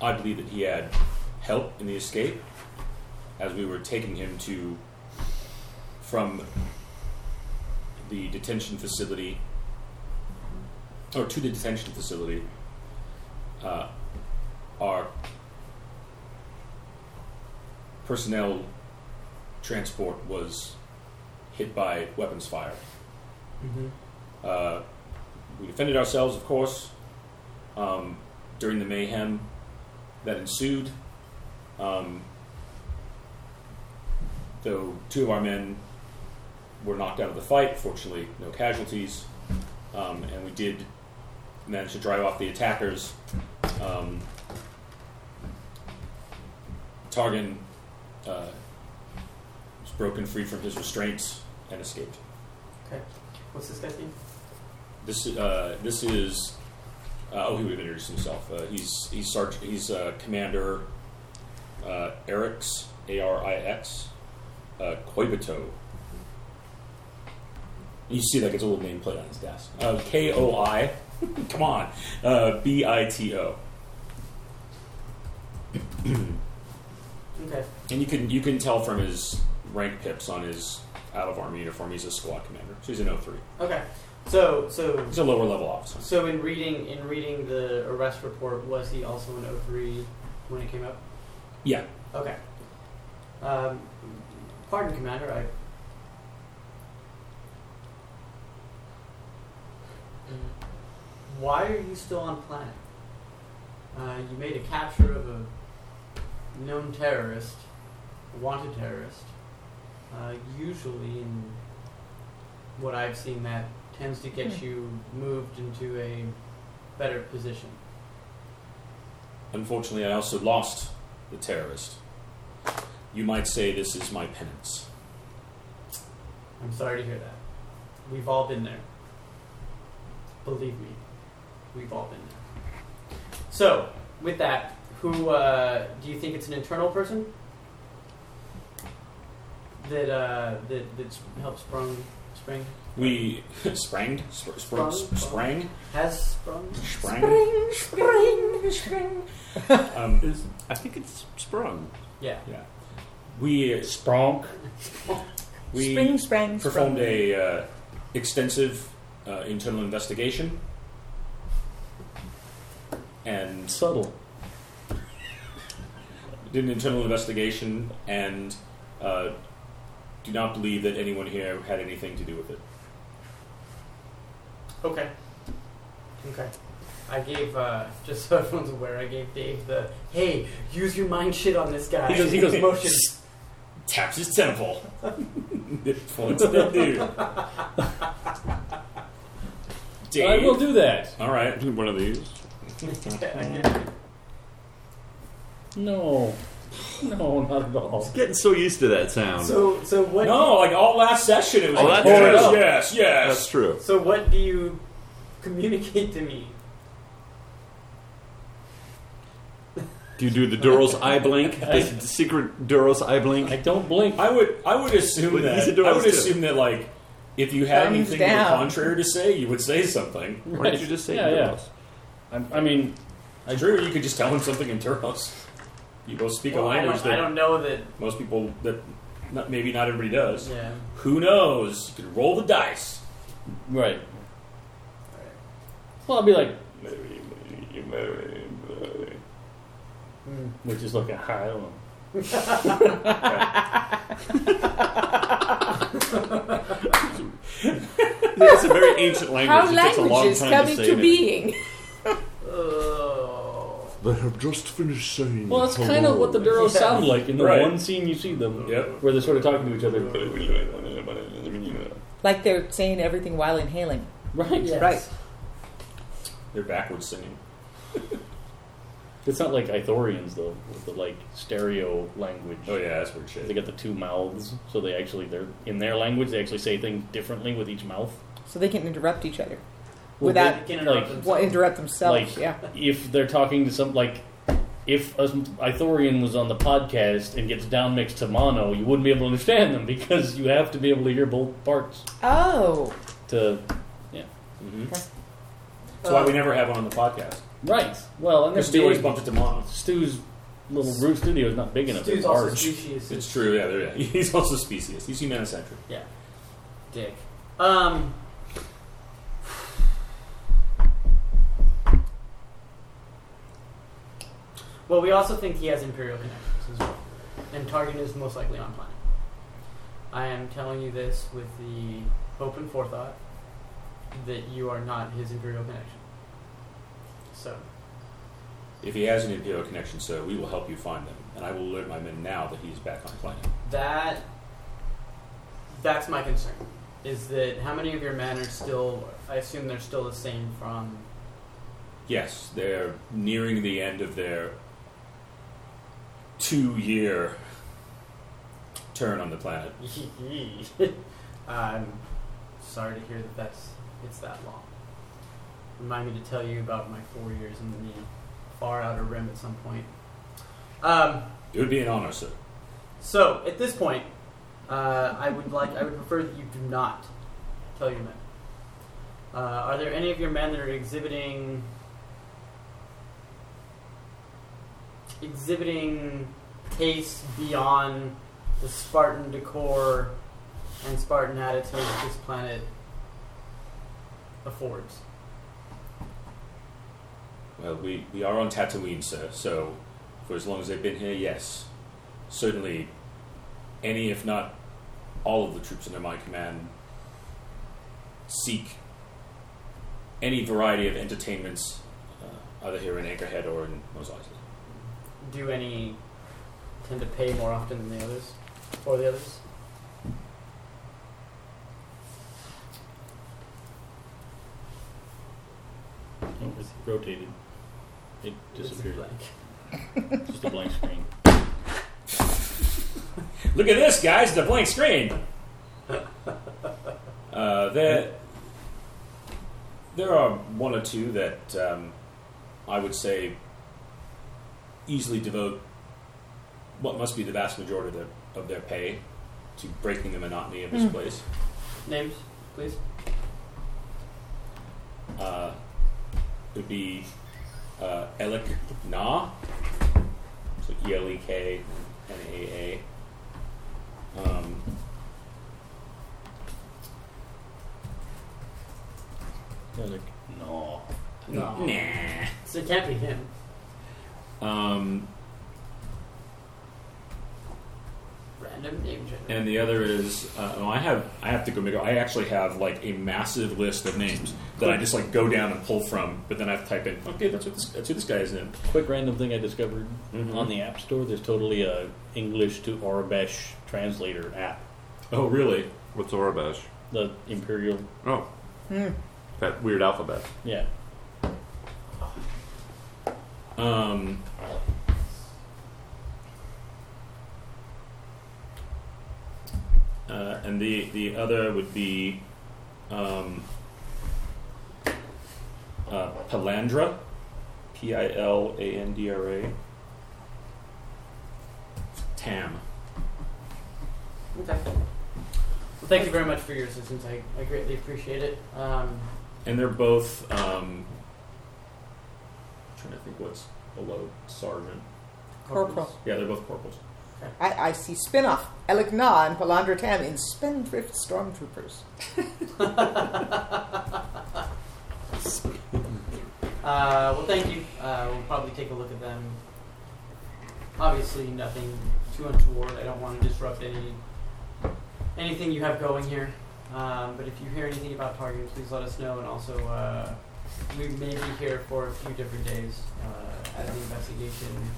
[SPEAKER 1] I believe that he had help in the escape as we were taking him to from the detention facility or to the detention facility uh, our personnel transport was hit by weapons fire uh, we defended ourselves, of course, um, during the mayhem that ensued. Um, though two of our men were knocked out of the fight, fortunately, no casualties, um, and we did manage to drive off the attackers. Um, Targan uh, was broken free from his restraints and escaped.
[SPEAKER 4] Okay. What's this guy's name?
[SPEAKER 1] This uh, this is uh, oh he would have introduced himself. Uh, he's he's Sarge, he's uh, Commander uh, Eric's A R I X uh, Koibato. You see, like it's a little nameplate on his desk. Uh, K O I, come on, uh, B I T O.
[SPEAKER 4] Okay.
[SPEAKER 1] And you can you can tell from his rank pips on his out of army uniform, he's a squad commander. So he's an 03.
[SPEAKER 4] Okay. So so
[SPEAKER 1] He's a lower level officer.
[SPEAKER 4] so in reading in reading the arrest report, was he also an 03 when it came up?
[SPEAKER 1] Yeah.
[SPEAKER 4] Okay. Um, pardon, Commander. I. Why are you still on planet? Uh, you made a capture of a known terrorist, a wanted terrorist. Uh, usually, in what I've seen, that tends to get you moved into a better position.
[SPEAKER 1] Unfortunately, I also lost the terrorist. You might say this is my penance.
[SPEAKER 4] I'm sorry to hear that. We've all been there. Believe me, we've all been there. So, with that, who uh, do you think it's an internal person that uh, that that's helped sprung spring
[SPEAKER 1] We sprang, sp- sprung, sp- sprang,
[SPEAKER 4] has sprung?
[SPEAKER 1] sprang. Um,
[SPEAKER 8] Is- I think it's sprung.
[SPEAKER 4] Yeah.
[SPEAKER 1] yeah, we
[SPEAKER 6] Spronk.
[SPEAKER 1] we
[SPEAKER 2] spring, spring,
[SPEAKER 1] performed
[SPEAKER 2] spring.
[SPEAKER 1] a uh, extensive uh, internal investigation, and
[SPEAKER 6] Subtle.
[SPEAKER 1] did an internal investigation, and uh, do not believe that anyone here had anything to do with it.
[SPEAKER 4] Okay. Okay. I gave uh, just so everyone's aware. I gave Dave the hey, use your mind shit on this guy.
[SPEAKER 1] He goes- he goes,
[SPEAKER 4] motion.
[SPEAKER 1] Taps his temple. Points at the dude. Dave.
[SPEAKER 6] I will do that.
[SPEAKER 1] All right.
[SPEAKER 8] One of these.
[SPEAKER 6] No. No, not at all.
[SPEAKER 8] Getting so used to that sound.
[SPEAKER 4] So so what?
[SPEAKER 1] No, like all last session, it was
[SPEAKER 8] Oh,
[SPEAKER 1] like,
[SPEAKER 8] that's
[SPEAKER 1] yes,
[SPEAKER 8] true.
[SPEAKER 1] yes, yes.
[SPEAKER 8] That's true.
[SPEAKER 4] So what do you communicate to me?
[SPEAKER 8] Do you do the Duros eye blink? The secret Duros eye blink?
[SPEAKER 6] I don't blink.
[SPEAKER 1] I would, I would assume
[SPEAKER 8] Well, he's a
[SPEAKER 1] that.
[SPEAKER 8] doorless
[SPEAKER 1] I would
[SPEAKER 8] too.
[SPEAKER 1] assume that, like, if you had
[SPEAKER 2] Thumbs
[SPEAKER 1] anything to the
[SPEAKER 2] down.
[SPEAKER 1] contrary to say, you would say something.
[SPEAKER 8] Why did you just say
[SPEAKER 6] Yeah, yeah.
[SPEAKER 8] Duros?
[SPEAKER 6] I, I mean,
[SPEAKER 1] I drew. You could just tell him something in Turos. You both speak
[SPEAKER 4] Well,
[SPEAKER 1] a
[SPEAKER 4] I,
[SPEAKER 1] language
[SPEAKER 4] don't, I
[SPEAKER 1] that
[SPEAKER 4] don't know that.
[SPEAKER 1] most people that not, maybe not everybody does.
[SPEAKER 4] Yeah.
[SPEAKER 1] Who knows? You could roll the dice.
[SPEAKER 6] right. Well, I'll be like, which is like a high. I don't know.
[SPEAKER 8] It's a very ancient language.
[SPEAKER 2] How
[SPEAKER 8] it takes a long
[SPEAKER 2] languages
[SPEAKER 8] time
[SPEAKER 2] come
[SPEAKER 8] to say
[SPEAKER 2] into
[SPEAKER 8] it.
[SPEAKER 2] being?
[SPEAKER 4] Oh.
[SPEAKER 10] They have just finished saying.
[SPEAKER 6] Well, that's kind of what the Duros
[SPEAKER 4] Yeah.
[SPEAKER 6] sound like in the
[SPEAKER 1] Right.
[SPEAKER 6] one scene you see them,
[SPEAKER 1] Yep.
[SPEAKER 6] where they're sort of talking to each other.
[SPEAKER 2] Like they're saying everything while inhaling.
[SPEAKER 6] Right.
[SPEAKER 2] Right.
[SPEAKER 1] They're backwards singing.
[SPEAKER 6] It's not like Ithorians though, with the like stereo language.
[SPEAKER 1] Oh yeah, that's weird
[SPEAKER 6] They
[SPEAKER 1] shit.
[SPEAKER 6] got the two mouths, so they actually they're in their language. They actually say things differently with each mouth.
[SPEAKER 2] So they can interrupt each other
[SPEAKER 6] Well,
[SPEAKER 2] without
[SPEAKER 4] They can interrupt
[SPEAKER 6] Like,
[SPEAKER 4] themselves.
[SPEAKER 2] well, interrupt themselves.
[SPEAKER 6] like
[SPEAKER 2] yeah.
[SPEAKER 6] if they're talking to some like if a Ithorian was on the podcast and gets downmixed to mono, you wouldn't be able to understand them because you have to be able to hear both parts
[SPEAKER 2] Oh.
[SPEAKER 6] to, yeah. Mm-hmm.
[SPEAKER 1] That's why we never have one on the podcast.
[SPEAKER 6] Right. Well, and
[SPEAKER 1] Because
[SPEAKER 6] there's
[SPEAKER 1] Stu always bumped it to mono.
[SPEAKER 6] Stu's little root studio is not big enough.
[SPEAKER 4] Stu's
[SPEAKER 6] it's
[SPEAKER 4] also
[SPEAKER 6] large.
[SPEAKER 4] specious.
[SPEAKER 1] It's true. Yeah, there- yeah. he's also species. He's humanocentric.
[SPEAKER 4] Yeah. Dick. Um. Well, we also think he has Imperial connections as well. And Target is most likely on planet. I am telling you this with the hope and forethought that you are not his Imperial connection. So,
[SPEAKER 1] If he has an Imperial connection, so we will help you find them, and I will alert my men now that he's back on planet.
[SPEAKER 4] that. That's my concern. Is that how many of your men are still. I assume they're still the same from
[SPEAKER 1] Yes, they're nearing the end of their two-year turn on the planet.
[SPEAKER 4] I'm sorry to hear that that's it's that long. Remind me to tell you about my four years in the far outer rim at some point. Um,
[SPEAKER 1] It would be an honor, sir.
[SPEAKER 4] so at this point, uh, I would like I would prefer that you do not tell your men. Uh, are there any of your men that are exhibiting exhibiting tastes beyond the Spartan decor and Spartan attitude that this planet affords?
[SPEAKER 1] Well, we, we are on Tatooine, sir, so for as long as they've been here, yes. Certainly, any, if not all of the troops under my command seek any variety of entertainments, uh, either here in Anchorhead or in Mos Eisley.
[SPEAKER 4] Do any tend to pay more often than the others, or the others?
[SPEAKER 6] Oh, it rotated. It disappeared. Just a blank screen.
[SPEAKER 1] Look at this, guys, the blank screen! Uh, there, there are one or two that um, I would say easily devote what must be the vast majority of their, of their pay to breaking the monotony of this
[SPEAKER 4] Hmm.
[SPEAKER 1] place.
[SPEAKER 4] Names, please.
[SPEAKER 1] Uh, it would be uh, Elik Na, so E L E K N A A. Um,
[SPEAKER 6] They're like, no.
[SPEAKER 4] No.
[SPEAKER 1] Nah.
[SPEAKER 4] So it can't be him.
[SPEAKER 1] Um,
[SPEAKER 4] Random name generator.
[SPEAKER 1] and the other is uh, oh, I have I have to go make I actually have like a massive list of names that I just like go down and pull from, but then I have to type in okay that's what this, that's who this guy is in.
[SPEAKER 6] Quick random thing I discovered on the App Store. There's totally a English to Arabesh translator app.
[SPEAKER 1] Oh really?
[SPEAKER 8] What's Orabesh?
[SPEAKER 6] The Imperial.
[SPEAKER 8] Oh, that weird alphabet.
[SPEAKER 6] Yeah.
[SPEAKER 1] Um, uh, and the the other would be um, uh, Palandra, P I L A N D R A. Tam.
[SPEAKER 4] Okay. Well, thank you very much for your assistance. I, I greatly appreciate it. Um,
[SPEAKER 1] And they're both. Um, trying to think what's below sergeant.
[SPEAKER 2] Corporal.
[SPEAKER 1] Yeah, they're both corporals.
[SPEAKER 2] I, I see spin-off. Alec Na and Palandra Tam in Spendthrift Stormtroopers.
[SPEAKER 4] Uh, well, thank you. Uh, we'll probably take a look at them. Obviously, nothing too untoward. I don't want to disrupt any anything you have going here. Um, but if you hear anything about Target, please let us know. And also, uh, we may be here for a few different days uh, as the investigation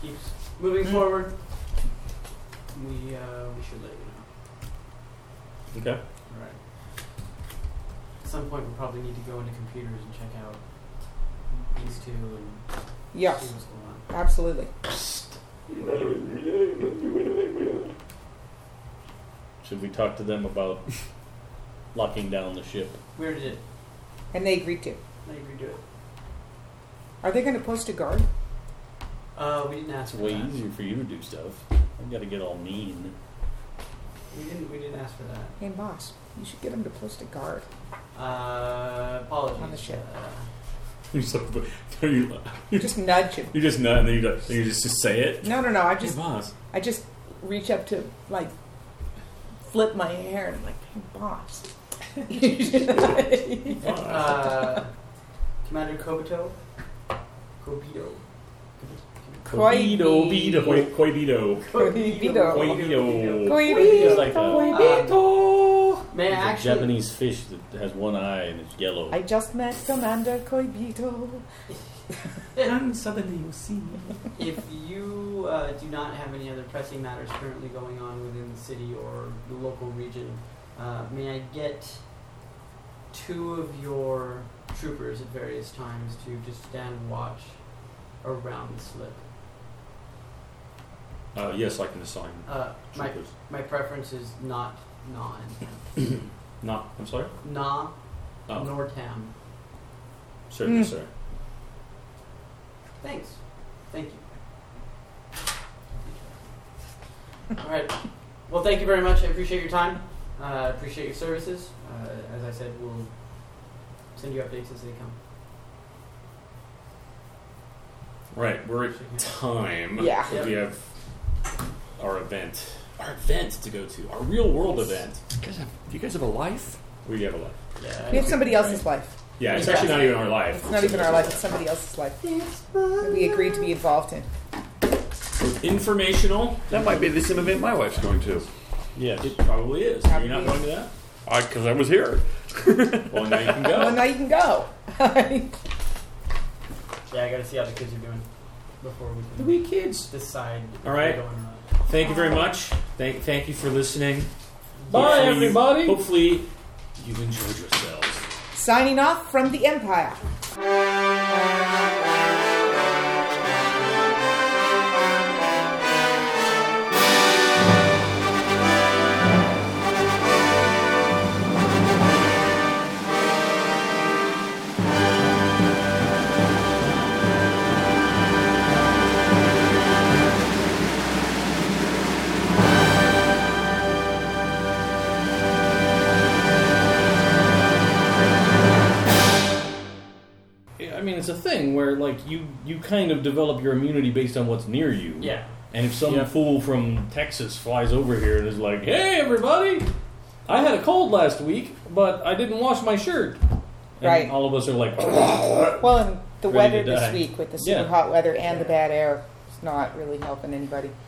[SPEAKER 4] keeps moving forward. We uh, we should let you know.
[SPEAKER 1] Okay.
[SPEAKER 4] Right. At some point, we probably need to go into computers and check out these two and
[SPEAKER 2] Yes.
[SPEAKER 4] see what's going on.
[SPEAKER 2] Absolutely.
[SPEAKER 6] Should we talk to them about locking down the ship?
[SPEAKER 4] We already did.
[SPEAKER 2] And they agreed to.
[SPEAKER 4] Let me redo it.
[SPEAKER 2] Are they going to post a guard?
[SPEAKER 4] Uh, we didn't ask
[SPEAKER 6] It's
[SPEAKER 4] for
[SPEAKER 6] way
[SPEAKER 4] that.
[SPEAKER 6] easier for you to do stuff. I've got to get all mean.
[SPEAKER 4] We didn't. We didn't ask for that.
[SPEAKER 2] Hey, boss, you should get him to post a guard.
[SPEAKER 4] Uh, apologies.
[SPEAKER 2] On the ship.
[SPEAKER 4] Uh,
[SPEAKER 1] You just, you, you
[SPEAKER 2] Just nudge him.
[SPEAKER 1] you just nut, and then you, go- you just, just say it.
[SPEAKER 2] No, no, no. I
[SPEAKER 1] Hey,
[SPEAKER 2] just,
[SPEAKER 1] boss.
[SPEAKER 2] I just reach up to like flip my hair and I'm like, hey, boss.
[SPEAKER 4] uh, Commander Kobito. Kobito.
[SPEAKER 1] Coibido,
[SPEAKER 4] Coibido.
[SPEAKER 1] Coi- Coibido. Coibido.
[SPEAKER 2] Coibido.
[SPEAKER 6] It's like a-
[SPEAKER 2] Coibito.
[SPEAKER 4] May I
[SPEAKER 6] It's a
[SPEAKER 4] actually?
[SPEAKER 6] Japanese fish that has one eye and it's yellow.
[SPEAKER 2] I just met Commander Coibito.
[SPEAKER 5] And suddenly you see.
[SPEAKER 4] If you uh, do not have any other pressing matters currently going on within the city or the local region, uh, may I get two of your troopers at various times to just stand watch around the slip?
[SPEAKER 1] Uh, yes, I can assign
[SPEAKER 4] Uh, my,
[SPEAKER 1] troopers.
[SPEAKER 4] my preference is not non,
[SPEAKER 1] Not, I'm sorry.
[SPEAKER 4] Na
[SPEAKER 1] Oh,
[SPEAKER 4] nor Tam.
[SPEAKER 1] certainly,
[SPEAKER 2] Mm.
[SPEAKER 1] sir.
[SPEAKER 4] Thanks. Thank you. All right. Well, thank you very much. I appreciate your time. Uh, I appreciate your services. Uh, as I said, we'll send you updates as they come.
[SPEAKER 1] Right, we're at time.
[SPEAKER 2] Yeah.
[SPEAKER 1] So We have our event, our event to go to, our real world event.
[SPEAKER 8] Do you guys have a life?
[SPEAKER 1] We have a life.
[SPEAKER 4] Yeah.
[SPEAKER 2] We have somebody else's life.
[SPEAKER 1] Yeah, it's actually not even our life.
[SPEAKER 2] It's not even our life. It's somebody else's life. that We agreed to be involved in.
[SPEAKER 1] Informational.
[SPEAKER 8] That might be the same event my wife's going to.
[SPEAKER 6] Yes.
[SPEAKER 1] It probably is. Are you not going
[SPEAKER 2] Probably
[SPEAKER 1] to that?
[SPEAKER 8] Because I was here.
[SPEAKER 1] Well, now you can
[SPEAKER 2] Well,
[SPEAKER 1] go.
[SPEAKER 2] now you can go.
[SPEAKER 4] Yeah, I gotta see how the kids are doing before we
[SPEAKER 1] The
[SPEAKER 4] can
[SPEAKER 1] wee kids.
[SPEAKER 4] decide. if
[SPEAKER 1] All right.
[SPEAKER 4] we're going or not.
[SPEAKER 1] Thank you very much. Thank, thank you for listening.
[SPEAKER 6] Bye,
[SPEAKER 1] Hopefully you-
[SPEAKER 6] everybody.
[SPEAKER 1] Hopefully, you enjoyed yourselves.
[SPEAKER 2] Signing off from the Empire.
[SPEAKER 6] I mean, it's a thing where like you you kind of develop your immunity based on what's near you.
[SPEAKER 4] Yeah.
[SPEAKER 6] And if some
[SPEAKER 1] Yeah.
[SPEAKER 6] fool from Texas flies over here and is like, "Hey, everybody, I had a cold last week, but I didn't wash my shirt," and
[SPEAKER 2] Right.
[SPEAKER 6] all of us are like,
[SPEAKER 2] Well, and the
[SPEAKER 6] Ready
[SPEAKER 2] weather
[SPEAKER 6] to
[SPEAKER 2] this
[SPEAKER 6] die.
[SPEAKER 2] week with the super
[SPEAKER 6] Yeah.
[SPEAKER 2] hot weather and the bad air is not really helping anybody.